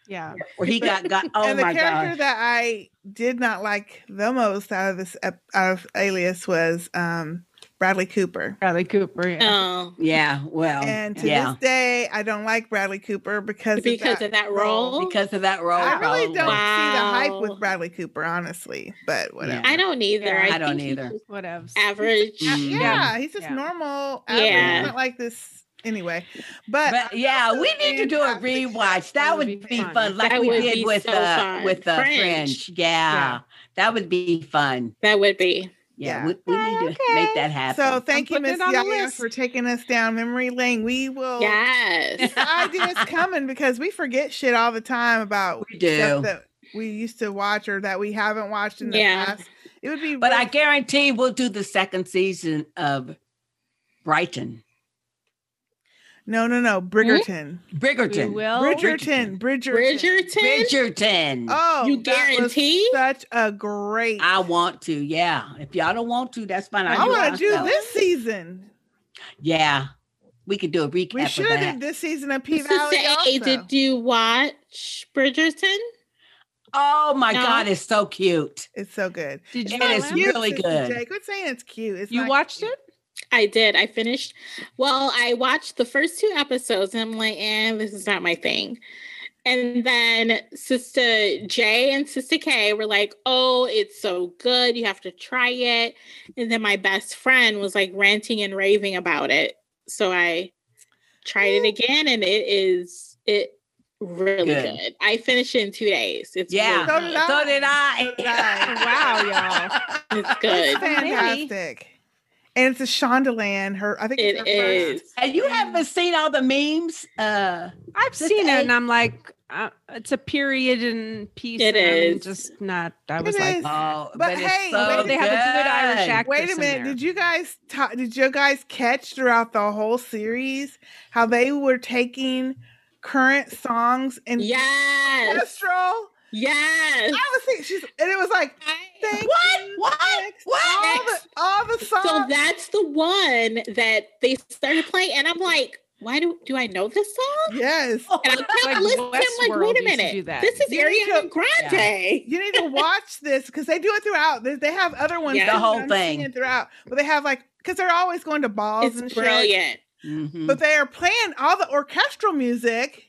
Speaker 3: Yeah.
Speaker 2: where he got got. Oh
Speaker 4: and the
Speaker 2: my
Speaker 4: character
Speaker 2: God.
Speaker 4: that I did not like the most out of this ep- out of Alias was um, Bradley Cooper.
Speaker 3: Bradley Cooper.
Speaker 1: Oh.
Speaker 2: Yeah. Well.
Speaker 4: And to
Speaker 2: yeah.
Speaker 4: this day, I don't like Bradley Cooper because
Speaker 1: Because of that role?
Speaker 2: because of that role. Oh
Speaker 4: I
Speaker 2: probably.
Speaker 4: really don't see the
Speaker 1: Wow.
Speaker 4: hype with Bradley Cooper, honestly. But
Speaker 2: Mm,
Speaker 4: whatever.
Speaker 1: I don't either.
Speaker 2: I
Speaker 1: I,
Speaker 2: don't
Speaker 1: think he's
Speaker 2: either.
Speaker 1: just
Speaker 3: Whatever.
Speaker 1: Average.
Speaker 4: Yeah, yeah, he's just
Speaker 3: Yeah.
Speaker 4: normal. average,
Speaker 1: Yeah.
Speaker 4: not like this anyway. But,
Speaker 2: But yeah, we need to do a rewatch. That would be
Speaker 4: fun.
Speaker 2: fun, like
Speaker 1: That
Speaker 2: we
Speaker 1: would
Speaker 2: did
Speaker 1: be
Speaker 2: with
Speaker 1: so
Speaker 2: uh
Speaker 1: fun.
Speaker 2: with the
Speaker 1: Fringe.
Speaker 2: Fringe. Yeah.
Speaker 3: Yeah.
Speaker 2: that would be fun.
Speaker 1: That would be.
Speaker 2: Yeah, we, we need to make that happen.
Speaker 4: so thank you,
Speaker 3: putting
Speaker 4: Miss
Speaker 3: it on the
Speaker 4: Yaya,
Speaker 3: list.
Speaker 4: for taking us down memory lane. We will. [LAUGHS]
Speaker 1: Yes.
Speaker 4: This ideas coming because we forget shit all the time about
Speaker 2: We do.
Speaker 4: stuff that we used to watch or that we haven't watched in the
Speaker 1: Yeah.
Speaker 4: past. It would be.
Speaker 2: but I
Speaker 4: really-
Speaker 2: guarantee we'll do the second season of Brighton,
Speaker 4: no, no, no, Brigerton,
Speaker 2: Mm-hmm. Brigerton,
Speaker 3: will.
Speaker 4: Bridgerton, Bridgerton.
Speaker 1: Bridgerton.
Speaker 2: Bridgerton.
Speaker 4: Oh,
Speaker 1: You
Speaker 4: that was
Speaker 1: guarantee?
Speaker 4: such a great.
Speaker 2: I want to. Yeah, if y'all don't want to, that's fine.
Speaker 4: I
Speaker 2: do it
Speaker 4: want to do
Speaker 2: myself.
Speaker 4: this season.
Speaker 2: Yeah, we could do a recap.
Speaker 4: We should
Speaker 2: of
Speaker 4: have
Speaker 2: that.
Speaker 4: did this season of P
Speaker 1: This is
Speaker 4: Valley.
Speaker 1: say, hey, did you watch Bridgerton?
Speaker 2: Oh my
Speaker 1: No.
Speaker 2: God, it's so cute.
Speaker 4: It's so good.
Speaker 3: Did you?
Speaker 2: It is
Speaker 3: Ellen?
Speaker 2: really
Speaker 4: Sister
Speaker 2: good.
Speaker 4: Jay, quit saying it's cute. It's
Speaker 3: You
Speaker 4: not
Speaker 3: watched
Speaker 4: cute.
Speaker 3: it?
Speaker 1: I did. I finished. Well, I watched the first two episodes and I'm like, and this is not my thing. And then Sister J and Sister K were like, oh, it's so good. You have to try it. And then my best friend was like ranting and raving about it. So I tried it again and it is, it really
Speaker 2: Good.
Speaker 1: good. I finished it in two days. It's
Speaker 2: Yeah.
Speaker 4: So
Speaker 1: really
Speaker 4: did
Speaker 1: good.
Speaker 4: I.
Speaker 2: So did I. [LAUGHS]
Speaker 3: wow, y'all.
Speaker 1: It's
Speaker 4: It's
Speaker 1: good.
Speaker 4: fantastic. And it's a Shondaland. Her, I think it's
Speaker 1: It
Speaker 4: her first
Speaker 1: is.
Speaker 2: And you haven't seen all the memes? Uh
Speaker 3: I've
Speaker 2: Just
Speaker 3: seen
Speaker 2: a-
Speaker 3: it, and I'm like, uh, it's a period in piece.
Speaker 1: It
Speaker 3: and I'm
Speaker 1: is.
Speaker 3: just not. I
Speaker 4: It
Speaker 3: was like,
Speaker 4: is.
Speaker 2: oh, but,
Speaker 4: But
Speaker 2: it's
Speaker 4: hey,
Speaker 2: so
Speaker 4: maybe
Speaker 3: they have a good Irish
Speaker 2: good.
Speaker 3: accent.
Speaker 4: Wait a
Speaker 3: in
Speaker 4: minute.
Speaker 3: there.
Speaker 4: Did you guys ta- did you guys catch throughout the whole series how they were taking current songs and
Speaker 1: Yes. [LAUGHS]
Speaker 4: orchestral
Speaker 1: Yes.
Speaker 4: I was thinking, she's, and it was like, thank
Speaker 2: What?
Speaker 4: you,
Speaker 2: What?
Speaker 4: next. All the, all the songs.
Speaker 1: So that's the one that they started playing, and I'm like, why do do I know this song?
Speaker 4: Yes.
Speaker 1: And I kept
Speaker 4: Like
Speaker 1: listening. I'm like, wait
Speaker 4: Westworld
Speaker 1: a
Speaker 4: used to do
Speaker 1: minute,
Speaker 4: that.
Speaker 1: this is
Speaker 4: You need
Speaker 1: Ariana
Speaker 4: to-
Speaker 1: Grande.
Speaker 4: You need to watch this because they do it throughout. They- They have other ones.
Speaker 1: Yeah.
Speaker 4: that
Speaker 1: The whole
Speaker 4: I'm seeing
Speaker 1: thing.
Speaker 4: it throughout. But they have like because they're always going to balls
Speaker 1: It's
Speaker 4: and
Speaker 1: brilliant.
Speaker 4: shit. But they are playing all the orchestral music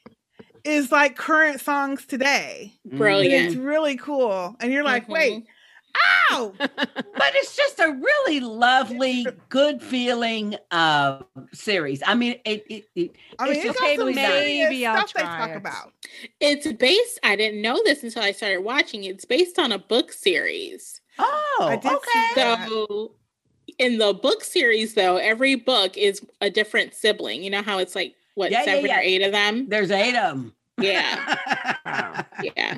Speaker 4: is like current songs today.
Speaker 2: Brilliant.
Speaker 4: And It's really cool. And you're
Speaker 9: Mm-hmm.
Speaker 4: like, wait,
Speaker 9: [LAUGHS]
Speaker 4: ow!
Speaker 2: but it's just a really lovely, good feeling uh, series. I mean, it. it, it
Speaker 4: I mean, it's got some maybe stuff they talk about.
Speaker 1: It's based. I didn't know this until I started watching. It's based on a book series.
Speaker 2: Oh,
Speaker 4: I did see okay. that.
Speaker 1: So, in the book series, though, every book is a different sibling. You know how it's like what
Speaker 2: Yeah, yeah,
Speaker 1: seven
Speaker 2: yeah.
Speaker 1: or eight of them.
Speaker 2: There's eight
Speaker 1: [LAUGHS]
Speaker 2: of [LAUGHS] them.
Speaker 1: Yeah,
Speaker 4: [LAUGHS]
Speaker 1: yeah.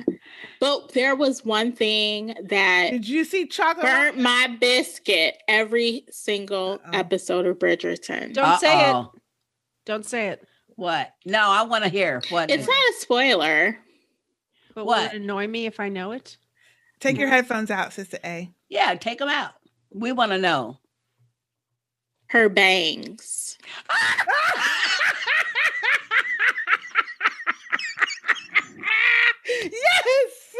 Speaker 1: But there was one thing that
Speaker 4: did you see chocolate
Speaker 1: burnt my biscuit every single episode of Bridgerton.
Speaker 2: Don't say it. Uh-oh.
Speaker 1: Don't say it.
Speaker 2: What? No, I want to hear what.
Speaker 1: It's not a spoiler.
Speaker 9: But will
Speaker 2: What?
Speaker 9: it annoy me if I know it?
Speaker 4: Take your headphones out, Sister A.
Speaker 2: Yeah, take them out. We want to know.
Speaker 1: Her bangs.
Speaker 2: [LAUGHS]
Speaker 4: Yes.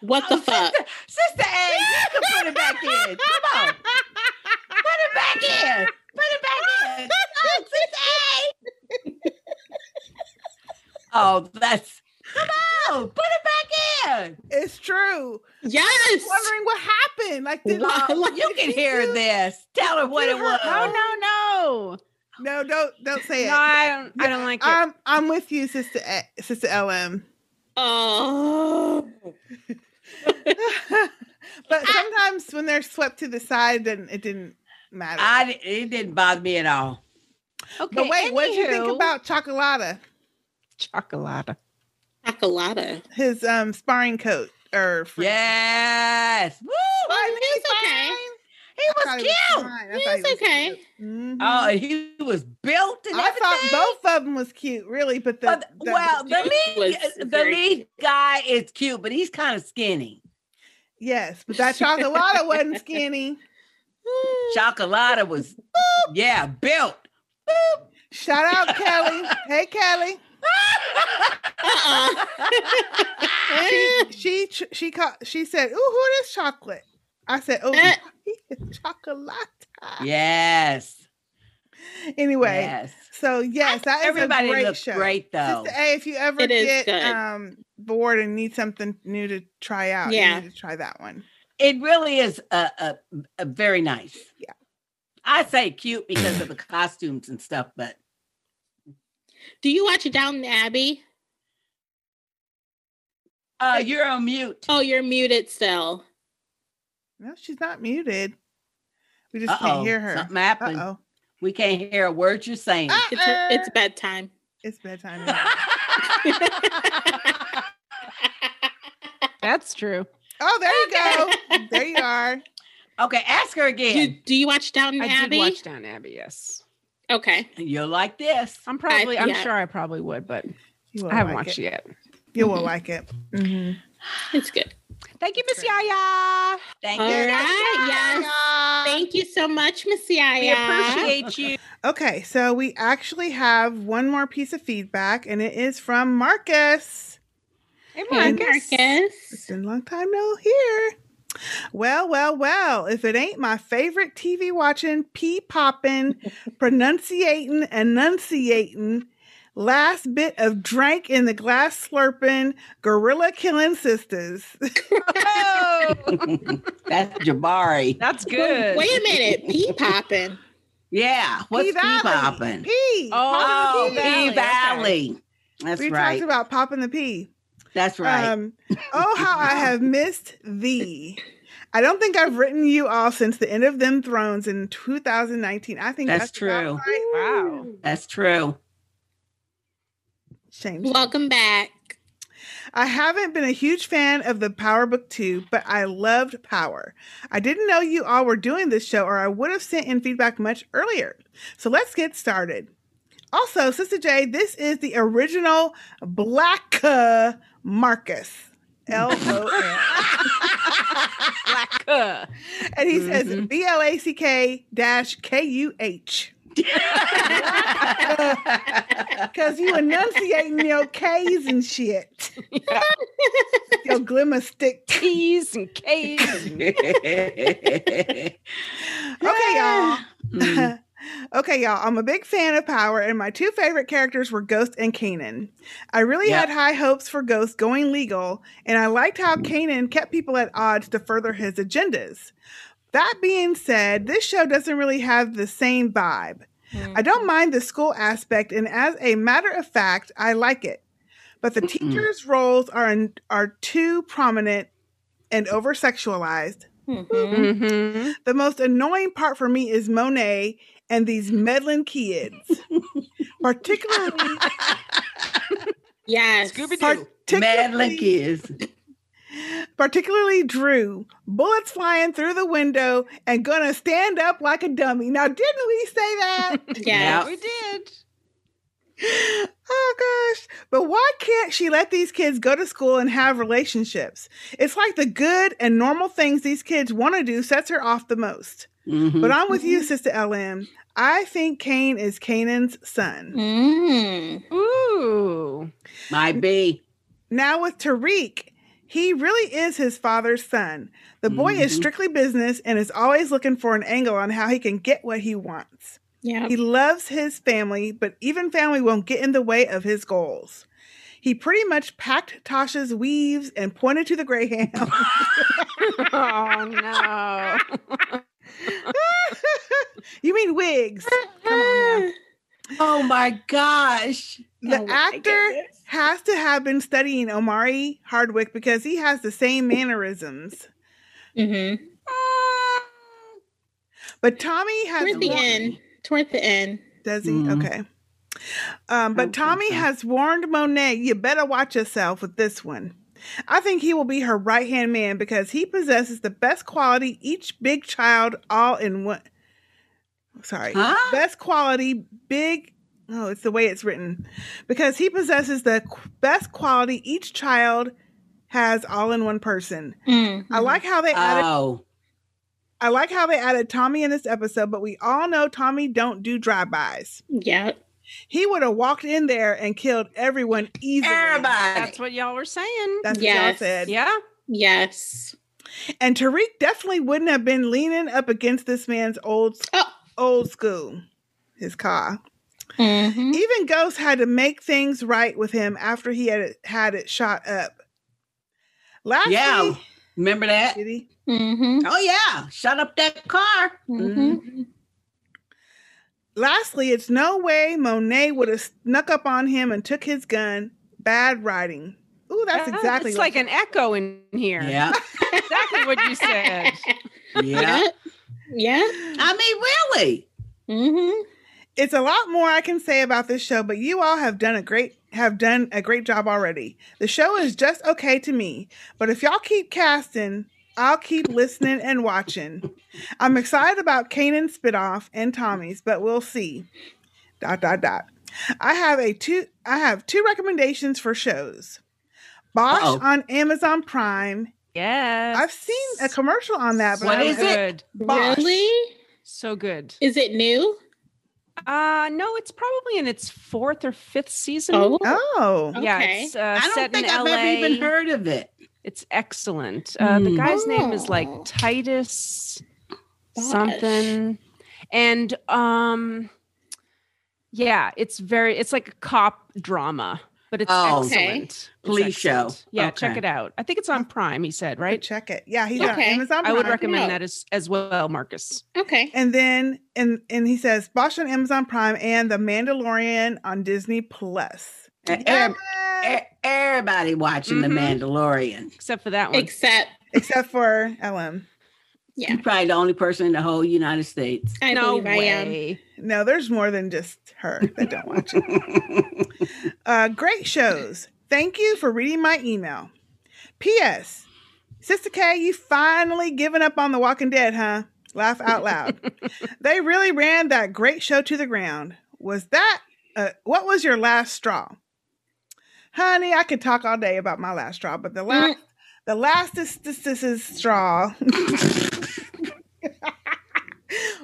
Speaker 1: What the fuck?
Speaker 2: Sister A, you can put it back in. Come on. Put it back in. Put it back [LAUGHS] in. Come on, Sister A. Oh, that's come on. Put it back in.
Speaker 4: It's true.
Speaker 1: [LAUGHS] Yes.
Speaker 4: wondering what happened. Like, did
Speaker 2: Well, you can hear this. Tell her what it was.
Speaker 4: Oh, no, no. No, don't don't say it.
Speaker 9: No, I don't- I don't like it.
Speaker 4: I'm I'm with you, sister A- sister LM.
Speaker 1: Oh.
Speaker 4: but sometimes when they're swept to the side, then it didn't matter.
Speaker 2: I di- it didn't bother me at all.
Speaker 4: Okay, but wait, what do you think
Speaker 2: anywho.
Speaker 4: about Chocolata?
Speaker 9: Chocolata.
Speaker 1: Chocolata.
Speaker 4: His um sparring coat or friend.
Speaker 2: Yes. Woo!
Speaker 1: Well, he's Oh, okay.
Speaker 2: He was
Speaker 4: thought
Speaker 2: cute.
Speaker 4: he was fine. I thought he
Speaker 1: He's
Speaker 4: was Mm-hmm.
Speaker 1: okay.
Speaker 2: Oh, and he was built and
Speaker 4: I
Speaker 2: everything.
Speaker 4: thought both of them was cute, really, but the, the-
Speaker 2: well, the lead, uh,
Speaker 4: was
Speaker 2: the
Speaker 4: very
Speaker 2: lead guy is cute, but he's kind of skinny.
Speaker 4: yes, but that Chocolata
Speaker 2: [LAUGHS]
Speaker 4: wasn't skinny.
Speaker 2: Chocolata was, yeah, built.
Speaker 4: Shout out Kelly. Hey Kelly. Uh-uh. she she tr- she ca- she said, "Ooh, who this chocolate?" I said, "Oh,
Speaker 2: Eh.
Speaker 4: [LAUGHS] chocolate."
Speaker 2: [LAUGHS] Yes.
Speaker 4: Anyway,
Speaker 2: Yes.
Speaker 4: so yes, that is
Speaker 2: Everybody
Speaker 4: a great
Speaker 2: looked
Speaker 4: show.
Speaker 2: great, though.
Speaker 4: Sister A, if you ever
Speaker 2: It is
Speaker 4: get
Speaker 2: good.
Speaker 4: um bored and need something new to try out,
Speaker 2: Yeah.
Speaker 4: you need to try that one.
Speaker 2: It really is a, a, a very nice.
Speaker 4: Yeah.
Speaker 2: I say cute because of the costumes and stuff, but
Speaker 1: Do you watch Down Abbey?
Speaker 2: uh, you're on mute.
Speaker 1: Oh, you're muted still.
Speaker 4: No, she's not muted. We just can't
Speaker 2: Uh-oh,
Speaker 4: hear her.
Speaker 2: Something happened.
Speaker 4: Uh-oh. Ah,
Speaker 2: We can't hear a word you're saying.
Speaker 1: It's,
Speaker 2: Uh,
Speaker 1: it's bedtime.
Speaker 4: It's bedtime. Ah!
Speaker 9: That's true.
Speaker 4: Oh, there you
Speaker 2: [LAUGHS]
Speaker 4: go. there you are.
Speaker 2: [LAUGHS] Okay, ask her again.
Speaker 1: Do, do you watch Down
Speaker 9: I
Speaker 1: Abbey?
Speaker 9: did watch Down Abbey. Yes,
Speaker 1: Okay.
Speaker 2: You'll like this.
Speaker 9: I'm probably.
Speaker 1: I-
Speaker 9: I'm
Speaker 1: yeah.
Speaker 9: sure I probably would, but
Speaker 4: You will
Speaker 9: I haven't
Speaker 4: like
Speaker 9: watched
Speaker 4: it.
Speaker 9: it yet.
Speaker 4: You will like it. Mhm.
Speaker 1: It's good.
Speaker 9: Thank you, Miss Yaya.
Speaker 2: Thank
Speaker 1: All
Speaker 2: you.
Speaker 1: right. Yes. Thank you so much, Miss Yaya.
Speaker 2: We appreciate
Speaker 4: [LAUGHS]
Speaker 2: you.
Speaker 4: Okay, so we actually have one more piece of feedback, and it is from Marcus.
Speaker 9: Hey,
Speaker 1: Hey,
Speaker 4: Marcus. It's been a long time no here. Well, well, well, if it ain't my favorite TV watching,
Speaker 2: [LAUGHS]
Speaker 4: pee popping, pronunciating, enunciating, last bit of drink in the glass slurping, gorilla killing sisters. [LAUGHS]
Speaker 2: [LAUGHS] That's Jabari.
Speaker 9: That's
Speaker 1: Well,
Speaker 9: good.
Speaker 1: Wait a minute. Pee popping.
Speaker 2: Yeah. What's pee popping?
Speaker 4: Pee.
Speaker 2: Oh,
Speaker 4: popping the
Speaker 2: Pea
Speaker 4: pee.
Speaker 2: Oh, Valley. That's
Speaker 4: we
Speaker 2: right.
Speaker 4: talked about popping the pee.
Speaker 2: That's right.
Speaker 4: Um, oh, how
Speaker 2: [LAUGHS]
Speaker 4: I have missed thee. I don't think I've written you all since the end of Them Thrones in 2019. I think
Speaker 2: That's
Speaker 4: that's,
Speaker 2: true.
Speaker 4: about right.
Speaker 9: Wow.
Speaker 2: That's
Speaker 4: [LAUGHS]
Speaker 2: true. [LAUGHS]
Speaker 4: Shame.
Speaker 1: Welcome back.
Speaker 4: I haven't been a huge fan of the Power Book 2, but I loved Power. I didn't know you all were doing this show, or I would have sent in feedback much earlier. So let's get started. Also, Sister J, this is the original Black uh, Marcus. L O N. And he says B L A C K dash K U H. [LAUGHS] Because you enunciating your K's and shit. your glimmer stick
Speaker 3: T's and K's.
Speaker 4: okay, y'all.
Speaker 2: Hmm.
Speaker 4: [LAUGHS] okay, y'all. I'm a big fan of Power, and my two favorite characters were Ghost and Kanan. I really
Speaker 2: Yep.
Speaker 4: had high hopes for Ghost going legal, and I liked how Kanan kept people at odds to further his agendas. That being said, this show doesn't really have the same vibe. I don't mind the school aspect, and as a matter of fact, I like it. But the teachers' roles are are too prominent and over sexualized.
Speaker 3: Mm-hmm.
Speaker 4: The most annoying part for me is Monet and these meddling kids, particularly.
Speaker 1: yes,
Speaker 4: Scooby Doo, meddling kids. Particularly Drew, bullets flying through the window and gonna stand up like a dummy. Now, didn't we say that?
Speaker 3: Yeah, we did.
Speaker 4: Oh gosh. But why can't she let these kids go to school and have relationships? It's like the good and normal things these kids want to do sets her off the most.
Speaker 2: Mm-hmm.
Speaker 4: But I'm with you, Sister LM. I think Cain is Canaan's son.
Speaker 1: Mm-hmm.
Speaker 4: Ooh.
Speaker 2: Might be.
Speaker 4: Now with Tariq, he really is his father's son. The boy is strictly business and is always looking for an angle on how he can get what he wants.
Speaker 1: Yeah.
Speaker 4: He loves his family, but even family won't get in the way of his goals. He pretty much packed Tasha's weaves and pointed to the greyhound. oh no. you mean wigs? Come on now. Oh my gosh. The
Speaker 1: Oh,
Speaker 4: actor has to have been studying Omari Hardwick because he has the same mannerisms. Mm-hmm. But Tommy has
Speaker 1: Toward the end.
Speaker 4: Toward the end. Does he?
Speaker 1: Mhm.
Speaker 4: Okay. Um, but Tommy has warned Monet, you better watch yourself with this one. I think he will be her right hand man because he possesses the best quality each big child all in one. Sorry. Best quality big. Oh, it's the way it's written. Because he possesses the qu- best quality each child has all in one person. I
Speaker 1: Mm-hmm.
Speaker 4: like how they added.
Speaker 2: Oh.
Speaker 4: I like how they added Tommy in this episode, but we all know Tommy don't do drive-bys.
Speaker 1: Mm-hmm.
Speaker 4: Yeah. He would have walked in there and killed everyone easily.
Speaker 3: [LAUGHS] That's what y'all were saying.
Speaker 4: That's what y'all said.
Speaker 3: Yeah.
Speaker 4: Yes. And Tariq definitely wouldn't have been leaning up against this man's old
Speaker 3: Oh.
Speaker 4: old school, his car.
Speaker 1: Mm-hmm.
Speaker 3: Mm-hmm.
Speaker 4: Even Ghost had to make things right with him after he had it, had it shot up. Last
Speaker 2: Yeah.
Speaker 4: week-
Speaker 2: Remember that?
Speaker 4: Did he?
Speaker 1: Mm-hmm.
Speaker 2: Oh yeah. Shut up that car.
Speaker 4: Lastly, it's no way Monet would have snuck up on him and took his gun. Bad writing. Ooh, that's
Speaker 3: Yeah,
Speaker 4: exactly
Speaker 3: It's
Speaker 4: what-
Speaker 3: like an echo in here.
Speaker 4: Yeah.
Speaker 3: exactly what
Speaker 4: [LAUGHS]
Speaker 3: you said.
Speaker 4: Yeah.
Speaker 1: Yeah.
Speaker 4: I mean, really. Mm-hmm. It's a lot more I can say about this show, but you all have done a great have done a great job already. The show is just okay to me, but if y'all keep casting, I'll keep listening and watching. I'm excited about Kanan's spinoff and Tommy's, but we'll see. Dot dot dot. I have a two I have two recommendations for shows. Bosch
Speaker 2: Uh-oh.
Speaker 4: on Amazon Prime. Yes. I've seen a commercial on that, but
Speaker 3: What
Speaker 4: I
Speaker 3: is
Speaker 4: haven't-
Speaker 3: it?
Speaker 4: Bosch.
Speaker 3: Really? So good.
Speaker 1: Is it new?
Speaker 3: Uh no, it's probably in its fourth or fifth season.
Speaker 4: Oh. Oh.
Speaker 3: yeah.
Speaker 4: Okay.
Speaker 3: It's,
Speaker 4: I
Speaker 3: uh,
Speaker 4: don't
Speaker 3: set
Speaker 4: think
Speaker 3: in
Speaker 4: I've ever
Speaker 3: LA.
Speaker 4: even heard
Speaker 2: of it.
Speaker 3: It's excellent. Uh,
Speaker 4: Mm.
Speaker 3: The
Speaker 2: Hmm.
Speaker 3: guy's name is like
Speaker 2: Oh.
Speaker 3: Titus something, and um, yeah, it's very. It's like a cop drama, but it's
Speaker 2: Oh. Okay.
Speaker 3: excellent. It's
Speaker 2: Police show.
Speaker 3: excellent. Yeah, check
Speaker 2: Okay.
Speaker 3: it out. I think it's on Prime. He said right.
Speaker 4: Check it. Yeah, he's on Okay. Amazon
Speaker 3: I would
Speaker 4: Prime.
Speaker 3: recommend
Speaker 4: Yeah.
Speaker 3: that as as well, Marcus.
Speaker 1: Oh, Okay.
Speaker 4: And then and and he says Bosch on Amazon Prime and The Mandalorian on Disney Plus.
Speaker 2: E- every- e- Everybody watching
Speaker 3: Mm-hmm.
Speaker 2: The
Speaker 4: Mhm.
Speaker 2: Mandalorian.
Speaker 3: Except for that
Speaker 2: one.
Speaker 1: Except
Speaker 4: except for LM.
Speaker 1: Yeah.
Speaker 2: You're probably the only person in the whole United States.
Speaker 1: um,
Speaker 4: No, there's more than just her that don't watch it. uh, great shows. Thank you for reading my email. P.S. Sister K, you finally given up on The Walking Dead, huh? Laugh out loud. they really ran that great show to the ground. Was that, uh, what was your last straw? honey, I could talk all day about my last straw, but the last, the last this this this is straw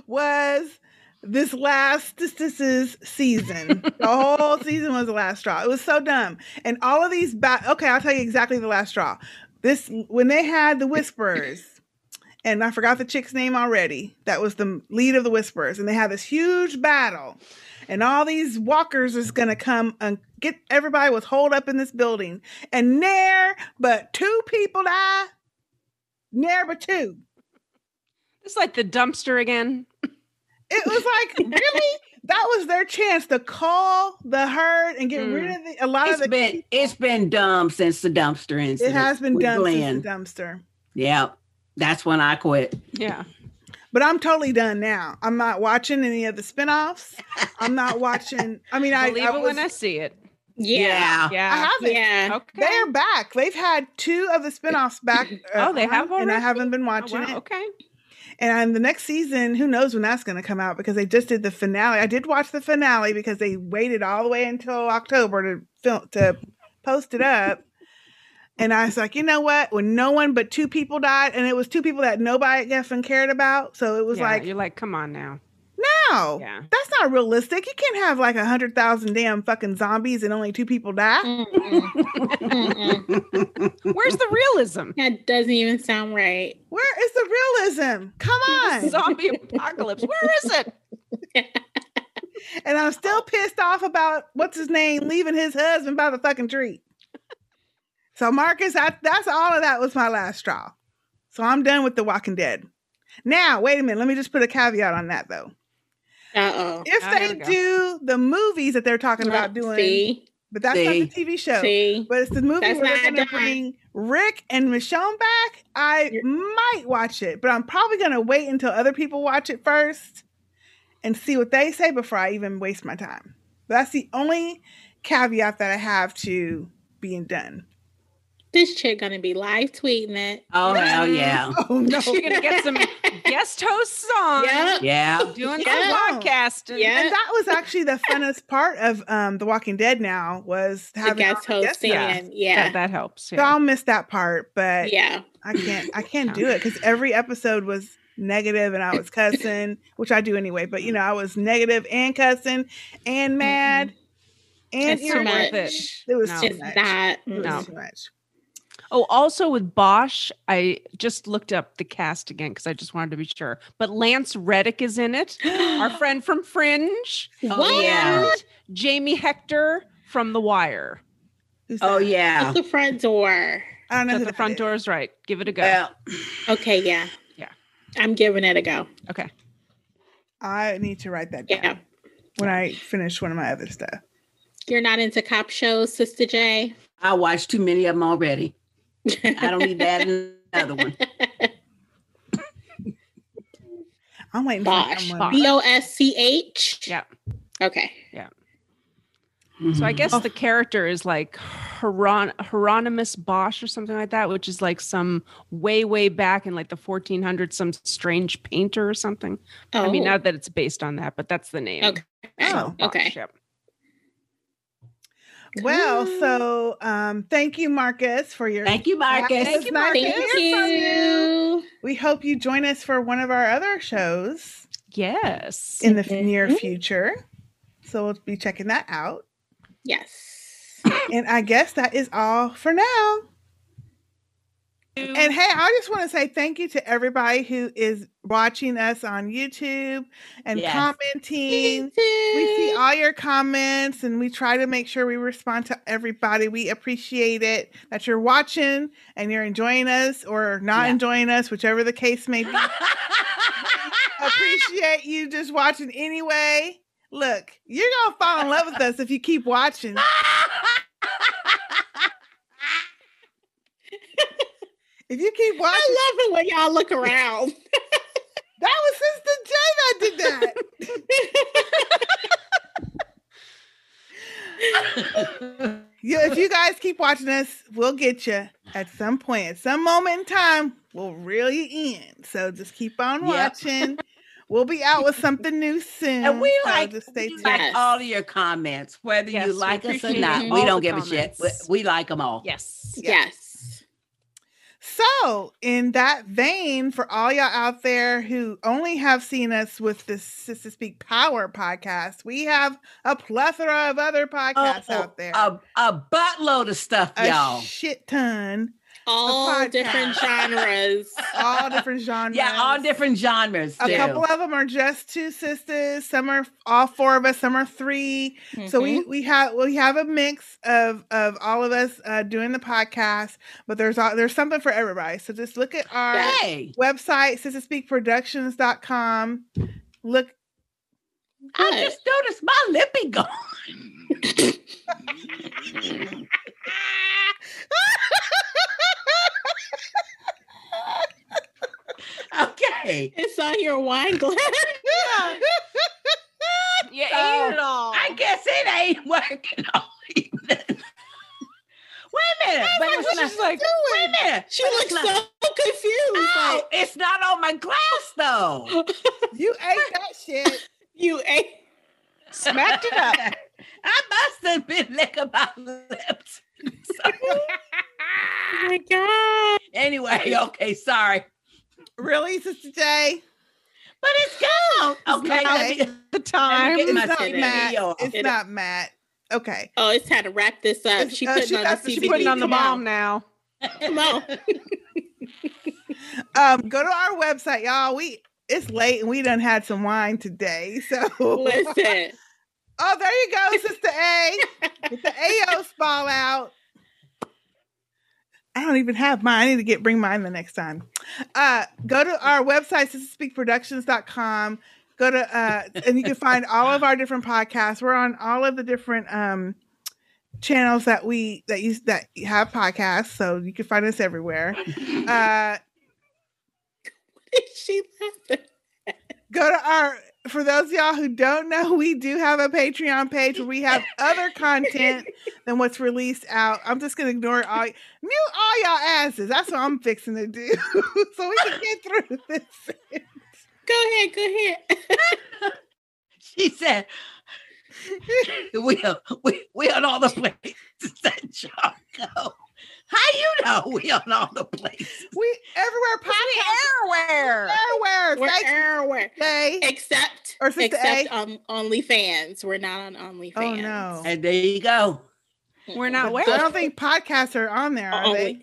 Speaker 4: was this last this this is season. the whole season was the last straw. It was so dumb, and all of these. Ba- okay, I'll tell you exactly the last straw. This when they had the whisperers and I forgot the chick's name already. That was the lead of the Whisperers, and they have this huge battle, and all these walkers is gonna come and get everybody was holed up in this building, and there but two people die. There but two.
Speaker 3: It's like the dumpster again.
Speaker 4: It
Speaker 2: [LAUGHS]
Speaker 4: was like really. That was their chance to call the herd and get rid of the, a lot
Speaker 2: Mm. It's
Speaker 4: of the.
Speaker 2: been it's been dumb since the dumpster
Speaker 4: it
Speaker 2: incident.
Speaker 4: has been
Speaker 2: with
Speaker 4: dumb
Speaker 2: Glenn.
Speaker 4: since the dumpster.
Speaker 2: Yeah, that's when I quit.
Speaker 4: Yeah. But I'm totally done now. I'm not watching any of the spin-offs. I'm not watching. I mean, I
Speaker 3: Believe
Speaker 4: I
Speaker 3: it when I see it.
Speaker 4: Yeah.
Speaker 3: Yeah. Yeah.
Speaker 4: I haven't.
Speaker 3: Yeah. Okay.
Speaker 4: They're back. They've had two of the spin-offs back.
Speaker 3: [LAUGHS]
Speaker 4: uh,
Speaker 3: Oh, they have
Speaker 4: And I
Speaker 3: already? Oh,
Speaker 4: haven't been watching it.
Speaker 3: Okay.
Speaker 4: And the next season, who knows when that's going to come out because they just did the finale. I did watch the finale because they waited all the way until October to film to post it up. And I was like, you know what? When no one but two people died, and it was two people that nobody effing cared about, so it was
Speaker 3: Yeah,
Speaker 4: like Oh.
Speaker 3: you're like, come on now.
Speaker 4: no, that's not realistic. You can't have like a hundred thousand damn fucking zombies and only two people die.
Speaker 1: Mm.
Speaker 3: Where's the realism?
Speaker 1: That doesn't even sound right.
Speaker 4: Where is the realism? Come on,
Speaker 3: zombie apocalypse. Where is it?
Speaker 4: and I'm still pissed off about what's his name leaving his husband by the
Speaker 1: [LAUGHS]
Speaker 4: fucking tree. So Marcus, I, that's all of that was my last straw. So I'm done with The Walking Dead. Now, wait a minute. Let me just put a caveat on that though.
Speaker 1: Uh-oh.
Speaker 4: If
Speaker 1: Oh, here we
Speaker 4: they
Speaker 1: go.
Speaker 4: do the movies that they're talking about
Speaker 1: Uh,
Speaker 4: doing,
Speaker 1: see?
Speaker 4: but that's not the
Speaker 1: See?
Speaker 4: TV show.
Speaker 1: See?
Speaker 4: But it's the movie
Speaker 1: That's
Speaker 4: where
Speaker 1: not
Speaker 4: they're going to
Speaker 1: done.
Speaker 4: bring Rick and Michonne back. I might watch it, but I'm probably going to wait until other people watch it first and see what they say before I even waste my time. That's the only caveat that I have to being done.
Speaker 1: This chick gonna be live tweeting it.
Speaker 2: Oh hell yeah!
Speaker 4: [LAUGHS] Oh no.
Speaker 3: You're gonna get some guest host songs.
Speaker 1: Yep.
Speaker 2: [LAUGHS] Yeah.
Speaker 3: Doing
Speaker 4: Yeah.
Speaker 3: some podcasting.
Speaker 4: And that was actually the funnest part of um, The Walking Dead now was having
Speaker 1: guest
Speaker 4: all the
Speaker 1: host and- yeah.
Speaker 3: That, that helps.
Speaker 4: So
Speaker 3: Yeah.
Speaker 4: I'll miss that part, but
Speaker 1: Yeah.
Speaker 4: I can't I can't do it because every episode was negative and I was cussing, which I do anyway, but you know, I was negative and cussing and mad and
Speaker 3: It's not
Speaker 4: irritated.
Speaker 3: worth it.
Speaker 4: It was
Speaker 3: No.
Speaker 4: too
Speaker 3: It's
Speaker 4: much.
Speaker 3: not-
Speaker 4: It was
Speaker 3: no.
Speaker 4: too much.
Speaker 3: Oh, also with Bosch, I just looked up the cast again because I just wanted to be sure. But Lance Reddick is
Speaker 1: [GASPS]
Speaker 3: in it,
Speaker 1: Mm.
Speaker 3: our
Speaker 4: [GASPS]
Speaker 3: friend from Fringe.
Speaker 2: Oh, What? yeah.
Speaker 3: And Jamie Hector from The Wire.
Speaker 2: Oh yeah.
Speaker 1: the front door.
Speaker 4: I don't
Speaker 3: know. the front door is right. Give it a go.
Speaker 1: Well- Okay, yeah.
Speaker 3: Yeah.
Speaker 1: I'm giving it a go.
Speaker 3: Okay.
Speaker 4: I need to write that down
Speaker 1: Yeah.
Speaker 4: when I finish one of my other stuff.
Speaker 1: You're not into cop shows, Sister J.
Speaker 2: I watched too many of them already. I don't need that in another [LAUGHS] one.
Speaker 4: I'm waiting
Speaker 1: Bosch.
Speaker 4: for someone.
Speaker 1: B O S C H.
Speaker 3: Yeah.
Speaker 1: Okay.
Speaker 3: Yeah.
Speaker 2: Mm-hmm.
Speaker 3: So I guess
Speaker 1: Oh.
Speaker 3: the character is like Hieron- Hieronymus Bosch or something like that, which is like some way, way back in like the 1400s, some strange painter or something. I mean,
Speaker 1: Oh.
Speaker 3: not that it's based on that, but that's the name. Okay.
Speaker 4: Oh,
Speaker 1: okay.
Speaker 4: Well, so um, thank you, Marcus, for your
Speaker 2: Thank you, Marcus.
Speaker 4: It's
Speaker 2: Thank you,
Speaker 4: nice to
Speaker 2: Marcus.
Speaker 4: hear
Speaker 2: Thank
Speaker 4: from We hope you join us for one of our other shows.
Speaker 3: Yes,
Speaker 4: in the f- near future. So we'll be checking that out.
Speaker 1: Yes.
Speaker 4: And I guess that is all for now. And hey, I just want to say thank you to everybody who is watching us on YouTube and
Speaker 2: Yes.
Speaker 4: commenting. We see all your comments and we try to make sure we respond to everybody. We appreciate it that you're watching and you're enjoying us or not enjoying us, whichever the case may be. We appreciate you just watching anyway. Look, you're going to fall in love with us if you keep watching. If you keep watching, I
Speaker 1: love it when y'all look around.
Speaker 4: that was Sister J that did that.
Speaker 2: [LAUGHS]
Speaker 4: yeah, if you guys keep watching us, we'll get you at some point, at some moment in time, we'll reel you in. So just keep on
Speaker 2: Yep.
Speaker 4: watching. We'll be out with something new soon.
Speaker 2: And we
Speaker 4: so
Speaker 2: like,
Speaker 4: just stay
Speaker 2: we
Speaker 4: tuned.
Speaker 2: like all of your comments, whether
Speaker 4: Yes,
Speaker 2: you
Speaker 4: we
Speaker 2: like us or
Speaker 4: appreciate
Speaker 2: not.
Speaker 4: all
Speaker 2: We
Speaker 4: the
Speaker 2: don't give a shit.
Speaker 4: comments.
Speaker 2: We, we like them all.
Speaker 9: Yes.
Speaker 1: Yes.
Speaker 4: So, in that vein, for all y'all out there who only have seen us with the Sister Speak Power podcast, we have a plethora of other podcasts
Speaker 2: Oh,
Speaker 4: out there.
Speaker 2: A, a buttload of stuff,
Speaker 4: A
Speaker 2: y'all.
Speaker 4: shit ton.
Speaker 1: All different genres.
Speaker 4: all different genres.
Speaker 2: [LAUGHS] Yeah, all different genres.
Speaker 4: A
Speaker 2: too.
Speaker 4: couple of them are just two sisters. Some are all four of us. Some are 3 [LAUGHS] So we
Speaker 2: Mhm.
Speaker 4: we have we have a mix of of all of us uh, doing the podcast. But there's all, there's something for everybody. So just look at our
Speaker 2: Yay.
Speaker 4: website, sisterspeakproductions.com. Look.
Speaker 1: Mm-hmm.
Speaker 2: I
Speaker 4: [LAUGHS]
Speaker 2: just noticed my lippy gone. [LAUGHS] okay.
Speaker 1: It's on your wine glass.
Speaker 9: You
Speaker 2: So,
Speaker 9: ate it all.
Speaker 2: I guess it ain't working [LAUGHS] on Wait a minute. But
Speaker 9: That's
Speaker 2: it's
Speaker 9: what
Speaker 2: not,
Speaker 9: she's like,
Speaker 2: wait a minute.
Speaker 1: She
Speaker 2: but
Speaker 1: looks
Speaker 2: it's
Speaker 1: so
Speaker 2: not-
Speaker 1: confused.
Speaker 2: No,
Speaker 1: like,
Speaker 2: it's not on my glass
Speaker 1: [LAUGHS]
Speaker 2: though.
Speaker 4: you ate that
Speaker 2: [LAUGHS]
Speaker 4: shit.
Speaker 1: you ate.
Speaker 9: Smacked it up.
Speaker 2: I must have been licking my lips. [LAUGHS]
Speaker 1: [LAUGHS] oh my god.
Speaker 2: Anyway, okay, sorry.
Speaker 4: Really, Sister J?
Speaker 2: But it's gone. Okay. let me-
Speaker 9: the
Speaker 2: time.
Speaker 4: It's
Speaker 2: Get my
Speaker 4: not
Speaker 2: sister.
Speaker 4: Matt.
Speaker 2: Yo.
Speaker 4: It's not Matt. Okay.
Speaker 1: Oh, it's time to wrap this up.
Speaker 4: It's-
Speaker 1: She
Speaker 4: uh,
Speaker 1: putting
Speaker 4: she
Speaker 1: on
Speaker 4: got-
Speaker 1: the
Speaker 4: she
Speaker 1: CBD.
Speaker 4: putting on the
Speaker 1: Come out.
Speaker 4: bomb
Speaker 9: now.
Speaker 1: Come on.
Speaker 4: Um, go to our website, y'all. We it's late and we done had some wine today. So
Speaker 1: [LAUGHS]
Speaker 4: [LAUGHS]
Speaker 1: Listen.
Speaker 4: Oh, there you go, Sister A. Get the AO ball out. I don't even have mine. I need to get bring mine the next time. Uh, go to our website, sisterspeakproductions.com. Go to uh, and you can find all of our different podcasts. We're on all of the different um channels that we that you that have podcasts, so you can find us everywhere. Uh
Speaker 1: [LAUGHS] she laughing?
Speaker 4: Go to our for those of y'all who don't know, we do have a Patreon page where we have other content than what's released out. I'm just gonna ignore all mute all y'all asses. That's what I'm fixing to do. [LAUGHS] so we can get through [LAUGHS] this.
Speaker 1: Go ahead, go ahead.
Speaker 2: [LAUGHS] she said, we are, we, we on all the places that y'all go. How you know we on all the places?
Speaker 4: We everywhere
Speaker 9: podcast.
Speaker 4: Everywhere.
Speaker 1: We're
Speaker 4: Thank you,
Speaker 1: everywhere.
Speaker 4: Jay.
Speaker 1: Except
Speaker 4: Or Sister
Speaker 1: except
Speaker 4: A.
Speaker 1: on OnlyFans. We're not on OnlyFans.
Speaker 4: Oh no.
Speaker 2: And there you
Speaker 4: [COUGHS]
Speaker 2: go.
Speaker 9: We're not
Speaker 4: But
Speaker 9: where.
Speaker 4: I don't think podcasts are on there, are
Speaker 1: Oh,
Speaker 4: they?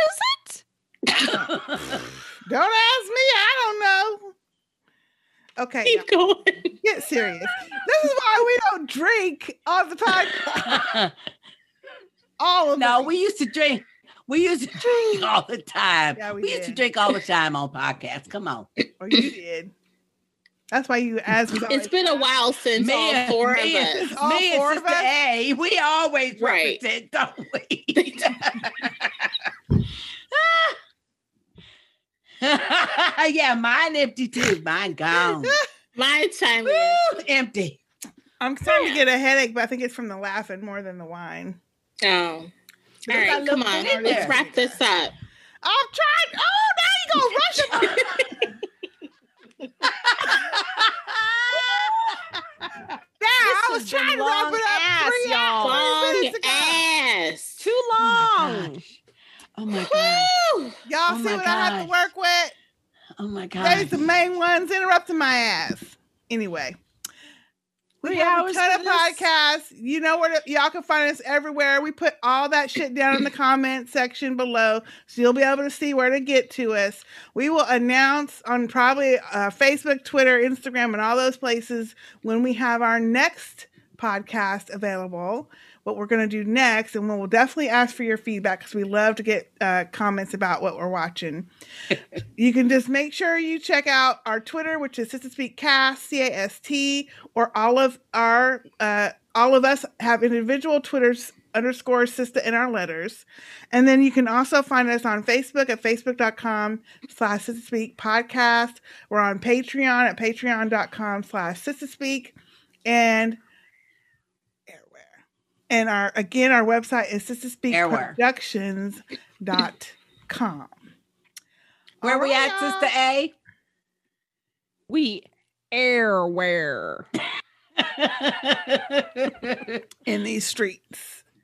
Speaker 9: Is
Speaker 4: Don't ask me. I don't know.
Speaker 1: [LAUGHS]
Speaker 4: Okay.
Speaker 1: Keep going.
Speaker 4: Get serious. This is why we don't drink on
Speaker 2: [LAUGHS]
Speaker 4: the podcast. All of
Speaker 2: no, we used to drink. We used to drink all the time.
Speaker 4: Yeah, we
Speaker 2: we used to
Speaker 4: did.
Speaker 2: drink all the time on podcasts. Come on.
Speaker 4: Or Oh, you did. That's why you asked me.
Speaker 1: It's been a while since
Speaker 2: me
Speaker 1: all
Speaker 2: and,
Speaker 1: four
Speaker 2: me
Speaker 1: of
Speaker 2: and,
Speaker 1: us.
Speaker 4: All
Speaker 2: me and
Speaker 4: four of
Speaker 2: Sister
Speaker 4: us?
Speaker 2: A, we always
Speaker 1: Right.
Speaker 2: represent, don't we? [LAUGHS] yeah, mine empty too. Mine
Speaker 4: Um,
Speaker 2: gone.
Speaker 1: My time.
Speaker 2: Woo, empty.
Speaker 4: [LAUGHS] I'm starting to get a headache, but I think it's from the laughing more than the wine.
Speaker 1: Oh. All
Speaker 2: I
Speaker 1: right, come
Speaker 2: looked
Speaker 1: on.
Speaker 2: it in
Speaker 1: Let's
Speaker 2: there.
Speaker 1: wrap this up.
Speaker 4: I'm trying. Oh, now you
Speaker 1: [LAUGHS]
Speaker 4: gonna rush it. Yeah, I
Speaker 9: This
Speaker 4: was
Speaker 9: has been
Speaker 4: trying to wrap
Speaker 9: long
Speaker 4: it up
Speaker 9: ass,
Speaker 4: three
Speaker 9: y'all.
Speaker 4: hours,
Speaker 1: Long
Speaker 4: three minutes ago.
Speaker 1: ass.
Speaker 9: Too long.
Speaker 2: Oh my god.
Speaker 1: Woo!
Speaker 4: Y'all
Speaker 2: Oh
Speaker 4: see
Speaker 2: my
Speaker 4: what I have to
Speaker 2: gosh.
Speaker 4: work with?
Speaker 2: Oh my
Speaker 4: That
Speaker 2: god.
Speaker 4: is the main ones interrupting my ass. Anyway, we
Speaker 9: Three
Speaker 4: have a
Speaker 9: hours
Speaker 4: ton
Speaker 9: for
Speaker 4: of
Speaker 9: this?
Speaker 4: podcasts. You know where to, y'all can find us everywhere. We put all that shit down in the comment section below, so you'll be able to see where to get to us. We will announce on probably uh, Facebook, Twitter, Instagram, and all those places when we have our next podcast available. What we're going to do next, and we'll definitely ask for your feedback because we love to get uh, comments about what we're watching you can just make sure you check out our Twitter, which is Sister Speak Cast, C A S T, or all of our uh, all of us have individual Twitters underscore sister in our letters. And then you can also find us on Facebook at facebook.com slash sister speak podcast. We're on Patreon at patreon.com slash sister speak. And and our again our website is sister speak
Speaker 2: Airware.
Speaker 4: productions dot com.
Speaker 2: Where we at, Sister A?
Speaker 9: We airware.
Speaker 4: in these streets.
Speaker 2: [LAUGHS]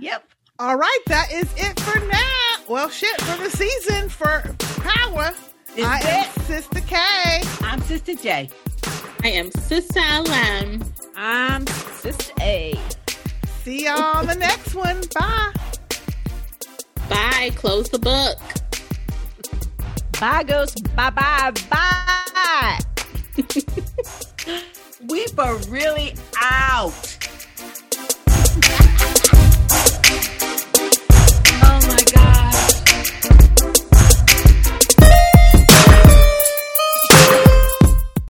Speaker 9: Yep.
Speaker 4: All right, that is it for now. Well, shit, for the season for Power. I am Sister K.
Speaker 2: I'm Sister J.
Speaker 1: I am Sister LM.
Speaker 9: I'm Sister A.
Speaker 4: See y'all on the next one. Bye.
Speaker 1: Bye. Close the book.
Speaker 9: Bye, ghost. Bye, bye, bye.
Speaker 2: we were really out.